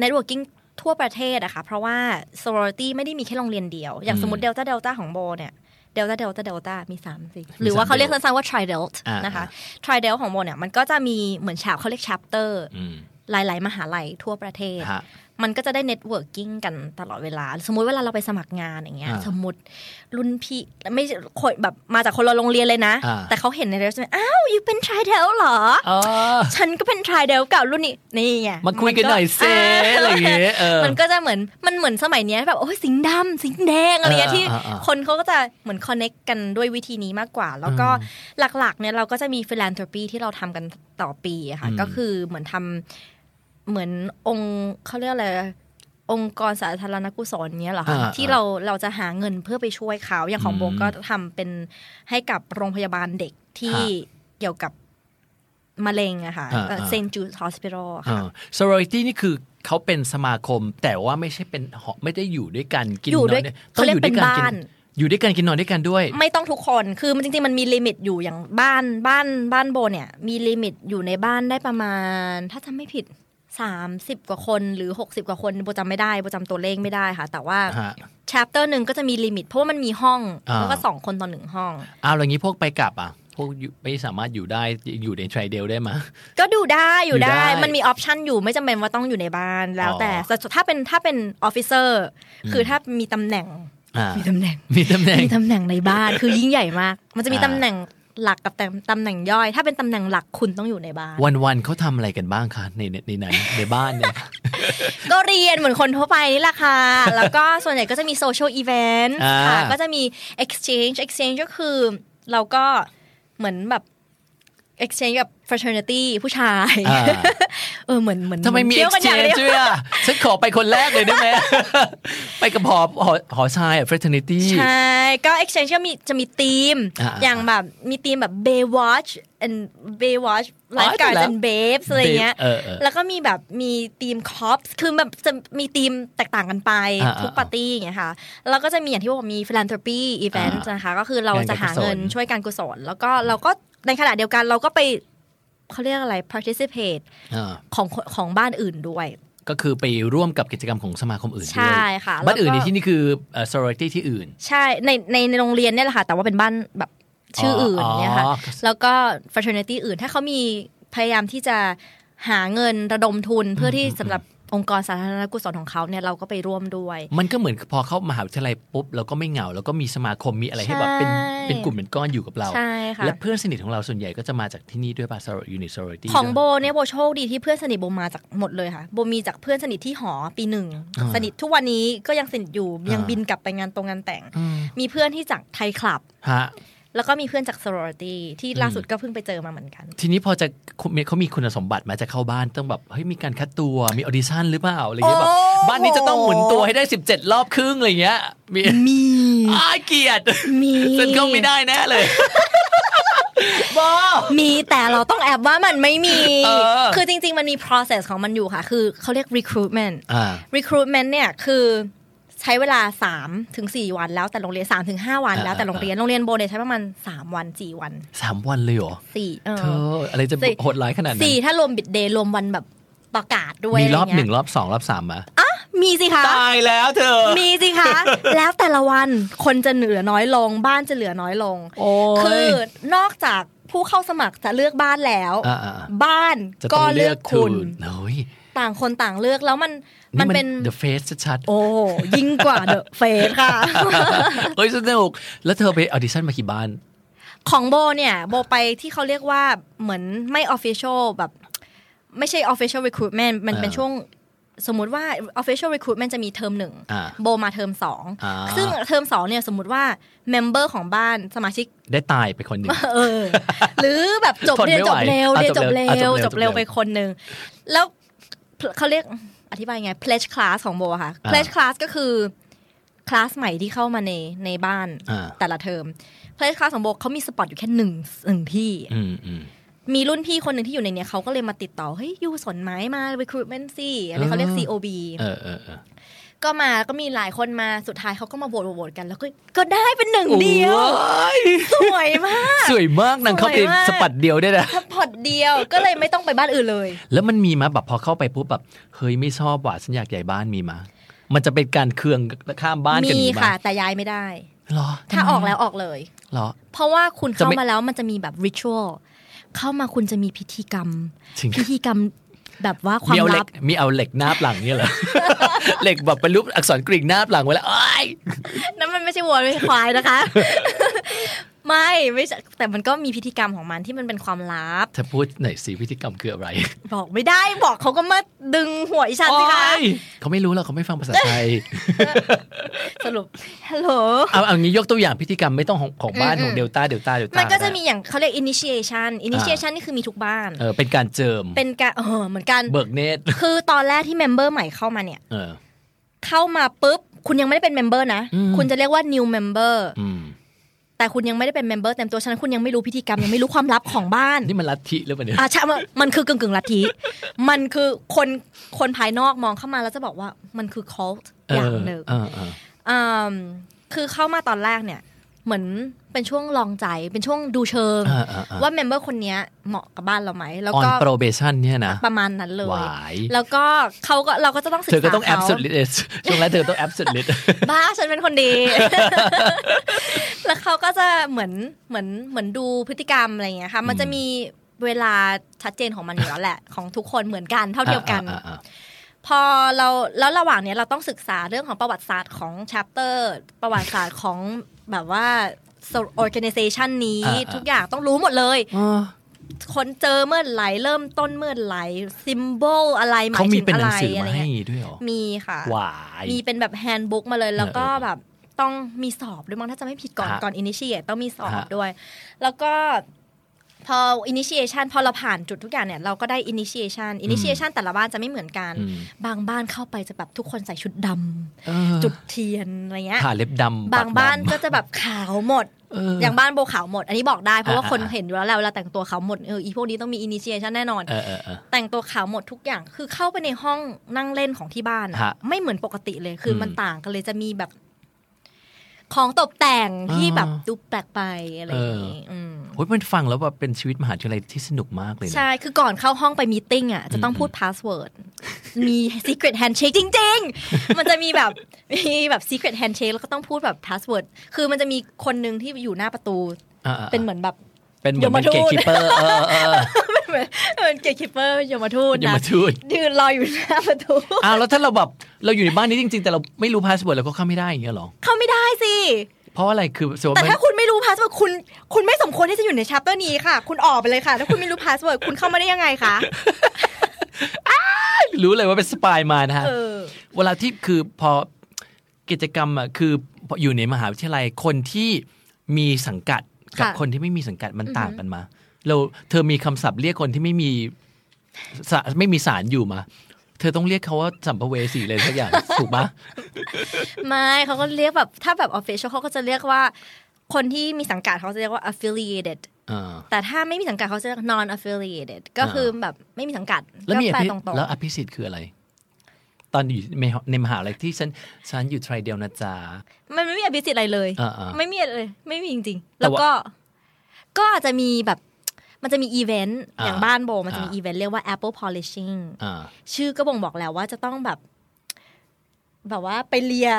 Speaker 15: networking ทั่วประเทศอะค่ะ เพราะว่า sorority ไม่ได้มีแค่โรงเรียนเดียว อย่างสมมติ delta delta ของโบเนี่ยเดลต้าเดลต้าเดลต้ามีสามสิหรือว่าเขาเรียกสั้นๆว่า tri delt
Speaker 4: อ่า
Speaker 15: นะคะ
Speaker 4: อ่
Speaker 15: tri delt ของโบเนี่ยมันก็จะมีเหมือนฉาบเขาเรียก chapter
Speaker 4: อืม
Speaker 15: หลาย ๆ มหาลัยทั่วประเทศ
Speaker 4: ฮะ
Speaker 15: มันก็จะได้ networking กันตลอดเวลา สมมุติเวลาเราไปสมัครงานอย่างเงี้ย
Speaker 4: อ่า
Speaker 15: สมมติรุ่นพี่ไม่คนแบบมาจากคนละโรงเรียนเลยนะ
Speaker 4: อ่า
Speaker 15: แต่เขาเห็นในเรซูเม่อ้าวอยู่เป็น t r i เดลเหรอ
Speaker 4: เออ
Speaker 15: ฉันก็เป็น t r i เดลเก่ารุ่นนี้นี่ไง
Speaker 4: มาคุยกันหน่อยสิ
Speaker 15: มันก็
Speaker 4: อะไรอย่างเงี้ยเออ
Speaker 15: มันก็จะเหมือนมันเหมือนสมัยเนี้ยแบบโอ้ยสิงห์ดำสิงห์แดงอะไรเงี้ย
Speaker 4: อ่า
Speaker 15: ที่
Speaker 4: อ่าอ่า
Speaker 15: คนเขาก็จะเหมือน connect กันด้วยวิธีนี้มากกว่า แล้วก็
Speaker 4: อื
Speaker 15: หลักๆเนี่ยเราก็จะมี philanthropy ที่เราทำกันต่อปีอะค่ะ
Speaker 4: อืม
Speaker 15: ก็คือเหมือนทำ เหมือนองค์เขาเรียกอะไรองค์กรสาธารณกุศลเนี้ยเหรอคะ
Speaker 4: อ่า
Speaker 15: ที่เราเราจะหาเงินเพื่อไปช่วยเขาอย่างของ
Speaker 4: อืม
Speaker 15: โบก็ทำเป็นให้กับโรงพยาบาลเด็กที่
Speaker 4: ฮะ
Speaker 15: เกี่ยวกับมะเร็งอะค่ะ
Speaker 4: อ่าอ่า
Speaker 15: เซนจูสฮอสพิทอล
Speaker 4: เอ
Speaker 15: ค่ะ
Speaker 4: อ sorority นี่คือเขาเป็นสมาคม แต่ว่าไม่ใช่เป็นหอไม่ได้อยู่ด้วยกันกินน
Speaker 15: อยู่
Speaker 4: อน
Speaker 15: ด้วย
Speaker 4: เนี่ย
Speaker 15: เขาเรียกเป็นบ้าน
Speaker 4: กิอยู่ด้วยกันกินนอนด้วยกันด้วย
Speaker 15: ไม่ต้องทุกคนคือมันจริงๆมันมีลิมิตอยู่อย่างบ้านบ้านบ้านโบเนี่ย มีลิมิตอยู่ในบ้านได้ประมาณ ถ้าจำไม่ผิด 30 กว่าคนหรือ 60 กว่าคนโบจำไม่ได้โบจำตัวเลขไม่ได้ค่ะ แต่ว่า
Speaker 4: ฮะ
Speaker 15: ชปเตอร์หนึ่งก็จะมีลิมิต เพราะว่ามันมีห้อง
Speaker 4: อ่า
Speaker 15: แล้วก็สองคนต่อหนึ่งห้อง
Speaker 4: อ้าวแล้วอย่างนี้พวกไปกลับอ่ะ พวกอยู่ไม่สามารถอยู่ได้อยู่ในทริเดลได้ไหม
Speaker 15: ก็ดูได้อยู่
Speaker 4: อยู่ได้
Speaker 15: ได้ มันมีออปชันอยู่ไม่จำเป็นว่าต้องอยู่ในบ้านแล้วแต่
Speaker 4: อ๋อ
Speaker 15: แต่ถ้าเป็นถ้าเป็นออฟฟิเซอร์คือถ้ามีตำแหน่ง
Speaker 4: อ่า
Speaker 15: มีตำแหน่ง
Speaker 4: มีตำแหน่ง
Speaker 15: มีตำแหน่งในบ้าน คือยิ่งใหญ่มาก มันจะมี
Speaker 4: อ่า
Speaker 15: ตำแหน่งหลักกับตำตำแหน่งย่อย ถ้าเป็นตำแหน่งหลักคุณต้องอยู่ในบ้าน
Speaker 4: วันวันๆเขาทำอะไรกันบ้างคะในในในนั้นในบ้านเนี่ย
Speaker 15: [LAUGHS] ก็เรียนเหมือนคนทั่วไปนี่แหละ
Speaker 4: [LAUGHS]
Speaker 15: ค่ะ แล้วก็ส่วนใหญ่ก็จะมีโซเชียลอีเวนต์
Speaker 4: อ่า
Speaker 15: ค่ะ ก็จะมี exchange exchange ก็คือเราก็เหมือนแบบ exchange กับ fraternity ผู้ชาย
Speaker 4: อ่า
Speaker 15: เออเหมือนเหมือน
Speaker 4: ทำไมมี
Speaker 15: เที่
Speaker 4: เอ็
Speaker 15: ย
Speaker 4: ก
Speaker 15: ว
Speaker 4: ซ์เช
Speaker 15: กันอย่าง
Speaker 4: น
Speaker 15: เดียว
Speaker 4: ด้วยอะฉันขอไปคนแรกเลยได้ไหม [LAUGHS] ไปกับหอหอหอชายอะ fraternity
Speaker 15: ใช่ ก็ exchange ก็มีจะมีทีม
Speaker 4: อ่าๆ
Speaker 15: อย่างแบบมีทีมแบบ Baywatch and Baywatch
Speaker 4: อ๋อ
Speaker 15: Lifeguards
Speaker 4: แต่ละ
Speaker 15: and Babes อะไรเงี้ย
Speaker 4: เออเออ
Speaker 15: แล้วก็มีแบบมีทีม Cops คือแบบจะมีทีมแตกต่างกันไป
Speaker 4: อ่าๆ
Speaker 15: ทุกปาร์ตี้อย่างเงี้ยค่ะ แล้วก็จะมีอย่างที่บอกมี philanthropy event
Speaker 4: อ่าน
Speaker 15: นะคะ ก็คือเราจะหาเงิน
Speaker 4: งานการกุศล
Speaker 15: ช่วยการกุศล แล้วก็เราก็ในขณะเดียวกันเราก็ไปเขาเรียกอะไร participate
Speaker 4: อ่า
Speaker 15: ของของบ้านอื่นด้วย
Speaker 4: ก็คือไปร่วมกับกิจกรรมของสมาคมอื่นด้วย
Speaker 15: ใช่ค่ะ
Speaker 4: บ้านอื่น
Speaker 15: แล้วก็
Speaker 4: ในที่นี่คือเอ่อ sorority ที่อื่น
Speaker 15: ใช่ในในในโรงเรียนเนี่ยแหละค่ะแต่ว่าเป็นบ้านแบบชื่ออื่น
Speaker 4: อ๋ออ๋อ
Speaker 15: เนี่ยค่ะ
Speaker 4: ก็
Speaker 15: แล้วก็ fraternity อื่นถ้าเขามีพยายามที่จะหาเงินระดมทุนเพื่อที่สำหรับองค์กรสาธารณกุศลของเขาเนี่ยเราก็ไปร่วมด้วย
Speaker 4: มันก็เหมือนพอเข้ามหาวิทยาลัยปุ๊บเราก็ไม่เหงาแล้วก็มีสมาคมมีอะไรให้แบบเป็น
Speaker 15: ใช่
Speaker 4: เป็นกลุ่มเป็นก้อนอยู่กับเรา
Speaker 15: ใช่ค่ะ
Speaker 4: และเพื่อนสนิทของเราส่วนใหญ่ก็จะมาจากที่นี่ด้วยป่ะ soror- unit sorority
Speaker 15: ของ
Speaker 4: ด้วย
Speaker 15: โบเนี่ยโบโชคดีที่เพื่อนสนิทโบมาจากหมดเลยค่ะโบมีจากเพื่อนสนิทที่หอปีหนึ่ง
Speaker 4: อ่า
Speaker 15: สนิททุกวันนี้ก็ยังสนิทอยู่ยัง
Speaker 4: อ่า
Speaker 15: บินกลับไปงานตรงงานแต่ง
Speaker 4: อืม
Speaker 15: มีเพื่อนที่จากไทยคลับ
Speaker 4: ฮะ
Speaker 15: แล้วก็มีเพื่อนจาก sorority ที่ล่าสุดก็เพิ่งไปเจอมาเหมือนกัน
Speaker 4: ทีนี้พอจะเขามีคุณสมบัติไหมาจะเข้าบ้านต้องแบบเฮ้ยมีการคัดตัวมีออดิชั่นหรือเปล่าอะไรเงี้ยแบบบ้านนี้จะต้องหมุนตัวให้ได้ 17 รอบครึ่งอะไรเงี้ยมี
Speaker 18: มี
Speaker 4: อ้ายเกลียด
Speaker 15: มี
Speaker 4: ฉันเข้าไม่ได้แน่เลย
Speaker 15: มีแต่เราต้องแอบว่ามันไม่มี
Speaker 4: เออ
Speaker 15: คือจริง ๆ มันมี process ของมันอยู่ค่ะ คือเขาเรียก recruitment
Speaker 4: อ่า
Speaker 15: recruitment เนี่ยคือใช้เวลา3ถึง4วันแล้วแต่โรงเรียน3ถึง5วันแล้วแต่โรงเรียนโรงเรียนโบเนี่ยใช้ประมาณ 3 วัน 4 วัน
Speaker 4: สามวันเลยเหรอ
Speaker 15: 4 เอ
Speaker 4: เธ
Speaker 15: อ
Speaker 4: ออะไรจะ
Speaker 15: สี่
Speaker 4: โหดร้ายขนาดนั้น
Speaker 15: สี่ถ้ารวมบิดเดย์รวมวันแบบประกาศด้วย
Speaker 4: มีรอบ
Speaker 15: ะ
Speaker 4: ห
Speaker 15: ไรเย
Speaker 4: นึ่งรอบสองรอบสามมา
Speaker 15: มีสิคะ
Speaker 4: ตายแล้วเธอ
Speaker 15: [LAUGHS] มีสิคะ แล้วแต่ละวันคนจะเหลือน้อยลง บ้านจะเหลือน้อยลง
Speaker 4: โอ้ย
Speaker 15: คือนอกจากผู้เข้าสมัครจะเลือกบ้านแล้ว
Speaker 4: อ่าอ่าอ่า
Speaker 15: บ้าน
Speaker 4: จะต้
Speaker 15: ก็
Speaker 4: อง
Speaker 15: เลื
Speaker 4: เลื
Speaker 15: อ
Speaker 4: อก ก
Speaker 15: คุ
Speaker 4: คุณ ณโอ้ย
Speaker 15: ต่างคนต่างเลือกแล้วมัน
Speaker 4: นี่มั
Speaker 15: มั
Speaker 4: น น
Speaker 15: เป็
Speaker 4: เป็น น The Face ชัดๆ
Speaker 15: โอ้ยิ่งกว่าเดอะเฟสค่ะ
Speaker 4: [LAUGHS] เฮ้ยสนุกแล้วเธอไปออดิชั่นมากี่บ้าน
Speaker 15: ของโบเนี่ยโบไปที่เขาเรียกว่าเหมือนไม่ official แบบ ไม่ใช่ official recruitment มันเป็น
Speaker 4: อ่า
Speaker 15: ช่วงสมมติว่า official recruitment จะมีเทอมหนึ่ง
Speaker 4: อ่า
Speaker 15: โบมาเทอมสอง
Speaker 4: อ่า
Speaker 15: ซึ่งเทอมสองเนี่ยสมมติว่า member ของบ้านสมาชิก
Speaker 4: ได้ตายไปคน
Speaker 15: [LAUGHS]
Speaker 4: หนึ่ง
Speaker 15: เออ หรือแบบจบ
Speaker 4: ทน
Speaker 15: เรียน
Speaker 4: ไม่
Speaker 15: จ
Speaker 4: ไหว
Speaker 15: บเร็ว
Speaker 4: อ่ะ
Speaker 15: เรียนจ
Speaker 4: จ
Speaker 15: บบ
Speaker 4: เร็
Speaker 15: เร็
Speaker 4: วอ่ะ
Speaker 15: ว จ
Speaker 4: จ
Speaker 15: บบ
Speaker 4: เร็
Speaker 15: เร็ว
Speaker 4: ว
Speaker 15: ไปคนหนึ่งแล้วเขาเรียกอธิบายไง pledge class ของโบอะค่ะ
Speaker 4: อ่า
Speaker 15: pledge class ก็คือ คลาสใหม่ที่เข้ามาในในบ้าน
Speaker 4: อ่า
Speaker 15: แต่ละเทอม pledge class ของโบเขามีสปอตอยู่แค่หนึ่งหนึ่งที่
Speaker 4: อืมอืม
Speaker 15: มีรุ่นพี่คนหนึ่งที่อยู่ในเนี้ยเขาก็เลยมาติดต่อ เฮ้ยยูสนไหมมา recruitment สิอะไรเขาเรียก
Speaker 4: อ่า
Speaker 15: COB
Speaker 4: เออเออเออ
Speaker 15: ก็มาก็มีหลายคนมาสุดท้ายเขาก็มาโหวตโหวตโหวตกันแล้วก็ก็ได้เป็นหนึ่งเดียว
Speaker 4: โอ้ย
Speaker 15: สวยมาก
Speaker 4: สวยมากนางเข้าไป
Speaker 15: สวยมาก
Speaker 4: สปัดเดียวได้นะ
Speaker 15: ถ้าพอดเดียวก็เลยไม่ต้องไปบ้านอื่นเลย
Speaker 4: แล้วมันมีมาแบบพอเข้าไปปุ๊บแบบเฮ้ยไม่ชอบว่ะฉันอยากใหญ่บ้านมีมา มันจะเป็นการเคืองข้ามบ้านกัน
Speaker 15: มี
Speaker 4: มา
Speaker 15: ค่ะแต่ย้ายไม่ได้
Speaker 4: เหรอ
Speaker 15: ถ้าออกแล้วออกเลย
Speaker 4: เหรอ
Speaker 15: เพราะว่าคุณ
Speaker 4: จะ
Speaker 15: เข้า
Speaker 4: ไม่
Speaker 15: มาแล้วมันจะมีแบบ ritual เข้ามาคุณจะมีพิธีกรรม
Speaker 4: จริง
Speaker 15: พิธีกรรมแบบว่าความ
Speaker 4: มีเอาเหล็
Speaker 15: ลั
Speaker 4: ก
Speaker 15: บ
Speaker 4: มีเอาเหล็กนาบหลังเนี่ย
Speaker 15: [LAUGHS]
Speaker 4: เหรอ เหล็กแบบเป็นรูปอักษรกรีกนาบหลังไว้แล้วอ้าย
Speaker 15: นั่นมันไม่ใช่วัวไม่ใช่ควายนะคะ [LAUGHS] ไม่ไม่ใช่แต่มันก็มีพิธีกรรมของมันที่มันเป็นความลับ
Speaker 4: เธอพูดหน่อยสิพิธีกรรมคืออะไร
Speaker 15: บอกไม่ได้บอกเขาก็มาดึงหัวอีฉันสิคะ
Speaker 4: โอ๊ยเขาไม่รู้หรอกเขาไม่ฟังภาษาไทย
Speaker 15: สรุปฮัลโหล
Speaker 4: เอาเอางี้ยกตัวอย่างพิธีกรรมไม่ต้องของของบ้านข
Speaker 15: อืม
Speaker 4: องเดลต้าเดลต้าเดลต้า
Speaker 15: มั
Speaker 4: มัน
Speaker 15: ก็จะมีอย่างเขาเรียก initiation initiation นี่คือมีทุกบ้าน
Speaker 4: เออเป็นการเจิม
Speaker 15: เป็นการเออเหมือนกัน
Speaker 4: เบิกเนตร
Speaker 15: คือตอนแรกที่เมมเบอร์ใหม่เข้ามาเนี่ย
Speaker 4: เออ
Speaker 15: เข้ามาปุ๊บ คุณยังไม่ได้เป็นเมมเบอร์นะ
Speaker 4: อืม
Speaker 15: คุณจะเรียกว่า new member
Speaker 4: อืม
Speaker 15: แต่คุณยังไม่ได้เป็นเมมเบอร์เต็มตัวฉะนั้นคุณยังไม่รู้พิธีกรรมยังไม่รู้ความลับของบ้าน
Speaker 4: นี่มันลัทธิหรือเปล่าเนี่ย
Speaker 15: อาชะมันมันคือกึ่งกึ่งๆลัทธิ มันคือคนคนภายนอกมองเข้ามาแล้วจะบอกว่ามันคือ cult
Speaker 4: เอ
Speaker 15: อย่า
Speaker 4: อง
Speaker 15: หนึ่ง
Speaker 4: เออเออ
Speaker 15: อ่าคือเข้ามาตอนแรกเนี่ย เหมือนเป็นช่วงลองใจเป็นช่วงดูเชิง
Speaker 4: เออเออเออ
Speaker 15: ว่าเมมเบอร์คนเนี้ยเหมาะกับบ้านเราไหมแล้ว
Speaker 4: ออน
Speaker 15: ก็
Speaker 4: โปรเบชันเนี่ยนะ
Speaker 15: ประมาณนั้นเล
Speaker 4: ห
Speaker 15: ย
Speaker 4: วาย
Speaker 15: แล้วก็เขาก็เราก็จะต้องศึก
Speaker 4: เธ
Speaker 15: ษา
Speaker 4: อก็ต้องแอ
Speaker 15: เขา
Speaker 4: บสุดฤทธิ์ช่วงแรกเธอต้องแอบสุดฤทธิ์
Speaker 15: บ้าฉันเป็นคนดี [LAUGHS] แล้วเขาก็จะเหมือนเหมือนเหมือนดูพฤติกรรมอะไรอย่างเงี้ยค่ะ มันจะมีเวลาชัดเจนของมันอยู่แล้วแหละ ของทุกคนเหมือนกันเท่าเทียมกัน
Speaker 4: อ่าอ่าอ่า
Speaker 15: พอเราแล้วระหว่างเนี้ยเราต้องศึกษาเรื่องของประวัติศาสตร์ของช h ปเตอร์ ประวัติศาสตร์ของแบบว่า organization นี้
Speaker 4: อ่าอ่า
Speaker 15: ทุกอย่างต้องรู้หมดเลย
Speaker 4: อ๋อ
Speaker 15: คนเจอเมื่อไหร่เริ่มต้นเมื่อไหร่ symbol อะไรหมา
Speaker 4: เขา
Speaker 15: ย
Speaker 4: มี
Speaker 15: ถึง
Speaker 4: เป็น
Speaker 15: อะ
Speaker 4: หนั
Speaker 15: ไรง
Speaker 4: สือ
Speaker 15: อะ
Speaker 4: มา
Speaker 15: ไร
Speaker 4: ให้
Speaker 15: เงี้ย
Speaker 4: ด้วยเหรอ
Speaker 15: มีค่ะ
Speaker 4: หวาย
Speaker 15: มีเป็นแบบแฮนด์บุ๊กมาเลย แล้วก็
Speaker 4: เออ
Speaker 15: แบบต้องมีสอบด้วยมั้งถ้าจะไม่ผิดก่อน
Speaker 4: ฮะ
Speaker 15: ก่อนอินิเชียต้องมีสอบ
Speaker 4: ฮะ
Speaker 15: ด้วย แล้วก็พออินิเชียชันพอเราผ่านจุดทุกอย่างเนี่ย เราก็ได้อินิเชียชันอินิเชียชันแต่ละบ้านจะไม่เหมือนกัน
Speaker 4: อืม
Speaker 15: บางบ้านเข้าไปจะแบบทุกคนใส่ชุดดำ
Speaker 4: เออ
Speaker 15: จุดเทียนอะไรเงี้ย
Speaker 4: ผ่าเล็บดำ
Speaker 15: บางบ้าน
Speaker 4: ปดำ
Speaker 15: ก็จะแบบขาวหมด
Speaker 4: เออ
Speaker 15: อย่างบ้านโบขาวหมด อันนี้บอกได้เพราะว่า
Speaker 4: อ่า
Speaker 15: คน
Speaker 4: อ่า
Speaker 15: เห็นอยู่แล้วแหละเวลาแต่งตัวขาวหมดเอออีพวกนี้ต้องมีอินิเชียชันแน่นอน
Speaker 4: เออเออเออ
Speaker 15: แต่งตัวขาวหมดทุกอย่าง คือเข้าไปในห้องนั่งเล่นของที่บ้านอะ
Speaker 4: ฮะ
Speaker 15: ไม่เหมือนปกติเลย คืออ
Speaker 4: ม
Speaker 15: มันต่างกันเลยจะมีแบบ ของตกแต่งที่
Speaker 4: อ่า
Speaker 15: แบบดูแปลกไปอะไรอย่างงี้ม
Speaker 4: โอ้ยมันฟังแล้วแบบเป็นชีวิตมหาวิทยาลัยที่สนุกมากเลยนะ
Speaker 15: ใช่ คือก่อนเข้าห้องไปมีตติ้งอ่ะ จะต้องพูดพาสเวิร์ด มี Secret Handshake จริง ๆ มันจะมีแบบ [LAUGHS] มีแบบ Secret Handshake แล้วก็ต้องพูดแบบพาสเวิร์ด คือมันจะมีคนหนึ่งที่อยู่หน้าประตู
Speaker 4: อ่าๆๆ
Speaker 15: เป็นเหมือนแบบ [LAUGHS]
Speaker 4: เป็นเหมือนเป็น
Speaker 15: ยมทู
Speaker 4: เกต
Speaker 15: ต
Speaker 4: คีเปอร์เออเออ
Speaker 15: เหมือนเป็นเกย์คิปเป [LAUGHS] อร์ยมทูต
Speaker 4: ย
Speaker 15: นะ
Speaker 4: มทูต
Speaker 15: ยืนรออยู่หน้าประตู [LAUGHS]
Speaker 4: อ้าวแล้วถ้าเราแบบเราอยู่ในบ้านนี้จริง ๆ แต่เราไม่รู้พาสเวิร์ดเราก็เข้าไม่ได้อย่างเงี้ยเหรอ
Speaker 15: เข้าไม่ได้สิ
Speaker 4: เพราะอะไรคือสมมติ
Speaker 15: แต่
Speaker 4: ว่า
Speaker 15: ถ้าคุณไม่รู้พาสเวิร์ดคุณคุณไม่สมควรที่จะอยู่ในชัปเตอร์นี้ค่ะ คุณออกไปเลยค่ะถ้าคุณไม่รู้พาสเวิร์ดคุณเข้ามาได้ยังไงคะ
Speaker 4: รู้เลยว่าเป็นสปายมานะฮะ
Speaker 15: เออ
Speaker 4: เวลาที่คือพอกิจกรรมอ่ะคือพออยู่ในมหาวิทยาลัยคนที่มีสังกัด กับ
Speaker 15: ค่ะ
Speaker 4: คนที่ไม่มีสังกัดมันต่างกันมา เราเธอมีคำศัพท์เรียกคนที่ไม่มีสะไม่มีสารอยู่มา เธอต้องเรียกเขาว่าสัมภเวสีเลยสักอย่าง ถูกปะ
Speaker 15: ไม่เขาก็เรียกแบบถ้าแบบ official เขาก็จะเรียกว่า คนที่มีสังกัดเขาจะเรียกว่า affiliated
Speaker 4: อ่า
Speaker 15: แต่ถ้าไม่มีสังกัดเขาจะเรียก non affiliated ก็
Speaker 4: อ่า
Speaker 15: คือแบบไม่มีสังกัด
Speaker 4: แล้วมี
Speaker 15: ก็
Speaker 4: อ
Speaker 15: แปล
Speaker 4: ภิ
Speaker 15: ตรงๆ
Speaker 4: แล้วอภิสิทธิ์คืออะไร ตอนอยู่ในในมหาลัยที่ฉันฉันอยู่ไทรเดียวนะจ๊ะ
Speaker 15: มันไม่มีอภิสิทธิ์อะไรเลย
Speaker 4: อ่าๆ
Speaker 15: ไม่มีเลย ไม่มีจริงๆ
Speaker 4: แต่
Speaker 15: แล้ว
Speaker 4: ว่า
Speaker 15: ก็ ก็อาจจะมีแบบ มันจะมีอีเวนต์
Speaker 4: อ่า
Speaker 15: อย่างบ้านโบ มันจะมี
Speaker 4: อ่า
Speaker 15: อีเวนต์เรียกว่า Apple Polishing
Speaker 4: อ่า
Speaker 15: ชื่อก็บ่งบอกแล้วว่าจะต้องแบบ แบบว่าไปเลีย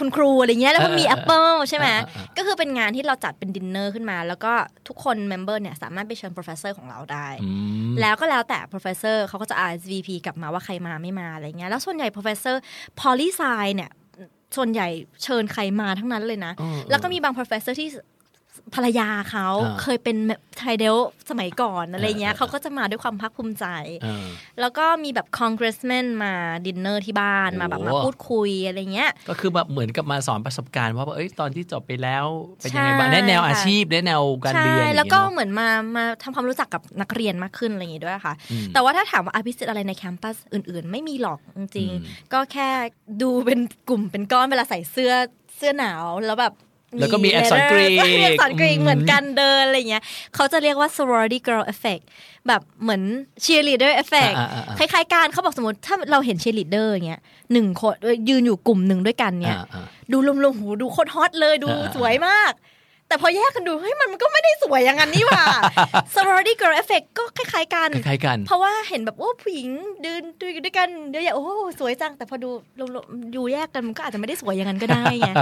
Speaker 15: คุณครูอะไรเงี้ย แล้วมันมี
Speaker 19: เออ
Speaker 15: แอ
Speaker 19: เออเอ
Speaker 15: ปเปิล
Speaker 19: อ
Speaker 15: ใช่ไหม
Speaker 19: อ่าอ่าอ่า
Speaker 15: ก็คือเป็นงานที่เราจัดเป็นดินเนอร์ขึ้นมา แล้วก็ทุกคนเมมเบอร์เนี่ยสามารถไปเชิญ professor ของเราได้ แล้วก็แล้วแต่ professor เขาก็จะ RSVP กลับมาว่าใครมาไม่มาอะไรเงี้ย แล้วส่วนใหญ่ professor poli sci เนี่ย ส่วนใหญ่เชิญใครมาทั้งนั้นเลยนะ
Speaker 19: อืม
Speaker 15: แล้วก็มีบาง professor ที่ภรรยาเขา
Speaker 19: อ่า
Speaker 15: เคยเป็นไทเดลสมัยก่อนอะไรเงี้ยเขาก็จะมาด้วยความภาคภูมิใจ แล้วก็มีแบบ congressman มาดินเนอร์ที่บ้านมาแบบ
Speaker 4: โอ้
Speaker 15: มาพูดคุยอะไรเงี้ย
Speaker 4: ก็คือแบบเหมือนกับมาสอนประสบการณ์ว่าแบบเอ้ยตอนที่จบไปแล้วเป็นยังไงบ้าง
Speaker 15: ใช่
Speaker 4: ได้แนว
Speaker 15: ค่ะ
Speaker 4: อาชีพได้แนวการ
Speaker 15: ใช่
Speaker 4: เรียนอย่าง
Speaker 15: แล้ว
Speaker 4: เงี้ย
Speaker 15: ก็
Speaker 4: เนาะ
Speaker 15: เหมือนมามาทำความรู้จักกับนักเรียนมากขึ้นอะไรอย่างงี้ด้วยค่ะ
Speaker 4: อืม
Speaker 15: แต่ว่าถ้าถามว่าอภิสิทธิ์อะไรในแคมปัสอื่นๆ ไม่มีหรอกจริง
Speaker 4: อืม
Speaker 15: ๆ ก็แค่ดูเป็นกลุ่มเป็นก้อนเวลาใส่เสื้อเสื้อหนาวแล้วแบบ
Speaker 4: แล้วก็มีอักษรกรีก
Speaker 15: letters มีอักษรกรีกเหมือนกันเดินอะไรอย่างเงี้ยเขาจะเรียกว่า sorority girl effect แบบเหมือน cheerleader effect
Speaker 19: อ่าอ่าอ่า
Speaker 15: คล้ายๆกันเขาบอกสมมติถ้าเราเห็น cheerleader อย่างเงี้ยหนึ่งคนเอ้ยยืนอยู่กลุ่มหนึ่งด้วยกันเนี่ย
Speaker 19: อ่า
Speaker 15: ดูรวมๆหูดูโคตรฮอตเลยดู
Speaker 19: อ่า
Speaker 15: สวยมาก แต่พอแยกกันดู เฮ้ย มันก็ไม่ได้สวยอย่างนั้นนี่หว่า sorority girl effect ก็คล้ายๆกัน
Speaker 4: คล้ายๆกัน
Speaker 15: เพราะว่าเห็นแบบโอ้ผู้หญิงเดินดูอยู่ด้วยกันเยอะแยะโอ้สวยจัง แต่พอดูรวมๆอยู่แยกกันมันก็อาจจะไม่ได้สวยอย่างนั้นก็ได้
Speaker 4: [LAUGHS]
Speaker 15: ไง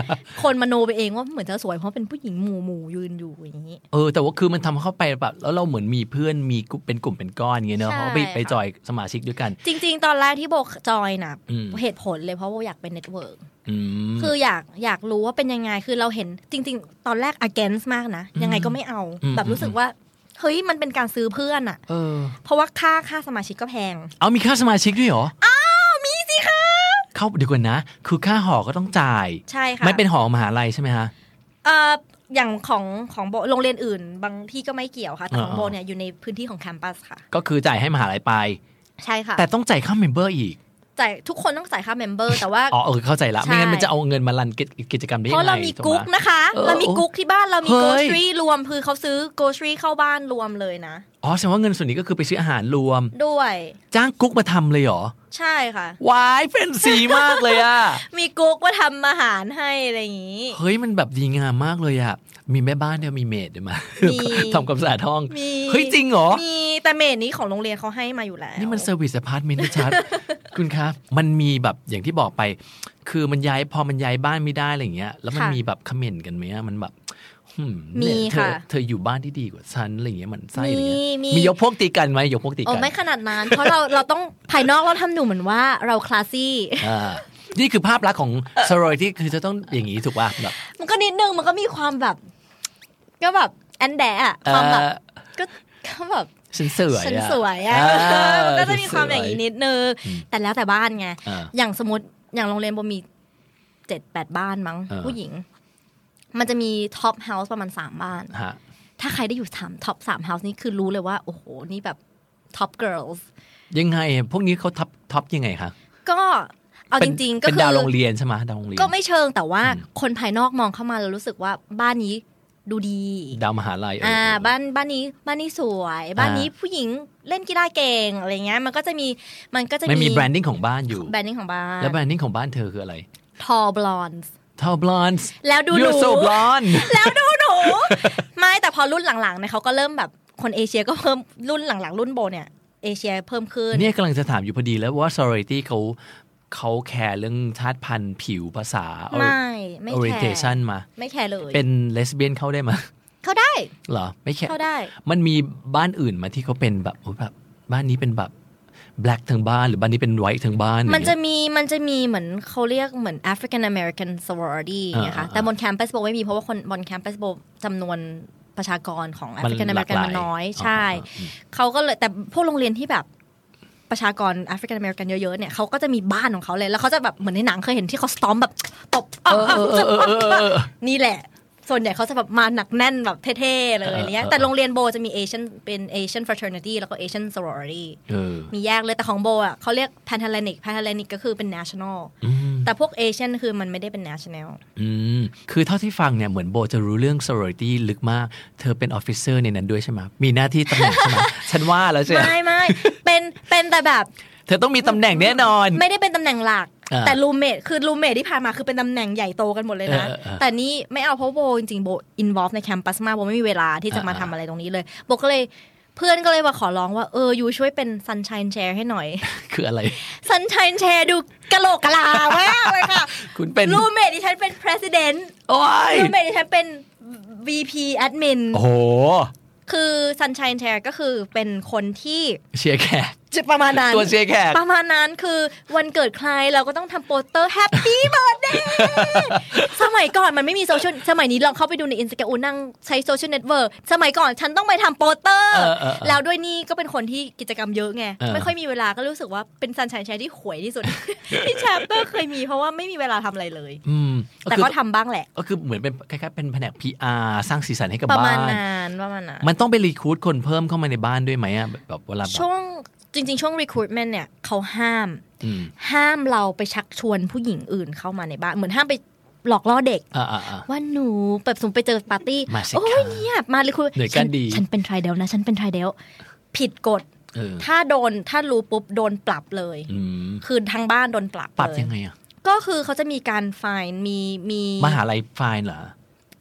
Speaker 15: คนมโนไปเองว่าเหมือนจะสวยเพราะเป็นผู้หญิงหมู่หมู่ๆยืนอยู่อย่างนี้
Speaker 4: เออแต่ว่าคือมันทำเข้าไปแบบแล้วเราเหมือนมีเพื่อนมีกลุ่มเป็นกลุ่มเป็นก้อนอย่างเงี้ยเนาะ
Speaker 15: ใช่
Speaker 4: เพราะไปไปจอยสมาชิกด้วยกัน
Speaker 15: จริง ๆ ตอนแรกที่โบจอยนะ
Speaker 4: อืม
Speaker 15: เหตุผลเลยเพราะโบอยากเป็นเน็ตเวิร์ก
Speaker 4: อืม
Speaker 15: คืออยากอยากรู้ว่าเป็นยังไง คือเราเห็นจริง ๆ ตอนแรก against มากนะ
Speaker 4: อืม
Speaker 15: ยังไงก็ไม่เอา
Speaker 4: อืม
Speaker 15: แบบรู้สึกว่า เฮ้ย มันเป็นการซื้อเพื่อนอะ
Speaker 4: เออ
Speaker 15: เพราะว่าค่าค่าสมาชิกก็แพง
Speaker 4: เอามีค่าสมาชิกด้วยเหรอ
Speaker 15: อ้าว มีสิคะ
Speaker 4: เข้าเดี๋ยวก่อนนะ คือค่าหอก็ต้องจ่าย
Speaker 15: ใช่ค่ะ
Speaker 4: ไม่เป็นหอมหาลัยใช่ไหมฮะ
Speaker 15: เอ่ออย่างของของโบโรงเรียนอื่น บางที่ก็ไม่เกี่ยวค่ะ แต่ของ
Speaker 4: อ่า
Speaker 15: โบเนี่ยอยู่ในพื้นที่ของแคมปัสค่ะ
Speaker 4: ก็คือจ่ายให้มหาลัยไป
Speaker 15: ใช่ค่ะ
Speaker 4: แต่ต้องจ่ายค่าเมมเบอร์อีก
Speaker 15: จ่ายทุกคนต้องจ่ายค่าเมมเบอร์แต่ว่า
Speaker 4: อ๋อเออเข้าใจละ
Speaker 15: ใช่
Speaker 4: ไม่งั้นมันจะเอาเงินมารันกิจกิจกรรมได้ยัง
Speaker 15: เพ
Speaker 4: ไง
Speaker 15: ราะเรามี
Speaker 4: ถูไห
Speaker 15: กุ๊กนะคะ
Speaker 4: เออ
Speaker 15: เรามีกุ๊กที่บ้านเรามี
Speaker 4: เฮ้
Speaker 15: โก
Speaker 4: ย
Speaker 15: สตรีรวมคือเขาซื้อโกสตรีเข้าบ้านรวมเลยนะ
Speaker 4: อ๋อแสดงว่าเงินส่วนนี้ก็คือไปซื้ออาหารรวม
Speaker 15: ด้วย
Speaker 4: จ้างกุ๊กมาทำเลยเหรอ
Speaker 15: ใช่ค่ะ
Speaker 4: วายเป็นสีมากเลย
Speaker 15: [LAUGHS]
Speaker 4: อะ
Speaker 15: มีกุ๊กว่าทำอาหารให้อะไรอย่างนี้
Speaker 4: เฮ้ยมันแบบดีงามมากเลยอะมีแม่บ้านเดียวมีเมดเดียวมาทำความสะอาดห้อง
Speaker 15: มี
Speaker 4: เฮ้ยจริงเหรอ
Speaker 15: มีแต่เมดนี้ของโรงเรียนเขาให้มาอยู่แล้ว
Speaker 4: นี่มันเซอร์วิส a พาร์ตเมนต์ชัด
Speaker 15: [LAUGHS]
Speaker 4: คุณคะมันมีแบบอย่างที่บอกไป คือมันย้ายพอมันย้ายบ้านไม่ได้อะไรอย่างเงี้ย แล้วมัน
Speaker 15: ค่ะ
Speaker 4: มีแบบคอมเมนต์กันไหมอะมันแบบหืเนี่ย
Speaker 15: มี
Speaker 4: เธอ
Speaker 15: ค่ะ
Speaker 4: เธออยู่บ้านที่ดีกว่าฉันอะไรอย่างเงี้ยหมันไส้อะไรเงี้ย
Speaker 15: มีมี
Speaker 4: มียกพวกตีกันไหมยกพวกตี
Speaker 15: โอ้
Speaker 4: กัน
Speaker 15: ไม่ขนาดนั้น เพราะเราเราต้องภายนอกเราทำหนูเหมือนว่าเราคลาสซี่
Speaker 4: อ่านี่คือภาพลักษณ์ของสโรยที่คือจะต้องอย่างนี้ถูกป่ะแบบ
Speaker 15: มันก็นิดนึงมันก็มีความแบบ ก็แบบแอนแดะอะความแบบก็แบบ
Speaker 4: ฉันสวยอะ
Speaker 15: ฉันสวยอะ
Speaker 4: อ่า
Speaker 15: มัน [LAUGHS] ก็จะมีความอย่าง
Speaker 4: ฉันสวย
Speaker 15: นี้นิดนึงแต่แล้วแต่บ้านไง
Speaker 4: อ่า
Speaker 15: อย่างสมมติอย่างโรงเรียนโบมีเจ็ดแปดบ้านมั้ง
Speaker 4: อ่า
Speaker 15: ผู้หญิง มันจะมีท็อปเฮาส์ประมาณสามบ้าน
Speaker 4: ฮะ
Speaker 15: ถ้าใครได้อยู่สามท็อปสามเฮาส์นี่คือรู้เลยว่า โอ้โห นี่แบบท็อปเกิร์ลส์
Speaker 4: ยังไง พวกนี้เขาท็อปท็อปยังไงคะ
Speaker 15: ก็เอาจ
Speaker 4: ป็น
Speaker 15: ริง ๆ ก็
Speaker 4: เป็น
Speaker 15: คื
Speaker 4: ดาวโรงเรียนใช่ไหมดาวโรงเรียน
Speaker 15: ก็ไม่เชิงแต่ว่าคนภายนอกมองเข้ามาแล้วรู้สึกว่าบ้านนี้ดูดี
Speaker 4: ดาวมหาลัยเอออ
Speaker 15: อ่าบ้านบ้านนี้บ้านนี้สวย บ้านนี้ผู้หญิงเล่นกีฬาเก่งอะไรเงี้ย มันก็จะมีมันก็จะ
Speaker 4: มันมีแบรนดิ้งของบ้านอยู่
Speaker 15: แบรนดิ้งของบ้าน
Speaker 4: แล้วแบรนดิ้งของบ้านเธอคืออะไร
Speaker 15: ทอบลอนด์
Speaker 4: t a l l blondes
Speaker 15: แล้วดูหนู
Speaker 4: You're so blonde
Speaker 15: [LAUGHS] แล้วดูหนู ไม่แต่พอรุ่นหลังๆเนี่ยเขาก็เริ่มแบบคนเอเชียก็เพิ่มรุ่นหลังๆ รุ่นโบเนี่ยเอเชียเพิ่มขึ้น
Speaker 4: เนี่ยกำลังจะถามอยู่พอดีแล้วว่า sorority เขาเขาแคร์เรื่องชาติพันธุ์ผิวภาษา
Speaker 15: ไม่
Speaker 4: ori-
Speaker 15: ไม่แคร์
Speaker 4: orientation มา
Speaker 15: ไม่แคร์เลย
Speaker 4: เป็นเลสเบี้ยนเข้าได้มา [LAUGHS]
Speaker 15: เขาได้
Speaker 4: เหรอ ไม่แคร์
Speaker 15: เข้าได้
Speaker 4: มันมีบ้านอื่นมาที่เขาเป็นแบบโอ้ยแบบบ้านนี้เป็นแบบ black ทั้งบ้านหรือบ้านนี้เป็น white ทั้งบ้าน
Speaker 15: มันจะ
Speaker 4: อย่างเงี้ย
Speaker 15: มีมันจะมีเหมือนเขาเรียกเหมือน African American sorority
Speaker 4: อ่า
Speaker 15: นะคะ
Speaker 4: อ่า
Speaker 15: แต่บนแคมปัสโบไม่มีเพราะว่าคนบนแคมปัสโบจำนวนประชากรของ
Speaker 4: มัน
Speaker 15: African American
Speaker 4: หลากหลาย
Speaker 15: มันน้อย
Speaker 4: อ่า
Speaker 15: ใช่ เขาก็เลยแต่พวกโรงเรียนที่แบบประชากร African American เยอะๆเนี่ยเขาก็จะมีบ้านของเขาเลย แล้วเขาจะแบบเหมือนในหนังเคยเห็นที่เขาสตอมแบบตบ
Speaker 4: เออเออเออเออเออ
Speaker 15: นี่แหละ ส่วนใหญ่เขาจะแบบมาหนักแน่นแบบเท่ๆเลยอะไรเงี้ย
Speaker 4: เออเออ
Speaker 15: แต่โรงเรียนโบจะมี Asian เป็น Asian fraternity แล้วก็ Asian sorority
Speaker 4: เออ
Speaker 15: มีแยกเลยแต่ของโบอ่ะเขาเรียก Panhellenic Panhellenic ก็คือเป็น national
Speaker 4: อืม
Speaker 15: แต่พวก Asian คือมันไม่ได้เป็น national
Speaker 4: อืมคือเท่าที่ฟังเนี่ยเหมือนโบจะรู้เรื่อง sorority ลึกมาก เธอเป็นออฟฟิเซอร์ในนั้นด้วยใช่ไหมมีหน้าที่ตำแหน่งใช่ไหม [LAUGHS] ฉันว่าแล้วใช่ไหม
Speaker 15: ไม่
Speaker 4: [LAUGHS]
Speaker 15: ไม่ เป็นเป็นแต่แบบ
Speaker 4: เธอต้องมีตำแหน่งแน่นอน
Speaker 15: ไม่ได้เป็นตำแหน่งหลัก
Speaker 4: อ่า
Speaker 15: แต่รูเมทคือรูเมทที่ผ่านมาคือเป็นตำแหน่งใหญ่โตกันหมดเลยนะ
Speaker 4: เออเออเออ
Speaker 15: แต่นี่ไม่เอาเพราะโบจริงๆโบอินวอลในแคมปัสมากโบไม่มีเวลาที่จะมา
Speaker 4: อ่า
Speaker 15: ทำอะไรตรงนี้เลยโบก็เลยเพื่อนก็เลยมาขอร้องว่าเออยูช่วยเป็น sunshine chair ให้หน่อย
Speaker 4: คืออะไร
Speaker 15: sunshine chair ดูกะโหลกกะลามากเลยค่ะ
Speaker 4: คุณเป็น
Speaker 15: รูเมทดิฉันเป็น president
Speaker 4: โอ้ย
Speaker 15: รูเมทดิฉันเป็น VP admin
Speaker 4: โอ้โห
Speaker 15: คือ sunshine chair ก็คือเป็นคนที่
Speaker 4: เชียร์แขก
Speaker 15: จะประมาณนั้น
Speaker 4: ตัวเชียร์แขก
Speaker 15: ประมาณนั้นคือวันเกิดใครเราก็ต้องทำโปสเตอร์แฮปปี้เบิร์ดเดย์ [LAUGHS] สมัยก่อนมันไม่มีโซเชียลสมัยนี้ลองเข้าไปดูในอินสตาแกรมนั่งใช้โซเชียลเน็ตเวิร์กสมัยก่อนฉันต้องไปทำโปสเตอร์
Speaker 4: เออเออเออ
Speaker 15: แล้วด้วยนี่ก็เป็นคนที่กิจกรรมเยอะไง
Speaker 4: เออ
Speaker 15: ไม่ค่อยมีเวลาก็รู้สึกว่าเป็นซันชายแชร์ที่หวยที่สุ
Speaker 4: [LAUGHS]
Speaker 15: ด ที่แชปเปอร์เคยมีเพราะว่าไม่มีเวลาทำอะไรเลย
Speaker 4: อืม
Speaker 15: แต่
Speaker 4: คือ
Speaker 15: ก็ทำบ้างแหละ
Speaker 4: ก็คือเหมือนเป็นคล้ายๆเป็นแผนก PR สร้างสีสันให้กับ
Speaker 15: ประ
Speaker 4: บ้า
Speaker 15: มาณ
Speaker 4: น
Speaker 15: นั้นประมาณนั้น
Speaker 4: มันต้องไปรีคูดคนเพิ่มเข้ามาในบ้านด้วยไหมอะแบบแบบเวลาแบบ
Speaker 15: ช่วงจริง ๆ ช่วง recruitment เนี่ยเขาห้าม
Speaker 4: อืม
Speaker 15: ห้ามเราไปชักชวนผู้หญิงอื่นเข้ามาในบ้านเหมือนห้ามไปหลอกล่อเด็ก
Speaker 4: อ่าอ่าอ่า
Speaker 15: ว่าหนูแบบสมมติไปเจอปาร์ตี้
Speaker 4: มาสิ
Speaker 15: โอ้
Speaker 4: คะ
Speaker 15: ยเนี่ยมาเลยคุณ
Speaker 4: หน่วย
Speaker 15: ฉั
Speaker 4: ก้านดี
Speaker 15: ฉันเป็นไทรเดลนะ ฉันเป็นไทรเดลผิดกฎ
Speaker 4: เออ
Speaker 15: ถ้าโดนถ้ารู้ปุ๊บ โดนปรับเลย
Speaker 4: อืม
Speaker 15: คือทางบ้านโดนปรับ
Speaker 4: ปรับ
Speaker 15: เล
Speaker 4: ยังไงอะ
Speaker 15: ก็คือเขาจะมีการฟายมีมี
Speaker 4: มหาลัยไฟน์เหรอ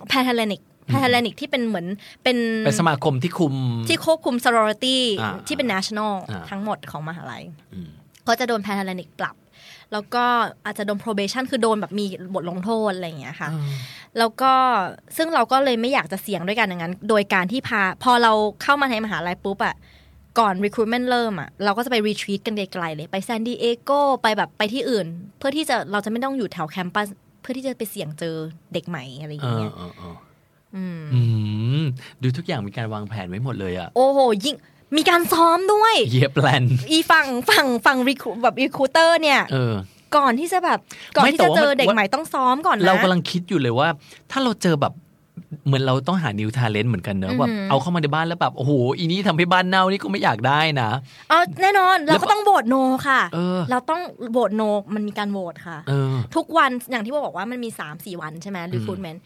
Speaker 15: แพทเทเลนิกแพทเทเลนิกที่เป็นเหมือนเป็น
Speaker 4: เป็นสมาคมที่คุม
Speaker 15: ที่ควบคุม sorority
Speaker 4: อ่า
Speaker 15: ที่เป็น national
Speaker 4: อ่า
Speaker 15: ทั้งหมดของมหาลัย
Speaker 4: อืม
Speaker 15: ก็จะโดนแพทเทนิกปรับ แล้วก็อาจจะโดน probation คือโดนแบบมีบทลงโทษอะไรอย่างเงี้ยค่ะ แล้วก็ซึ่งเราก็เลยไม่อยากจะเสี่ยงด้วยกันอย่างนั้น โดยการที่พา พอเราเข้ามาในมหาลัยปุ๊บอะก่อน recruitment เริ่มอะเราก็จะไป retreat กันไกลๆเลย ไปซานดิเอโกไปแบบไปที่อื่น เพื่อที่จะเราจะไม่ต้องอยู่แถวแคมปัส เพื่อที่จะไปเสี่ยงเจอเด็กใหม่อะไรอย่างเงี้ย
Speaker 4: เออเออเออ
Speaker 15: อืม
Speaker 4: อืมดูทุกอย่างมีการวางแผนไว้หมดเลยอะ
Speaker 15: โอ้โหยิ่งมีการซ้อมด้วย
Speaker 4: เยบแลน
Speaker 15: อีฝั่งฝั่งฝั่งรีคูแบบรีคูเตอร์เนี่ย
Speaker 4: เออ
Speaker 15: ก่อนที่จะแบบก่อน
Speaker 4: ไม่
Speaker 15: ที่
Speaker 4: แต่
Speaker 15: จะ
Speaker 4: ว่า
Speaker 15: เจอ
Speaker 4: มัน
Speaker 15: เด็ก
Speaker 4: ว่า
Speaker 15: ใหม่ต้องซ้อมก่อนนะ
Speaker 4: เรากำลังคิดอยู่เลยว่า ถ้าเราเจอแบบเหมือนเราต้องหานิวทาเลนต์เหมือนกันเนอะ
Speaker 15: อือหือ
Speaker 4: แบบเอาเข้ามาในบ้านแล้วแบบ โอ้โห อีนี้ทำให้บ้านเน่านี่ก็ไม่อยากได้นะ
Speaker 15: เอาแน่นอนเราก็ต้องโหวตโนค่ะ
Speaker 4: เออ
Speaker 15: เราต้องโหวตโนมันมีการโหวตค่ะ
Speaker 4: เออ
Speaker 15: ทุกวันอย่างที่บอกว่ามันมี 3 4 วันใช่ไหม recruitment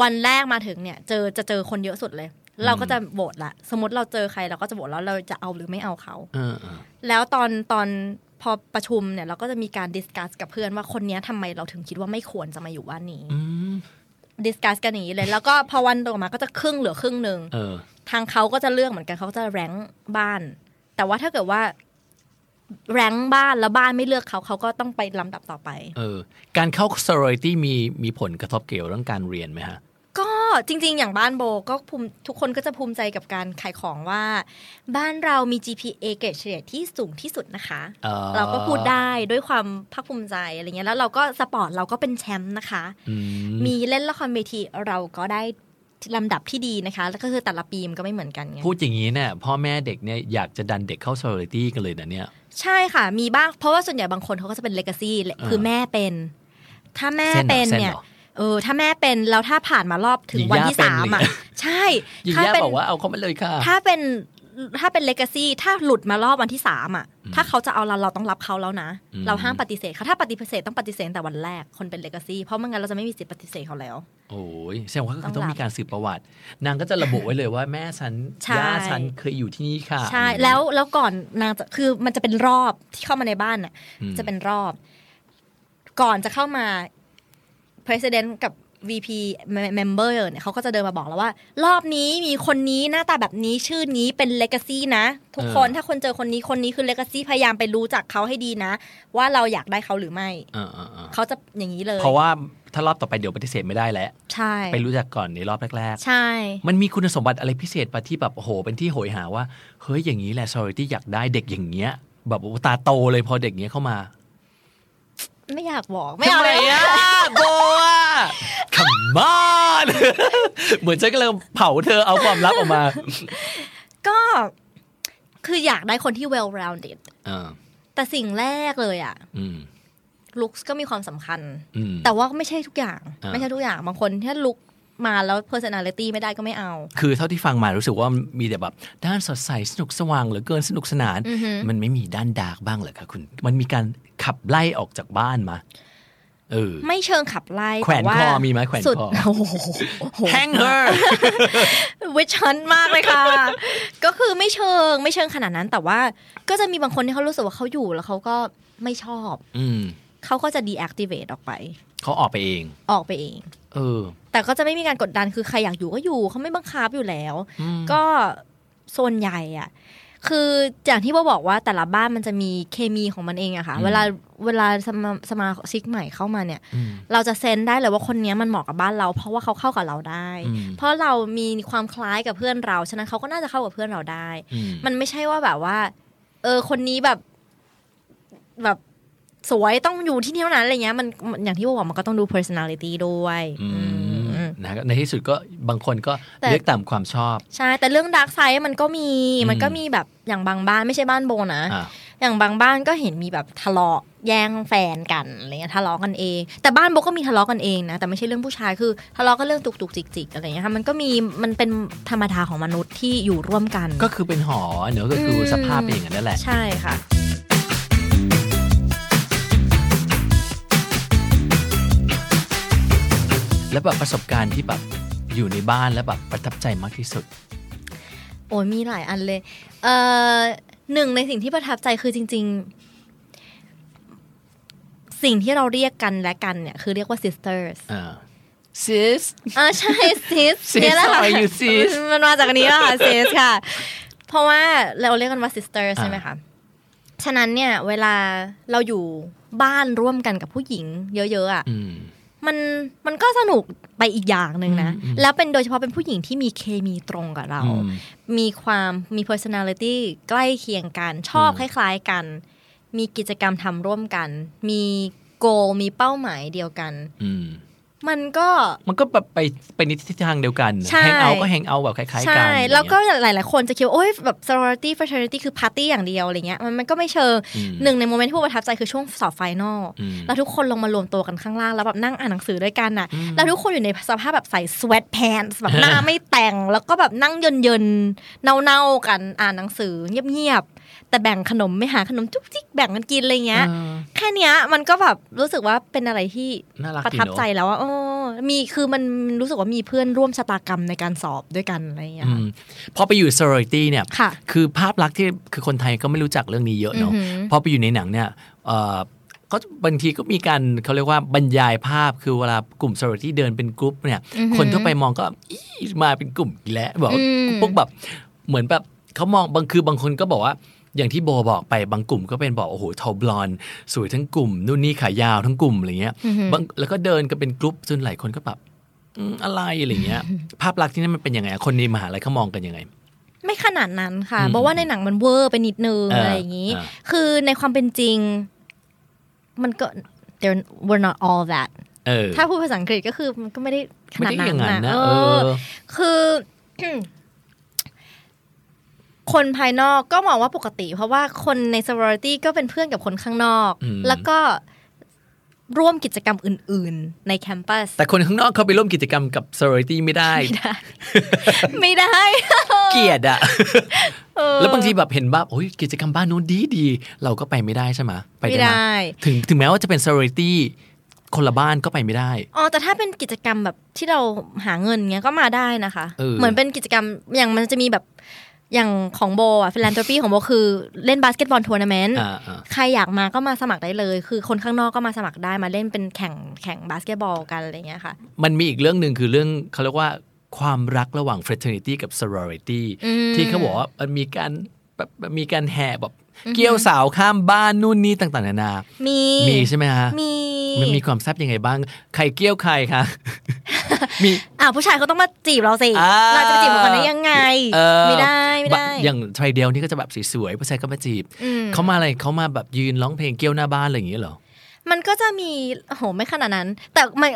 Speaker 15: วันแรกมาถึงเนี่ย เจอจะเจอคนเยอะสุดเลย เราก็จะโหวตละ สมมติเราเจอใครเราก็จะโหวตแล้วเราจะเอาหรือไม่เอาเขา
Speaker 4: เออเออ
Speaker 15: แล้วตอนตอนพอประชุมเนี่ย เราก็จะมีการดิสคัสกับเพื่อนว่าคนเนี้ยทำไมเราถึงคิดว่าไม่ควรจะมาอยู่บ้านนี้
Speaker 4: อืม
Speaker 15: ดิสคัสกันอย่างนี้เลย แล้วก็พอวันต่อมาก็จะครึ่งเหลือครึ่งหนึ่ง
Speaker 4: เออ
Speaker 15: ทางเขาก็จะเลือกเหมือนกันเขาจะแรงค์บ้าน แต่ว่าถ้าเกิดว่า แรงค์บ้านแล้วบ้านไม่เลือกเขาเขาก็ต้องไปลำดับต่อไป
Speaker 4: เออ การเข้า sorority มีมีผลกระทบเกี่ยวเรื่องการเรียนไหมฮะ
Speaker 15: ก็จริง ๆ อย่างบ้านโบก็ภูมิทุกคนก็จะภูมิใจกับการขายของว่า บ้านเรามี GPA เกรดเฉลี่ยที่สูงที่สุดนะคะ
Speaker 4: อ๋อ
Speaker 15: เราก็พูดได้ด้วยความภาคภูมิใจอะไรเงี้ยแล้วเราก็สปอร์ตเราก็เป็นแชมป์นะคะ
Speaker 4: อืม
Speaker 15: มีเล่นละครเวทีเราก็ได้ลำดับที่ดีนะคะ แล้วก็คือแต่ละปีมนก็ไม่เหมือนกันไง
Speaker 4: พูดอย่างนี้เนี่ยพ่อแม่เด็กเนี่ยอยากจะดันเด็กเข้า sorority กันเลยนะเนี่ย
Speaker 15: ใช่ค่ะ มีบ้าง เพราะว่าส่วนใหญ่บางคนเขาก็จะเป็นเลก a ซี่
Speaker 4: อ่า
Speaker 15: คือแม่เป็น ถ้าแม่
Speaker 4: เส้นหรอ
Speaker 15: เป็น
Speaker 4: ส้
Speaker 15: เนี่ย
Speaker 4: หรอ
Speaker 15: เออถ้าแม่เป็นแล้วถ้าผ่านมารอบถึงวันที่
Speaker 4: หญิงย่าเป็น
Speaker 15: สามอ่ะ
Speaker 4: หรือ
Speaker 15: ใช่
Speaker 4: ยิ่ง
Speaker 15: ถ้า
Speaker 4: แย่
Speaker 15: เป็น
Speaker 4: บอกว่าเอาเข้ามาเลยค่ะ
Speaker 15: ถ้าเป็นถ้าเป็นเลก a ซี่ถ้าหลุดมารอบวันที่สามอ่ะ ถ้าเขาจะเอาเราเราต้องรับเขาแล้วนะ
Speaker 4: อืม
Speaker 15: เราห้ามปฏิเสธเขาถ้าปฏิเสธต้องปฏิเสธตั้งแต่วันแรกคนเป็นเลก a ซี่เพราะไม่งั้นเราจะไม่มีสิทธิ์ปฏิเสธเขาแล้ว
Speaker 4: โอ้ยแสดงว่าก็คือ
Speaker 15: ต้
Speaker 4: ต้
Speaker 15: อ
Speaker 4: อง ง
Speaker 15: รับ
Speaker 4: มีการสืบประวัติ นางก็จะระบุไว้เลยว่าแม่ฉัน
Speaker 15: ใช่
Speaker 4: ย่าฉันเคยอยู่ที่นี่ค่ะ
Speaker 15: ใช่แล้วแล้วก่อนนางจะคือมันจะเป็นรอบที่เข้ามาในบ้านน่ะ
Speaker 4: อืม
Speaker 15: จะเป็นรอบ ก่อนจะเข้ามา president กับ VP member เนี่ยเขาก็จะเดินมาบอกแล้วว่า รอบนี้มีคนนี้หน้าตาแบบนี้ชื่อนี้เป็น legacy นะ ทุกคนถ้าคนเจอคนนี้คนนี้คือ legacy พยายามไปรู้จักเขาให้ดีนะ ว่าเราอยากได้เขาหรือไม่
Speaker 4: เออเออเออ
Speaker 15: เขาจะอย่างนี้เลย
Speaker 4: เพราะว่าถ้ารอบต่อไปเดี๋ยวปฏิเสธไม่ได้แล้ว
Speaker 15: ใช่
Speaker 4: ไปรู้จักก่อนในรอบแรก
Speaker 15: ใช่
Speaker 4: ๆ มันมีคุณสมบัติอะไรพิเศษปะที่แบบโอ้โหเป็นที่โหยหาว่า เฮ้ยอย่างนี้แหละ sorry ที่อยากได้เด็กอย่างเงี้ย แบบโอ้ตาโตเลยพอเด็กเงี้ยเข้ามา
Speaker 15: ไม่อยากบอกไม่เอา
Speaker 4: ทำ
Speaker 15: เลย
Speaker 4: อะโบอ่ะ come on [LAUGHS] เหมือนฉันก็เลยเผาเธอเอาความลับออกมา
Speaker 15: ก็คืออยากได้คนที่ well rounded
Speaker 4: อ่า
Speaker 15: แต่สิ่งแรกเลยอะ
Speaker 4: อืม
Speaker 15: ลุคก็มีความสำคัญ
Speaker 4: อืม
Speaker 15: แต่ว่าไม่ใช่ทุกอย่าง
Speaker 4: อ่า
Speaker 15: ไม่ใช่ทุกอย่าง บางคนถ้าลุค มาแล้ว personality ไม่ได้ก็ไม่เอา
Speaker 4: คือเท่าที่ฟังมารู้สึกว่ามีแต่แบบด้านสดใสสนุกสว่างเหลือเกินสนุกสนาน
Speaker 15: อือฮึ
Speaker 4: มันไม่มีด้านดาร์กบ้างเหรอคะคุณ มันมีการขับไล่ออกจากบ้านมา เออ
Speaker 15: ไม่เชิงขับไล่
Speaker 4: แขวน
Speaker 15: ต่า
Speaker 4: คอมีไหมแขวน
Speaker 15: สุด
Speaker 4: ค
Speaker 15: [LAUGHS]
Speaker 4: อ
Speaker 15: โอ้โห
Speaker 4: Hang her
Speaker 15: วิชันมากเลยค่ะ [LAUGHS] ก็คือไม่เชิงไม่เชิงขนาดนั้น แต่ว่าก็จะมีบางคนที่เขารู้สึกว่าเขาอยู่แล้วเขาก็ไม่ชอบ
Speaker 4: อืม
Speaker 15: เขาก็จะ deactivate ออกไป
Speaker 4: เขาออกไปเอง
Speaker 15: ออกไปเอง
Speaker 4: เออ
Speaker 15: แต่ก็จะไม่มีการกดดันคือใครอยากอยู่ก็อยู่เขาไม่บังคับอยู่แล้ว
Speaker 4: อืม
Speaker 15: ก็ส่วนใหญ่อะคืออย่างที่โบบอกว่าแต่ละบ้านมันจะมีเคมีของมันเองอะค่ะ
Speaker 20: อืม
Speaker 15: เวลาเวลาสมาสมาชิกใหม่เข้ามาเนี่ย
Speaker 20: อืม
Speaker 15: เราจะเซนได้เลยว่าคนเนี้ยมันเหมาะกับบ้านเรา เพราะว่าเขาเข้ากับเราได้
Speaker 20: อืม
Speaker 15: เพราะเรามีความคล้ายกับเพื่อนเรา ฉะนั้นเขาก็น่าจะเข้ากับเพื่อนเราได้ มันไม่ใช่ว่าแบบว่า เออ คนนี้แบบ แบบสวยต้องอยู่ที่นี่เท่านั้นอะไรเงี้ยมันมันอย่างที่โบบอกมันก็ต้องดู personality ด้วย
Speaker 4: อืมนะในที่สุดก็บางคนก็
Speaker 15: แต่
Speaker 4: เลือกตามความชอบ
Speaker 15: ใช่ แต่เรื่องดาร์กไซด์มันก็มี
Speaker 4: อืม
Speaker 15: มันก็มีแบบอย่างบางบ้านไม่ใช่บ้านโบนะ
Speaker 4: อ่ะ
Speaker 15: อย่างบางบ้านก็เห็นมีแบบทะเลาะแย่งแฟนกันอะไรเงี้ยทะเลาะกันเอง แต่บ้านโบก็มีทะเลาะกันเองนะ แต่ไม่ใช่เรื่องผู้ชายคือทะเลาะกันเรื่องตุกตุกจิกจิกๆอะไรเงี้ยค่ะ มันก็มี มันเป็นธรรมดาของมนุษย์ที่อยู่ร่วมกัน
Speaker 4: ก็คือเป็นหอเนอะก็คืออ
Speaker 15: ม
Speaker 4: สภาพเป็นอย่างนั้นแหละ
Speaker 15: ใช่ค่ะ
Speaker 4: แล้วแบบประสบการณ์ที่แบบอยู่ในบ้านแล้วแบบประทับใจมากที่สุด
Speaker 15: โอ้ยมีหลายอันเลย เออหนึ่งในสิ่งที่ประทับใจคือจริง ๆ สิ่งที่เราเรียกกันและกันเนี่ย คือเรียกว่า sisters
Speaker 4: อ่า
Speaker 15: sis อ่าใช่ sis
Speaker 4: Sis,
Speaker 15: เนี่ยแหละค่ะ
Speaker 4: how are you, sis?
Speaker 15: มันมาจากอันนี้แหละค่ะ sis ค่ะ เพราะว่าเราเรียกกันว่า sister ใช่ไหมคะ ฉะนั้นเนี่ยเวลาเราอยู่บ้านร่วมกันกับผู้หญิง เยอะ ๆอ่ะ
Speaker 4: อืม
Speaker 15: มันมันก็สนุกไปอีกอย่างหนึ่งนะ แล้วเป็นโดยเฉพาะเป็นผู้หญิงที่มีเคมีตรงกับเรา
Speaker 20: อืม
Speaker 15: มีความมี personality ใกล้เคียงกัน ชอบคล้ายๆกัน มีกิจกรรมทำร่วมกัน มี goal มีเป้าหมายเดียวกัน
Speaker 4: อืม
Speaker 15: มันก็
Speaker 4: มันก็แบบไปไปในทิศทางเดียวกัน
Speaker 15: ใช่
Speaker 4: แฮงเอาท์ก็แฮงเอาท์แบบคล้ายๆกันอะ
Speaker 15: ใช่
Speaker 4: ไรเงี้ย
Speaker 15: แล้วก็หลายๆ คนจะคิดว่าโอ๊ยแบบ sorority fraternity คือปาร์ตี้อย่างเดียวอะไรเงี้ยมันมันก็ไม่เชิง
Speaker 4: อืม
Speaker 15: หนึ่งในโมเมนต์ที่ผู้ประทับใจคือช่วงสอบไฟนอล
Speaker 4: อืม
Speaker 15: แล้วทุกคนลงมารวมตัวกันข้างล่าง แล้วแบบนั่งอ่านหนังสือด้วยกันน่ะ แล้วทุกคนอยู่ในสภาพแบบใส่ sweat pants แบบหน้า ไม่แต่งแล้วก็แบบนั่งเยินๆเน่าๆกันอ่านหนังสือเงียบๆแต่แบ่งขนมไม่หาขนมจุกจิกแบ่งกันกินอะไรเงี้ย
Speaker 4: เออ
Speaker 15: แค่เนี้ยมันก็แบบรู้สึกว่าเป็นอะไรที่
Speaker 4: น่ารักดีเนอะ
Speaker 15: ประทับใจแล้วว่าโอ้มีคือมันรู้สึกว่ามีเพื่อนร่วมชะตากรรมในการสอบด้วยกันอะไรอย่างเงี้ย
Speaker 4: อืมพอไปอยู่ sorority เนี่ย
Speaker 15: ค่ะ
Speaker 4: คือภาพลักษณ์ที่คือคนไทยก็ไม่รู้จักเรื่องนี้เยอะเนาะ
Speaker 15: อือหือ
Speaker 4: พอไปอยู่ในหนังเนี่ยเอ่อก็บางทีก็มีการเขาเรียกว่าบรรยายภาพ คือเวลากลุ่ม sorority เดินเป็นกรุ๊ปเนี่ย
Speaker 21: อือหือ
Speaker 4: คนทั่วไปมองก็อีมาเป็นกลุ่มอีกแล้วบอกว่า
Speaker 21: อืม
Speaker 4: พวกแบบเหมือนแบบเขามองบางคือบางคนก็บอกว่า อย่างที่โบบอกไปบางกลุ่มก็เป็นบอกโอ้โหทอบลอนด์สวยทั้งกลุ่มนู่นนี่ขายาวทั้งกลุ่มอะไรเงี้ย
Speaker 21: อือหือ
Speaker 4: บางแล้วก็เดินกันเป็นกรุ๊ปจนหลายคนก็แบบ อืมอะไรอะไรเงี้ย [LAUGHS] ภาพลักษณ์ที่นั่นมันเป็นยังไงอะคนในมหาลัยเขามองกันยังไง
Speaker 15: ไม่ขนาดนั้นค่ะ
Speaker 4: อืม
Speaker 15: เพราะว่าในหนังมันเวอร์ไปนิดนึง
Speaker 4: เอออ
Speaker 15: อะไรอย่างนี้
Speaker 4: อ่า
Speaker 15: คือในความเป็นจริง มันก็ there were not all that
Speaker 4: เออ
Speaker 15: ถ้าพูดภาษาอังกฤษก็คือมันก็ไม่ได้ขนาด
Speaker 4: ไม่ได้อน
Speaker 15: นั้
Speaker 4: ย่างนั้นนะ
Speaker 15: นะ
Speaker 4: เออ
Speaker 15: คือ [COUGHS] คนภายนอกก็มองว่าปกติ เพราะว่าคนใน sorority ก็เป็นเพื่อนกับคนข้างนอก
Speaker 4: อืม
Speaker 15: แล้วก็ร่วมกิจกรรมอื่น ๆ ในแคมปัส
Speaker 4: แต่คนข้างนอกเขาไปร่วมกิจกรรมกับ sorority ไม่ได้
Speaker 15: ไม่ได้
Speaker 4: เกลียดอะ
Speaker 15: เออ
Speaker 4: [LAUGHS] แล้วบางทีแบบเห็นแบบโอ้ยกิจกรรมบ้านนู้นดีดีเราก็ไปไม่ได้ใช่ไหมไป
Speaker 15: ไม่
Speaker 4: ได้ไหม
Speaker 15: ได้
Speaker 4: ถึงถึงแม้ว่าจะเป็น sorority คนละบ้านก็ไปไม่ได้
Speaker 15: อ๋อแต่ถ้าเป็นกิจกรรมแบบที่เราหาเงินเงี้ยก็มาได้นะคะ
Speaker 4: เออ
Speaker 15: เหมือนเป็นกิจกรรมอย่างมันจะมีแบบอย่างของโบอะฟิลันโทรปีของโบคือเล่นบาสเกตบอลทัวร์นาเมนต์
Speaker 4: อ่าอ่า
Speaker 15: ใครอยากมาก็มาสมัครได้เลย คือคนข้างนอกก็มาสมัครได้มาเล่นเป็นแข่งแข่งบาสเกตบอลกันอะไรเงี้ยค่ะ
Speaker 4: มันมีอีกเรื่องหนึ่งคือเรื่องเขาเรียกว่าความรักระหว่าง fraternity กับ sorority
Speaker 15: อืม
Speaker 4: ที่เขาบอกว่ามันมีการแบบมีการแห่แบบ
Speaker 15: อือฮึ
Speaker 4: เกี่ยวสาวข้ามบ้านนู่นนี่ต่างๆนานา
Speaker 15: มี
Speaker 4: มีใช่ไหมฮะ
Speaker 15: มี
Speaker 4: มันมีความแซ่บยังไงบ้าง ใครเกี้ยวใครคะ
Speaker 15: [LAUGHS]
Speaker 4: มี
Speaker 15: อ่าผู้ชายเขาต้องมาจีบเราสิ
Speaker 4: อ่า
Speaker 15: เราจะไปจีบคนนี้ยังไง
Speaker 4: เออ
Speaker 15: ไม่ได้ไม่ได้
Speaker 4: บะอย่างไทรเดลนี่ก็จะแบบสวยๆผู้ชายก็มาจีบ
Speaker 15: อืม
Speaker 4: เขามาอะไรเขามาแบบยืนร้องเพลงเกี้ยวหน้าบ้านอะไรอย่างเงี้ยเหรอ
Speaker 15: มันก็จะมีโอ้โหไม่ขนาดนั้น แต่ไม่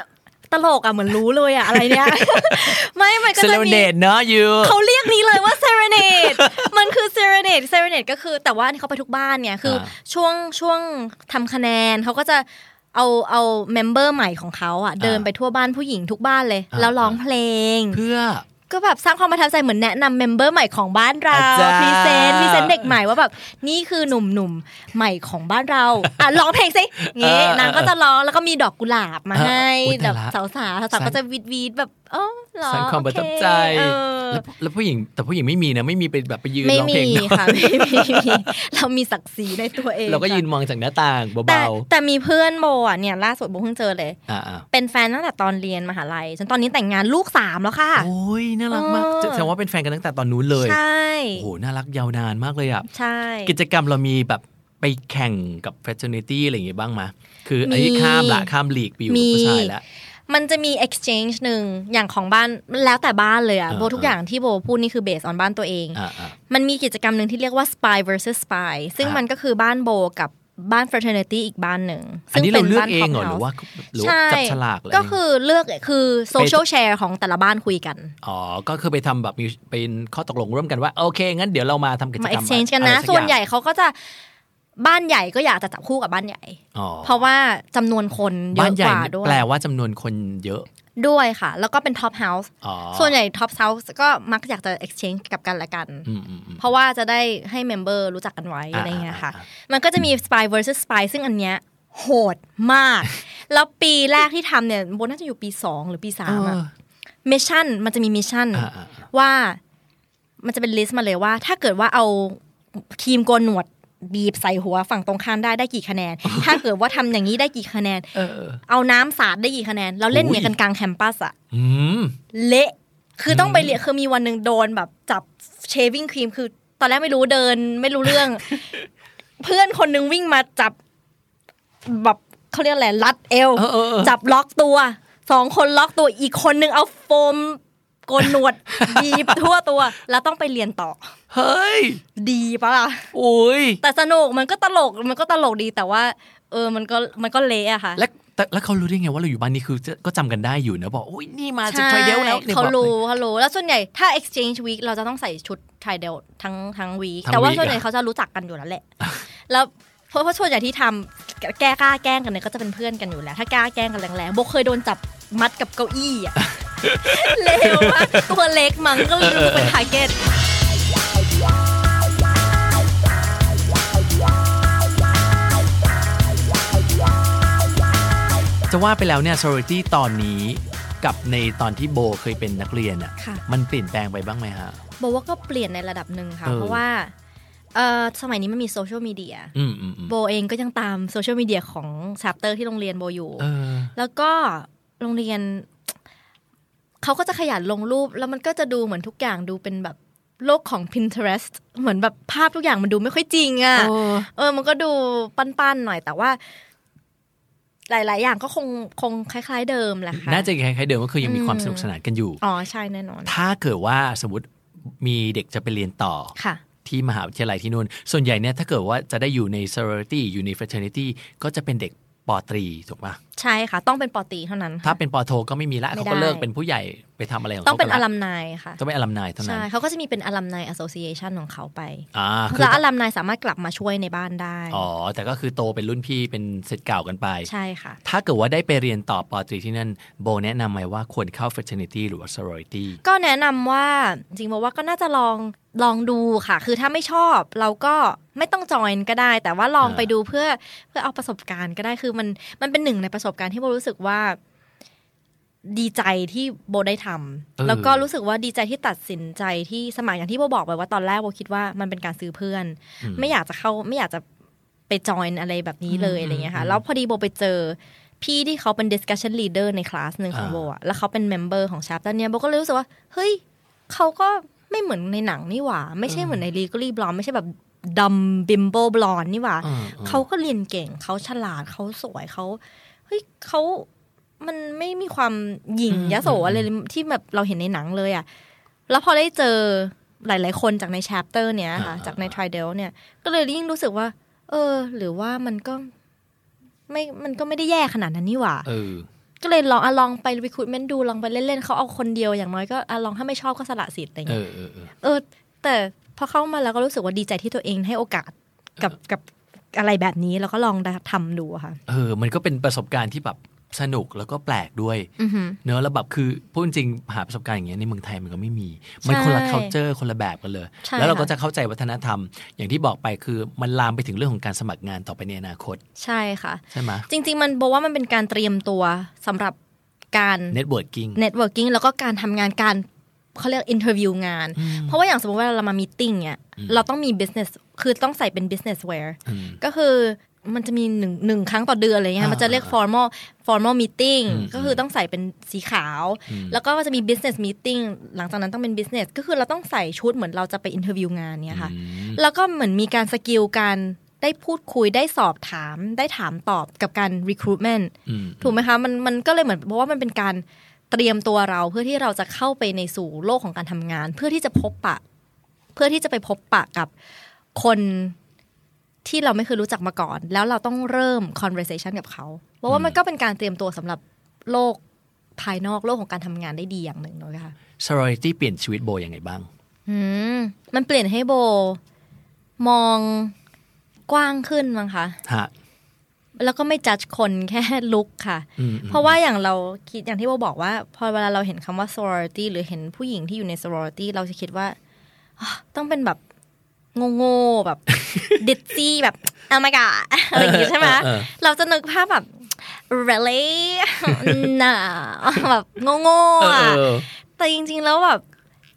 Speaker 15: ตลกอะเหมือนรู้เลยอะอะไรเนี่ย [LAUGHS] ไม่มันก็
Speaker 4: เซเล
Speaker 15: จะมี
Speaker 4: เนตเนาะยู
Speaker 15: [LAUGHS] เขาเรียกนี้เลยว่าเซเรเนต มันคือเซเรเนตเซเรเนตก็คือแต่ว่าอันนี้เขาไปทุกบ้านเนี่ยคืออช่วงช่วงทำคะแนนเขาก็จะ เอาเอาเมมเบอร์ใหม่ของเขาอ่ะเดินไปทั่วบ้านผู้หญิงทุกบ้านเลย
Speaker 4: อ่า
Speaker 15: แล้วร้องเพลง
Speaker 4: เพื่อ
Speaker 15: ก็แบบสร้างความประทับใจเหมือนแนะนำเมมเบอร์ใหม่ของบ้านเรา
Speaker 4: อาจารย์
Speaker 15: พรีเซนต์พรีเซนต์เด็กใหม่ว่าแบบนี่คือหนุ่มหนุ่มๆใหม่ของบ้านเราอ่ะร้องเพลงสิงี้นางก็จะร้องแล้วก็มีดอกกุหลาบมาให้แบบสาวๆสาวๆก็จะวีดวีดๆแบบอ๋อเหรอ
Speaker 4: สร้างความประทับใจ
Speaker 15: โอเคเออ
Speaker 4: แล้วแล้วผู้หญิงแต่ผู้หญิงไม่มีนะไม่มีไปแบบไปยืน
Speaker 15: ไม่
Speaker 4: ร้อง
Speaker 15: มี
Speaker 4: เพลงเนอ
Speaker 15: ค่ะ [LAUGHS] ไม่มีเรามีศักดิ์ศรีในตัวเอง
Speaker 4: เราก็ยืน
Speaker 15: ค่ะ
Speaker 4: มองจากหน้าต่าง
Speaker 15: แต่
Speaker 4: เบา
Speaker 15: แต่มีเพื่อนโบอ่ะเนี่ยล่าสุดโบเพิ่งเจอเลย
Speaker 4: ๆอ่า
Speaker 15: เป็นแฟนตั้งแต่ตอนเรียนมหาลัยจนตอนนี้แต่งงานลูกสามแล้วค่ะ
Speaker 4: โอ้ยน่ารักมากแสดงว่าเป็นแฟนกันตั้งแต่ตอนนู้นเลย
Speaker 15: ใช่
Speaker 4: โอ้โหน่ารักยาวนานมากเลยอ่ะ
Speaker 15: ใช่
Speaker 4: กิจกรรมเรามีแบบไปแข่งกับ fraternity อะไรอย่างงี้บ้างไหมคือ
Speaker 15: มี
Speaker 4: ไอ้ยข้ามละข้ามลีกไปอยู่
Speaker 15: มี
Speaker 4: กับผู้ชายแล้ว
Speaker 15: มันจะมี exchange หนึ่งอย่างของบ้านแล้วแต่บ้านเลยอะ
Speaker 4: อ่า
Speaker 15: โบทุกอย่างที่โบพูดนี่คือเบสออนบ้านตัวเอง
Speaker 4: อ่าอ่า
Speaker 15: มันมีกิจกรรมหนึ่งที่เรียกว่า spy versus spy ซึ่ง
Speaker 4: อ่ะ
Speaker 15: มันก็คือบ้านโบกับบ้าน fraternity อีกบ้านหนึ่ง
Speaker 4: อันนี้
Speaker 15: ซึ่
Speaker 4: เราเลือก
Speaker 15: บ้
Speaker 4: เองเหรอ
Speaker 15: clubhouse
Speaker 4: หรือว่าหรือว่า
Speaker 15: ใช่
Speaker 4: จับฉลากอะไร
Speaker 15: ก็คือเลือกคือ social share ของแต่ละบ้านคุยกัน
Speaker 4: อ๋อ ก็คือไปทำแบบมีเป็นข้อตกลงร่วมกันว่า โอเค งั้นเดี๋ยวเรามาทำกิจกร
Speaker 15: มา
Speaker 4: รม
Speaker 15: exchange กัน
Speaker 4: อไร
Speaker 15: นะ
Speaker 4: ก
Speaker 15: ส่วน
Speaker 4: อย่าง
Speaker 15: ใหญ่เขาก็จะบ้านใหญ่ก็อยากจะจับคู่กับบ้านใหญ่
Speaker 4: อ๋อ
Speaker 15: เพราะว่าจำนวนคนเย
Speaker 4: บ้าน
Speaker 15: อะ
Speaker 4: ให
Speaker 15: ก
Speaker 4: ญ่
Speaker 15: ว่าด้วย
Speaker 4: แปลว่าจำนวนคนเยอะ
Speaker 15: ด้วยค่ะ แล้วก็เป็น top house
Speaker 4: อ๋อ
Speaker 15: ส่วนใหญ่ top house ก็มักอยากจะ exchange กับกันและกัน
Speaker 4: อืมอืมอืม
Speaker 15: เพราะว่าจะได้ให้เมมเบอร์รู้จักกันไว้อะไรเงี้ยค่ะ มันก็จะมี spy versus spy ซึ่งอันเนี้ยโหดมาก แล้วปีแรกที่ทำเนี่ยโบน่าจะอยู่ปี 2 หรือปี3อะ
Speaker 4: เออ
Speaker 15: มิชชั่นมันจะมีมิชชั่น
Speaker 4: อ่าอ่าอ่า
Speaker 15: ว่ามันจะเป็นลิสต์มาเลยว่า ถ้าเกิดว่าเอาครีมโกนหนวดบีบใส่หัวฝั่งตรงข้ามได้ได้กี่คะแนน ถ้าเกิดว่าทำอย่างนี้ได้กี่คะแนน
Speaker 4: เออ
Speaker 15: เอาน้ำสาดได้กี่คะแนน เราเล่น
Speaker 4: โอ้ย
Speaker 15: เนี่ยกันกลางแคมปัสอะ
Speaker 4: อืม
Speaker 15: เละ คือต้องไปเรียนคือมีวันหนึ่งโดนแบบจับเชฟวิ่งครีมคือ ตอนแรกไม่รู้เดินไม่รู้เรื่อง
Speaker 4: [LAUGHS]
Speaker 15: เพื่อนคนหนึงวิ่งมาจับแบบเขาเรียกอะไรรัดเอว
Speaker 4: เออเออเออ
Speaker 15: จับล็อกตัวสองคนล็อกตัวอีกคนหนึงเอาโฟมโกนหนวด [LAUGHS] บีบทั่วตัว แล้วต้องไปเรียนต่อ
Speaker 4: เฮ้ย
Speaker 15: ดีปะล่ะ
Speaker 4: โอ้ย
Speaker 15: แต่สนุกมันก็ตลกมันก็ตลกดีแต่ว่า เออมันก็มันก็เละอะค่ะ
Speaker 4: และแต่แล้วเขารู้ได้ไงว่าเราอยู่บ้านนี้คือจะก็จำกันได้อยู่นะบอกโอ้ยนี่มาจากไทยเดลแล้วนี่ย
Speaker 15: เขา
Speaker 4: บอก
Speaker 15: รู้เขารู้แล้วส่วนใหญ่ถ้า exchange week เราจะต้องใส่ชุดไทยเดลทั้งทั้งวี
Speaker 4: ทั้ง
Speaker 15: แต่ว่า
Speaker 4: week
Speaker 15: ส่วนใหญ่
Speaker 4: อะ
Speaker 15: เขาจะรู้จักกันอยู่แล้วแหละ แล้วเพราะเพราะส่วนใหญ่ที่ทำแก้กล้าแกล้งกันเนี่ยก็จะเป็นเพื่อนกันอยู่แล้ว ถ้ากล้าแกล้งกันแรงๆโบเคยโดนจับมัดกับเก้าอี้
Speaker 4: [LAUGHS]
Speaker 15: อะ เร็วมากตัวเล็กมั้งก็เลยดูเป็นทาร์เก็ต
Speaker 4: จะว่าไปแล้วเนี่ย sorority ตอนนี้กับในตอนที่โบเคยเป็นนักเรียนอ่ะ
Speaker 15: ค่ะ
Speaker 4: มันเปลี่ยนแปลงไปบ้างไหมฮะ
Speaker 15: บอกว่าก็เปลี่ยนในระดับหนึ่งค่ะ
Speaker 4: เออ
Speaker 15: เพราะว่าเอ่อสมัยนี้มันมีโซเชียลมีเดีย
Speaker 4: อืมอืมอืม
Speaker 15: โบเองก็ยังตามโซเชียลมีเดียของ chapter ที่โรงเรียนโบอยู่
Speaker 4: เออ
Speaker 15: แล้วก็โรงเรียน เขาก็จะขยันลงรูป แล้วมันก็จะดูเหมือนทุกอย่างดูเป็นแบบโลกของ Pinterest เหมือนแบบภาพทุกอย่างมันดูไม่ค่อยจริงอะ่ะ เออ มันก็ดูปั้นๆหน่อยแต่ว่า หลาย ๆ อย่างก็คงคงคล้าย ๆ เดิมแหละค่ะ
Speaker 4: น่าจะคล้ายๆเดิมก็คือยังมี
Speaker 15: อืม
Speaker 4: ความสนุกสนานกันอยู่
Speaker 15: อ๋อใช่แน่นอน
Speaker 4: ถ้าเกิดว่าสมมติมีเด็กจะไปเรียนต่อ
Speaker 15: ค่ะ
Speaker 4: ที่มหาวิทยาลัยที่นู่น ส่วนใหญ่เนี่ยถ้าเกิดว่าจะได้อยู่ใน sorority อยู่ใน fraternity ก็จะเป็นเด็กปอตรีถูกปะ
Speaker 15: ใช่ค่ะ ต้องเป็นปอตีเท่านั้นค่ะ
Speaker 4: ถ้าเป็นปอโทก็ไม่มีละ
Speaker 15: ไม่ได้
Speaker 4: เขาก็เลิกเป็นผู้ใหญ่ไปทำอะไรของ
Speaker 15: ต้องเป็นอ
Speaker 4: ขาก็
Speaker 15: ลั
Speaker 4: ละ
Speaker 15: มนายค่ะ
Speaker 4: ต้องเป็นอลัมนายเท่านั้
Speaker 15: ใช่
Speaker 4: น
Speaker 15: เขาก็จะมีเป็นอลัมนาย association ของเขาไป
Speaker 4: อ่าคือ
Speaker 15: แล้วอลัมนายสามารถกลับมาช่วยในบ้านได้
Speaker 4: อ๋อแต่ก็คือโตเป็นรุ่นพี่เป็นเสร็จเก่ากันไป
Speaker 15: ใช่ค่ะ
Speaker 4: ถ้าเกิดว่าได้ไปเรียนต่อปอตรีที่นั่น โบแนะนำไหมว่าควรเข้า fraternity หรือว่า sorority
Speaker 15: ก็แนะนำว่าจริงๆบอกว่าก็น่าจะลองลองดูค่ะ คือถ้าไม่ชอบเราก็ไม่ต้องจอยก็ได้ แต่ว่าลอง
Speaker 4: อ่า
Speaker 15: ไปดูเพื่อเพื่อเอาประสบการณ์ก็ได้คือมันมันเป็นหนึ่งในประสบการณ์ที่โบรู้สึกว่า ดีใจที่โบได้ทำแล้วก็รู้สึกว่าดีใจที่ตัดสินใจที่สมัยอย่างที่โบบอกไปว่าตอนแรกโบคิดว่ามันเป็นการซื้อเพื่อน ไม่อยากจะเข้าไม่อยากจะไปจอยอะไรแบบนี้เลยอะไรเงี้ยค่ะ แล้วพอดีโบไปเจอ พี่ที่เขาเป็น discussion leader ในคลาสหนึ่งของ
Speaker 4: อ่า
Speaker 15: โบอะแล้วเขาเป็น member ของ chapter เนี่ยโบก็เลยรู้สึกว่า เฮ้ย เขาก็ไม่เหมือนในหนังนี่หว่า ไม่ใช่เหมือนใน legally blonde ไม่ใช่แบบดำ bimbo blonde นี่หว่า
Speaker 4: อ่าอ่า
Speaker 15: เขาก็เรียนเก่ง เขาฉลาด เขาสวย เขา เฮ้ยเขา มันไม่มีความหยิ่งยโสอะไรเลยที่แบบเราเห็นในหนังเลยอะ แล้วพอได้เจอหลาย ๆ คนจากใน chapter เนี้ยค่ะ
Speaker 4: อ่า
Speaker 15: จากใน t r i d e l เนี่ย ก็เลยยิ่งรู้สึกว่า เออ หรือว่ามันก็ ไม่ มันก็ไม่ได้แย่ขนาดนั้นนี่หว่า
Speaker 4: เออ
Speaker 15: ก็เลยลองอะลองไป recruitment ดูลองไปเล่น ๆ เขาเอาคนเดียวอย่างน้อยก็อะลองถ้าไม่ชอบก็สละสิทธิ์อะไร
Speaker 4: เอ
Speaker 15: เงี้ย
Speaker 4: อเออเออ
Speaker 15: เออ แต่พอเข้ามาแล้วก็รู้สึกว่าดีใจที่ตัวเองให้โอกาสกับกับ อะไรแบบนี้แล้วก็ลองทำดูอะค่ะ
Speaker 4: เออ มันก็เป็นประสบการณ์ที่แบบสนุกแล้วก็แปลกด้วย
Speaker 15: อือหือ
Speaker 4: เนอะแล้วแบบคือพูดจริงหาประสบการณ์อย่างเงี้ยในเมืองไทยมันก็ไม่มี มัน
Speaker 15: ใช่
Speaker 4: คนละ culture คนละแบบกันเลย
Speaker 15: ใช่
Speaker 4: แล้วเราก็
Speaker 15: ค่ะ
Speaker 4: จะเข้าใจวัฒนธรรม อย่างที่บอกไปคือมันลามไปถึงเรื่องของการสมัครงานต่อไปในอนาคต
Speaker 15: ใช่ค่ะ
Speaker 4: ใช่ไหม
Speaker 15: จริง ๆ มันบอกว่ามันเป็นการเตรียมตัวสำหรับการ
Speaker 4: networking
Speaker 15: เน็ตเวิร์กิ่งแล้วก็การทำงานการเขาเรียกอินเทอร์วิวงาน เพราะว่าอย่างสมมติว่าเรามามีติ้งเนี่ย
Speaker 4: อืม
Speaker 15: เราต้องมี business คือต้องใส่เป็น business wear
Speaker 4: อืม
Speaker 15: ก็คือมันจะมีหนึ่งหนึ่งครั้งต่อเดือนอะไรเงี้ย
Speaker 4: อ่ามั
Speaker 15: มันจะเรียก formal formal meeting
Speaker 4: อืม
Speaker 15: ก็คือต้องใส่เป็นสีขาว
Speaker 4: อืม
Speaker 15: แล้วก็จะมี business meeting หลังจากนั้นต้องเป็น business ก็คือเราต้องใส่ชุดเหมือนเราจะไปอินเทอร์วิวงานเนี่ยค่ะ แล้วก็เหมือนมีการสกิลการได้พูดคุยได้สอบถามได้ถามตอบกับการ recruitment
Speaker 4: อืม
Speaker 15: ถูกไหมคะมันมันก็เลยเหมือนเพราะว่ามันเป็นการเตรียมตัวเราเพื่อที่เราจะเข้าไปในสู่โลกของการทำงาน เพื่อที่จะพบปะ เพื่อที่จะไปพบปะกับคนที่เราไม่เคยรู้จักมาก่อน แล้วเราต้องเริ่ม conversation กับเขาเพราะว่ามันก็เป็นการเตรียมตัวสำหรับโลกภายนอกโลกของการทำงานได้ดีอย่างหนึ่งเลยค่ะ
Speaker 4: sorority เปลี่ยนชีวิตโบยังไงบ้าง
Speaker 15: อืมมันเปลี่ยนให้โบ มองกว้างขึ้นมั้งคะ
Speaker 4: ฮะ
Speaker 15: แล้วก็ไม่จัดคนแค่ลุกค่ะ
Speaker 4: อืมอืม
Speaker 15: เพราะว่าอย่างเราคิดอย่างที่โบบอกว่า พอเวลาเราเห็นคำว่า sorority หรือเห็นผู้หญิงที่อยู่ใน sorority เราจะคิดว่าอ่ะต้องเป็นแบบโง่ๆแบบ
Speaker 22: [LAUGHS]
Speaker 15: ดิดซี่แบบอเมริกาอะไรอย่างงี้ใช่ไหม
Speaker 22: เออเออ
Speaker 15: เราจะนึกภาพแบบ really [LAUGHS] น่ะแบบโง่
Speaker 22: เอ
Speaker 15: ๆอ่ะ
Speaker 22: อ
Speaker 15: แต่จริงๆแล้วแบบ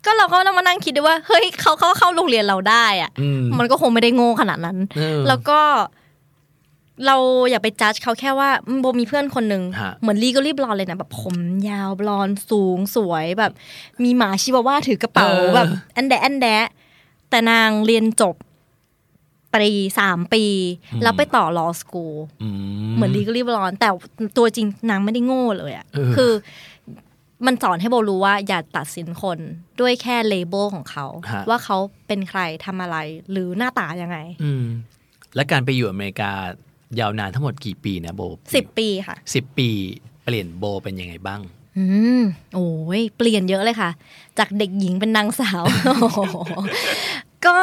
Speaker 15: ก็เราก็ต้องมานั่งคิดด้วยว่า เฮ้ยเขาเขาเข้าโรงเรียนเราได้อะ
Speaker 22: อืม
Speaker 15: มันก็คงไม่ได้โง่ขนาดนั้น
Speaker 22: เออ
Speaker 15: แล้วก็เราอย่าไปจัดเขาแค่ว่าอืมโบมีเพื่อนคนหนึ่ง
Speaker 22: ฮะ
Speaker 15: เหมือนลีก l รีบลอนเลยนะ แบบผมยาวบลอนสูงสวยแบบ มีหมาชิวาว่าถือกระเป๋า
Speaker 22: เออ
Speaker 15: แบบอันแดะอันแดะแต่นางเรียนจบตรีสามปี
Speaker 22: อืม
Speaker 15: แล้วไปต่อ law school เหมือนลีก l รีบลอนแต่ตัวจริงนางไม่ได้โง่เลยอะ
Speaker 22: เออ
Speaker 15: คือ มันสอนให้โบรู้ว่าอย่าตัดสินคนด้วยแค่เลเบลของเขา
Speaker 4: ฮะ
Speaker 15: ว่าเขาเป็นใครทำอะไรหรือหน้าตายังไง
Speaker 4: อืม และการไปอยู่อเมริกายาวนานทั้งหมดกี่ปีนะโบ
Speaker 15: สิบปีค่ะ
Speaker 4: สิบปีเปลี่ยนโบเป็นยังไงบ้าง
Speaker 15: อืมโอ้ยเปลี่ยนเยอะเลยค่ะ จากเด็กหญิงเป็นนางสาว [LAUGHS] โอ้โหก็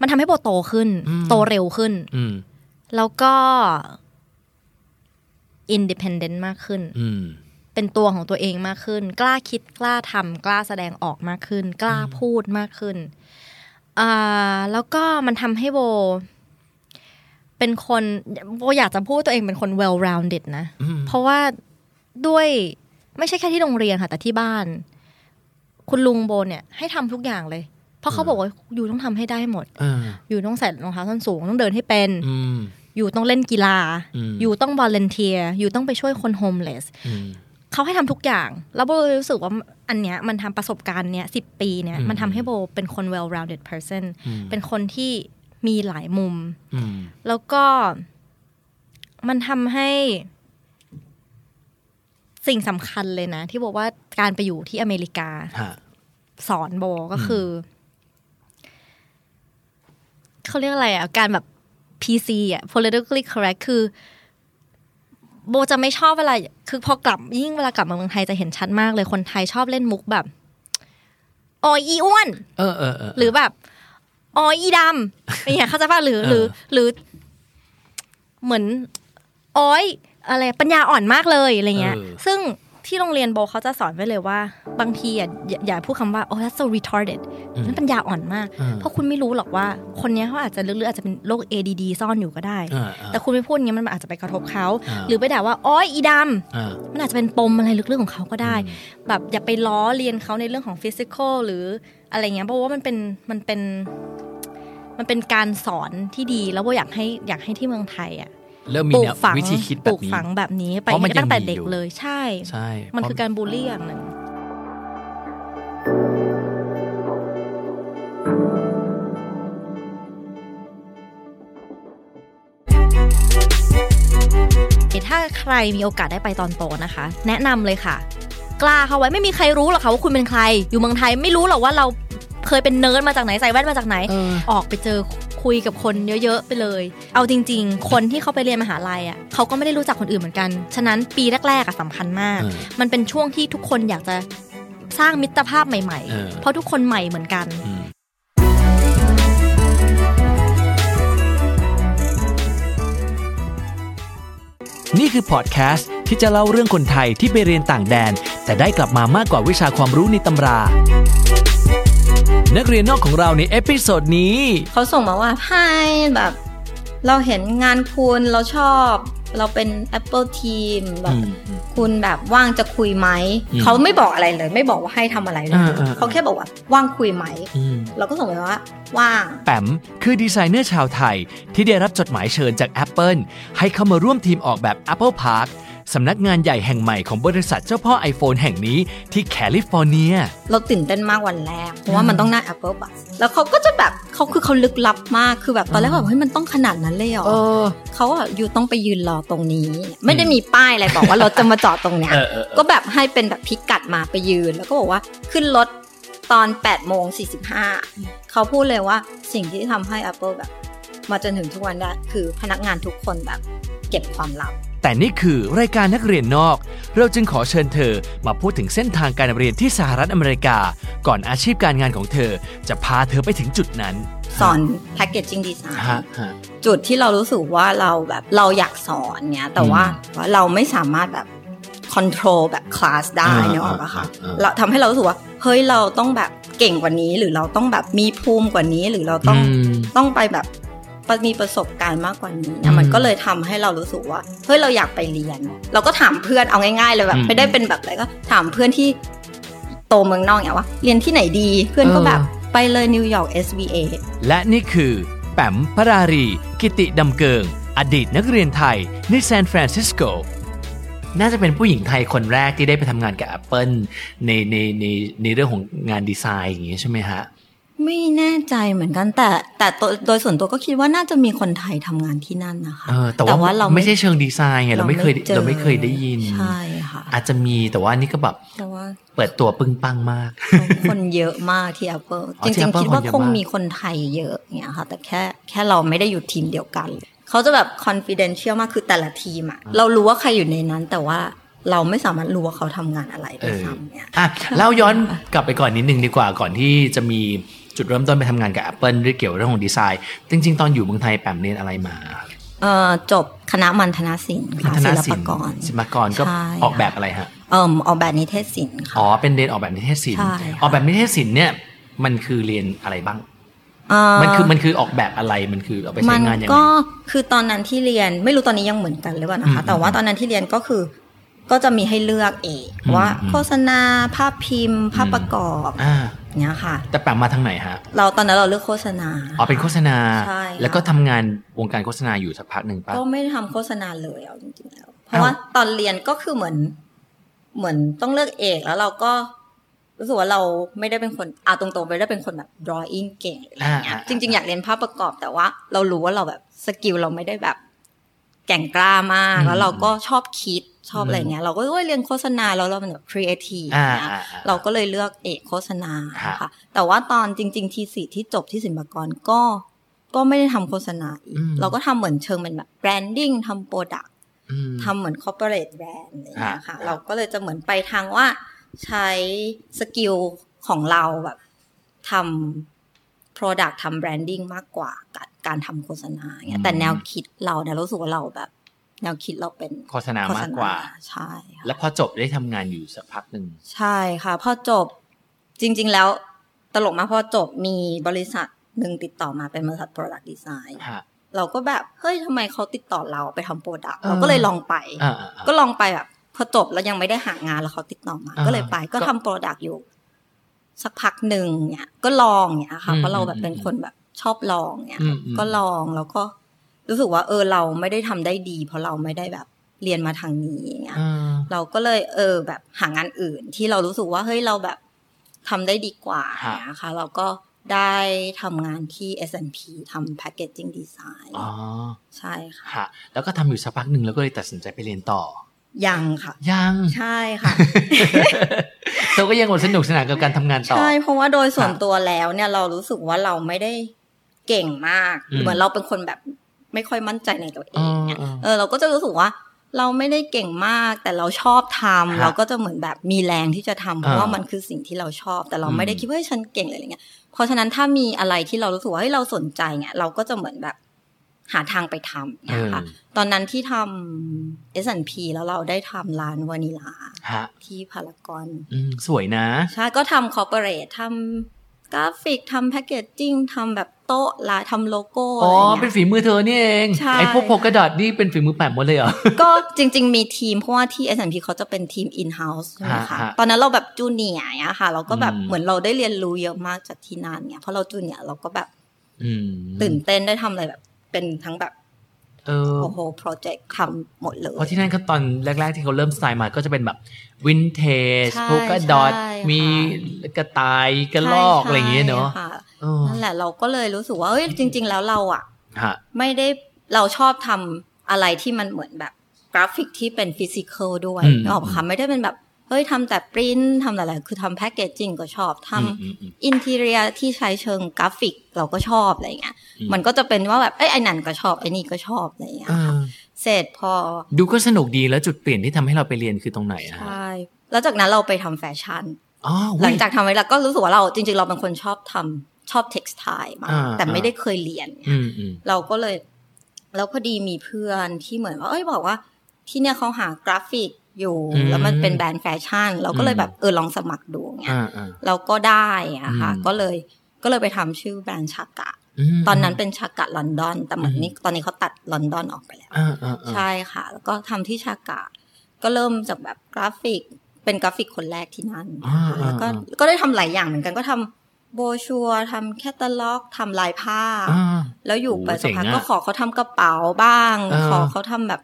Speaker 15: มันทำให้โบโตขึ้น โตเร็วขึ้น
Speaker 4: อืม
Speaker 15: แล้วก็อินดิพ n เดนต์มากขึ้น
Speaker 4: อืม
Speaker 15: เป็นตัวของตัวเองมากขึ้น กล้าคิดกล้าทำกล้าแสดงออกมากขึ้น กล้าพูดมากขึ้นอ่าแล้วก็มันทำให้โบ เป็นคนโบอยากจะพูดตัวเองเป็นคน well rounded นะ
Speaker 22: อืม
Speaker 15: เพราะว่าด้วยไม่ใช่แค่ที่โรงเรียนค่ะ แต่ที่บ้าน คุณลุงโบเนี่ย ให้ทำทุกอย่างเลย เพราะเขาบอกว่าอยู่ต้องทำให้ได้หมด
Speaker 4: เออ
Speaker 15: อยู่ต้องใส่รองเท้าส้นสูงต้องเดินให้เป็น
Speaker 4: อืม
Speaker 15: อยู่ต้องเล่นกีฬา
Speaker 4: อืม
Speaker 15: อยู่ต้องบอลเลนเทียอยู่ต้องไปช่วยคนโฮมเลส
Speaker 4: อืม
Speaker 15: เขาให้ทำทุกอย่าง แล้วโบเลยรู้สึกว่าอันเนี้ยมันทำประสบการณ์เนี้ยสิปีเนี้ย
Speaker 4: อืม
Speaker 15: มันทำให้โบเป็นคน well rounded person
Speaker 4: อืม
Speaker 15: เป็นคนที่มีหลายมุม
Speaker 4: อืม
Speaker 15: แล้วก็มันทำให้สิ่งสำคัญเลยนะ ที่บอกว่าการไปอยู่ที่อเมริกา
Speaker 4: ฮะ
Speaker 15: สอนโบก็คืออเขาเรียกอะไรอ่ะ การแบบ PC อ่ะ politically correct คือ โบจะไม่ชอบเวลาคือพอกลับยิ่งเวลากลับมาเมืองไทยจะเห็นชัดมากเลยคนไทยชอบเล่นมุกแบบโอยอีอ้วน
Speaker 4: เออเออเออ
Speaker 15: หรือแบบอ๋ออีดำอย่างเงี้ยเข้าใจป่ะหรือ หรือ หรือ เหมือนอ้อยอะไรปัญญาอ่อนมากเลยอะไรเงี้ย
Speaker 22: เออ
Speaker 15: ซึ่งที่โรงเรียนโบเขาจะสอนไว้เลยว่า บางทีอ่ะอย่าอย่าพูดคำว่า oh that's so retarded
Speaker 22: อืม
Speaker 15: นั่นปัญญาอ่อนมาก
Speaker 22: เออ
Speaker 15: เพราะคุณไม่รู้หรอกว่า คนเนี้ยเขาอาจจะลึกๆอาจจะเป็นโรค ADD ซ่อนอยู่ก็ได้
Speaker 22: เออเออ
Speaker 15: แต่คุณไม่พูดอย่างเงี้ยมันอาจจะไปกระทบเขา
Speaker 22: เออ
Speaker 15: หรือไปด่าว่าอ้อยอีดำ
Speaker 22: อ่า
Speaker 15: มันอาจจะเป็นปมอะไรลึกๆของเขาก็ได้ แบบอย่าไปล้อเลียนเขาในเรื่องของฟิสิกอลหรืออะไรเงี้ยเพราะว่ามันเป็นมันเป็น มันเป็นการสอนที่ดีแล้วโบอยากให้อยากให้ที่เมืองไทยอ่ะ
Speaker 4: เริ่มมี
Speaker 15: ปลู
Speaker 4: แน
Speaker 15: ก
Speaker 4: ว
Speaker 15: ฝัง
Speaker 4: วิธีคิด
Speaker 15: ป
Speaker 4: แบ
Speaker 15: ลู
Speaker 4: บ
Speaker 15: ก
Speaker 4: นี้
Speaker 15: ฝังแบบนี้ไป
Speaker 4: เพราะมันยั
Speaker 15: ตั้
Speaker 4: ง
Speaker 15: งแต่
Speaker 4: มี
Speaker 15: เด็ก
Speaker 4: อยู่
Speaker 15: เลยใช่
Speaker 4: ใช่
Speaker 15: มัน
Speaker 4: เพราะ
Speaker 15: คือการบูลลี่อย่างหนึ่ง ถ้าใครมีโอกาสได้ไปตอนโตนะคะ แนะนำเลยค่ะ กล้าเข้าไว้ไม่มีใครรู้หรอกค่ะว่าคุณเป็นใคร อยู่เมืองไทยไม่รู้หรอกว่าเราเคยเป็นเนิร์ดมาจากไหนใส่แว่นมาจากไหน ออกไปเจอคุยกับคนเยอะๆไปเลย เอาจริง ๆ คนที่เขาไปเรียนมหาลัยอ่ะเขาก็ไม่ได้รู้จักคนอื่นเหมือนกัน ฉะนั้นปีแรกๆอะสำคัญมาก
Speaker 22: เออ
Speaker 15: มันเป็นช่วงที่ทุกคนอยากจะสร้างมิตรภาพใหม่
Speaker 22: เออ
Speaker 15: เพราะทุกคนใหม่เหมือนกัน
Speaker 4: นี่คือพอดแคสต์ที่จะเล่าเรื่องคนไทยที่ไปเรียนต่างแดน แต่ได้กลับมามากกว่าวิชาความรู้ในตำรา นักเรียนนอกของเราในเอพิโซดนี้
Speaker 15: เขาส่งมาว่าพายแบบ เราเห็นงานคุณเราชอบ เราเป็น Apple Team แบบคุณแบบว่างจะคุยไหม
Speaker 23: อืม
Speaker 15: เขาไม่บอกอะไรเลย ไม่บอกว่าให้ทำอะไรเลย
Speaker 4: อ่าอ่าอ่า
Speaker 15: เขาแค่บอกว่าว่างคุยไหม เราก็ส่งไปว่า ว่าง
Speaker 4: แปมคือดีไซเนอร์ชาวไทย ที่ได้รับจดหมายเชิญจาก Apple ให้เข้ามาร่วมทีมออกแบบ Apple Park สำนักงานใหญ่แห่งใหม่ของบริษัทเจ้าพ่อ iPhone แห่งนี้ที่แคลิฟอร์เนีย
Speaker 15: เราตื่นเต้นมากวันแรก เพราะว่ามันต้องหน้า Apple Bus แล้วเขาก็จะแบบเขาคือเขาลึกลับมาก คือแบบตอนแรกแบบเฮ้ยมันต้องขนาดนั้นเลยเหรอเขาอ่ะอยู่ต้องไปยืนรอตรงนี้ ไม่ได้มีป้ายอะไรบอกว่ารถจะมาจอดตรงเนี้ย
Speaker 23: เออเออเออ
Speaker 15: ก็แบบให้เป็นแบบพิกัดมาไปยืน แล้วก็บอกว่าขึ้นรถตอน8โมง45 เขาพูดเลยว่าสิ่งที่ทำให้ Apple แบบ มาจนถึงทุกวันนี้คือพนักงานทุกคนแบบ เก็บความลับ
Speaker 4: แต่นี่คือรายการนักเรียนนอก เราจึงขอเชิญเธอมาพูดถึงเส้นทางการเรียนที่สหรัฐอเมริกา ก่อนอาชีพการงานของเธอ จะพาเธอไปถึงจุดนั้น
Speaker 15: สอน packaging design
Speaker 4: ฮะฮะ
Speaker 15: จุดที่เรารู้สึกว่าเราแบบเราอยากสอนเนี้ยแต่ว่าว่าเราไม่สามารถแบบคอนโทรลแบบคลาสได้
Speaker 23: อ่า
Speaker 15: เนกออกปะคะ
Speaker 23: อ่าอ่า
Speaker 15: เราทำให้เรารู้สึกว่าเฮ้ยเราต้องแบบเก่งกว่านี้ หรือเราต้องแบบมีภูมิกว่านี้ หรือเราต้องต้องไปแบบมีประสบการณ์มากกว่านี้
Speaker 23: อื
Speaker 15: นะ
Speaker 23: ม
Speaker 15: มันก็เลยทำให้เรารู้สึกว่าเฮ้ยเราอยากไปเรียน เราก็ถามเพื่อนเอาง่ายๆเลยแบบ
Speaker 23: อืม
Speaker 15: ไม่ได้เป็นแบบอะไรก็ถามเพื่อนที่โตเมืองนอกเนี่ยว่าเรียนที่ไหนดีเพื่อนก็
Speaker 4: เออ
Speaker 15: แบบไปเลยนิวยอร์ก SVA
Speaker 4: และนี่คือแปมพรารี กิติดำเกิง อดีตนักเรียนไทยในซานฟรานซิสโก น่าจะเป็นผู้หญิงไทยคนแรกที่ได้ไปทำงานกับ Apple ในในในในเรื่องของงานดีไซน์อย่างนี้ใช่ไหมฮะ
Speaker 15: ไม่แน่ใจเหมือนกันแต่แต่ตัวโดยส่วนตัวก็คิดว่าน่าจะมีคนไทยทำงานที่นั่นนะคะ
Speaker 4: เออแต่ว่า
Speaker 15: แต่ว่าเราไม่
Speaker 4: ไม่ใช่เชิงดีไซน์ไงเราไม่เคย
Speaker 15: เราไม่เจอ
Speaker 4: เราไม่เคยได้ยิน
Speaker 15: ใช่ค่ะ
Speaker 4: อาจจะมีแต่ว่านี่ก็แบบ
Speaker 15: แต่ว่า
Speaker 4: เปิดตัวปึ้งปังมาก
Speaker 15: [LAUGHS] คนเยอะมากที่ Apple
Speaker 4: อ๋อ
Speaker 15: จ
Speaker 4: ที่
Speaker 15: ริง
Speaker 4: Apple
Speaker 15: ๆ คิดว่า
Speaker 4: คนเยอะ
Speaker 15: คง
Speaker 4: มาก
Speaker 15: มีคนไทยเยอะเนี่ยค่ะ แต่แค่แค่เราไม่ได้อยู่ทีมเดียวกัน เขาจะแบบ confidential มากคือแต่ละทีมอะเรารู้ว่าใครอยู่ในนั้น แต่ว่าเราไม่สามารถรู้ว่าเขาทำงานอะไร
Speaker 4: เอ
Speaker 15: ได้
Speaker 4: อ
Speaker 15: ค่ะ
Speaker 4: อ่ะเล่าย้อนกลับไปก่อนนิดนึงดีกว่าก่อนที่จะมีจุดเริ่มต้นไปทำงานกับ Apple เรื่องเกี่ยวเรื่องของดีไซน์ จริง ๆ ตอนอยู่เมืองไทยแปมเรียนอะไรมา
Speaker 15: เอ่อจบคณะมัณฑนศิลป์
Speaker 4: มั
Speaker 15: ค่ะ
Speaker 4: ธ
Speaker 15: ศิ
Speaker 4: ย
Speaker 15: ล
Speaker 4: ศิ
Speaker 15: ป
Speaker 4: ลป์
Speaker 15: กร
Speaker 4: ศิลปากรก็
Speaker 15: ใช่
Speaker 4: ออกแบบอะไรฮะ
Speaker 15: เอ่อออกแบบนิเทศศิลป์
Speaker 4: อ๋อ เป็นเรียนออกแบบนิเทศศิลป์
Speaker 15: ใช่ค่ะ
Speaker 4: ออกแบบนิเทศศิลป์เนี่ย มันคือเรียนอะไรบ้าง
Speaker 15: เอ่อ
Speaker 4: มันคือมันคือออกแบบอะไร มันคือเอาไป
Speaker 15: มั
Speaker 4: ใช้งานยังไง
Speaker 15: ก็คือตอนนั้นที่เรียนไม่รู้ตอนนี้ยังเหมือนกันหรือเปล่านะคะ
Speaker 4: อืม
Speaker 15: แต่ว่าตอนนั้นที่เรียนก็คือ ก็จะมีให้เลือกเอง
Speaker 4: อืม
Speaker 15: ว่า
Speaker 4: อืม
Speaker 15: โฆษณาภาพพิมพ์ ภาพประกอบ
Speaker 4: อ่า
Speaker 15: เนี้ยค่ะ
Speaker 4: แต่แปมมาทางไหนฮะ
Speaker 15: เราตอนนั้นเราเลือกโฆษณา
Speaker 4: อ๋อ เป็นโฆษณา
Speaker 15: ใช่ค่ะ
Speaker 4: แล้วก็ทำงานวงการโฆษณาอยู่สักพักหนึ่งปะ
Speaker 15: ก็ไม่ได้ทำโฆษณาเลยเอาจริงๆแล้วเพราะว่าตอนเรียนก็คือเหมือน เหมือนต้องเลือกเอกแล้วเราก็รู้สึกว่าเราไม่ได้เป็นคนอาตรงๆไม่ได้เป็นคนแบบ drawing เก่งหรืออะไรเงี้ย
Speaker 23: อ่า
Speaker 15: จริง ๆ อยากเรียนภาพประกอบแต่ว่า เรารู้ว่าเราแบบสกิลเราไม่ได้แบบ แก่งกล้ามาก
Speaker 23: อืม
Speaker 15: แล้วเราก็ชอบคิดชอบ
Speaker 23: อืม
Speaker 15: อะไรเงี้ย เราก็เอ้ยเรียนโฆษณาแล้วเราเป็นแบบ creative
Speaker 23: อ่า
Speaker 15: เนี่ยเราก็เลยเลือกเอกโฆษณา
Speaker 23: ครับ
Speaker 15: ค่ะ แต่ว่าตอนจริง ๆ ที่สี่ที่จบที่ศิลปากรก็ ก็ไม่ได้ทำโฆษณาอีก
Speaker 23: อืม
Speaker 15: เราก็ทำเหมือนเชิงเป็นแบบแบรนดิ้งทำโปรดัก
Speaker 23: อืม
Speaker 15: ทำเหมือนคอร์เปอเรทแบรนด์อะไรอย่างเงี้ยค่ะ
Speaker 23: อ่ะ
Speaker 15: เราก็เลยจะเหมือนไปทางว่าใช้สกิลของเราแบบทำ Product ทำแบรนดิ้งมากกว่าการการทำโฆษณาอย่างเงี้ยแต่แนวคิดเราเนี่ยเรารู้สึกว่าเราแบบ แนวคิดเราเป็น
Speaker 4: โฆษณามากกว่า
Speaker 15: โฆษณใช่
Speaker 4: แล้วพอจบได้ทำงานอยู่สักพักหนึ่ง
Speaker 15: ใช่ค่ะ พอจบจริง ๆ แล้วตลกมากพอจบมีบริษัทหนึ่งติดต่อมาเป็นบริษัท Product Design
Speaker 4: ฮะ
Speaker 15: เราก็แบบ เฮ้ยทำไมเขาติดต่อเราไปทำโปรดัก
Speaker 23: เออ
Speaker 15: เราก็เลยลองไป
Speaker 23: อ่าอ่าอ่า
Speaker 15: ก็ลองไปแบบพอจบแล้วยังไม่ได้หางานแล้วเขาติดต่อมา
Speaker 23: อ่า
Speaker 15: ก็เลยไปก็
Speaker 23: ก็
Speaker 15: ทำโปรดักอยู่ สักพักหนึ่งเนี่ย ก็ลองเนี่ยค่ะ
Speaker 23: อืม
Speaker 15: เพราะเราแบบเป็นคนแบบชอบลองเนี่ย
Speaker 23: อืมอืม
Speaker 15: ก็ลองแล้วก็รู้สึกว่า เออเราไม่ได้ทำได้ดี เพราะเราไม่ได้แบบเรียนมาทางนี้อย่างเงี้ย เราก็เลยเออแบบหางานอื่นที่เรารู้สึกว่าเฮ้ยเราแบบทำได้ดีกว่า
Speaker 23: ฮะ
Speaker 15: นะคะเราก็ได้ทำงานที่ S&P ทำ packaging design
Speaker 4: อ๋อ
Speaker 15: ใช่ค่ะ
Speaker 4: ฮะ แล้วก็ทำอยู่สักพักหนึ่งแล้วก็เลยตัดสินใจไปเรียนต่อ
Speaker 15: ยังค่ะ [LAUGHS]
Speaker 4: ยัง
Speaker 15: ใช่
Speaker 4: [LAUGHS]
Speaker 15: ค่ะ
Speaker 4: เธอก็ยังสนุกสนานกับการทำงานต่อ
Speaker 15: ใช่เพราะว่าโดยส่วนตัวแล้วเนี่ยเรารู้สึกว่าเราไม่ได้เก่งมาก
Speaker 4: อืม
Speaker 15: เหมือนเราเป็นคนแบบไม่ค่อยมั่นใจในตัวเอง
Speaker 4: อ๋ออ๋อ
Speaker 15: เออเราก็จะรู้สึกว่า เราไม่ได้เก่งมาก แต่เราชอบทำ
Speaker 23: ฮะ
Speaker 15: เราก็จะเหมือนแบบมีแรงที่จะทำเพราะ
Speaker 23: อ่า
Speaker 15: ว่ามันคือสิ่งที่เราชอบ แต่เรา
Speaker 23: อืม
Speaker 15: ไม่ได้คิดว่าเฮ้ยฉันเก่งเลยอะไรเงี้ยเพราะฉะนั้นถ้ามีอะไรที่เรารู้สึกว่าเฮ้ยเราสนใจเนี่ยเราก็จะเหมือนแบบ หาทางไปทำเนยคะ
Speaker 24: อืม
Speaker 15: ตอนนั้นที่ทำ S&P แล้วเราได้ทำร้านวานิลา
Speaker 4: ฮะ
Speaker 15: ที่พารากอน
Speaker 4: อืมสวยนะ
Speaker 15: ใช่ก็ทำคอร์ปอเรททำกราฟิกทำแพคเกจจิ้งทำแบบโต๊ะลานทำโลโก้
Speaker 4: อ๋อ
Speaker 15: อะไรเงี้ย
Speaker 4: เป็นฝีมือเธอนี่เอง
Speaker 15: ใช่
Speaker 4: ไอ้พวกโพกกระดาษนี่เป็นฝีมือแปะหมดเลยเหรอ
Speaker 15: ก็จริง ๆ มีทีม เพราะว่าที่ S&P เขาจะเป็นทีม in-house ใช่ไหม
Speaker 4: ฮะ
Speaker 15: คะ
Speaker 4: ฮะ
Speaker 15: ตอนนั้นเราแบบจูเนียร์อะค่ะ เราก็แบบ
Speaker 4: อืม
Speaker 15: เหมือนเราได้เรียนรู้เยอะมากจากที่นั่นเนี่ยเพราะเราจูเนียร์เราก็แบบ
Speaker 4: อืม
Speaker 15: ตื่นเต้นได้ทำอะไรแบบ เป็นทั้งแบบ
Speaker 4: เออ
Speaker 15: โอ้โหโปรเจกต์ทำหมดเลย
Speaker 4: เพราะที่นั่นก็ตอนแรก ๆ ที่เขาเริ่มสไตล์มาก็จะเป็นแบบวินเทจ
Speaker 15: ใช่
Speaker 4: พวกกระดอท
Speaker 15: ใช่ค่ะ
Speaker 4: มีกระต่ายกระลอก
Speaker 15: ใช่
Speaker 4: อะไรอย่างเงี้ยเนาะ
Speaker 15: ใช่ค่
Speaker 4: เออ
Speaker 15: นั่นแหละเราก็เลยรู้สึกว่าเอ้ยจริง ๆ แล้วเราอะ
Speaker 4: ฮะ
Speaker 15: ไม่ได้เราชอบทำอะไรที่มันเหมือนแบบกราฟิกที่เป็นฟิสิกอลด้วย
Speaker 24: อืม
Speaker 15: นึกออกปะคะไม่ได้เป็นแบบเฮ้ยทำแต่ปริ้นทำแต่อะไรคือทำแพคเกจจิ้งก็ชอบทำ อินทีเรียที่ใช้เชิงกราฟิกเราก็ชอบอะไรเงี้ย
Speaker 4: อืม
Speaker 15: มันก็จะเป็นว่าแบบเอ้ยไอ้นั่นก็ชอบไอ้นี่ก็ชอบอะไรเงี้ย
Speaker 4: อ่า
Speaker 15: เสร็จพอ
Speaker 4: ดูก็สนุกดีแล้วจุดเปลี่ยนที่ทำให้เราไปเรียนคือตรงไหนอะ
Speaker 15: ใช่ แล้วจากนั้นเราไปทำแฟชั่น
Speaker 4: อ๋อ
Speaker 15: หลั
Speaker 4: อุ๊ย
Speaker 15: งจากทำไว้แล้วก็รู้สึกว่าเราจริง ๆ เราเป็นคนชอบทำชอบเท็กซ์ไทมาก
Speaker 4: อ่า
Speaker 15: แต่ไม่ได้เคยเรียน
Speaker 4: อืมอืม
Speaker 15: เราก็เลยแล้วพอดีมีเพื่อนที่เหมือนว่าเอ้ยบอกว่า ที่เนี่ยเขาหากราฟิกอยู่
Speaker 24: อืม
Speaker 15: แล้วมันเป็นแบรนด์แฟชั่น เราก็เลย
Speaker 24: อืม
Speaker 15: แบบเออลองสมัครดูเงี้ย
Speaker 24: อ่าอ่า
Speaker 15: เราก็ได้อะค่ะ
Speaker 24: อืม
Speaker 15: ก็เลยก็เลยไปทำชื่อแบรนด์ชากะ
Speaker 24: อืม
Speaker 15: ตอนนั้นเป็นชากะลอนดอน แต่เหมือนนี้ตอนนี้เขาตัดลอนดอนออกไปแล้ว
Speaker 4: อ่าอ่าอ่า
Speaker 15: ใช่ค่ะ แล้วก็ทำที่ชากะ ก็เริ่มจากแบบกราฟิก เป็นกราฟิกคนแรกที่นั่น
Speaker 24: อ่า
Speaker 15: แล้วก็
Speaker 24: อ่า
Speaker 15: ก็ได้ทำหลายอย่างเหมือนกันก็ทำโบชัวร์ทำแคตตาล็อกทำลายผ้า
Speaker 24: อ่า
Speaker 15: แล้วอยู่ไป
Speaker 24: โอ้โห
Speaker 15: สักพัก
Speaker 24: เจ๋งอะ
Speaker 15: ก็ขอเขาทำกระเป๋าบ้าง
Speaker 24: เออ
Speaker 15: ขอเขาทำแบบ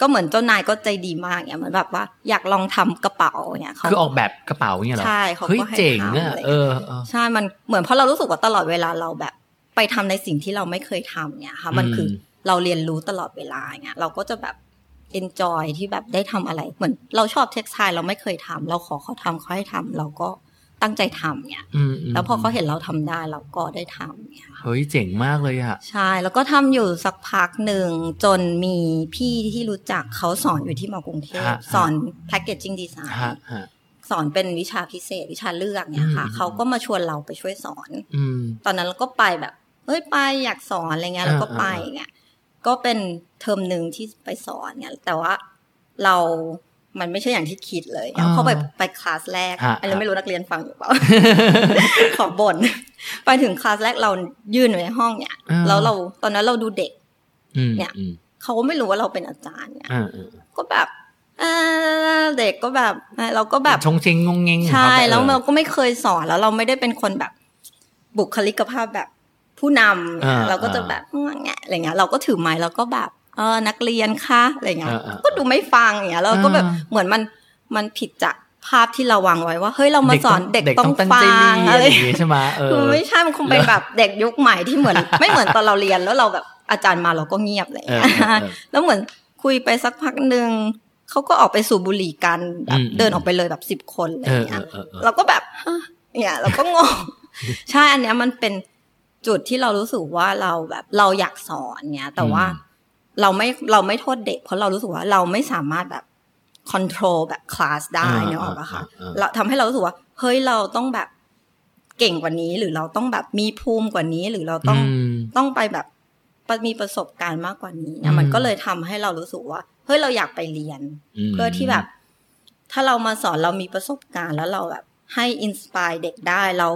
Speaker 15: ก็เหมือนเจ้านายก็ใจดีมากเนี่ยเหมือนแบบว่าอยากลองทำกระเป๋าเนี่ยเขา
Speaker 4: คือออกแบบกระเป๋าอย่างเงี้ยเหรอ
Speaker 15: ใช่เขาก็
Speaker 4: เฮ้ย
Speaker 15: ให้
Speaker 4: เจ๋ง
Speaker 15: ทำ
Speaker 4: อะ
Speaker 15: อะไร
Speaker 4: เออเออ
Speaker 15: ใช่ มันเหมือนเพราะเรารู้สึกว่าตลอดเวลาเราแบบไปทำในสิ่งที่เราไม่เคยทำเนี่ยค่ะ มัน
Speaker 4: อืม
Speaker 15: คือเราเรียนรู้ตลอดเวลาเนี่ยเราก็จะแบบ enjoy ที่แบบได้ทำอะไร เหมือนเราชอบเท็กซ์ไทเราไม่เคยทำเราขอเขาทำเขาให้ทำเราก็ตั้งใจทำเนี่ย
Speaker 4: อืมม
Speaker 15: แล้วพอเขาเห็นเราทำได้เราก็ได้ทำเนี่ย
Speaker 4: เฮ้ยเจ๋งมากเลยอะ
Speaker 15: ใช่ แล้วก็ทำอยู่สักพักหนึ่งจนมีพี่ที่รู้จักเขาสอนอยู่ที่มอกรุงเทพ
Speaker 24: ฮะ
Speaker 15: สอน packaging design
Speaker 24: ฮะฮะ
Speaker 15: สอนเป็นวิชาพิเศษวิชาเลือกเนี่ยค่ะ
Speaker 24: อืม
Speaker 15: เขาก็มาชวนเราไปช่วยสอน
Speaker 4: อืม
Speaker 15: ตอนนั้นเราก็ไปแบบ เฮ้ยไปอยากสอนอะไรเงี้ย
Speaker 24: อ่า
Speaker 15: เราก็ไป
Speaker 24: อ่า
Speaker 15: เนี่ยก็เป็นเทอมหนึ่งที่ไปสอนเนี่ยแต่ว่าเรา มันไม่ใช่อย่างที่คิดเลยเนี่ย
Speaker 24: อ่า
Speaker 15: เพราะไปไปคลาสแรก
Speaker 24: ฮะ
Speaker 15: อะไรไม่รู้นักเรียนฟังอยู่เป
Speaker 24: [LAUGHS]
Speaker 15: ล่า ขอบ่นไปถึงคลาสแรกเรายืนอยู่ในห้องเนี่ย
Speaker 24: อ่า
Speaker 15: แล้วเราตอนนั้นเราดูเด็ก
Speaker 4: อืม
Speaker 15: เนี่ย
Speaker 4: อืม
Speaker 15: เขาก็ไม่รู้ว่าเราเป็นอาจารย์เนี่ย
Speaker 4: อ่าอ่า
Speaker 15: ก็แบบเอ่อเด็กก็แบบเอ่อเราก็แบบ
Speaker 4: ชงเชงงงเงงของ
Speaker 15: ใช่
Speaker 4: เขาไป
Speaker 15: แล้ว
Speaker 4: เออ
Speaker 15: เราก็ไม่เคยสอนแล้วเราไม่ได้เป็นคนแบบบุคลิกภาพแบบผู้น
Speaker 24: อ่า
Speaker 15: ำเราก็จะแบบแงะอะไรเงี้ยเราก็ถือไม้เราก็แบบเออนักเรียนคะอะไรเงี้ย
Speaker 24: อ่าอ่า
Speaker 15: ก็ดูไม่ฟังอย่างเงี้ยเราก็แบบเหมือนมันมันผิดจากภาพที่เราวางไว้ว่าเฮ้ยเรามาสอนเด็กต้องฟัง
Speaker 4: เด็กต้องตั้งใจเรียน
Speaker 15: อะ
Speaker 4: อะ
Speaker 15: ไร
Speaker 4: ไรอย่างงี้ใช่ไหมเออ
Speaker 15: คือไม่ใช่มันคงเป็นแบบเด็กยุคใหม่ที่เหมือน [LAUGHS] ไม่เหมือนตอนเราเรียนแล้วเราแบบอาจารย์มาเราก็เงียบเลย
Speaker 24: เออเออเออ
Speaker 15: [LAUGHS] แล้วเหมือนคุยไปสักพักหนึ่งเขาก็ออกไปสูบบุหรี่กันแบบ
Speaker 24: อืม
Speaker 15: เดินออกไปเลยแบบสิบ10คนอะไร
Speaker 24: เอ
Speaker 15: เงี้
Speaker 24: อย เออเออเออ
Speaker 15: เราก็แบบฮะเนี่ยเราก็ง
Speaker 24: [LAUGHS]
Speaker 15: ง ใช่ อันเนี้ยมันเป็นจุดที่เรารู้สึกว่าเราแบบเราอยากสอนเนี่ย แต่ว่าเราไม่เราไม่โทษเด็ก เพราะเรารู้สึกว่าเราไม่สามารถแบบค o n t r o l แบบคลาสได้
Speaker 24: อ่า
Speaker 15: เนกออกปะคะ
Speaker 24: อ่าอ่า
Speaker 15: เราทำให้เรารู้สึกว่าเฮ้ยเราต้องแบบเก่งกว่านี้ หรือเราต้องแบบมีภูมิกว่านี้ หรือเราต้อง
Speaker 24: อืม
Speaker 15: ต้องไปแบบมีประสบการณ์มากกว่านี้เนี่ยมัน
Speaker 24: อืม
Speaker 15: ก็เลยทำให้เรารู้สึกว่าเฮ้ยเราอยากไปเรียน เพื่อที่แบบ ถ้าเรามาสอนเรามีประสบการณ์แล้วเราแบบ ให้อินสปายเด็กได้เรา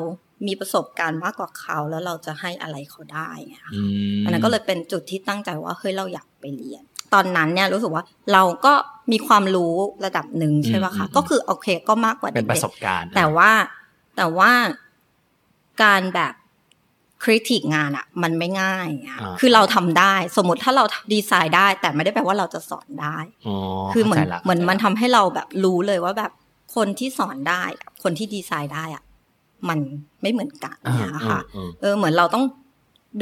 Speaker 15: มีประสบการณ์มากกว่าเขาแล้วเราจะให้อะไรเขาได้ไงคะ
Speaker 4: อืม
Speaker 15: อันนั้นก็เลยเป็นจุดที่ตั้งใจว่าเฮ้ยเราอยากไปเรียน ตอนนั้นเนี่ยรู้สึกว่าเราก็มีความรู้ระดับหนึ่งใช่ปะ
Speaker 4: อื
Speaker 15: คะ
Speaker 4: มอืม
Speaker 15: ก็คือโอเคก็มากกว่า
Speaker 4: เป็นป
Speaker 15: เด็
Speaker 4: ระ
Speaker 15: ก
Speaker 4: สบการณ์
Speaker 15: ๆแต่ว่าแต่ว่าการแบบคริติกงานอะมันไม่ง่ายอะ
Speaker 4: า
Speaker 15: คือเราทำได้สมมติถ้าเราดีไซน์ได้ แต่ไม่ได้แปลว่าเราจะสอนได้
Speaker 4: อ๋อ
Speaker 15: คือเหมือน
Speaker 4: ข้าใจละ
Speaker 15: เหมือนมันทำให้เราแบบรู้เลยว่าแบบคนที่สอนได้กับคนที่ดีไซน์ได้อะมันไม่เหมือนกัน
Speaker 24: อ่า
Speaker 15: เนี่ยค่ะ
Speaker 24: อ่าอ่า
Speaker 15: เออเหมือนเราต้อง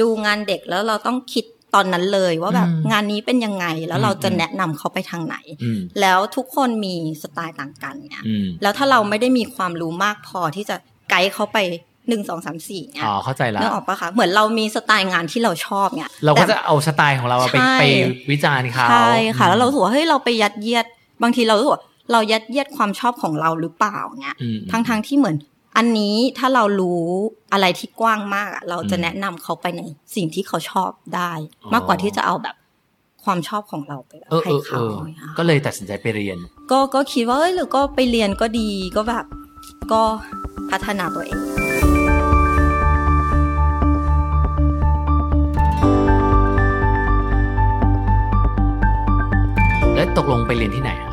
Speaker 15: ดูงานเด็กแล้วเราต้องคิดตอนนั้นเลยว่าแบบ
Speaker 24: อืม
Speaker 15: งานนี้เป็นยังไงแล้วเราจะแนะนำเขาไปทางไหน
Speaker 24: อืม
Speaker 15: แล้วทุกคนมีสไตล์ต่างกันเนี่ย
Speaker 4: อืม
Speaker 15: แล้วถ้าเราไม่ได้มีความรู้มากพอที่จะไกด์เขาไปหนึ่งสองสามสี่เนี่ย
Speaker 4: อ๋อเข้าใจละ
Speaker 15: นึกออกปะคะเหมือนเรามีสไตล์งานที่เราชอบเนี่ย
Speaker 4: เราก็
Speaker 15: แต่
Speaker 4: จะเอาสไตล์ของเราอะไป
Speaker 15: ใช่
Speaker 4: ไปวิจารณ์เขา
Speaker 15: ใช่ค่ะ แล้วเรารู้สึกว่าเฮ้ยเราไปยัดเยียด บางทีเรารู้สึกว่าเรายัดเยียดความชอบของเราหรือเปล่าเงี้ย
Speaker 4: อืม
Speaker 15: ทั้งทางๆที่เหมือน อันนี้ถ้าเรารู้อะไรที่กว้างมากอะเราจะแนะนำเขาไปในสิ่งที่เขาชอบได้ มากกว่าที่จะเอาแบบความชอบของเราไปแบบ
Speaker 8: เออ
Speaker 15: ให้
Speaker 8: เออเอ
Speaker 15: เขา
Speaker 8: อก็เลยตัดสินใจไปเรียน
Speaker 15: ก็ก็คิดว่าเอ้ยหรือก็ไปเรียนก็ดีก็แบบก็พัฒนาตัวเอง
Speaker 8: แล้วตกลงไปเรียนที่ไหนอะ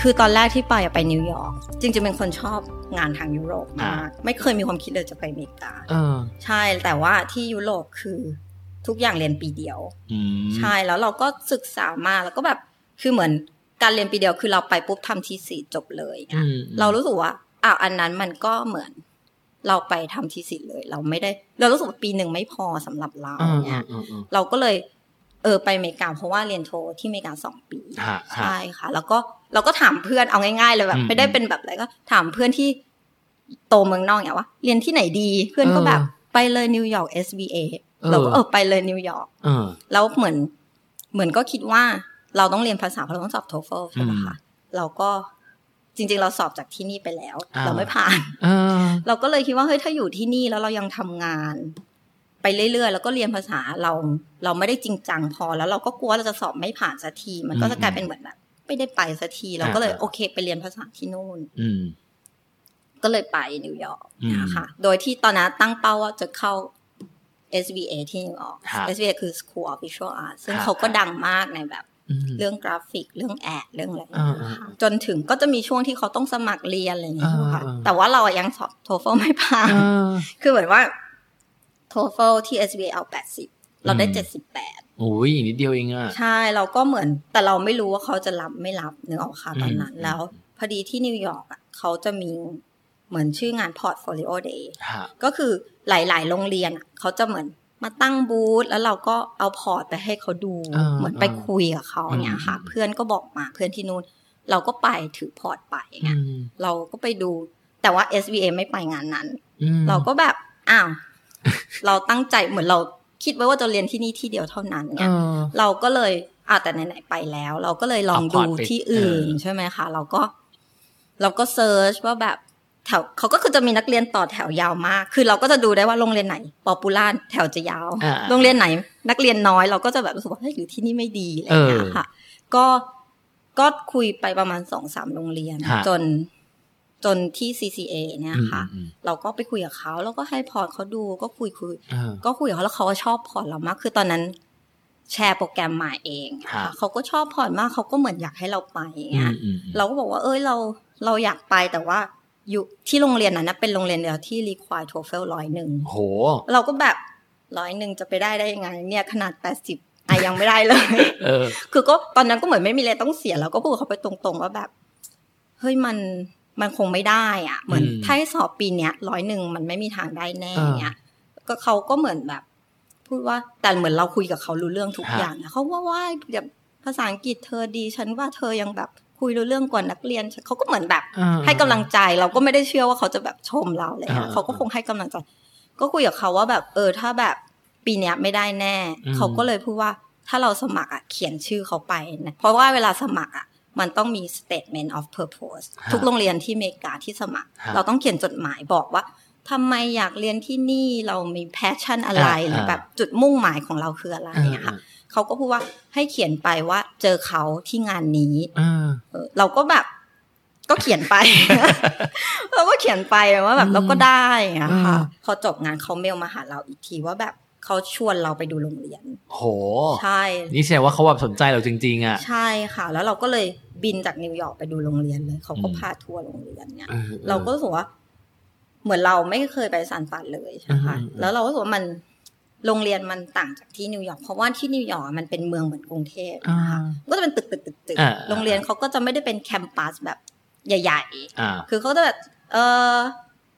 Speaker 15: คือตอนแรกที่ไปอะไปนิวยอร์กจริงๆเป็นคนชอบงานทางยุโรปมาก
Speaker 8: อ่า
Speaker 15: ไม่เคยมีความคิดเลยจะไปอเมริกา
Speaker 8: เออ
Speaker 15: ใช่แต่ว่าที่ยุโรปคือทุกอย่างเรียนปีเดียว
Speaker 8: อืม
Speaker 15: ใช่แล้วเราก็ศึกษามาแล้วก็แบบคือเหมือนการเรียนปีเดียวคือเราไปปุ๊บทำทีสี่จบเลยอะ
Speaker 24: อืม
Speaker 15: เรารู้สึกว่าอ้าวอันนั้นมันก็เหมือนเราไปทำทีสี่เลย เราไม่ได้ เรารู้สึกว่าปีหนึ่งไม่พอสำหรับเรา
Speaker 24: อ่า
Speaker 15: เนี่ย
Speaker 24: อ่าอ่า
Speaker 15: เราก็เลยเออไปอเมริกาเพราะว่าเรียนโทที่อเมริกาสองปี
Speaker 24: ฮะฮะ
Speaker 15: ใช่ค่ะ แล้วก็เราก็ถามเพื่อนเอาง่ายๆเลยแบบ
Speaker 24: อืม
Speaker 15: ไม่ได้เป็นแบบอะไรก็ ถามเพื่อนที่โตเมืองนอกอย่างว่าเรียนที่ไหนดี เพื่อนก็
Speaker 24: เออ
Speaker 15: แบบไปเลยนิวยอร์ก SBA
Speaker 24: เออ
Speaker 15: เราก็เออไปเลยนิวยอร์ก
Speaker 24: เออ
Speaker 15: แล้วเหมือนเหมือนก็คิดว่าเราต้องเรียนภาษาเพราะเราต้องสอบโทเฟลใช่ไหม
Speaker 24: อืม
Speaker 15: คะเราก็จริง ๆ เราสอบจากที่นี่ไปแล้ว
Speaker 24: อ่า
Speaker 15: เราไม่ผ่าน
Speaker 8: เออ
Speaker 15: เราก็เลยคิดว่าเฮ้ยถ้าอยู่ที่นี่แล้วเรายังทำงาน ไปเรื่อยๆ แล้วก็เรียนภาษาเรา เราไม่ได้จริงจังพอ แล้วเราก็กลัวเราจะสอบไม่ผ่านสักที มันก็จะกลายเป็นเหมือนแบบไม่ได้ไปสักทีเราก็เลย
Speaker 24: อ่า
Speaker 15: โอเค ไปเรียนภาษาที่นู่น
Speaker 8: อืม
Speaker 15: ก็เลยไปนิวยอร์ก
Speaker 24: อืม
Speaker 15: นะคะโดยที่ตอนนั้นตั้งเป้าว่าจะเข้า SBA ที่นิวยอร์ก
Speaker 24: ครับ
Speaker 15: SBA คือ School of Visual Arts ซึ่
Speaker 24: ค
Speaker 15: ง
Speaker 24: รับ
Speaker 15: เขาก็ดังมากในแบบ
Speaker 24: อืม
Speaker 15: เรื่องกราฟิกเรื่องแอดเรื่องอะไรอย่างเงี้ย
Speaker 24: อ่าอ่า
Speaker 15: จนถึงก็จะมีช่วงที่เขาต้องสมัครเรียนอะไรอย่างเงี้ยใช่ไหมคะ
Speaker 24: อ่าอ่า
Speaker 15: แต่ว่าเราอะยังสอบโทเฟลไม่ผ่าน
Speaker 24: อ่า
Speaker 15: คือเหมือนว่าโทเฟลที่ SBA เอา 80 เราได้
Speaker 8: อืม โอ้ยอีกนิดเดียวเองอะ
Speaker 15: 78 ใช่เราก็เหมือน แต่เราไม่รู้ว่าเขาจะรับไม่รับนึกออกค่ะตอนนั้น แล้ว พอดีที่นิวยอร์กอะเขาจะมีเหมือนชื่องาน Portfolio Day
Speaker 8: ฮะ
Speaker 15: ก็คือหลาย ๆ โรงเรียนอะเขาจะเหมือนมาตั้งบูธแล้วเราก็เอาพอร์ตไปให้เขาดู
Speaker 24: อ่า
Speaker 15: เหมือนไปคุยกับเขา
Speaker 24: อืม
Speaker 15: เนี่ยค่ะ เพื่อนก็บอกมาเพื่อนที่นู่น เราก็ไปถือพอร์ตไปอย่างเงี้ยเราก็ไปดู แต่ว่า SBA ไม่ไปงานนั้น
Speaker 24: อืม
Speaker 15: เราก็แบบอ้าว เราตั้งใจเหมือนเราคิดไว้ว่าจะเรียนที่นี่ที่เดียวเท่านั้นเนี่ย
Speaker 24: เออ
Speaker 15: เราก็เลยอ่าแต่ไหนๆไปแล้ว เราก็เลยลอง
Speaker 24: เอาพ
Speaker 15: ดู
Speaker 24: อร์ตไป
Speaker 15: ที่อื่น
Speaker 24: เออ
Speaker 15: ใช่ไหมคะ เราก็ เราก็เซิร์ชว่าแบบแถวเขาก็คือจะมีนักเรียนต่อแถวยาวมาก คือเราก็จะดูได้ว่าโรงเรียนไหนป๊อปปูล่าแถวจะยาว
Speaker 24: อ่า
Speaker 15: โรงเรียนไหน นักเรียนน้อยเราก็จะแบบรู้สึกว่าเฮ้ยหรือที่นี่ไม่ดีอะไรอย่างเงี้ยค่ะ ก็ก็คุยไปประมาณสองสามโรงเรียน
Speaker 24: ฮะ
Speaker 15: จนจนที่ CCA เนี่ยค่ะ เราก็ไปคุยกับเขาแล้วก็ให้พอร์ตเขาดูก็คุยคุย
Speaker 24: อ่า
Speaker 15: ก็คุยกับเขาแล้วเขาก็ชอบพอร์ตเรามาก คือตอนนั้นแชร์โปรแกรมมาเองอะค่ะ
Speaker 24: ฮะ
Speaker 15: เขาก็ชอบพอร์ตมากเขาก็เหมือนอยากให้เราไปอย่าง
Speaker 24: อื
Speaker 15: เงี้
Speaker 24: ม
Speaker 15: ย
Speaker 24: อืม
Speaker 15: เราก็บอกว่าเอ้ยเราเราอยากไปแต่ว่าอยู่ที่โรงเรียนนั้นนะเป็นโรงเรียนเดียวที่รีควายโทเฟลร้อยหนึ่ง
Speaker 8: โห
Speaker 15: เราก็แบบร้อยหนึ่งจะไปได้ได้ยังไง เนี่ยขนาดแปดสิบอะยังไม่ได้เลย
Speaker 8: เออ
Speaker 15: คือก็ตอนนั้นก็เหมือนไม่มีอะไรต้องเสียเราก็พูดกับเขาไปตรงๆว่าแบบ เฮ้ยมันมันคงไม่ได้อ่ะ เหมือน
Speaker 24: อืม
Speaker 15: ถ้าให้สอบปีเนี้ยร้อยหนึ่งมันไม่มีทางได้แน่
Speaker 24: อ่า
Speaker 15: เนี้ยก็เขาก็เหมือนแบบ พูดว่าแต่เหมือนเราคุยกับเขารู้เรื่องทุก
Speaker 24: ฮะ
Speaker 15: อย่างนะเขาว่าว่าแบบภาษาอังกฤษเธอดี ฉันว่าเธอยังแบบคุยรู้เรื่องกว่านักเรียนฉันเขาก็เหมือนแบบ
Speaker 24: อ่า
Speaker 15: ให้กำลังใจเราก็ไม่ได้เชื่อว่าเขาจะแบบชมเราเลย
Speaker 24: อ่า
Speaker 15: นะเขาก็คงให้กำลังใจ ก็คุยกับเขาว่าแบบ เออ ถ้าแบบปีเนี้ยไม่ได้แน่
Speaker 24: อืม
Speaker 15: เขาก็เลยพูดว่าถ้าเราสมัครอ่ะเขียนชื่อเขาไปนะเพราะว่าเวลาสมัครอ่ะมันต้องมี statement of purpose
Speaker 24: ฮะ
Speaker 15: ทุกโรงเรียนที่อเมริกาที่สมัคร
Speaker 24: ฮะ
Speaker 15: เราต้องเขียนจดหมายบอกว่าทำไมอยากเรียนที่นี่เรามี passion อะไร
Speaker 24: อ่า
Speaker 15: หรือแบบ
Speaker 24: อ่า
Speaker 15: จุดมุ่งหมายของเราคืออะไร
Speaker 24: อ่า
Speaker 15: อะค่ะ เขาก็พูดว่าให้เขียนไปว่าเจอเขาที่งานนี้
Speaker 24: อ่า
Speaker 15: เออเราก็แบบก็เขียนไป [LAUGHS] เราก็เขียนไปว่าแบบเราก็ได้อะค่ะ
Speaker 24: อืม
Speaker 15: พอจบงานเขาเมลมาหาเราอีกทีว่าแบบเขาชวนเราไปดูโรงเรียน
Speaker 8: โห
Speaker 15: ใช่
Speaker 8: นี่แสดงว่าเขาแบบสนใจเราจริง ๆ อ่ะ
Speaker 15: ใช่ค่ะ แล้วเราก็เลยบินจากนิวยอร์กไปดูโรงเรียนเลยเขาก็
Speaker 8: อืม
Speaker 15: พาทัวร์โรงเรียนเนี่ย
Speaker 8: เออออ
Speaker 15: เราก็รู้สึกว่าเหมือนเราไม่เคยไปซานฟรานเลยใช่ไหมคะ
Speaker 24: อืมอืม
Speaker 15: แล้วเราก็รู้สึกว่ามันโรงเรียนมันต่างจากที่นิวยอร์กเพราะว่าที่นิวยอร์กอะมันเป็นเมืองเหมือนกรุงเทพ
Speaker 24: อ่า
Speaker 15: ก็จะเป็นตึกตึกตึกตึก
Speaker 24: อ่า
Speaker 15: โรงเรียนเขาก็จะไม่ได้เป็นแคมปัสแบบใหญ่ๆ
Speaker 24: อ่า
Speaker 15: คือเขาจะแบบ เออ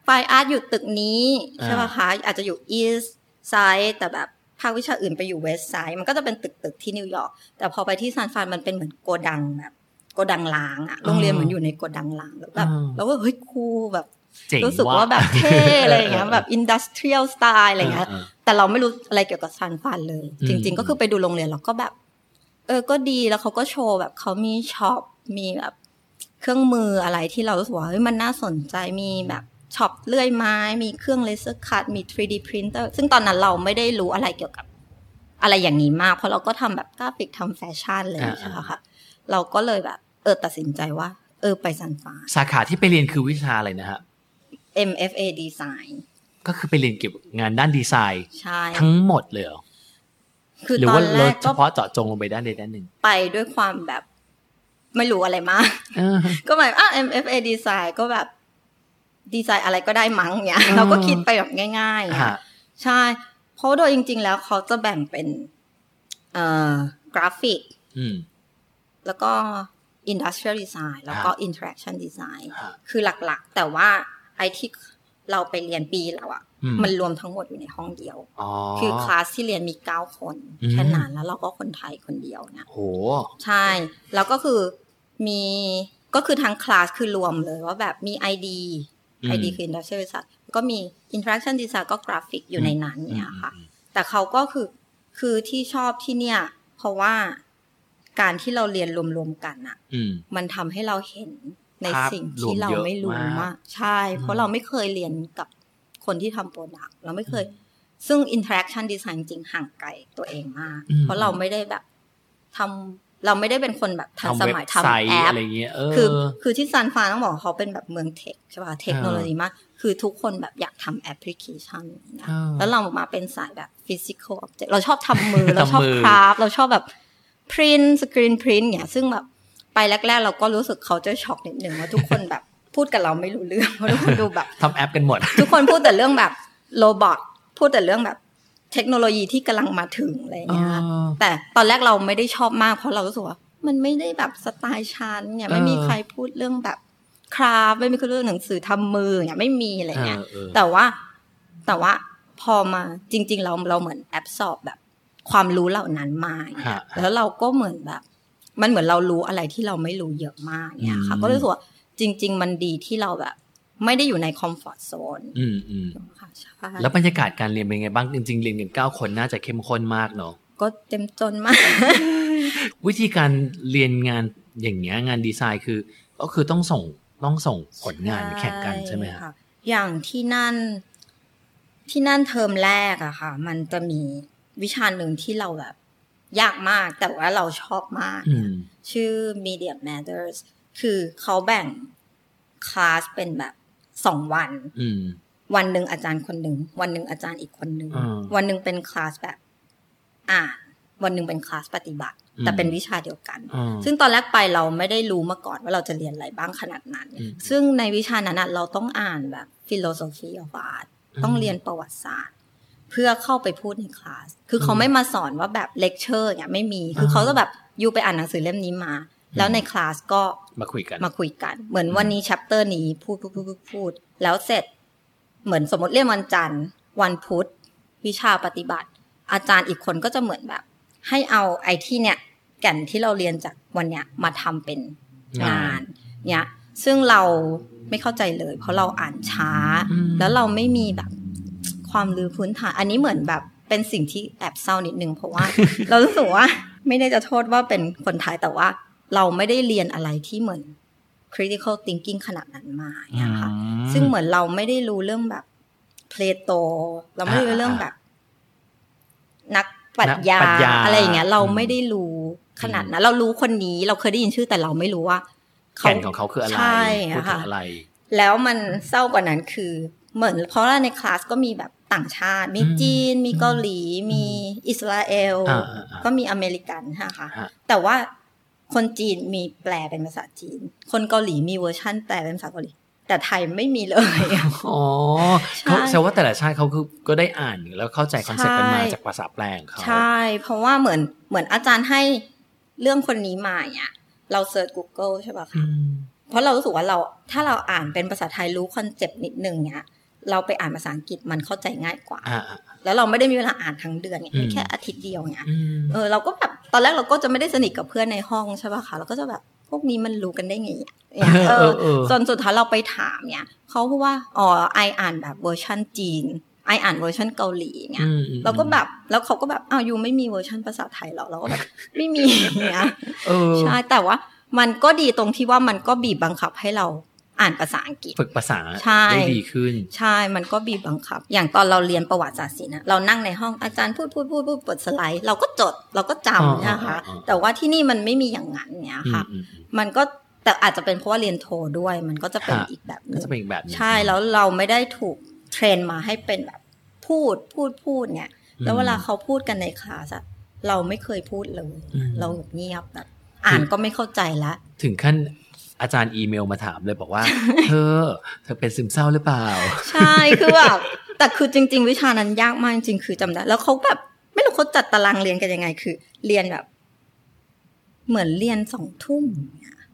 Speaker 15: ไฟอาร์ตอยู่ตึกนี้
Speaker 24: อ่า
Speaker 15: ใช่ป่ะคะ อาจจะอยู่อีสไซด์แต่แบบภาควิชาอื่นไปอยู่เวสไซด์มันก็จะเป็นตึกตึกๆที่นิวยอร์ก แต่พอไปที่ซานฟรานมันเป็นเหมือนโกดังแบบโกดังล้างอะโรงเรียนเหมือนอยู่ในโกดังล้างแล้วแบบ
Speaker 24: อ่า
Speaker 15: แล้วก็เฮ้ยคูลแบบ
Speaker 24: เจ๋ง
Speaker 15: รู้สึก
Speaker 24: ว่ะ
Speaker 15: ว่าแบบเท่
Speaker 24: [LAUGHS]
Speaker 15: อะไรอย่างเงี้ย
Speaker 24: เออเออ
Speaker 15: แบบอินดัสเทรียลสไตล์อะไรอย่างเงี้ย
Speaker 24: อ่าอ่า
Speaker 15: แต่เราไม่รู้อะไรเกี่ยวกับซานฟรานเลย
Speaker 24: อืม
Speaker 15: จริง ๆ ก็คือไปดูโรงเรียนแล้วก็แบบ เออ ก็ดีแล้วเขาก็โชว์แบบเขามีช็อปมีแบบ เครื่องมืออะไรที่เรารู้สึกว่าเฮ้ยมันน่าสนใจมีแบบ ช็อปเลื่อยไม้ มีเครื่องเลเซอร์คัตมี 3D printer ซึ่งตอนนั้นเราไม่ได้รู้อะไรเกี่ยวกับ อะไรอย่างนี้มาก เพราะเราก็ทำแบบกราฟิกทำแฟชั่นเลย
Speaker 4: อ่า
Speaker 15: ใช่ไหมคะเราก็เลยแบบ เออตัดสินใจว่า เออไปซันฟา
Speaker 4: สาขาที่ไปเรียนคือวิชาอะไรนะฮะ
Speaker 15: MFA design
Speaker 4: ก็คือไปเรียนเกี่ยวกับงานด้านดีไซน์
Speaker 15: ใช่
Speaker 4: ทั้งหมดเลยเหรอ
Speaker 15: คือ
Speaker 4: หรื
Speaker 15: ตอ
Speaker 4: ว่าน
Speaker 15: แร
Speaker 4: เรา
Speaker 15: ก
Speaker 4: เฉ
Speaker 15: ก็
Speaker 4: พาะเจาะจงลงไปด้านใดด้านหนึ่ง
Speaker 15: ไปด้วยความแบบไม่รู้อะไรมาก [LAUGHS] ก็หมายอ่ะ MFA design ก็แบบดีไซน์อะไรก็ได้มั้งเนี่ย
Speaker 4: อ่า
Speaker 15: เราก็คิดไปแบบง่ายๆอะ
Speaker 4: ฮะ
Speaker 15: ใช่ เพราะโดยจริง ๆ แล้วเขาจะแบ่งเป็นเอ่อกราฟิก
Speaker 4: อืม
Speaker 15: แล้วก็ industrial design แล้วก็
Speaker 4: ฮะ
Speaker 15: interaction design คือหลักๆ แต่ว่าไอที่เราไปเรียนปีเราอะ
Speaker 4: อืม
Speaker 15: มันรวมทั้งหมดอยู่ในห้องเดียว
Speaker 4: อ๋อ
Speaker 15: คือคลาสที่เรียนมีเก้าคน
Speaker 4: อืม
Speaker 15: แค่นั้นแล้วเราก็คนไทยคนเดียวเนี่ย
Speaker 4: โห
Speaker 15: ใช่ แล้วก็คือมีก็คือทั้งคลาสคือรวมเลยว่าแบบมี ID
Speaker 4: อืม
Speaker 15: ID คือ Industrial Design ก็มี Interaction Design ก็กราฟิกอยู่ในนั้นเนี่ยค่ะ แต่เขาก็คือคือที่ชอบที่เนี่ย เพราะว่าการที่เราเรียนรวมๆกันอะ
Speaker 4: อืม
Speaker 15: มันทำให้เราเห็นใน
Speaker 4: ภาพ
Speaker 15: สิ่งที่เราไม่รู้
Speaker 4: รวมเยอะมาม
Speaker 15: าก ก ใช่ เพ
Speaker 4: อื
Speaker 15: ราะ
Speaker 4: ม
Speaker 15: เราไม่เคยเรียนกับคนที่ทำโปรดักต์เราไม่เคย ซึ่ง Interaction Design จริงห่างไกลตัวเองมาก
Speaker 4: อืม
Speaker 15: เพราะเราไม่ได้แบบ ทำเราไม่ได้เป็นคนแบบทันสมัย
Speaker 4: เว็บไซต
Speaker 15: ทำ
Speaker 4: ์
Speaker 15: แอป
Speaker 4: ไรเงี้ยเออ
Speaker 15: คือคือที่ซานฟรานต้องบอกว่าเขาเป็นแบบเมืองเทคใช่ป่ะเทคโนโลยี
Speaker 4: เออ
Speaker 15: มาก คือทุกคนแบบอยากทำแอปพลิเคชันนะ
Speaker 4: เออ
Speaker 15: แล้วเรามาเป็นสายแบบฟิสิกอลออบเจกต์เราชอบทำมื
Speaker 4: [LAUGHS]
Speaker 15: อ เราชอ
Speaker 4: ทำมื
Speaker 15: บ
Speaker 4: อ
Speaker 15: คราฟเราชอบแบบพรินสกรีนพรินเนี่ยซึ่งแบบไปแรก ๆ เราก็รู้สึกเขาจะช็อกนิดหนึ่งว่าทุกคนแบบพูดกับเราไม่รู้เรื่องเพ [LAUGHS] ราะทุกคนดูแบบ
Speaker 4: ทำแอปกันหมด
Speaker 15: ทุกคนพูดแต่เรื่องแบบโรบอทพูดแต่เรื่องแบบเทคโนโลยีที่กำลังมาถึงอะไรอย่างเงี้ยค่ะ
Speaker 4: อ่า
Speaker 15: แต่ตอนแรกเราไม่ได้ชอบมากเพราะเรารู้สึกว่า มันไม่ได้แบบสไตล์ชั้นเนี่ย
Speaker 4: เออ
Speaker 15: ไม่มีใครพูดเรื่องแบบคราฟไม่มีใครพูดเรื่องหนังสือทำมือเนี่ยไม่มีอะไรเงี้ย
Speaker 4: เออเออ
Speaker 15: แต่ว่าแต่ว่าพอมาจริง ๆ เราเราเหมือนแอบสอบแบบความรู้เหล่านั้นมาอย่างเงี้ย
Speaker 4: ฮะ
Speaker 15: แล้วเราก็เหมือนแบบ มันเหมือนเรารู้อะไรที่เราไม่รู้เยอะมากเนี่ยค่ะ
Speaker 4: อืม
Speaker 15: ก็รู้สึกว่าจริง ๆ มันดีที่เราแบบ ไม่ได้อยู่ในคอมฟอร์ทโซน
Speaker 4: อืมอืม
Speaker 15: ค่ะใช่
Speaker 4: แล้วบรรยากาศการเรียนเป็นไงบ้างจริงๆเรียนกันเก้าคนน่าจะเข้มข้นมากเนาะ
Speaker 15: ก็เต็มจนมาก
Speaker 4: วิธีการเรียนงานอย่างเงี้ยงานดีไซน์คือ ก็คือต้องส่งต้องส่งผลงานแข่งกันใช่ไหมฮะ
Speaker 15: ค่ะ อย่างที่นั่นที่นั่นเทอมแรกอะค่ะ มันจะมีวิชาหนึ่งที่เราแบบ ยากมากแต่ว่าเราชอบมาก
Speaker 4: อืม
Speaker 15: ชื่อ media matters คือเขาแบ่งคลาสเป็นแบบสองวัน
Speaker 4: อืม
Speaker 15: วันหนึ่งอาจารย์คนหนึ่งวันหนึ่งอาจารย์อีกคนหนึ่ง
Speaker 4: อ่า
Speaker 15: วันหนึ่งเป็นคลาสแบบอ่านวันหนึ่งเป็นคลาสปฏิบัติ
Speaker 4: อืม
Speaker 15: แต่เป็นวิชาเดียวกัน
Speaker 4: อ่า
Speaker 15: ซึ่งตอนแรกไปเราไม่ได้รู้มาก่อนว่าเราจะเรียนอะไรบ้างขนาดนั้น
Speaker 4: อืม
Speaker 15: ซึ่งในวิชานั้นอะเราต้องอ่านแบบ philosophy of art
Speaker 4: อืม
Speaker 15: ต้องเรียนประวัติศาสตร์ เพื่อเข้าไปพูดในคลาส คือเขา
Speaker 4: อืม
Speaker 15: ไม่มาสอนว่าแบบเลคเชอร์เนี่ยไม่มี คือเขาจะแบบยูไปอ่านหนังสือเล่มนี้มา แล้วในคลาสก็
Speaker 4: มาคุยกัน
Speaker 15: มาคุยกัน เหมือนวันนี้ชัปเตอร์นี้พูดพูดพูดพูดพูด แล้วเสร็จ เหมือนสมมติเรียนวันจันทร์ วันพุธ วิชาปฏิบัติ อาจารย์อีกคนก็จะเหมือนแบบ ให้เอาไอ้ที่เนี่ย แก่นที่เราเรียนจากวันเนี้ยมาทำเป็นงาน เนี่ย ซึ่งเราไม่เข้าใจเลย เพราะเราอ่านช้า แล้วเราไม่มีแบบ ความรู้พื้นฐาน อันนี้เหมือนแบบเป็นสิ่งที่แอบเศร้านิดนึงเพ [LAUGHS] ราะว่า เรารู้สึกว่า ไม่ได้จะโทษว่าเป็นคนไทยแต่ว่า เราไม่ได้เรียนอะไรที่เหมือน critical thinking ขนาดนั้นมาเนี่ยค่ะ ซึ่งเหมือนเราไม่ได้รู้เรื่องแบบเพลโต เราไม่ได้รู้เรื่องแบบ นักปรัชญา
Speaker 4: นักปรัชญา
Speaker 15: อะไรอย่างเงี้ย เราไม่ได้รู้ขนาดนั้นเรารู้คนนี้ เราเคยได้ยินชื่อแต่เราไม่รู้ว่า
Speaker 4: แก่นของเขาคืออะไร
Speaker 15: ใช่
Speaker 4: พูดถึ
Speaker 15: ค่ะ
Speaker 4: งอะไร
Speaker 15: แล้วมันเศร้ากว่านั้นคือ เหมือนเพราะว่าในคลาสก็มีแบบต่างชาติ มี
Speaker 4: อืม
Speaker 15: จีน มีเกาหลี มีอิสราเอล
Speaker 4: อ่าอ่าอ่า
Speaker 15: ก็มีอเมริกันค่ะ
Speaker 4: ฮะ
Speaker 15: แต่ว่าคนจีนมีแปลเป็นภาษาจีน คนเกาหลีมีเวอร์ชั่นแปลเป็นภาษาเกาหลี แต่ไทยไม่มีเลย
Speaker 4: [LAUGHS] อ๋อเขาแสดงว่าแต่ละชาติเขาคือก็ได้อ่านแล้วเข้าใจคอนเซ็ปต์กันมา
Speaker 15: ใช่
Speaker 4: จากภาษาแปลของเขา
Speaker 15: ใช่ เพราะว่าเหมือนเหมือนอาจารย์ให้เรื่องคนนี้มาเนี่ยเราเซิร์ช Google ใช่ป่ะคะเพราะเรารู้สึกว่าเราถ้าเราอ่านเป็นภาษาไทยรู้คอนเซปต์นิดนึงเนี่ยเราไปอ่านภาษาอังกฤษมันเข้าใจง่ายกว่า
Speaker 4: อ่า
Speaker 15: แล้วเราไม่ได้มีเวลาอ่านทั้งเดือนไง
Speaker 4: อืม
Speaker 15: แค่อาทิตย์เดียวไง
Speaker 4: อืม
Speaker 15: เออเราก็แบบตอนแรกเราก็จะไม่ได้สนิทกับเพื่อนในห้องใช่ป่ะคะเราก็จะแบบพวกนี้มันรู้กันได้ไงอะเนี่ย
Speaker 4: เอ
Speaker 15: เอ
Speaker 4: อ
Speaker 15: อ
Speaker 4: เออ
Speaker 15: จนสุดท้ายเราไปถามเนี่ยเขาพูดว่าอ๋อไออ่านแบบเวอร์ชันจีนไออ่านเวอร์ชันเกาหลีเนี่ย
Speaker 4: อืมอืม
Speaker 15: เราก็แบบแล้วเขาก็แบบอ้าวยูไม่มีเวอร์ชันภาษาไทยหรอเราก็แบบ ไม่มีอย่างเงี้ย
Speaker 4: เออ
Speaker 15: ใช่แต่ว่ามันก็ดีตรงที่ว่ามันก็บีบบังคับให้เรา อ่านภาษาอังกฤษ
Speaker 4: ฝึกภาษา
Speaker 15: ใช่
Speaker 4: ได้ดีขึ้น
Speaker 15: ใช่ มันก็บีบบังคับ อย่างตอนเราเรียนประวัติศาสตร์ศิลป์อะเรานั่งในห้องอาจารย์พูดพูดพูดพูดเปิดสไลด์เราก็จดเราก็จำนะคะ
Speaker 24: อ๋ออ๋ออ๋อ
Speaker 15: แต่ว่าที่นี่มันไม่มีอย่างนั้นเนี่ยค่ะ
Speaker 24: อืม
Speaker 15: มันก็แต่อาจจะเป็นเพราะว่าเรียนโทด้วย มันก็จะเป็น
Speaker 24: ฮะ
Speaker 15: อีกแบบ
Speaker 4: ก็
Speaker 15: หนึ่ง
Speaker 4: จะเป็นอีกแบบหนึ่ง
Speaker 15: ใช่แล้วเราไม่ได้ถูกเทรนมาให้เป็นแบบพูดพูดพูดเนี่ย
Speaker 4: อืม
Speaker 15: แล้วเวลาเขาพูดกันในคลาสอะเราไม่เคยพูดเลย
Speaker 4: อืม
Speaker 15: เราเงียบแบบอ่านก็ไม่เข้าใจละ
Speaker 4: ถึงขั้นอาจารย์อีเมลมาถามเลยบอกว่า [LAUGHS] เธอ เธอเป็นซึมเศร้าหรือเปล่า
Speaker 15: ใช่คือแบบแต่คือจริง ๆ วิชานั้นยากมากจริงๆคือจำได้ แล้วเขาแบบไม่รู้เขาจัดตารางเรียนกันยังไง คือ เรียนแบบ เหมือนเรียนสองทุ่มเนี่ย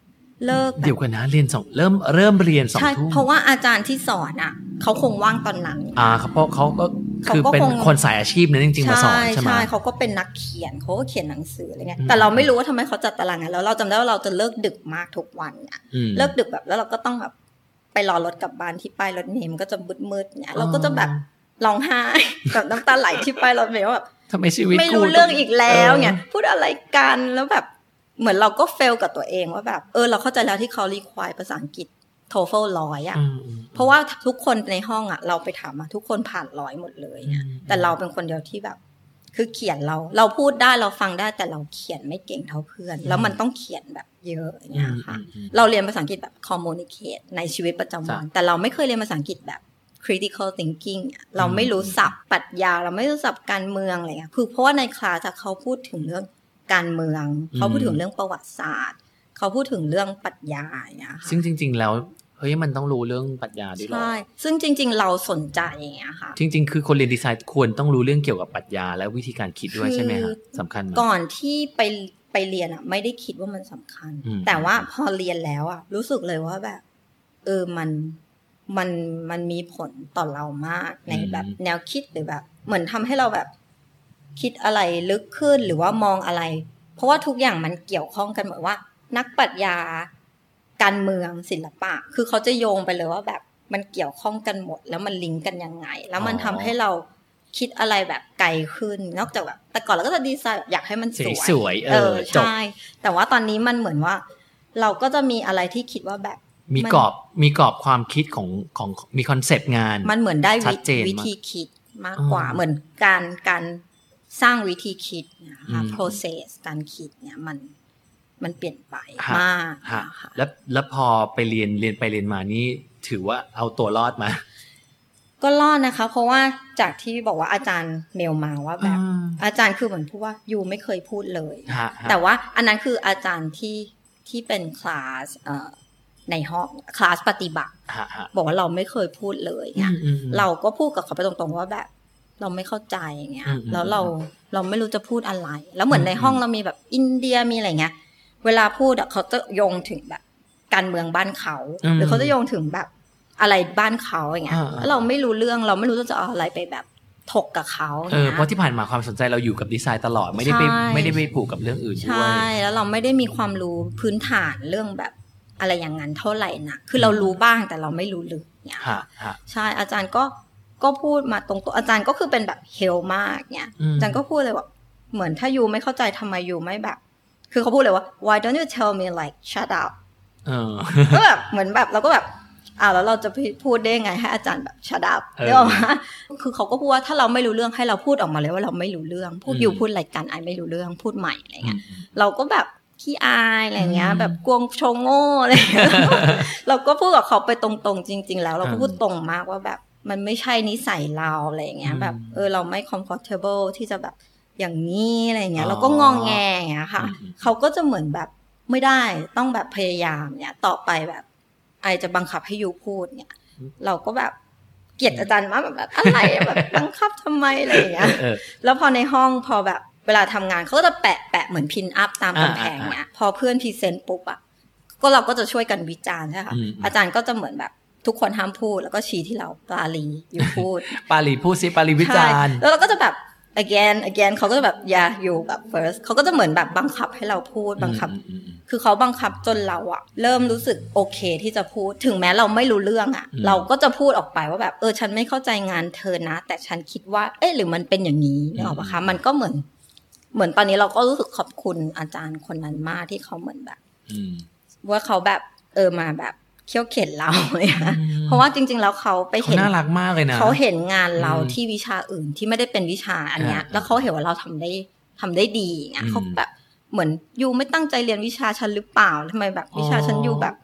Speaker 15: เลิกแบบ
Speaker 4: เดี๋ยวกันนะเรียนสองเริ่มเริ่มเรียนสอง
Speaker 15: ใช่
Speaker 4: ทุ่ม
Speaker 15: เพราะว่าอาจารย์ที่สอนอ่ะเขาคงว่างตอนนั้น
Speaker 4: อ่าครับเพราะเขาก็
Speaker 15: เขา
Speaker 4: คื
Speaker 15: ก็
Speaker 4: อเป็น
Speaker 15: คง
Speaker 4: คนสายอาชีพนั้นจริงๆมาสอนใช่ไหม
Speaker 15: ใช่เขาก็เป็นนักเขียนเขาก็เขียนหนังสืออะไรเงี้ย
Speaker 4: อืม
Speaker 15: แต่เราไม่รู้ว่าทำไมเขาจัดตารางงั้นแล้วเราจำได้ว่าเราจะเลิกดึกมากทุกวันเนี่ย
Speaker 4: อืม
Speaker 15: เลิกดึกแบบแล้วเราก็ต้องแบบไปรอรถกลับบ้านที่ป้ายรถเมล์มันก็จะมืดๆเนี่ยเราก็จะแบบร้องไห้ [LAUGHS] แบบน้ำตาไหลที่ป้ายรถเมล์ว่าแบบ
Speaker 4: ทำไมชีวิต
Speaker 15: ไม่รู้
Speaker 4: กู
Speaker 15: เรื่องอีกแล้ว
Speaker 4: เออ
Speaker 15: เนี่ยพูดอะไรกันแล้วแบบเหมือนเราก็เฟลกับตัวเองว่าแบบเออเราเข้าใจแล้วที่เขารีควายภาษาอังกฤษโทเฟลร้อยอ่ะ เพราะว่าทุกคนในห้องอะเราไปถามมาทุกคนผ่านร้อยหมดเลยอะแต่เราเป็นคนเดียวที่แบบ คือเขียนเรา เราพูดได้เราฟังได้แต่เราเขียนไม่เก่งเท่าเพื่อน แล้วมันต้องเขียนแบบเยอะอย่างเงี้ยค่ะ เราเรียนภาษาอังกฤษแบบ communicate ในชีวิตประจำวัน
Speaker 24: จ้ะ
Speaker 15: แต่เราไม่เคยเรียนภาษาอังกฤษแบบ critical thinking อะเราไม่รู้ศัพท์ปรัชญา เราไม่รู้ศัพท์การเมืองอะไรเงี้ยคือเพราะว่าในคลาสอะเขาพูดถึงเรื่องการเมือง เขาพูดถึงเรื่องประวัติศาสตร์ เขาพูดถึงเรื่องปรัชญาอย่างเงี้ยค่ะ
Speaker 4: ซึ่งจริง ๆ แล้วเฮ้ยมันต้องรู้เรื่องปรัชญาด้วยเหรอ
Speaker 15: ใช่ ซึ่งจริง ๆ เราสนใจอย่างเงี้ยค่ะ
Speaker 4: จริง ๆ คือคนเรียนดีไซน์ควรต้องรู้เรื่องเกี่ยวกับปรัชญาและวิธีการคิดด้วยใช่ไหม
Speaker 15: คื
Speaker 4: ฮะ
Speaker 15: อ
Speaker 4: สำคัญไหม
Speaker 15: ก่อนที่ไปไปเรียนอ่ะ ไม่ได้คิดว่ามันสำคัญ
Speaker 4: อืม
Speaker 15: แต่ว่าพอเรียนแล้วอ่ะ รู้สึกเลยว่าแบบ เออมันมันมันมีผลต่อเรามากในแบบแนวคิดหรือแบบ เหมือนทำให้เราแบบ คิดอะไรลึกขึ้นหรือว่ามองอะไร เพราะว่าทุกอย่างมันเกี่ยวข้องกันหมดว่า นักปรัชญาการเมืองศิลปะ คือเขาจะโยงไปเลยว่าแบบมันเกี่ยวข้องกันหมด แล้วมันลิงก์กันยังไง แล้วมันทำให้เราคิดอะไรแบบไกลขึ้น นอกจากแบบแต่ก่อนเราก็จะดีไซน์แบบอยากให้มันสวย
Speaker 4: สวยๆเออจบ
Speaker 15: ใช่ แต่ว่าตอนนี้มันเหมือนว่า เราก็จะมีอะไรที่คิดว่าแบบ
Speaker 4: มี
Speaker 15: น
Speaker 4: กรอบมีกรอบความคิดของของมีคอนเซปต์งาน
Speaker 15: มันเหมือนได้
Speaker 4: ชั
Speaker 15: วิ
Speaker 4: ดเจน
Speaker 15: วิ
Speaker 4: มาก
Speaker 15: ธีคิดมากกว่า
Speaker 4: อ๋อ
Speaker 15: เหมือนการการสร้างวิธีคิดนะ
Speaker 4: อื
Speaker 15: คะ
Speaker 4: ม
Speaker 15: process การคิดเนี่ยมันมันเปลี่ยนไป
Speaker 4: ฮะ
Speaker 15: มาก
Speaker 4: ฮะแล้วแล้วพอไปเรียนเรียนไปเรียนมานี่ถือว่าเอาตัวรอดมา
Speaker 15: ก็รอดนะคะ เพราะว่าจากที่บอกว่าอาจารย์เมลมาว่าแบบ อาจารย์คือเหมือนพูดว่ายูไม่เคยพูดเลย
Speaker 24: ฮะฮะ
Speaker 15: แต่ว่าอันนั้นคืออาจารย์ที่ที่เป็นคลาสเอ่อในห้องคลาสปฏิบัติ
Speaker 4: ฮะฮะ
Speaker 15: บอกว่าเราไม่เคยพูดเลยเนี่ย เราก็พูดกับเขาไปตรงๆว่าแบบ เราไม่เข้าใจอย่างเงี้ย
Speaker 24: อืมอืม
Speaker 15: แล้วเราเราไม่รู้จะพูดอะไร แล้วเหมือนในห้องเรามีแบบอินเดียมีอะไรเงี้ย เวลาพูดอะเขาจะโยงถึงแบบ การเมืองบ้านเขา
Speaker 24: อืม
Speaker 15: หรือเขาจะโยงถึงแบบอะไรบ้านเขาอย่างเงี้ย
Speaker 4: อ่าอ่า
Speaker 15: แล้วเราไม่รู้เรื่องเราไม่รู้จะเอาอะไรไปแบบถกกับเขา
Speaker 4: เออ
Speaker 15: นี่ย
Speaker 4: เพราะที่ผ่านมาความสนใจเราอยู่กับดีไซน์ตลอดไม่ได้ไป
Speaker 15: ใช่
Speaker 4: ไม่ได้ไปผูกกับเรื่องอื่นด้ว
Speaker 15: ใช่
Speaker 4: ย
Speaker 15: แล้วเราไม่ได้มีความรู้พื้นฐานเรื่องแบบอะไรอย่างนั้นเท่าไหร่นะคือเรารู้บ้างแต่เราไม่รู้ลึก
Speaker 4: ฮะฮะ
Speaker 15: ใช่อาจารย์ก็ก็พูดมาตรงตัวอาจารย์ก็คือเป็นแบบเฮลมากเนี่ย
Speaker 24: อืม
Speaker 15: อาจารย์ก็พูดเลยว่าเหมือนถ้ายูไม่เข้าใจทำไมยูไม่แบบ คือเขาพูดเลยว่า why don't you tell me like shut
Speaker 24: [LAUGHS]
Speaker 15: up
Speaker 4: เอ
Speaker 15: [LAUGHS]
Speaker 4: อ
Speaker 15: ก็แบบเหมือนแบบเราก็แบบอ่าแล้วเราจะพูดได้ยังไงให้อาจารย์แบบ shut up
Speaker 24: เออ
Speaker 15: เรียกว่าคือเขาก็พูดว่าถ้าเราไม่รู้เรื่องให้เราพูดออกมาเลยว่าเราไม่รู้เรื่อง พูด
Speaker 24: อืม
Speaker 15: ยูพูดอะไรกันไอไม่รู้เรื่องพูดใหม่อะไรเงี้ยเราก็แบบขี้อายอะไรเงี้ย แบบกวงโชงโง่อะไรเงี้ย [LAUGHS] เราก็พูดกับเขาไปตรงๆ จริง ๆ แล้ว เราก็พูดตรงมากว่าแบบ มันไม่ใช่นิสัยเราอะไรอย่างเงี้ย แบบ เออเราไม่ comfortable ที่จะแบบอย่างนี้อะไรอย่างเงี้ย
Speaker 24: อ๋อ
Speaker 15: เราก็งองแงอย่างเงี้ยค่ะ เขาก็จะเหมือนแบบไม่ได้ต้องแบบพยายามเนี่ยต่อไปแบบ ไอจะบังคับให้ยูพูดเนี่ย เราก็แบบเกลียดอาจารย์มากแบบแบบอะไรแบบบังคับทำไมอะไรอย่างเงี้ย
Speaker 24: เออ
Speaker 15: แล้วพอในห้องพอแบบเวลาทำงานเขาก็จะแปะแปะเหมือนพินอัพตามกำแพงเนี่ยพอเพื่อนพรีเซนต์ปุ๊บอ่ะก็เราก็จะช่วยกันวิจารณ์ใช่ไหมค่ะ
Speaker 4: อืม
Speaker 15: อาจารย์ก็จะเหมือนแบบทุกคนห้ามพูดแล้วก็ชี้ที่เราปลาลีอยู่พูด
Speaker 4: ปาลีพูดซิปาลีวิจารณ์
Speaker 15: ใช่แล้วเราก็จะแบบ again again เขาก็จะแบบ yeah you แบบ first เขาก็จะเหมือนแบบบังคับให้เราพูดบังคับ คือเขาบังคับจนเราอะเริ่มรู้สึกโอเคที่จะพูดถึงแม้เราไม่รู้เรื่องอะ
Speaker 24: อืม
Speaker 15: เราก็จะพูดออกไปว่าแบบเออฉันไม่เข้าใจงานเธอนะ แต่ฉันคิดว่าเอ๊ะหรือมันเป็นอย่างนี้นึกออกปะคะมันก็เหมือน เหมือนตอนนี้เราก็รู้สึกขอบคุณอาจารย์คนนั้นมากที่เขาเหมือนแบบ
Speaker 4: อืม
Speaker 15: ว่าเขาแบบเออมาแบบ เขี้ยวเข็นเราเนี่ยเพราะว่าจริง ๆ แล้วเขาไปเห็น
Speaker 4: เขาน่ารักมากเลยนะ
Speaker 15: เขาเห็นงานเรา
Speaker 4: อืม
Speaker 15: ที่วิชาอื่นที่ไม่ได้เป็นวิชาอันเนี้ย
Speaker 4: อ่า
Speaker 15: แล้วเขาเห็นว่าเราทำได้ทำได้ดีอย่างเงี้ย
Speaker 4: อืม
Speaker 15: เขาแบบเหมือนยูไม่ตั้งใจเรียนวิชาฉันหรือเปล่าทำไมแบบวิชาฉันอยู่แบบ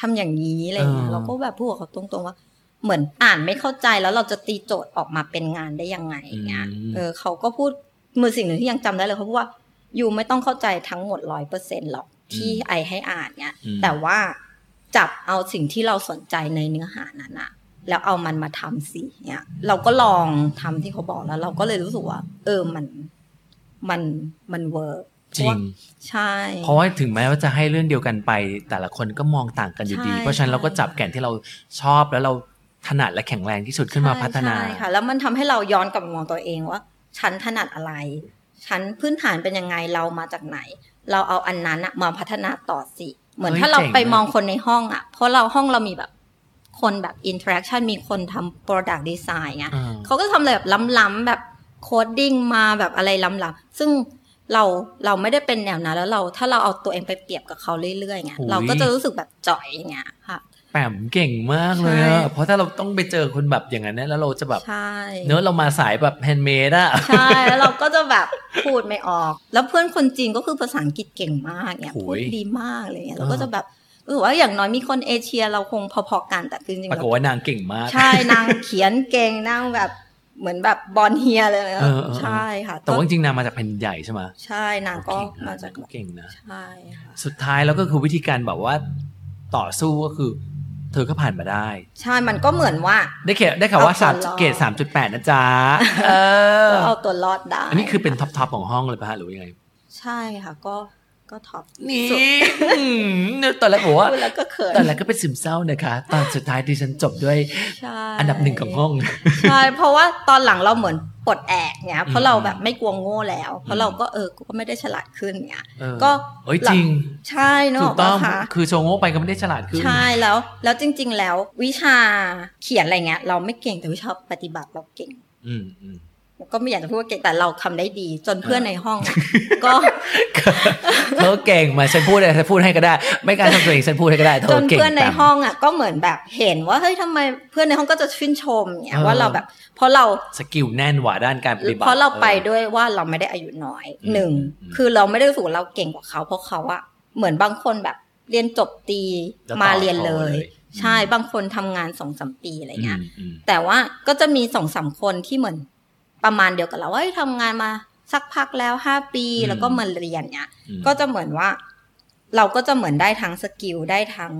Speaker 15: ทำอย่างนี้อะไรอย่างเงี้ย
Speaker 4: อ่า
Speaker 15: เราก็แบบพูดกับเขาตรงๆว่า เหมือนอ่านไม่เข้าใจแล้วเราจะตีโจทย์ออกมาเป็นงานได้ยังไงอย่างเงี้ย เออเขาก็พูดมือสิ่งหนึ่งที่ยังจำได้เลยเขาพูดว่ายูไม่ต้องเข้าใจทั้งหมดร้อยเปอร์เซ็นหรอกที่ไอให้อ่านเนี่ย
Speaker 5: อืม
Speaker 15: แต่ว่าจับเอาสิ่งที่เราสนใจในเนื้อหานั้นอะแล้วเอามันมาทำสิเนี่ยเราก็ลองทำที่เขาบอกแล้ว เราก็เลยรู้สึกว่า เออมันมันมันเวิร์ก
Speaker 4: จริง
Speaker 15: ใช่
Speaker 4: เพราะว่าถึงแม้ว่าจะให้เรื่องเดียวกันไป แต่ละคนก็มองต่างกันอยู่ดี
Speaker 15: ใช่
Speaker 4: เพราะฉะนั้นเราก็จับแก่นที่เราชอบแล้วเราถนัดและแข็งแรงที่สุดขึ้นมาพัฒนา
Speaker 15: ใช่ค่ะ แล้วมันทำให้เราย้อนกลับมามองตัวเองว่า ฉันถนัดอะไร ฉันพื้นฐานเป็นยังไงเรามาจากไหน เราเอาอันนั้นอะมาพัฒนาต่อสิ เหมือน
Speaker 5: เฮ้ย
Speaker 15: ถ้าเรา
Speaker 5: เจ๋ง
Speaker 15: ไปมอง
Speaker 5: อะ
Speaker 15: คนในห้องอะเพราะเราห้องเรามีแบบคนแบบอินเทอร์แอคชั่นมีคนทำ Product Design ไง
Speaker 5: อ่า
Speaker 15: เขาก็ทำอะไรแบบล้ำๆแบบโคดดิ้งมาแบบอะไรล้ำๆซึ่งเราเราไม่ได้เป็นแนวนั้นแล้วเราถ้าเราเอาตัวเองไปเปรียบกับเขาเรื่อยๆไง
Speaker 4: โอ้ย
Speaker 15: เราก็จะรู้สึกแบบจ่อยอย่างเงี้ยค่ะ
Speaker 4: แปมเก่งมากเลย
Speaker 15: ใช่
Speaker 4: อะเพราะถ้าเราต้องไปเจอคนแบบอย่างนั้นเนี่ยแล้วเราจะแบบ
Speaker 15: ใช่
Speaker 4: เนื้อะเรามาสายแบบแฮนด์เมดอะ
Speaker 15: ใช่ แล้วเราก็จะแบบพูดไม่ออก แล้วเพื่อนคนจีนก็คือภาษาอังกฤษเก่งมากเนี่ย
Speaker 4: โอ้ย
Speaker 15: พูดดีมากเลยเนี่ยเราก็
Speaker 4: อ่า
Speaker 15: จะแบบรู้สึกว่าอย่างน้อยมีคนเอเชียเราคงพอๆกันแต่คือจริงๆ
Speaker 4: ปรา
Speaker 15: แล้
Speaker 4: ก
Speaker 15: ว
Speaker 4: ฏว่านางเก่งมาก
Speaker 15: ใช่นางเขียนเก่งนางแบบเหมือนแบบบอลเฮียเลยนะ
Speaker 4: เออเออเออ
Speaker 15: ใช่ค่ะ
Speaker 4: แต่ว่าจริงๆนางมาจากแผ่นดินใหญ่ใช่ไหม
Speaker 15: ใช่นางก็มาจาก
Speaker 4: เก่งนะ
Speaker 15: ใช่ค่ะ
Speaker 4: สุดท้ายแล้วก็คือวิธีการแบบว่าต่อสู้ก็คือ เธอก็ผ่านมาได้
Speaker 15: ใช่มันก็เหมือนว่า
Speaker 4: ได้เขได้ข่าวว่า
Speaker 15: เอา
Speaker 4: สาม
Speaker 15: ตัวรอด
Speaker 4: เกรดสามจุดแปดนะจ๊ะ เออ
Speaker 15: ก็เอาตัวรอดได้
Speaker 4: อันนี้คือเป็นท็อปทอปของห้องเลยป่ะฮะหรือว่ายังไง
Speaker 15: ใช่ค่ะ ก็ก็ท็อป
Speaker 4: นี่
Speaker 15: สุด
Speaker 4: อืมตอนแรกบอกว่า
Speaker 15: พูดแล้วก็เขิน
Speaker 4: ตอนแรกก็เป็นซึมเศร้านะคะ ตอนสุดท้ายดิฉันจบด้วย
Speaker 15: ใช่
Speaker 4: อันดับหนึ่งของห้อง
Speaker 15: ใช่ เพราะว่าตอนหลังเราเหมือนปลดแอกเนี่ยเพ
Speaker 4: อื
Speaker 15: ราะ
Speaker 4: ม
Speaker 15: เราแบบไม่กลัวโง่แล้ว เพราะเราก็เออกูก็ไม่ได้ฉลาดขึ้นเนี่ย
Speaker 4: เออ
Speaker 15: ก็
Speaker 4: เอ้ยจริง
Speaker 15: ใช่เนอะ
Speaker 4: ถูกต้อง
Speaker 15: นะคะ
Speaker 4: คือโชว์โง่ไปก็ไม่ได้ฉลาดขึ้น
Speaker 15: ใช่แล้ว แล้วจริง ๆ แล้ววิชาเขียนอะไรเงี้ย เราไม่เก่งแต่วิชาปฏิบัติเราเก่ง
Speaker 4: อืมอืม
Speaker 15: ก็ไม่อยากจะพูดว่าเก่งแต่เราทำได้ดี จนเพื่อน
Speaker 4: เออ
Speaker 15: ในห้อง
Speaker 4: [LAUGHS] เธอเก่งมาฉันพูดเลยฉันพูดให้ก็ได้ ไม่การทำตัวเองฉันพูดให้ก็ได้เธ
Speaker 15: จ
Speaker 4: อน เก่ง
Speaker 15: เพื่อนใน
Speaker 4: ตาม
Speaker 15: ห้องอ่ะก็เหมือนแบบเห็นว่าเฮ้ยทำไมเพื่อนในห้องก็จะชื่นชมเนี่
Speaker 4: เอย อ
Speaker 15: ว่าเราแบบเพราะเรา
Speaker 4: สกิลแน่นหว่าด้านการปฏิบัติ
Speaker 15: เพราะเราไป
Speaker 4: ออ
Speaker 15: ด้วยว่าเราไม่ได้อายุน้อย
Speaker 4: อืม
Speaker 15: หนึ่งคือเราไม่ได้รู้สึกว่าเราเก่งกว่าเขา เพราะเขาอะเหมือนบางคนแบบเรียนจบตี
Speaker 5: แล้วต่อ
Speaker 15: มาเรียนเล
Speaker 5: ต่อย เลย
Speaker 15: ใช่บางคนทำงานสองสามปีอะไรเงี้ย
Speaker 5: อืม
Speaker 15: แต่ว่าก็จะมีสองสามคนที่เหมือนประมาณเดียวกับเราว่าเอ้ยทำงานมาสักพักแล้วห้าปี
Speaker 5: อืม
Speaker 15: แล้วก็มาเรียนเนี่ย
Speaker 5: อืม
Speaker 15: ก็จะเหมือนว่า เราก็จะเหมือนได้ทั้งสกิลได้ทั้ง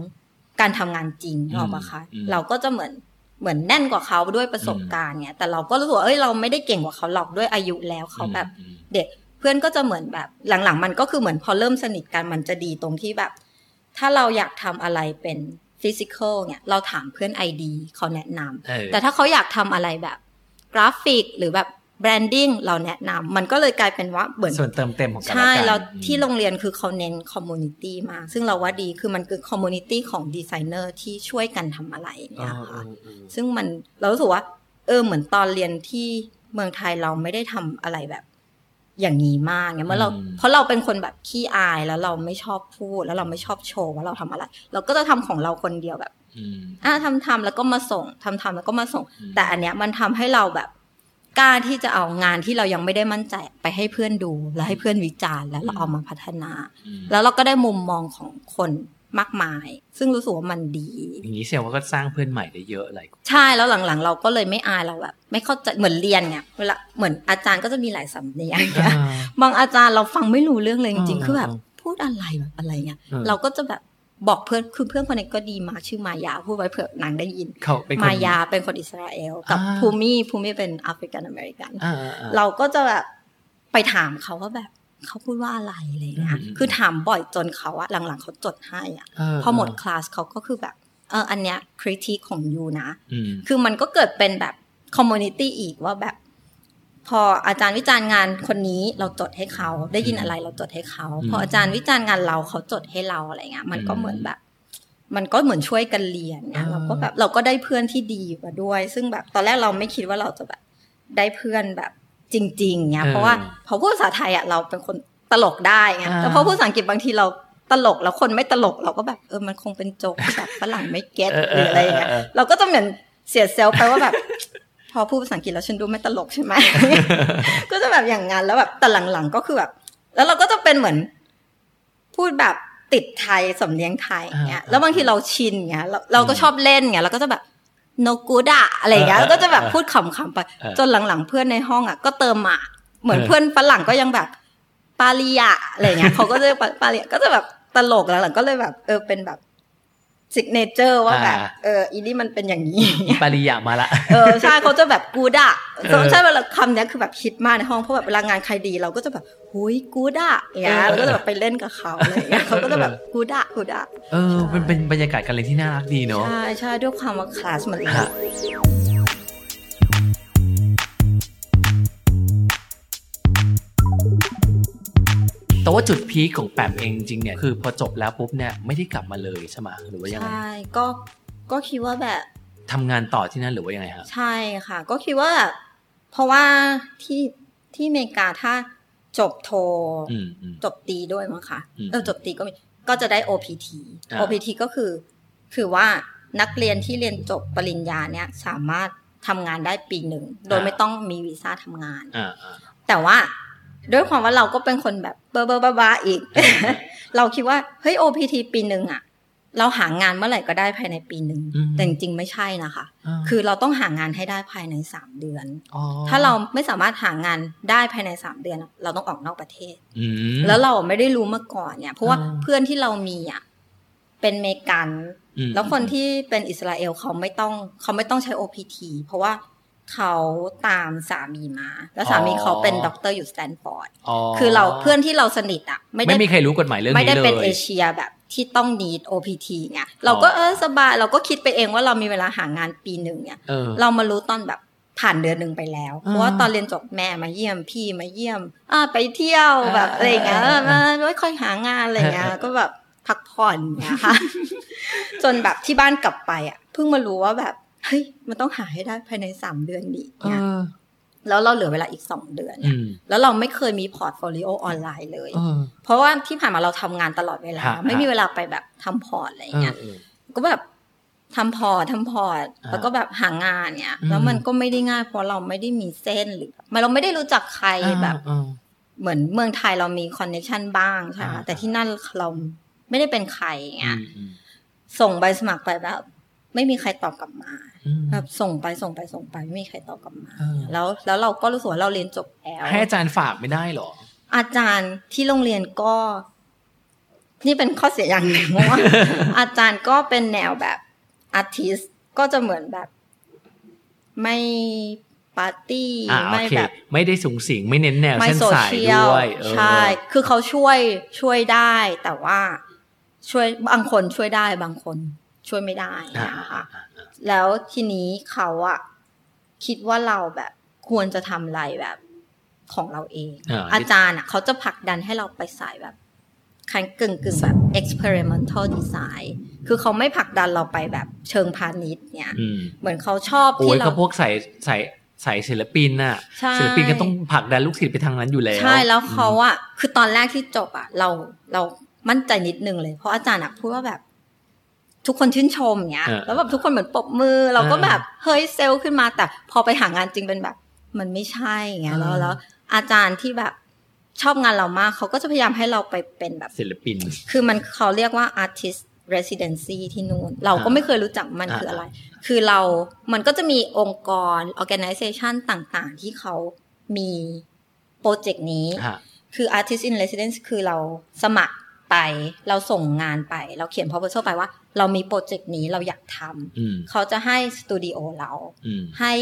Speaker 15: การทำงานจริง
Speaker 5: อืม
Speaker 15: หรอกปะคะ
Speaker 5: อืม
Speaker 15: เราก็จะเหมือนเหมือนแน่นกว่าเขาด้วยประสบการณ์เนี่ยแต่เราก็รู้สึกว่าเอ้ยเราไม่ได้เก่งกว่าเขาหรอกด้วยอายุแล้วเขาแบบ เด็กเพื่อนก็จะเหมือนแบบหลังๆ มันก็คือเหมือนพอเริ่มสนิทกันมันจะดีตรงที่แบบ ถ้าเราอยากทำอะไรเป็นฟิสิกอลเนี่ยเราถามเพื่อนไอดีเขาแนะนำ
Speaker 5: เออ
Speaker 15: แต่ถ้าเขาอยากทำอะไรแบบ กราฟิกหรือแบบแบรนดิ้งเราแนะนำมันก็เลยกลายเป็นว่าเหมือน
Speaker 4: ส่วนเติมเต็มของกันและ
Speaker 15: ใช่
Speaker 4: กัน
Speaker 15: เราที่โรงเรียนคือเขาเน้นคอมมูนิตี้มากซึ่งเราว่าดีคือมันคือคอมมูนิตี้ของดีไซเนอร์ที่ช่วยกันทำอะไร
Speaker 4: อ๋อ
Speaker 15: เนี่ยค่ะ
Speaker 4: เออเออ
Speaker 15: ซึ่งมันเรารู้สึกว่า เออเหมือนตอนเรียนที่เมืองไทยเราไม่ได้ทำอะไรแบบอย่างนี้มากเนี่ยเมื่อเรา
Speaker 5: อืม
Speaker 15: เพราะเราเป็นคนแบบขี้อายแล้วเราไม่ชอบพูด แล้วเราไม่ชอบโชว์ว่าเราทำอะไร เราก็จะทำของเราคนเดียวแบบ อ่ะทำทำแล้วก็มาส่งทำทำแล้วก็มาส่ง แต่อันเนี้ยมันทำให้เราแบบกล้าที่จะเอางานที่เรายังไม่ได้มั่นใจไปให้เพื่อนดูแล้วให้เพื่อนวิจารณ์แล้วเราเอามาพัฒนา แล้วเราก็ได้มุมมองของคนมากมาย ซึ่งรู้สึกว่ามันดี
Speaker 4: อย่างนี้เสียว่าก็สร้างเพื่อนใหม่ได้เยอะหลายคน
Speaker 15: ใช่แล้วหลังๆ เราก็เลยไม่อายเราแบบ ไม่เข้าใจเหมือนเรียนเนี่ยเวลาเหมือนอาจารย์ก็จะมีหลายสำเนียงเนี่ย [LAUGHS] บางอาจารย์เราฟังไม่รู้เรื่องเลยจริงๆคือแบบพูดอะไรแบบอะไรเงี้ย
Speaker 4: เออ
Speaker 15: เราก็จะแบบบอกเพื่อนคือเพื่อนคนนี้ก็ดีมากชื่อมายาพูดไว้เผื่อนางได้ยิน
Speaker 4: เขาเป็นคน
Speaker 15: มายาเป็นคนอิสราเอล กับ
Speaker 4: อ่า
Speaker 15: ภูมิภูมิเป็นแอฟริกันอเมริกัน
Speaker 4: อ่าอ่อ่
Speaker 15: เราก็จะแบบไปถามเขาว่าแบบเขาพูดว่าอะไรอะไรเงี้ย
Speaker 4: อืม
Speaker 15: คือถามบ่อยจนเขาอะหลังๆเขาจดให้อะ
Speaker 4: เออ
Speaker 15: พอหมดคลาสเขาก็คือแบบเอออันเนี้ยคริติของยูนะ
Speaker 4: อืม
Speaker 15: คือมันก็เกิดเป็นแบบคอมมูนิตี้อีกว่าแบบ พออาจารย์วิจารณ์งานคนนี้เราจดให้เขา ได้ยินอะไรเราจดให้เขา
Speaker 5: อืม
Speaker 15: พออาจารย์วิจารณ์งานเราเขาจดให้เราอะไรเงี้ยมันก็
Speaker 5: อืม
Speaker 15: เหมือนแบบ มันก็เหมือนช่วยกันเรียนเนี่ยเราก็แบบเราก็ได้เพื่อนที่ดีมาด้วย ซึ่งแบบตอนแรกเราไม่คิดว่าเราจะแบบได้เพื่อนแบบจริง ๆเนี่ย
Speaker 5: เออ
Speaker 15: เพราะว่าพอพูดภาษาไทยอ่ะเราเป็นคนตลกได้ไง
Speaker 5: อ่า
Speaker 15: แต่พอพูดภาษาอังกฤษบางทีเรา ตลกแล้วคนไม่ตลกเราก็แบบเออมันคงเป็นโจ๊กที่แบบฝรั่งไม่เก็ต
Speaker 4: เออ
Speaker 15: หรืออะไรอย่างเงี้ย
Speaker 4: เออเออ
Speaker 15: เราก็จะเหมือนเสียเซลล์ไปว่าแบบ [LAUGHS] พอพูดภาษาอังกฤษแล้วฉันดูไม่ตลกใช่ไหม ก็จะแบบอย่างงั้นแล้วแบบแต่หลังๆก็คือแบบ แล้วเราก็จะเป็นเหมือน พูดแบบติดไทยสำเนียงไทยอย่างเงี้ยแล้วบางทีเราชินอย่างเงี้ยเราเราก็ชอบเล่นอย่างเงี้ยเราก็จะแบบ โนกูดะอะไรอย่างเงี้ย
Speaker 5: เออเออ
Speaker 15: ก็จะแบบ
Speaker 5: เออ
Speaker 15: พูดขำๆไป
Speaker 5: เออ
Speaker 15: จนหลังๆเพื่อนในห้องอ่ะก็เติมหมากเหมือน
Speaker 5: เออ
Speaker 15: เพื่อนฝรั่งก็ยังแบบปาลีอะอะไรอย่างเงี้
Speaker 4: [LAUGHS]
Speaker 15: ยเขาก็จะเรียกปาปาลีก็จะแบบตลกแล้วหลังๆก็เลยแบบ เออเป็นแบบสิกเนเจอร์ว่าแบบ
Speaker 4: อ่า
Speaker 15: เอออีนี่มันเป็นอย่างนี้ [LAUGHS]
Speaker 4: ปาริยะมาละ
Speaker 15: เออใช่เขาจะแบบกูด่ะ
Speaker 4: เออ
Speaker 15: ใช่เวลาคำเนี้ยคือแบบฮิตมากในห้องเพราะแบบเวลางานใครดีเราก็จะแบบหุยกูด่ะอย่างเงี้
Speaker 4: เอ
Speaker 15: ย
Speaker 4: อ
Speaker 15: แล้วก็จะแบบไปเล่นกับเขาอะไรอย่างเงี้ยเขาก็จะแบบกูด่ะกูด่ะ
Speaker 4: เออมันเป็นบรรยากาศการเรียนที่น่ารักดีเนาะ
Speaker 15: ใช่ใช่ด้วยความว่าคลาสมันเล็ก
Speaker 4: ฮะ แต่ว่าจุดพีคของแปมเองจริงๆเนี่ยคือพอจบแล้วปุ๊บเนี่ยไม่ได้กลับมาเลยใช่ไหมหรือว่ายังไง
Speaker 15: ใช่ ก็ก็คิดว่าแบบ
Speaker 4: ทำงานต่อที่นั่นหรือว่ายังไงฮะ
Speaker 15: ใช่ค่ะ ก็คิดว่าแบบเพราะว่าที่ที่อเมริกาถ้าจบโท
Speaker 4: อืมอืม
Speaker 15: จบตีด้วยมั้งคะ
Speaker 4: อืม
Speaker 15: เออจบตีก็มีก็จะได้ OPT
Speaker 4: อ่า
Speaker 15: OPT ก็คือ คือว่านักเรียนที่เรียนจบปริญญาเนี่ยสามารถทำงานได้ปีหนึ่ง โดย
Speaker 5: อ่า
Speaker 15: ไม่ต้องมีวีซ่าทำงาน
Speaker 4: อ่า
Speaker 15: แต่ว่าด้วยความว่าเราก็เป็นคนแบบเบอร์เบอร์บ้าๆอีก เราคิดว่าเฮ้ย OPT ปีหนึ่งอะเราหางานเมื่อไหร่ก็ได้ภายในปีหนึ่ง
Speaker 5: อืม
Speaker 15: แต่จริงๆไม่ใช่นะคะ
Speaker 5: อ่า
Speaker 15: คือเราต้องหางานให้ได้ภายในสามเดือน
Speaker 4: อ๋อ
Speaker 15: ถ้าเราไม่สามารถหางานได้ภายในสามเดือนอะเราต้องออกนอกประเทศ
Speaker 4: อืม
Speaker 15: แล้วเราไม่ได้รู้มาก่อนเนี่ย เพราะว่า
Speaker 4: อ่า
Speaker 15: เพื่อนที่เรามีอ่ะเป็นเมกัน
Speaker 4: อืม
Speaker 15: แล้วคนที่เป็นอิสราเอลเขาไม่ต้องเขาไม่ต้องใช้ OPT เพราะว่าเขาตามสามีมา แล้วสามีเขาเป็นด็อกเตอร์อยู่สแตนฟอร์ด
Speaker 4: อ๋อ
Speaker 15: คือเราเพื่อนที่เราสนิทอ่ะไม่ได้
Speaker 4: ไม่มีใครรู้กฎหมายเรื่อง
Speaker 15: ไม่
Speaker 4: นี้
Speaker 15: ได้
Speaker 4: เล
Speaker 15: เป็น
Speaker 4: ย
Speaker 15: เอเชียแบบที่ต้อง need OPT ไงเราก็
Speaker 4: อ๋อ
Speaker 15: เออสบายเราก็คิดไปเองว่าเรามีเวลาหางานปีหนึ่งเนี่ย
Speaker 4: เออ
Speaker 15: เรามารู้ตอนแบบผ่านเดือนหนึ่งไปแล้ว
Speaker 4: อ่า
Speaker 15: เพราะว่าตอนเรียนจบแม่มาเยี่ยมพี่มาเยี่ยมอ่าไปเที่ยวแบบอะไรอย่างเงี้ย
Speaker 5: อ่า
Speaker 15: มาไม่ค่อยหางานอะไรอย่างเงี้ย
Speaker 5: เออเออ
Speaker 15: ก็แบบพักผ่อนอย่างเงี้ยค่ะ [LAUGHS] จนแบบที่บ้านกลับไปอ่ะเพิ่งมารู้ว่าแบบเฮ้ยมันต้องหาให้ได้ภายในสามเดือนนี้เนี่ย
Speaker 4: เออ
Speaker 15: แล้วเราเหลือเวลาอีกสองเดือน
Speaker 4: อืม
Speaker 15: แล้วเราไม่เคยมีพอร์ตโฟลิโอออนไลน์เลย
Speaker 4: เออ
Speaker 15: เพราะว่าที่ผ่านมาเราทำงานตลอดเวลา
Speaker 4: ฮะ
Speaker 15: ไม่มีเวลาไปแบบทำพอร์ตอะไรอย่างเงี้ย
Speaker 4: เออ
Speaker 15: ก็แบบทำพอร์ตทำพอร์ต
Speaker 4: อ่า
Speaker 15: แล้วก็แบบหางานเนี่ย
Speaker 4: อืม
Speaker 15: แล้วมันก็ไม่ได้ง่ายเพราะเราไม่ได้มีเส้นหรือแบบมันเราไม่ได้รู้จักใคร
Speaker 4: อ่า
Speaker 15: แบบ
Speaker 4: อ่า
Speaker 15: เหมือนเมืองไทยเรามีคอนเนคชันบ้างใช่ไหม
Speaker 4: อ่า
Speaker 15: แต่ที่นั่นเราไม่ได้เป็นใครอย่างเงี้ย
Speaker 4: อืมอืม
Speaker 15: ส่งใบสมัครไปแบบ ไม่มีใครตอบกลับมา
Speaker 4: อืม
Speaker 15: แบบส่งไปส่งไปส่งไปไม่มีใครตอบกลับมา
Speaker 4: เออ
Speaker 15: แล้วแล้วเราก็รู้สึกว่าเราเรียนจบแล้ว
Speaker 4: ให้อาจารย์ฝากไม่ได้เหรอ
Speaker 15: อาจารย์ที่โรงเรียนก็ นี่เป็นข้อเสียอย่าง
Speaker 4: [LAUGHS]
Speaker 15: หนึ่งเพราะว่า อาจารย์ก็เป็นแนวแบบอาร์ติสก็จะเหมือนแบบ ไม่ปาร์ตี้
Speaker 4: อ่าโอ
Speaker 15: ไม่
Speaker 4: เค
Speaker 15: แบบ
Speaker 4: ไม่ได้สูงสิงไม่เน้นแนว
Speaker 15: ไม่
Speaker 4: เส้น
Speaker 15: โซ
Speaker 4: สาย
Speaker 15: เชียล
Speaker 4: ด้วยเออ
Speaker 15: ใช่ คือเขาช่วยช่วยได้ แต่ว่าช่วยบางคนช่วยได้บางคนช่วยไม่ได้นะคะแล้วทีนี้เขาอะคิดว่าเราแบบควรจะทำอะไรแบบของเราเอง
Speaker 5: อ่า
Speaker 15: อาจารย์อะเขาจะผลักดันให้เราไปสายแบบ คันกึ่งกึ่งแบบ experimental design คือเขาไม่ผลักดันเราไปแบบเชิงพาณิชย์เนี่ย
Speaker 4: อืม
Speaker 15: เหมือนเขาชอบ
Speaker 4: โอ้
Speaker 15: ที่
Speaker 4: ย
Speaker 15: เรา
Speaker 4: ก็พวกใส่ใส่ใส่ศิลปินน่ะ
Speaker 15: ใช่
Speaker 4: ศิลปินก็ต้องผลักดันลูกศิษย์ไปทางนั้นอยู่แล้ว
Speaker 15: ใช่แล้วเขาอะคือตอนแรกที่จบอะเราเรามั่นใจนิดนึงเลย เพราะอาจารย์อะพูดว่าแบบ ทุกคนชื่นชมเนี้ย
Speaker 5: เออ
Speaker 15: แล้วแบบทุกคนเหมือนปรบมือ เราก็
Speaker 5: เออ
Speaker 15: แบบเฮ้ยเซลล์ขึ้นมาแต่พอไปหางานจริงเป็นแบบ มันไม่ใช่เงี้ยแล้ว
Speaker 5: เออ
Speaker 15: แล้วอาจารย์ที่แบบชอบงานเรามากเขาก็จะพยายามให้เราไปเป็นแบบ
Speaker 4: ศิลปิน
Speaker 15: คือมันเขาเรียกว่า artist residency ที่นู่น เราก็ไม่เคยรู้จักมัน
Speaker 4: อ่า
Speaker 15: คืออะไร คือเรา มันก็จะมีองค์กร organization ต่างๆ ที่เขามีโปรเจกต์นี้
Speaker 4: ฮะ
Speaker 15: คือ artist in residence คือเราสมัครไป เราส่งงานไป เราเขียน proposal ไปว่า เรามีโปรเจกต์นี้เราอยากท
Speaker 4: อืม
Speaker 15: ำ เขาจะให้สตูดิโอเรา
Speaker 4: อืม
Speaker 15: ให้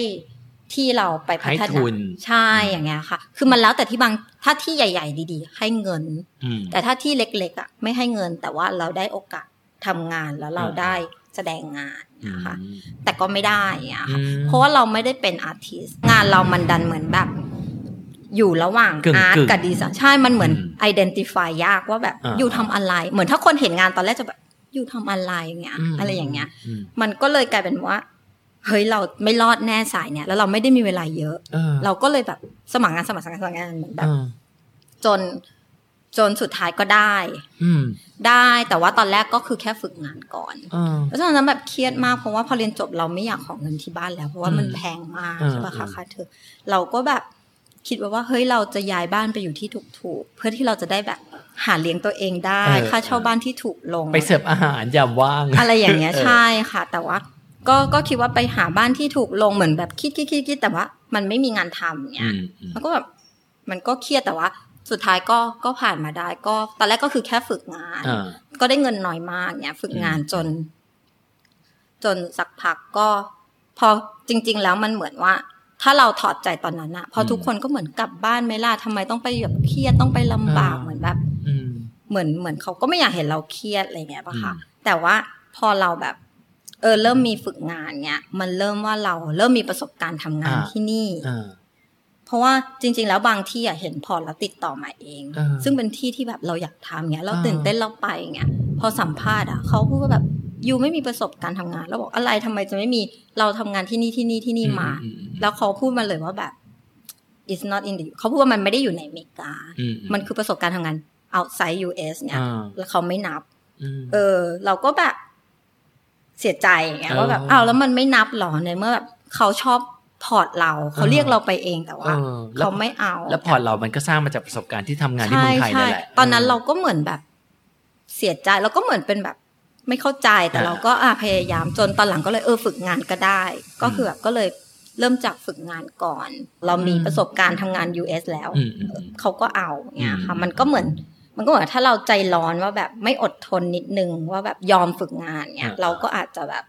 Speaker 15: ที่เราไปพัฒ
Speaker 4: ให้
Speaker 15: นา
Speaker 4: ทุน
Speaker 15: ใช่อย่างเงี้ยค่ะ คือมันแล้วแต่ที่บาง ถ้าที่ใหญ่ ๆ ดี ๆ ให้เงิน
Speaker 4: อืม
Speaker 15: แต่ถ้าที่เล็กๆอ่ะไม่ให้เงินแต่ว่าเราได้โอกาสทำงานแล้วเรา
Speaker 4: อ่า
Speaker 15: ได้แสดงงาน
Speaker 4: อืม
Speaker 15: แต่ก็ไม่ได้อย่างเงี้ยค่ะ
Speaker 4: อืม
Speaker 15: เพราะว่าเราไม่ได้เป็นอาร์ติสงานเรามันดันเหมือนแบบ อยู่ระหว่าง
Speaker 5: กึ่งๆ
Speaker 15: อาร์ตกับดีไซน์ใช่มันเหมือน
Speaker 5: อืม
Speaker 15: ไอดีนติฟายยากว่าแบบ
Speaker 5: อ่า
Speaker 15: อยู่ทำอะไร เหมือนถ้าคนเห็นงานตอนแรกจะแบบอยู่ทำอะไรอย่างเงี้ย
Speaker 5: อืม
Speaker 15: อะไรอย่างเงี้ย
Speaker 5: อืม
Speaker 15: มันก็เลยกลายเป็นว่า เฮ้ยเราไม่รอดแน่สายเนี่ย แล้วเราไม่ได้มีเวลาเยอะ
Speaker 5: เออ
Speaker 15: เราก็เลยแบบสมัครงานสมัครงานสมัครงานเหมือนแบบ จน จนสุดท้ายก็ได้
Speaker 8: อืม
Speaker 15: ได้แต่ว่าตอนแรกก็คือแค่ฝึกงานก่อน
Speaker 8: อ่า
Speaker 15: แล้วตอนนั้นแบบเครียดมากเพราะว่าพอเรียนจบเราไม่อยากของเงินที่บ้านแล้ว เพราะว่ามัน
Speaker 8: อืม
Speaker 15: แพงมาก
Speaker 8: อ่า
Speaker 15: ใช่ปะคะ
Speaker 8: อ่า
Speaker 15: ค่าเทอมเราก็แบบคิดไว้ว่าเฮ้ยเราจะย้ายบ้านไปอยู่ที่ถูกๆเพื่อที่เราจะได้แบบหาเลี้ยงตัวเองได้
Speaker 8: เออ
Speaker 15: ค่าเช่าบ้านที่ถูกลง
Speaker 8: ไปเสิร์ฟอาหารยามว่าง
Speaker 15: อะไรอย่างเงี้ยใช่ค่ะ แต่ว่าก็ก็คิดว่าไปหาบ้านที่ถูกลงเหมือนแบบคิดคิดคิดคิดแต่ว่ามันไม่มีงานทำเนี่ยมันก็แบบมันก็เครียดแต่ว่า สุดท้ายก็ก็ผ่านมาได้ ก็ตอนแรกก็คือแค่ฝึกงาน
Speaker 24: อ่า
Speaker 15: ก็ได้เงินน้อยมากเนี่ย ฝึกงานจน จนสักพักก็ พอจริง ๆ แล้วมันเหมือนว่า ถ้าเราถอดใจตอนนั้นอะพอทุกคนก็เหมือนกลับบ้านไหม่ล่ะทำไมต้องไปแบบเครียดต้องไปลำบากเหมือนแบบ
Speaker 8: อืม
Speaker 15: เหมือนเหมือนเขาก็ไม่อยากเห็นเราเครียดอะไรเงี้ยป่ะคะแต่ว่าพอเราแบบ เออเริ่มมีฝึกงานเนี้ยมันเริ่มว่าเราเริ่มมีประสบการณ์ทำงาน
Speaker 24: อ่า
Speaker 15: ที่นี่
Speaker 8: อ่า
Speaker 15: เพราะว่าจริง ๆ แล้วบางที่อ่ะเห็นพอร์ตแล้วติดต่อมาเอง
Speaker 24: อ่า
Speaker 15: ซึ่งเป็นที่ที่แบบเราอยากทำเงี้ยเรา
Speaker 24: อ่า
Speaker 15: ตื่นเต้นเราไปเงี้ยพอสัมภาษณ์อ่ะเขาพูดว่าแบบยูไม่มีประสบการณ์ทำงาน แล้วบอกอะไรทำไมจะไม่มีเราทำงานที่นี่ที่นี่ที่นี่มา แล้วเขาพูดมาเลยว่าแบบ it's not in the เขาพูดว่ามันไม่ได้อยู่ในอเมริกา
Speaker 24: อืมอืม
Speaker 15: มันคือประสบการณ์ทำงาน outside US เนี่ย
Speaker 24: อ่า
Speaker 15: แล้วเขาไม่นับ
Speaker 24: อืม
Speaker 15: เออ เราก็แบบเสียใจอย่างเงี้ย
Speaker 24: เออ
Speaker 15: ว่าแบบอ้าวแล้วมันไม่นับหรอในเมื่อแบบเขาชอบพอร์ตเราเขาเรียกเราไปเองแต่ว่า
Speaker 8: เออแล้ว
Speaker 15: เขาไม่เอา
Speaker 8: แล้วพอร์ตเรามันก็สร้างมาจากประสบการณ์ที่ทำงานที่
Speaker 15: ใช่
Speaker 8: เมืองไทย
Speaker 15: ใช่
Speaker 8: นั่นแหละ
Speaker 15: ตอนนั้นเราก็เหมือนแบบเสียใจแล้วก็เหมือนเป็นแบบ ไม่เข้าใจแต่
Speaker 8: อ่า
Speaker 15: เราก็อ่ะพยายามจนตอนหลังก็เลยเออฝึกงานก็ได้ ก็คือแบบก็เลยเริ่มจากฝึกงานก่อน เรามีประสบการณ์ทำงาน US แล้ว
Speaker 24: อืม
Speaker 15: เขาก็เอาเนี่ยค่ะมันก็เหมือน มันก็เหมือนถ้าเราใจร้อนว่าแบบไม่อดทนนิดนึงว่าแบบยอมฝึกงานเนี่ย
Speaker 8: อ่า
Speaker 15: เราก็อาจจะแบบ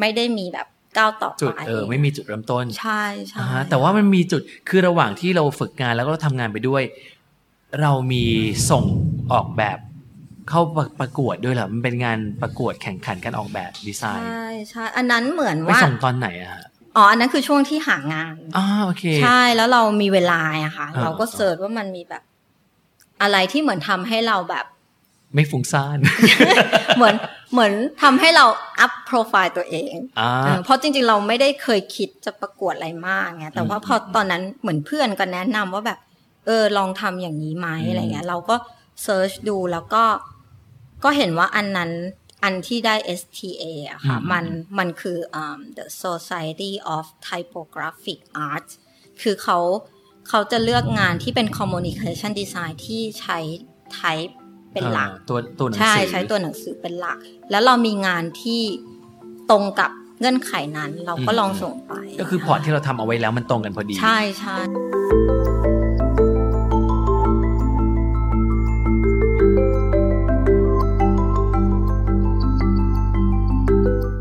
Speaker 15: ไม่ได้มีแบบก้าวต่อ
Speaker 8: จุด
Speaker 15: ไป
Speaker 8: เออไม่มีจุดเริ่มต้น
Speaker 15: ใช่ใช่
Speaker 8: อ่าฮะแต่ว่ามันมีจุดคือระหว่างที่เราฝึกงานแล้วก็เราทำงานไปด้วย เรามีส่งออกแบบเข้าประประกวดด้วยเหรอมันเป็นงานประกวดแข่งขันการออกแบบดีไซ
Speaker 15: ใช่
Speaker 8: น์
Speaker 15: ใช่อันนั้นเหมือน
Speaker 8: ไป
Speaker 15: ว่า
Speaker 8: ส่งตอนไหนอะฮะ
Speaker 15: อ๋อ อันนั้นคือช่วงที่หางาน
Speaker 8: อ่าโอเค
Speaker 15: ใช่ แล้วเรามีเวลาอะค่ะ
Speaker 8: อ่า
Speaker 15: เราก็เสิร์ชว่ามันมีแบบ อะไรที่เหมือนทำให้เราแบบ
Speaker 8: ไม่ฟุ้งซ่าน
Speaker 15: เหมือนเหมือนทำให้เราอัพโปรไฟล์ตัวเอง
Speaker 8: อ่า
Speaker 15: เออเพราะจริง ๆ เราไม่ได้เคยคิดจะประกวดอะไรมากไงแต่ว่า
Speaker 8: อืม
Speaker 15: พอตอนนั้นเหมือนเพื่อนก็แนะนำว่าแบบ เออลองทำอย่างนี้ไหม
Speaker 8: อืม
Speaker 15: อะไรเงี้ย เราก็เซิร์ชดูแล้วก็ก็เห็นว่าอันนั้นอันที่ได้ STA อะค่ะ
Speaker 24: อืม
Speaker 15: มันมันคืออ่า the Society of Typographic Art คือเขาเขาจะเลือกงานที่เป็น communication design ที่ใช้ type เป็นหลัก
Speaker 8: อ่าตัวตัวหนังสือ
Speaker 15: ใช่ใช้ตัวหนังสือเป็นหลัก แล้วเรามีงานที่ตรงกับเงื่อนไขนั้น เราก็
Speaker 8: อืม
Speaker 15: ลองส่งไป
Speaker 8: ก็คือพอร์ตที่เราทำเอาไว้แล้วมันตรงกันพอดี
Speaker 15: ใช่ใช่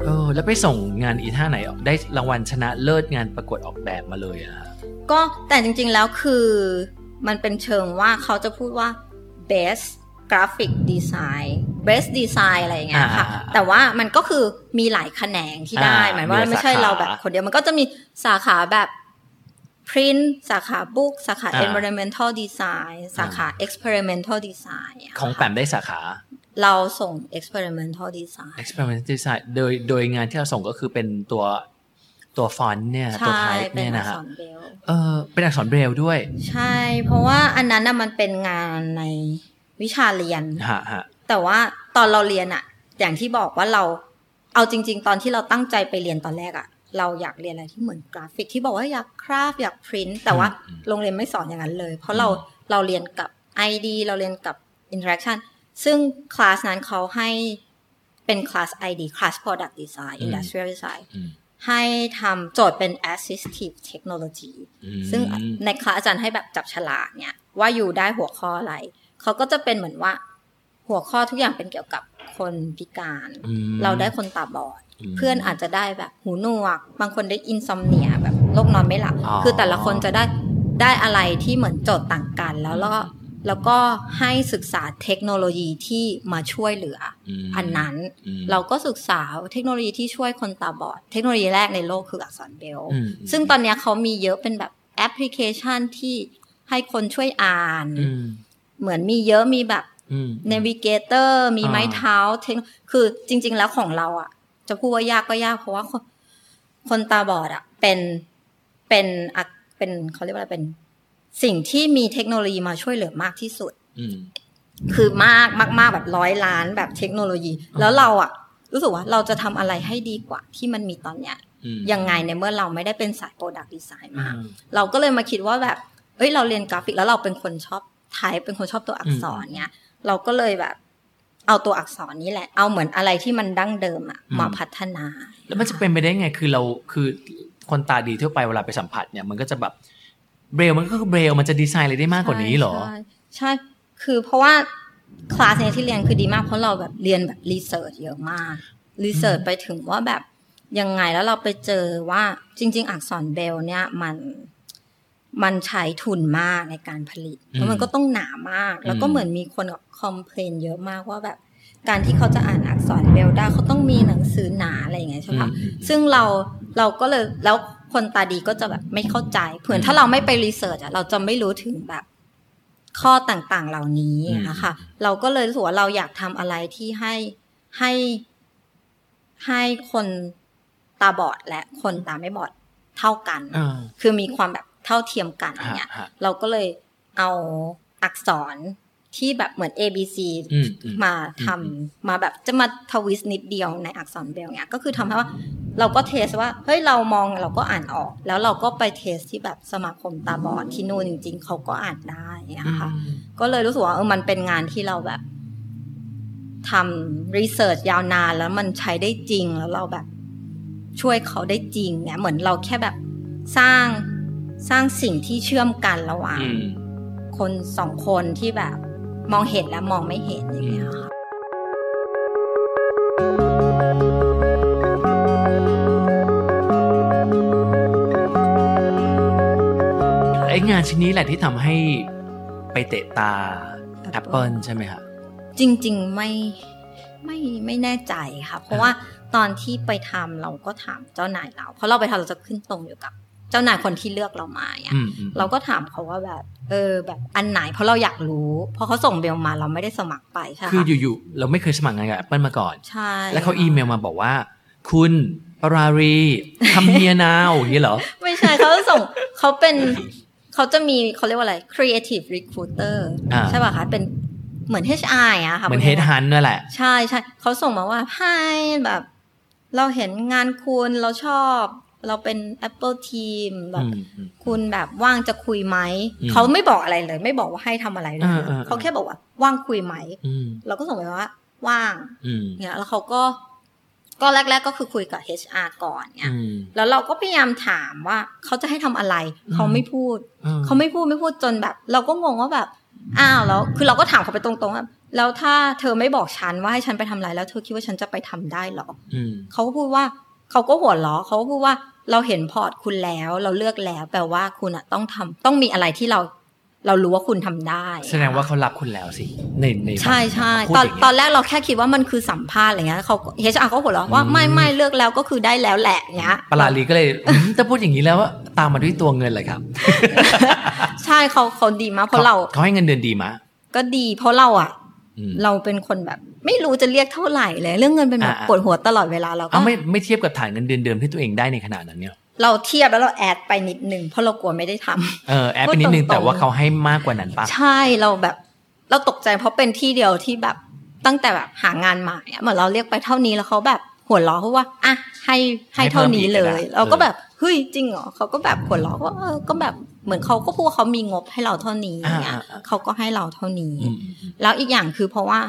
Speaker 8: เออแล้วไปส่งงานอีท่าไหนออกได้รางวัลชนะเลิศงานประกวดออกแบบมาเลยอะฮะ
Speaker 15: ก็แต่จริงๆแล้วคือมันเป็นเชิงว่าเขาจะพูดว่า best graphic design best design อะไรอย่างเงี้ยค่ะ
Speaker 24: อ่า
Speaker 15: แต่ว่ามันก็คือมีหลายแขนงที่ได้
Speaker 24: อ่า
Speaker 15: หมายว่าไม่ใช่
Speaker 24: มีหลายสาขา
Speaker 15: เราแบบคนเดียวมันก็จะมีสาขาแบบ print สาขา book สาขา
Speaker 8: อ่า
Speaker 15: environmental design สาขา experimental design อะ
Speaker 8: ของแปมได้สาขา
Speaker 15: เราส่ง experimental design
Speaker 8: experiment design โดยโดยงานที่เราส่งก็คือเป็นตัวตัวฟอนต์เนี่ยตัว
Speaker 15: ใช่
Speaker 8: ไทป์
Speaker 15: เป็น
Speaker 8: เนี่ย
Speaker 15: อั
Speaker 8: นะ
Speaker 15: ก
Speaker 8: ฮะ
Speaker 15: ษรเบรลล
Speaker 8: เออเป็นอักษรเบรลด้วย
Speaker 15: ใช่ เพราะว่าอันนั้นน่ะมันเป็นงานในวิชาเรียน
Speaker 8: ฮะฮะ
Speaker 15: แต่ว่าตอนเราเรียนอะอย่างที่บอกว่าเราเอาจริง ๆ ตอนที่เราตั้งใจไปเรียนตอนแรกอะเราอยากเรียนอะไรที่เหมือนกราฟิกที่บอกว่าอยากคราฟอยากพิมพ์แต่ว่าโรงเรียนไม่สอนอย่างนั้นเลย เพราะเราเราเรียนกับ ID เราเรียนกับ Interaction ซึ่งคลาสนั้นเขาให้เป็นคลาส ID คลาส Product Design
Speaker 24: อืม
Speaker 15: Industrial Design
Speaker 24: อืม
Speaker 15: ให้ทำโจทย์เป็น Assistive Technology
Speaker 24: อืม
Speaker 15: ซึ่งในคลาสอาจารย์ให้แบบจับฉลากเนี่ย ว่าอยู่ได้หัวข้ออะไร เขาก็จะเป็นเหมือนว่า หัวข้อทุกอย่างเป็นเกี่ยวกับคนพิการ
Speaker 24: อืม
Speaker 15: เราได้คนตาบอด
Speaker 24: อืม
Speaker 15: เพื่อนอาจจะได้แบบหูหนวก บางคนได้อินซอมเนียแบบโรคนอนไม่หลับ
Speaker 24: อ๋อ
Speaker 15: คือแต่ละคนจะได้ได้อะไรที่เหมือนโจทย์ต่างกัน แล้วก็แล้วก็ให้ศึกษาเทคโนโลยีที่มาช่วยเหลืออ
Speaker 24: ม
Speaker 15: อันนั้น เราก็ศึกษาเทคโนโลยีที่ช่วยคนตาบอด เทคโนโลยีแรกในโลกคืออักษรเบรลล
Speaker 24: อืม
Speaker 15: ซึ่งตอนเนี้ยเขามีเยอะเป็นแบบแอปพลิเคชันที่ให้คนช่วยอ่าน
Speaker 24: อืม
Speaker 15: เหมือนมีเยอะมีแบบ
Speaker 24: อืม
Speaker 15: n น v i เกเตอร์มีไม้
Speaker 24: อ่า
Speaker 15: เท้าเทคคือจริง ๆ แล้วของเราอะจะพูดว่ายากก็ยากเพราะว่าคนคนตาบอดอะเป็นเป็นอะเป็นเขาเรียกว่าอะไรเป็น สิ่งที่มีเทคโนโลยีมาช่วยเหลือมากที่สุด
Speaker 24: อืม
Speaker 15: คือมากมากมากแบบร้อยล้านแบบเทคโนโลยี แล้วเราอะรู้สึกว่าเราจะทำอะไรให้ดีกว่าที่มันมีตอนเนี้ย ยังไงในเมื่อเราไม่ได้เป็นสายโปรดักต์ดีไซน์มา เราก็เลยมาคิดว่าแบบ เอ้ยเราเรียนกราฟิกแล้วเราเป็นคนชอบไทยเป็นคนชอบตัวอักษรเนี่ยเราก็เลยแบบ เอาตัวอักษรนี้แหละ เอาเหมือนอะไรที่มันดั้งเดิมอะ
Speaker 4: อืม
Speaker 15: มาพัฒนา
Speaker 4: แล้วมันจะเป็นไปได้ไงคือเราคือคนตาดีทั่วไปเวลาไปสัมผัสเนี่ยมันก็จะแบบเบรลมันก็คือเบรลมันจะดีไซน์อะไรได้มากกว่านี้เหรอ
Speaker 15: ใช่ใช่ คือเพราะว่าคลาสเนี้ยที่เรียนคือดีมาก เพราะเราแบบเรียนแบบรีเสิร์ชเยอะมาก รีเสิร์ชไปถึงว่าแบบยังไงแล้วเราไปเจอว่าจริง ๆ อักษรเบรลเนี่ยมันมันใช้ทุนมากในการผลิต
Speaker 25: อืม
Speaker 15: แล้วมันก็ต้องหนามาก แล้วก็
Speaker 25: อืม
Speaker 15: เหมือนมีคนคอมเพลนเยอะมากว่าแบบการที่เขาจะอ่านอักษรเบรลได้เขาต้องมีหนังสือหนาอะไรอย่างเงี้ยใช่ปะ ซึ่งเราเราก็เลยแล้วคนตาดีก็จะแบบไม่เข้าใจเผื่อถ้าเราไม่ไปรีเสิร์ชอะเราจะไม่รู้ถึงแบบข้อต่างๆเหล่านี้นะคะเราก็เลยรู้สึกว่าเราอยากทำอะไรที่ให้ให้ให้คนตาบอดและคนตาไม่บอดเท่ากัน
Speaker 25: อ่า
Speaker 15: คือมีความแบบเท่าเทียมกันอย่างเนี่ย
Speaker 25: ฮะฮะ
Speaker 15: เราก็เลยเอาอักษรที่แบบเหมือน A B C
Speaker 25: อืมอืม
Speaker 15: มาทำมาแบบจะมาทวิสต์นิดเดียวในอักษรเบรลเนี่ยก็คือทำให้ว่าเราก็เทสว่าเฮ้ยเรามองเราก็อ่านออก แล้วเราก็ไปเทสที่แบบสมาคมตาบอดที่นู่นจริง ๆเขาก็อ่านได้นะคะ ก็เลยรู้สึกว่าเออมันเป็นงานที่เราแบบทำรีเสิร์ชยาวนานแล้วมันใช้ได้จริงแล้วเราแบบช่วยเขาได้จริงเนี่ยเหมือนเราแค่แบบสร้างสร้างสิ่งที่เชื่อมกันระหว่าง คนสองคนที่แบบมองเห็นและมองไม่เห็นอย่างเงี้ยค่ะ
Speaker 4: ไอ้งานชิ้นนี้แหละที่ทำให้ไปเตะตา Apple ใช่ไหมครับ
Speaker 15: จริง ๆ ไม่ไม่ไม่แน่ใจค่ะ เพราะว่าตอนที่ไปทำเราก็ถามเจ้านายเรา เพราะเราไปทำเราจะขึ้นตรงอยู่กับ เจ้านายคนที่เลือกเรามาเนี่ย เราก็ถามเขาว่าแบบ เออ แบบอันไหนเพราะเราอยากรู้เพราะเขาส่งเบลมาเราไม่ได้สมัครไปใช่ไหม
Speaker 4: คืออยู่ๆเราไม่เคยสมัครงานกับ Apple มาก่อน
Speaker 15: ใช่
Speaker 4: แล้วเขาอีเมลมาบอกว่า คุณปรา
Speaker 15: [LAUGHS]
Speaker 4: รีทำเฮียนาวอย่างนี้เหรอ
Speaker 15: ไม่ใช่เขาส่งเขาเป็นเขาจะมีเขาเรียกว่าอะไร creative recruiter
Speaker 4: อ่า
Speaker 15: ใช่ป่ะคะเป็นเหมือน HR อะค่ะ
Speaker 4: เหมือนเฮดฮันนั่นแหละ
Speaker 15: ใช่ใช่เขาส่งมาว่าให้แบบ เราเห็นงานคุณเราชอบ เราเป็น Apple Team แบบคุณแบบว่างจะคุยไหม
Speaker 25: อืม
Speaker 15: เขาไม่บอกอะไรเลย ไม่บอกว่าให้ทำอะไรเลยนะ
Speaker 25: อ่าอ่าอ่า
Speaker 15: เขาแค่บอกว่าว่างคุยไหม
Speaker 4: อืม
Speaker 15: เราก็ส่งไปว่า ว่าง
Speaker 4: อืม
Speaker 15: เนี่ยแล้วเขาก็ก็แรก ๆ ก็คือคุยกับ HR ก่อนเนี่ย
Speaker 4: อืม
Speaker 15: แล้วเราก็พยายามถามว่าเขาจะให้ทำอะไร
Speaker 4: อืม
Speaker 15: เขาไม่พูด
Speaker 4: อืม
Speaker 15: เขาไม่พูดไม่พูดจนแบบ เราก็งงว่าแบบ อ้าวแล้ว คือเราก็ถามเขาไปตรงๆว่าแล้วถ้าเธอไม่บอกฉันว่าให้ฉันไปทำอะไรแล้วเธอคิดว่าฉันจะไปทำได้เหรอ
Speaker 4: อืม
Speaker 15: เขาก็พูดว่าเขาก็หัวเราะเขาก็พูดว่าเราเห็นพอร์ตคุณแล้ว เราเลือกแล้ว แปลว่าคุณอะต้องทำต้องมีอะไรที่เรา เรารู้ว่าคุณทำได้
Speaker 4: แสดงว่าเขารับคุณแล้วสิ ในใน
Speaker 15: ใช่ใช่
Speaker 4: พูด
Speaker 15: ตอน
Speaker 4: ย่าง
Speaker 15: ต
Speaker 4: เงี้ย
Speaker 15: อนแรกเราแค่คิดว่ามันคือสัมภาษณ์อะไรเงี้ยเขาเฮชอาเขาหัวเราะว่า
Speaker 4: อืม
Speaker 15: ไม่ไม่เลือกแล้วก็คือได้แล้วแหละเงี้ย
Speaker 4: ปรารีก็เลย [LAUGHS] อืมถ้าพูดอย่างนี้แล้วว่าตามมาด้วยตัวเงินเลยครับ
Speaker 15: ใช่เขาเขาดีมากเพราะเรา
Speaker 4: เขาให้เงินเดือนดีมะ
Speaker 15: ก็ดีเพราะเราอะ
Speaker 4: อืม
Speaker 15: เราเป็นคนแบบ ไม่รู้จะเรียกเท่าไหร่เลย เรื่องเงินเป็นแบบ
Speaker 4: อ่าๆ
Speaker 15: ปวดหัวตลอดเวลาเราก็
Speaker 4: เอาไม่ไม่เทียบกับฐานเงินเดือนเดิมที่ตัวเองได้ในขนาดนั้นเนี่ย
Speaker 15: เราเทียบแล้วเราแอดไปนิดนึงเพราะเรากลัวไม่ได้ทำ
Speaker 4: เออแอบไปนิดนึง
Speaker 15: พูดตรงๆ
Speaker 4: แต่ว่าเขาให้มากกว่านั้นปะ
Speaker 15: ใช่เราแบบ เราตกใจเพราะเป็นที่เดียวที่แบบตั้งแต่แบบหางานมาเนี่ยเหมือนเราเรียกไปเท่านี้แล้วเขาแบบหัวเราะเพราะว่าอ่ะให้ให้
Speaker 25: ให้เพิ่
Speaker 15: เท่าม นี้
Speaker 25: อีกก็
Speaker 15: เล
Speaker 25: ได้
Speaker 15: ย เราก็
Speaker 25: เออ
Speaker 15: แบบเฮ้ยจริงเหรอเขาก็แบบหัวเราะว่าเออก็แบบเหมือนเขาก็พูดว่าเขามีงบให้เราเท่านี้เนี่ยเขาก็ให้เราเท่านี้ แล้วอีกอย่างคือเพราะว่า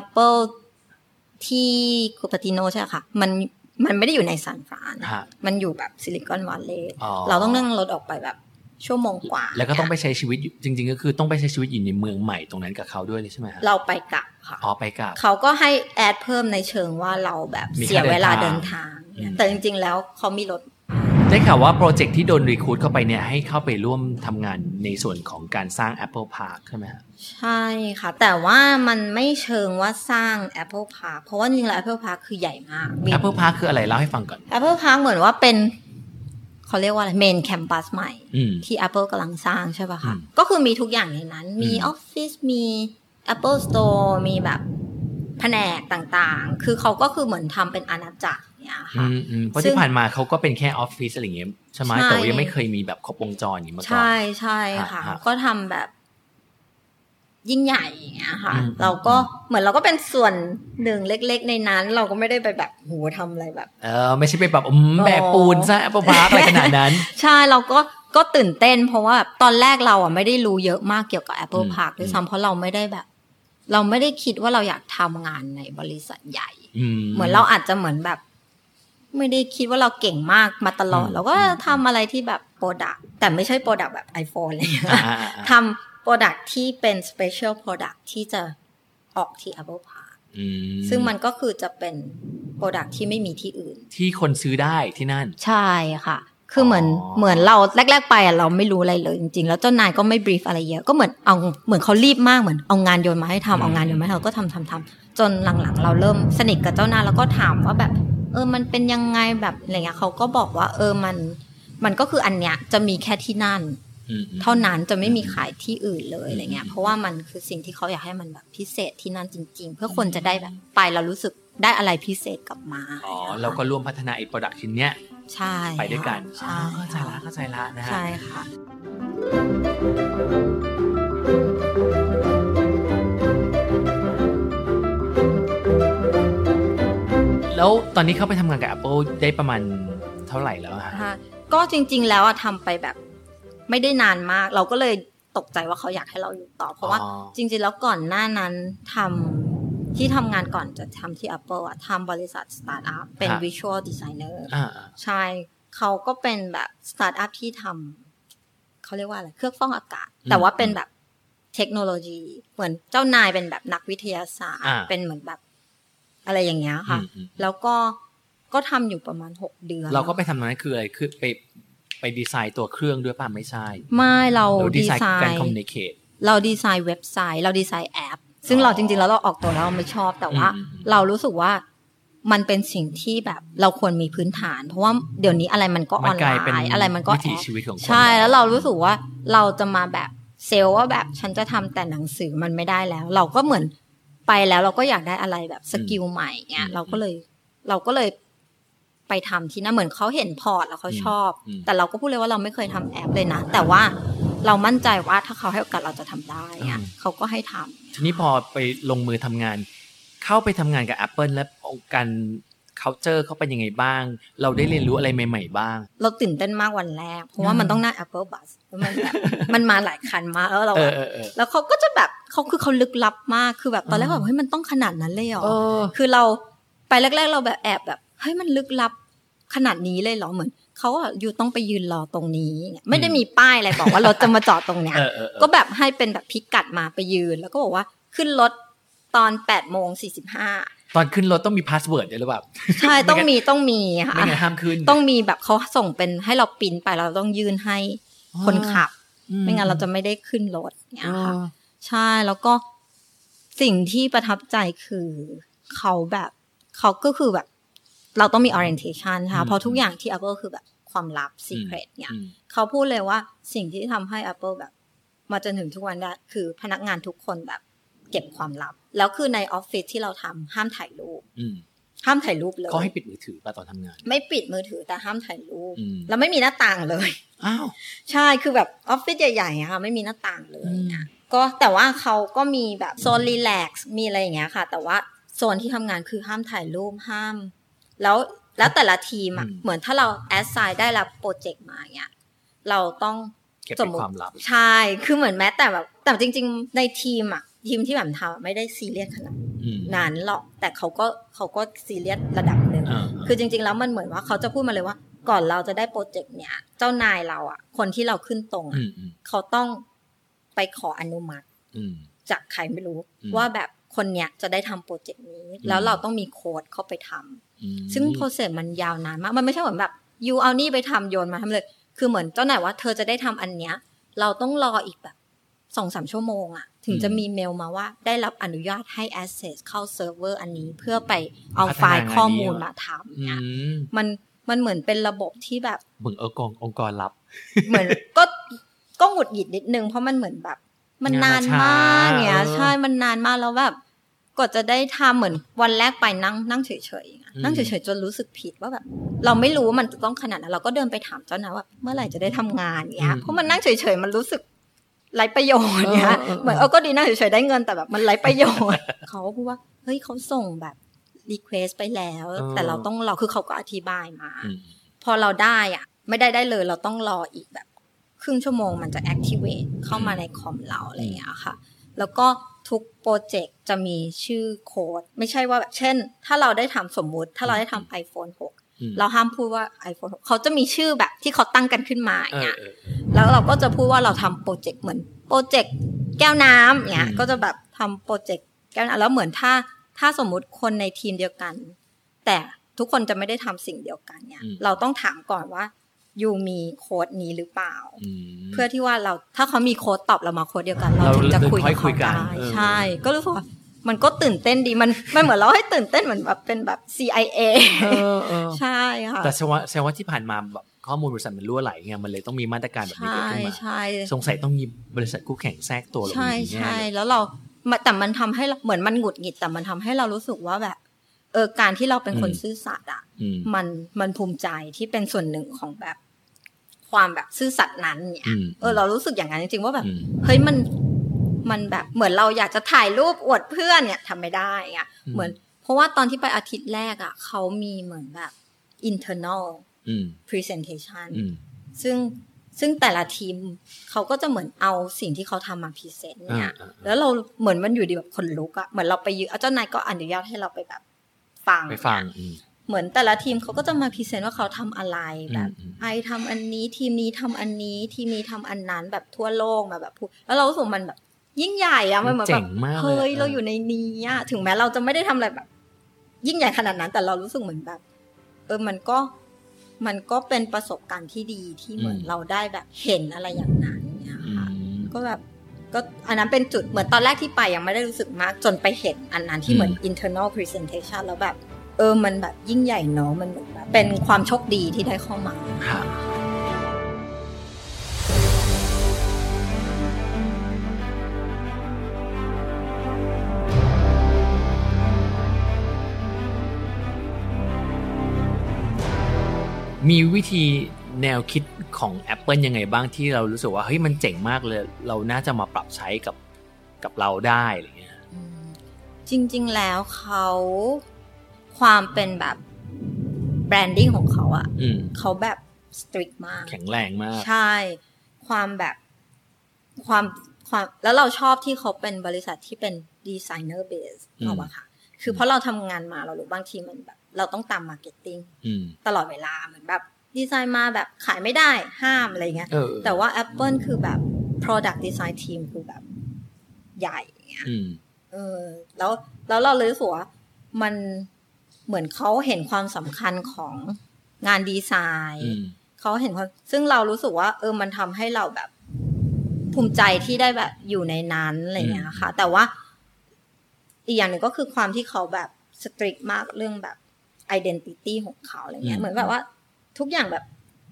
Speaker 15: Apple ที่คูปาติโนใช่ค่ะ มันมันไม่ได้อยู่ในซานฟราน
Speaker 4: ฮะ
Speaker 15: มันอยู่แบบซิลิคอนวัลเลย์
Speaker 4: อ๋อ
Speaker 15: เราต้องนั่งรถออกไปแบบชั่วโมงกว่า
Speaker 4: แล้วก็ต้องไปใช้ชีวิตอยู่จริง ๆ ก็คือต้องไปใช้ชีวิตอยู่ในเมืองใหม่ตรงนั้นกับเขาด้วยเลยใช่ไหมฮะ
Speaker 15: เราไปกลับค่ะ
Speaker 4: อ๋อไปกับ
Speaker 15: เขาก็ให้แอดเพิ่มในเชิงว่าเราแบบ
Speaker 4: มี
Speaker 15: เสีย
Speaker 4: ค่าเดิน
Speaker 15: เวลา
Speaker 4: ทาง
Speaker 15: เดินทางเนี่ยแต่จริง ๆ แล้วเขามีรถ
Speaker 4: ได้ข่าวว่าโปรเจกต์ที่โดนรีคูดเข้าไปเนี่ยให้เข้าไปร่วมทำงานในส่วนของการสร้าง Apple Park ใช่ไหมฮะ
Speaker 15: ใช่ค่ะ แต่ว่ามันไม่เชิงว่าสร้าง Apple Park เพราะว่าจริงๆแล้ว Apple Park คือใหญ่มาก
Speaker 4: Apple Park คืออะไรเล่าให้ฟังก่อน
Speaker 15: Apple Park เหมือนว่าเป็นเขาเรียกว่าอะไรเมนแคมปัสใหม่
Speaker 4: อืม
Speaker 15: ที่ Apple กำลังสร้างใช่ป่ะคะ ก็คือมีทุกอย่างในนั้น มี
Speaker 4: อืม
Speaker 15: ออฟฟิศ มี Apple Store มีแบบแผนกต่างๆ คือเขาก็คือเหมือนทำเป็นอาณาจักรเนี่ยค่ะ
Speaker 4: อืมอืมเพราะ
Speaker 15: ซึ่
Speaker 4: ที่
Speaker 15: ง
Speaker 4: ผ่านมาเขาก็เป็นแค่ออฟฟิศอะไรอย่างเงี้ยใช่ไหม
Speaker 15: ใช่
Speaker 4: แต่ว่ายังไม่เคยมีแบบครบวงจรอย่างนี้มาก่อน
Speaker 15: ใช่ใช่ค่ะ
Speaker 4: ฮะฮะ
Speaker 15: ก็ทำแบบ ยิ่งใหญ่อย่างเงี้ยค่ะ
Speaker 24: อืม
Speaker 15: เราก็เหมือนเราก็เป็นส่วนหนึ่งเล็กๆ ในนั้น เราก็ไม่ได้ไปแบบโหทำอะไรแบบ
Speaker 8: เออไม่ใช่ไปแบบอืมแบบปูนซะปะพาร์คอะไรขนาดนั้น
Speaker 15: ใช่เราก็ก็ตื่นเต้น เพราะว่าตอนแรกเราอ่ะไม่ได้รู้เยอะมากเกี่ยวกับ Apple
Speaker 8: อืม
Speaker 15: Park ด้วยซ้ำเพราะเราไม่ได้แบบ เราไม่ได้คิดว่าเราอยากทำงานในบริษัทใหญ่ เหมือนเราอาจจะเหมือนแบบ ไม่ได้คิดว่าเราเก่งมากมาตลอด
Speaker 24: อืม
Speaker 15: เราก็ทำอะไรที่แบบโปรดักแต่ไม่ใช่โปรดักแบบ iPhone อะไรอย่างเลย
Speaker 24: อ่า
Speaker 15: ทำโปรดักที่เป็น Special Product ที่จะออกที่ Apple Park ซึ่งมันก็คือจะเป็นโปรดักที่ไม่มีที่อื่น
Speaker 8: ที่คนซื้อได้ที่นั่น
Speaker 15: ใช่ค่ะ คือเหมือนเหมือนเราแรก ๆ ไปอะเราไม่รู้อะไรเลยจริงๆ แล้วเจ้านายก็ไม่บรีฟอะไรเยอะ ก็เหมือนเอาเหมือนเขารีบมากเหมือนเอางานโยนมาให้ทำเอางานโยนมาให้เราก็ทำทำทำจนหลังๆ เราเริ่มสนิทกับเจ้านายแล้วก็ถามว่าแบบ เออมันเป็นยังไงแบบอะไรเงี้ยเขาก็บอกว่าเออมัน มันก็คืออันเนี้ยจะมีแค่ที่นั่น เท่านั้นจะไม่มีขายที่อื่นเลยอะไรเงี้ย เพราะว่ามันคือสิ่งที่เขาอยากให้มันแบบพิเศษที่นั่นจริง ๆ เพื่อคนจะได้แบบไปแล้วรู้สึกได้อะไรพิเศษกลับมา
Speaker 8: อ๋อเราก็ร่วมพัฒนาไอ้โปรดักชิ้นเนี้ย
Speaker 15: ใช่
Speaker 8: ไปด้วยกัน
Speaker 15: ใช่เข้าใจละ
Speaker 8: เข้าใจละนะฮะ
Speaker 15: ใช่ค่ะ
Speaker 8: แล้วตอนนี้เข้าไปทำงานกับ Apple ได้ประมาณเท่าไหร่แล้วอะฮะ
Speaker 15: ค่ะก็จริงๆ แล้วอะทำไปแบบไม่ได้นานมาก เราก็เลยตกใจว่าเขาอยากให้เราอยู่ต่อ เพราะว่า
Speaker 24: อ๋อ
Speaker 15: จริงๆ แล้วก่อนหน้านั้นทำที่ทำงานก่อนจะทำที่ Apple อะทำบริษัทสตาร์ทอัพเป็น
Speaker 24: ฮะ
Speaker 15: วิชวลดีไซเนอร์
Speaker 24: อ่า
Speaker 15: ใช่ เขาก็เป็นแบบสตาร์ทอัพที่ทำเขาเรียกว่าอะไร เครื่องฟอกอากาศ
Speaker 24: อืม
Speaker 15: แต่ว่าเป็นแบบเทคโนโลยี เหมือนเจ้านายเป็นแบบนักวิทยาศาสตร์
Speaker 24: อ่า
Speaker 15: เป็นเหมือนแบบอะไรอย่างเงี้ยค่ะ
Speaker 8: อืมอืม
Speaker 15: แล้วก็ก็ทำอยู่ประมาณหกเดือน
Speaker 8: เราก็ไปทำตรงนั้นคืออะไรคือไปไปดีไซน์ตัวเครื่องด้วยป่ะไม่ใช่
Speaker 15: ไม่เรา
Speaker 8: หอดีไซน์
Speaker 15: ดีไซน์
Speaker 8: การคอมมิวนิเคต
Speaker 15: เราดีไซน์เว็บไซต์ เราดีไซน์แอป ซึ่งเราจริงๆ แล้วเราออกตัวแล้วเราไม่ชอบแต่ว่า
Speaker 24: อืม
Speaker 15: เรารู้สึกว่ามันเป็นสิ่งที่แบบเราควรมีพื้นฐาน เพราะว่าเดี๋ยวนี้อะไรมันก็อ
Speaker 8: มั
Speaker 15: อน น
Speaker 8: ก
Speaker 15: ไล
Speaker 8: ลายเป็น
Speaker 15: น์อะไรมันก็
Speaker 8: วิถี
Speaker 15: แอป
Speaker 8: ชีวิตของคน
Speaker 15: ใช่แล้วเรารู้สึกว่าเราจะมาแบบเซลล์ว่าแบบฉันจะทำแต่หนังสือมันไม่ได้แล้ว เราก็เหมือนไปแล้วเราก็อยากได้อะไรแบบสกิลใหม่เงี้ยเราก็เลยเราก็เลยไปทำที่นั่นเหมือนเขาเห็นพอร์ตแล้วเขาชอบ แต่เราก็พูดเลยว่าเราไม่เคยทำแอปเลยนะแต่ว่า เรามั่นใจว่าถ้าเขาให้โอกาสเราจะทำได้อะเขาก็ให้ทำ
Speaker 8: ทีนี้พอไปลงมือทำงาน เข้าไปทำงานกับ Apple แล้วองค์การ culture เขาเป็นยังไงบ้าง เราได้เรียนรู้อะไรใหม่ ๆ บ้าง
Speaker 15: เราตื่นเต้นมากวันแรก เพราะว่ามันต้องหน้า Apple Bus แล้วมัน [LAUGHS] แบบ มันมาหลายคันมากแล้วเรา
Speaker 8: เอ
Speaker 15: แบ
Speaker 8: อบ เออเออ
Speaker 15: แล้วเขาก็จะแบบเขาคือเขาลึกลับมากคือแบบตอนแรกแบบเฮ้ยมันต้องขนาดนั้นเลยเหรอคือเราไปแรก ๆ เราแบบแอบแบบเฮ้ยมันลึกลับขนาดนี้เลยเหรอเหมือนเขาอะอยู่ต้องไปยืนรอตรงนี้เนี่ยไม่ได้มีป้ายอะไรบอกว่ารถจะมาจอดตรงเนี้ย
Speaker 24: เออเออเออ
Speaker 15: ก็แบบให้เป็นแบบพิกัดมาไปยืน แล้วก็บอกว่าขึ้นรถตอน8ปดโมงสี่สิบห้า
Speaker 8: ตอนขึ้นรถต้องมีพาสเวิร์ดด้วยหรือเปล่า
Speaker 15: ใช่ต้องมีต้องมีค่ะ
Speaker 8: ไม่งั้นห้ามขึ้น
Speaker 15: [LAUGHS] ต้องมีแบบเขาส่งเป็นให้เราปริ้นไปเราต้องยื่นให้คนขับ
Speaker 24: อืม
Speaker 15: ไม่งั้นเราจะไม่ได้ขึ้นรถเนี่ยค่ะใช่แล้วก็สิ่งที่ประทับใจคือเขาแบบเขาก็คือแบบ เราต้องมี orientation ค่ะ
Speaker 24: อืม
Speaker 15: เพราะทุกอย่างที่ Apple คือแบบความลับ secret เนี่ยเขาพูดเลยว่าสิ่งที่ทำให้ Apple แบบ มาจนถึงทุกวันนี้คือพนักงานทุกคนแบบ เก็บความลับ แล้วคือในออฟฟิศที่เราทำห้ามถ่ายรูป
Speaker 8: อืม
Speaker 15: ห้ามถ่ายรูปเลย
Speaker 8: เขาให้ปิดมือถือป่ะตอนทำงาน
Speaker 15: ไม่ปิดมือถือแต่ห้ามถ่ายรูป
Speaker 8: อืม
Speaker 15: แล้วไม่มีหน้าต่างเลย [LAUGHS]
Speaker 8: อ้าว
Speaker 15: ใช่คือแบบออฟฟิศใหญ่ๆอะค่ะไม่มีหน้าต่างเลยอะก็แต่ว่าเขาก็มีแบบโซนรีแลกซ์มีอะไรอย่างเงี้ยค่ะ แต่ว่าโซนที่ทำงานคือห้ามถ่ายรูปห้าม แล้วแล้วแต่ละทีมอะเหมือนถ้าเราแอสไซน์ได้รับโปรเจกต์มาเนี้ยเราต้อง
Speaker 24: เก็บเป็นความลับ
Speaker 15: ใช่คือเหมือนแม้แต่แบบแต่จริง ๆ ในทีมอะทีมที่แบบทำอะไม่ได้ซีเรียสขนาดนั้นหรอกแต่เขาก็เขาก็ซีเรียสระดับหนึ่ง คือจริงๆ แล้วมันเหมือนว่าเขาจะพูดมาเลยว่า ก่อนเราจะได้โปรเจกต์เนี้ยเจ้านายเราอ่ะ คนที่เราขึ้นตรง
Speaker 24: อื
Speaker 15: อ่ะ
Speaker 24: มอืม
Speaker 15: เขาต้องไปขออนุมัติ
Speaker 8: อืม
Speaker 15: จากใครไม่รู้
Speaker 24: อืม
Speaker 15: ว่าแบบคนเนี้ยจะได้ทำโปรเจกต์นี้ แล้วเราต้องมีโค้ดเข้าไปทำซึ่งโปรเซสมันยาวนานมาก มันไม่ใช่เหมือนแบบยูเอานี่ไปทำโยนมาทำเลย คือเหมือนเจ้านายว่าเธอจะได้ทำอันเนี้ย เราต้องรออีกแบบสองสามชั่วโมงอ่ะ ถึงจะมีเมลมาว่าได้รับอนุญาตให้ access เข้าเซิร์ฟเวอร์อันนี้เพื่อไปเอาไฟล์ข้อมูลมาทำ
Speaker 8: อืม
Speaker 15: มันมันเหมือนเป็นระบบที่แบบ
Speaker 8: เหมือนเออกององค์กรลับ
Speaker 15: เหมือน [LAUGHS] ก็ก็หงุดหงิดนิดนึงเพราะมันเหมือนแบบ มันนานมาก
Speaker 24: งานมันช้า
Speaker 15: เนี่ย
Speaker 24: เออ
Speaker 15: ใช่มันนานมากแล้วแบบกว่าจะได้ทำเหมือนวันแรกไปนั่งนั่งเฉยๆอย่างเงี้ย
Speaker 24: อืม
Speaker 15: นั่งเฉยๆจนรู้สึกผิดว่าแบบ เราไม่รู้ว่ามันจะต้องขนาดนั้นเราก็เดินไปถามเจ้านายว่าเมื่อไหร่จะได้ทำงานอย่างเงี้ย
Speaker 24: อืม
Speaker 15: เพราะมันนั่งเฉยๆมันรู้สึก ไรประโยชน์เนี่ย
Speaker 24: เออเออเออ
Speaker 15: เหมือนเอาก็ดีนะเฉยๆได้เงินแต่แบบมันไรประโยชน์ เขาพูดว่าเฮ้ยเขาส่งแบบรีเควสไปแล้ว
Speaker 24: เออ
Speaker 15: แต่เราต้องรอคือเขาก็อธิบายมา
Speaker 24: อืม
Speaker 15: พอเราได้อะไม่ได้ได้เลย เราต้องรออีกแบบครึ่งชั่วโมงมันจะ activate เข้ามาในคอมเราอะไรอย่างเงี้ยค่ะ แล้วก็ทุกโปรเจกต์จะมีชื่อโค้ด ไม่ใช่ว่าแบบเช่น ถ้าเราได้ทำสมมุติ ถ้าเราได้ทำ iPhone
Speaker 24: อืม
Speaker 15: 6 เราห้ามพูดว่า iPhone 6เขาจะมีชื่อแบบที่เขาตั้งกันขึ้นมาอย่างเงี้ย
Speaker 24: เออ
Speaker 15: แล้วเราก็จะพูดว่าเราทำโปรเจกต์เหมือนโปรเจกต์แก้วน้ำเนี่ย
Speaker 24: อืม
Speaker 15: ก็จะแบบทำโปรเจกต์แก้วน้ำแล้วเหมือนถ้าถ้าสมมุติคนในทีมเดียวกัน แต่ทุกคนจะไม่ได้ทำสิ่งเดียวกันเนี่ย
Speaker 24: อืม
Speaker 15: เราต้องถามก่อนว่ายูมีโค้ดนี้หรือเปล่า เพื่อที่ว่าเราถ้าเขามีโค้ดตอบเรามาโค้ดเดียวกัน เรา
Speaker 24: เรา
Speaker 15: ถึงจะ
Speaker 24: เลย
Speaker 15: คุย
Speaker 24: ค่
Speaker 15: กั
Speaker 24: อบ ยคุ
Speaker 15: เขา
Speaker 24: ยกัน
Speaker 15: ได้
Speaker 24: เออ
Speaker 15: ใช่ ก็รู้สึกว่ามันก็ตื่นเต้นดีมันมันเหมือนเราให้ตื่นเต้นเหมือนแบบเป็นแบบ CIA ใช่ค่ะ
Speaker 8: แต่แสดงว่าแสดงว่าที่ผ่านมาแบบข้อมูลบริษัทมันรั่วไหลไงมันเลยต้องมีมาตรการแบบนี้เกิดขึ้นมา
Speaker 15: ใช่ใช่
Speaker 8: สงสัยต้องมีบริษัทคู่แข่งแทรกตัวลง
Speaker 15: ใช่
Speaker 8: มาอย่างนี้แน่
Speaker 15: ใช่
Speaker 8: เลย
Speaker 15: แล้วเรามาแต่มันทำให้เราเหมือนมันหงุดหงิดแต่มันทำให้เรารู้สึกว่าแบบ เออการที่เราเป็นคนซื่อสัตย์อ่ะ
Speaker 24: อืม
Speaker 15: มันมันภูมิใจที่เป็นส่วนหนึ่งของแบบ ความแบบซื่อสัตย์นั้นเนี่ย
Speaker 24: อืม
Speaker 15: เออ เรารู้สึกอย่างนั้นจริงๆว่าแบบ เฮ้ยมันมันแบบเหมือนเราอยากจะถ่ายรูปอวดเพื่อนเนี่ยทำไม่ได้อะ
Speaker 24: อืม
Speaker 15: เหมือน เพราะว่าตอนที่ไปอาทิตย์แรกอ่ะเขามีเหมือนแบบ internal
Speaker 8: อืม
Speaker 15: presentation
Speaker 8: อืม
Speaker 15: ซึ่งซึ่งแต่ละทีมเขาก็จะเหมือนเอาสิ่งที่เขาทำมาพรีเซนต์เนี่ย
Speaker 24: อ่า
Speaker 15: แล้วเราเหมือนมันอยู่ดีแบบคนลุกอะเหมือนเราไปยืนเอาเจ้านายก็อนุญาตให้เราไปแบบฟัง
Speaker 8: ไปฟังอืม
Speaker 15: เหมือนแต่ละทีมเขาก็จะมาพรีเซนต์ว่าเขาทำอะไรแบบ
Speaker 8: อืม
Speaker 15: ไอทำอันนี้ทีมนี้ทำอันนี้ทีมนี้ทำอันนั้นแบบทั่วโลกมาแบบพูดแล้วเรารู้สึกมันแบบ ยิ่งใหญ่อะมันเหมือนแบบ
Speaker 24: เจ๋งมากเลยอะ
Speaker 15: เฮ้ยเราอยู่ในนี้อะถึงแม้เราจะไม่ได้ทำอะไรแบบ ยิ่งใหญ่ขนาดนั้น แต่เรารู้สึกเหมือนแบบ เออมันก็มันก็เป็นประสบการณ์ที่ดีที่เหมือน
Speaker 24: อืม
Speaker 15: เราได้แบบเห็นอะไรอย่างนั้นเนี่ยค่ะก็แบบก็อันนั้นเป็นจุดเหมือนตอนแรกที่ไปยังไม่ได้รู้สึกมากจนไปเห็นอันนั้นที่เหมือน internal presentation แล้วแบบ เออมันแบบยิ่งใหญ่เนาะมันเหมือนแบบเป็นความโชคดีที่ได้เข้ามา
Speaker 8: มีวิธีแนวคิดของ Apple ยังไงบ้างที่เรารู้สึกว่าเฮ้ยมันเจ๋งมากเลย เราน่าจะมาปรับใช้กับกับเราได้อะไรเงี้ย
Speaker 15: จริง ๆ แล้วเขาความเป็นแบบแบรนดิ้งของเขาอะ
Speaker 8: อืม
Speaker 15: เขาแบบสตรีทมาก
Speaker 8: แข็งแรงมาก
Speaker 15: ใช่ ความแบบความความแล้วเราชอบที่เขาเป็นบริษัทที่เป็นดีไซเนอร์เบส
Speaker 24: อืม
Speaker 15: เอาอะค่ะ คือเพราะเราทำงานมาเรารู้บางทีมันแบบ เราต้องตามมาร์เก็ตติ้ง
Speaker 24: อืม
Speaker 15: ตลอดเวลาเหมือนแบบดีไซน์มาแบบขายไม่ได้ห้ามอะไรเงี้ย
Speaker 24: เออ
Speaker 15: แต่ว่า Apple คือแบบ product design team คือแบบใหญ่อย่างเงี้ย
Speaker 24: อืม
Speaker 15: เออแล้วแล้วเราเลยรู้สึกว่ามันเหมือนเขาเห็นความสำคัญของงานดีไซน์ เขาเห็นความซึ่งเรารู้สึกว่า เออมันทำให้เราแบบ ภูมิใจที่ได้แบบอยู่ในนั้นอะไรอย่างเงี้ยค่ะ แต่ว่า อีกอย่างหนึ่งก็คือความที่เขาแบบสตริกมากเรื่องแบบไอดีนิตี้ของเขาอะไร
Speaker 24: อื
Speaker 15: เงี้ย
Speaker 24: ม
Speaker 15: เหมือนแบบว่า ทุกอย่างแบบ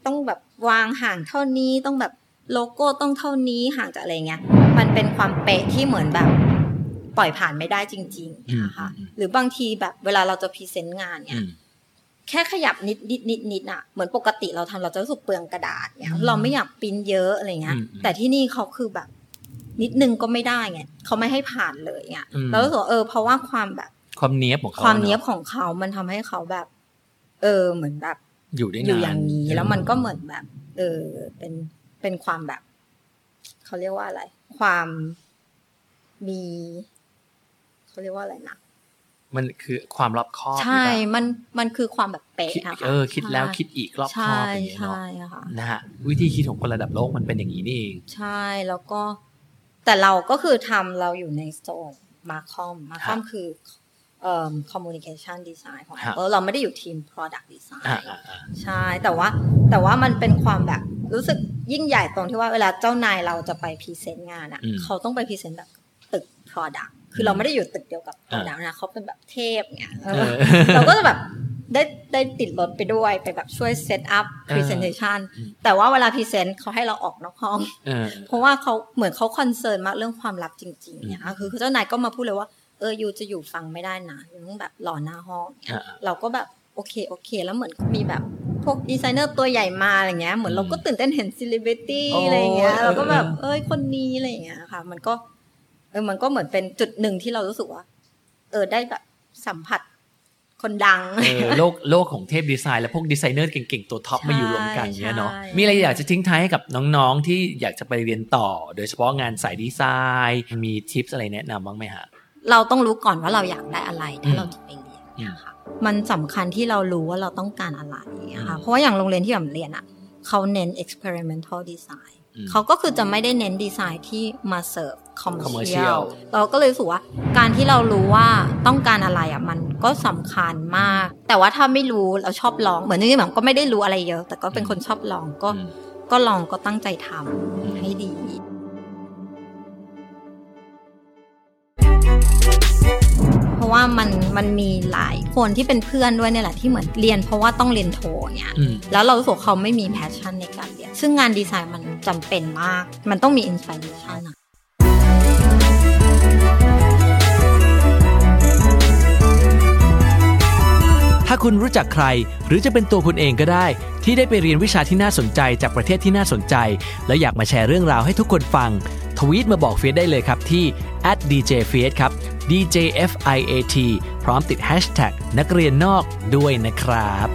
Speaker 15: ต้องแบบวางห่างเท่านี้ต้องแบบโลโก้ต้องเท่านี้ห่างจากอะไรเงี้ย มันเป็นความเป๊ะที่เหมือนแบบ ปล่อยผ่านไม่ได้จริง ๆ
Speaker 24: อืม
Speaker 15: หรือบางทีแบบเวลาเราจะพรีเซนต์งานเนี่ย
Speaker 24: อืม
Speaker 15: แค่ขยับนิดนิดนิดนิดอะเหมือนปกติเราทำเราจะรู้สึกเปลืองกระดาษเนี่ยเราไม่อยากปริ้นเยอะอะไรเงี้ย
Speaker 24: อืมอืม
Speaker 15: แต่ที่นี่เขาคือแบบ นิดนึงก็ไม่ได้ไงเขาไม่ให้ผ่านเลยเงี่ย
Speaker 8: อืม
Speaker 15: เรารู้สึกว่าเออเพราะว่าความแบบ
Speaker 8: ความเนี้ยบของเขา
Speaker 15: ความเนี้ยบ
Speaker 8: นอะ
Speaker 15: ของเขา มันทำให้เขาแบบ เออเหมือนแบบ
Speaker 8: อยู่
Speaker 15: อน
Speaker 8: ได้าน
Speaker 15: ยู่อย่างนี้แล้วมันก็เหมือนแบบ เออ เป็นเป็นความแบบเขาเรียกว่าอะไร ความมีเขาเรียกว่าอะไรนะ
Speaker 8: มันคือความรอบคอบ
Speaker 15: ใช่มันมันคือความแบบเป๊ะ
Speaker 8: คิด
Speaker 15: อะค่ะ
Speaker 8: เออ คิดแล้ว
Speaker 15: ใช่
Speaker 8: คิดอีกรอบคอบ
Speaker 15: ใช่
Speaker 8: อย่างเงี้ยเนาะ
Speaker 15: ใช่ค่ะ
Speaker 8: นะฮะวิธีคิดของคนระดับโลกมันเป็นอย่างนี้นี่เอง
Speaker 15: ใช่แล้วก็ แต่เราก็คือทำเราอยู่ในโซนมาคอมมาคอม
Speaker 24: ฮะ
Speaker 15: คือเอ่อ communication design ของ
Speaker 24: ฮะ
Speaker 15: Apple เราไม่ได้อยู่ทีม product design
Speaker 24: อ่า
Speaker 15: ใช่ แต่ว่าแต่ว่ามันเป็นความแบบรู้สึกยิ่งใหญ่ตรงที่ว่าเวลาเจ้านายเราจะไปพรีเซนต์งานอะ่ะ
Speaker 24: อืม
Speaker 15: เขาต้องไปพรีเซนต์แบบตึก product คือเราไม่ได้อยู่ตึกเดียวกับ product นะเขาเป็นแบบเทพเนี่ยเออ
Speaker 24: เออ
Speaker 15: เราก็จะแบบได้ได้ติดรถไปด้วยไปแบบช่วยเซตอัพ presentation
Speaker 24: อืม
Speaker 15: แต่ว่าเวลาพรีเซนต์เขาให้เราออกนอกห้อง
Speaker 24: เออ
Speaker 15: เพราะว่าเขาเหมือนเขาคอนเซิร์นมากเรื่องความลับจริงๆเนี่ยคือเจ้านายก็มาพูดเลยว่าเออยูจะอยู่ฟังไม่ได้นะยูต้องแบบรอหน้าห้องเนี่ย
Speaker 24: อ่า
Speaker 15: เราก็แบบโอเคโอเค แล้วเหมือนมีแบบ พวกดีไซเนอร์ตัวใหญ่มาอะไรเงี้ยเหมือนเราก็ตื่นเต้นเห็นซิลิเบตี้
Speaker 26: โอ้
Speaker 15: อะไรเงี้ย
Speaker 26: เออ
Speaker 15: เราก็แบบ เอ้ยคนนี้อะไรเงี้ยค่ะ มันก็ เออมันก็เหมือนเป็นจุดหนึ่งที่เรารู้สึกว่า เออได้แบบสัมผัสคนดัง
Speaker 27: เออโลกโลกของเทพดีไซน์และพวกดีไซเนอร์เก่งๆ ตัวท็อปมาอยู่รวมกันเนี้ยเนาะ
Speaker 15: ใช่
Speaker 27: มีอะไรอยากจะทิ้งท้ายให้กับน้องๆ ที่อยากจะไปเรียนต่อ โดยเฉพาะงานสายดีไซน์มีทิปอะไรแนะนำบ้างไหมฮะ
Speaker 15: เราต้องรู้ก่อนว่าเราอยากได้อะไรถ้าเราจะไปเรียน
Speaker 27: อืม
Speaker 15: นะคะมันสำคัญที่เรารู้ว่าเราต้องการอะไรนะคะเพราะว่าอย่างโรงเรียนที่ผมเรียนอ่ะเขาเน้น experimental design
Speaker 26: อืม
Speaker 15: เขาก็คือจะไม่ได้เน้นดีไซน์ที่มาเสิร์ฟ commercial
Speaker 26: commercial
Speaker 15: เราก็เลยรู้สึกว่าการที่เรารู้ว่าต้องการอะไรอ่ะมันก็สำคัญมาก แต่ว่าถ้าไม่รู้เราชอบลองเหมือนจริงๆผมก็ไม่ได้รู้อะไรเยอะ แต่ก็เป็นคนชอบลองก็ก็ลองก็ตั้งใจทำให้ดี เพราะว่ามันมันมีหลายคนที่เป็นเพื่อนด้วยเนี่ยแหละที่เหมือนเรียนเพราะว่าต้องเรียนโทเนี่ย
Speaker 26: อืม
Speaker 15: แล้วเรารู้สึกเขาไม่มีแพชชั่นในการเรียน ซึ่งงานดีไซน์มันจำเป็นมาก มันต้องมีอินส i r เ t ชันอะ
Speaker 4: ถ้าคุณรู้จักใคร หรือจะเป็นตัวคุณเองก็ได้ ที่ได้ไปเรียนวิชาที่น่าสนใจจากประเทศที่น่าสนใจ และอยากมาแชร์เรื่องราวให้ทุกคนฟัง ทวีตมาบอกเฟียสได้เลยครับที่ @djfiat ครับ djfiat พร้อมติด hashtag นักเรียนนอกด้วยนะครับ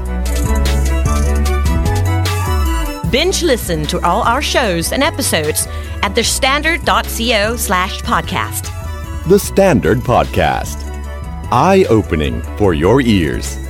Speaker 1: Binge listen to all our shows and episodes at thestandard.co slash podcast.
Speaker 28: The Standard Podcast. Eye opening for your ears.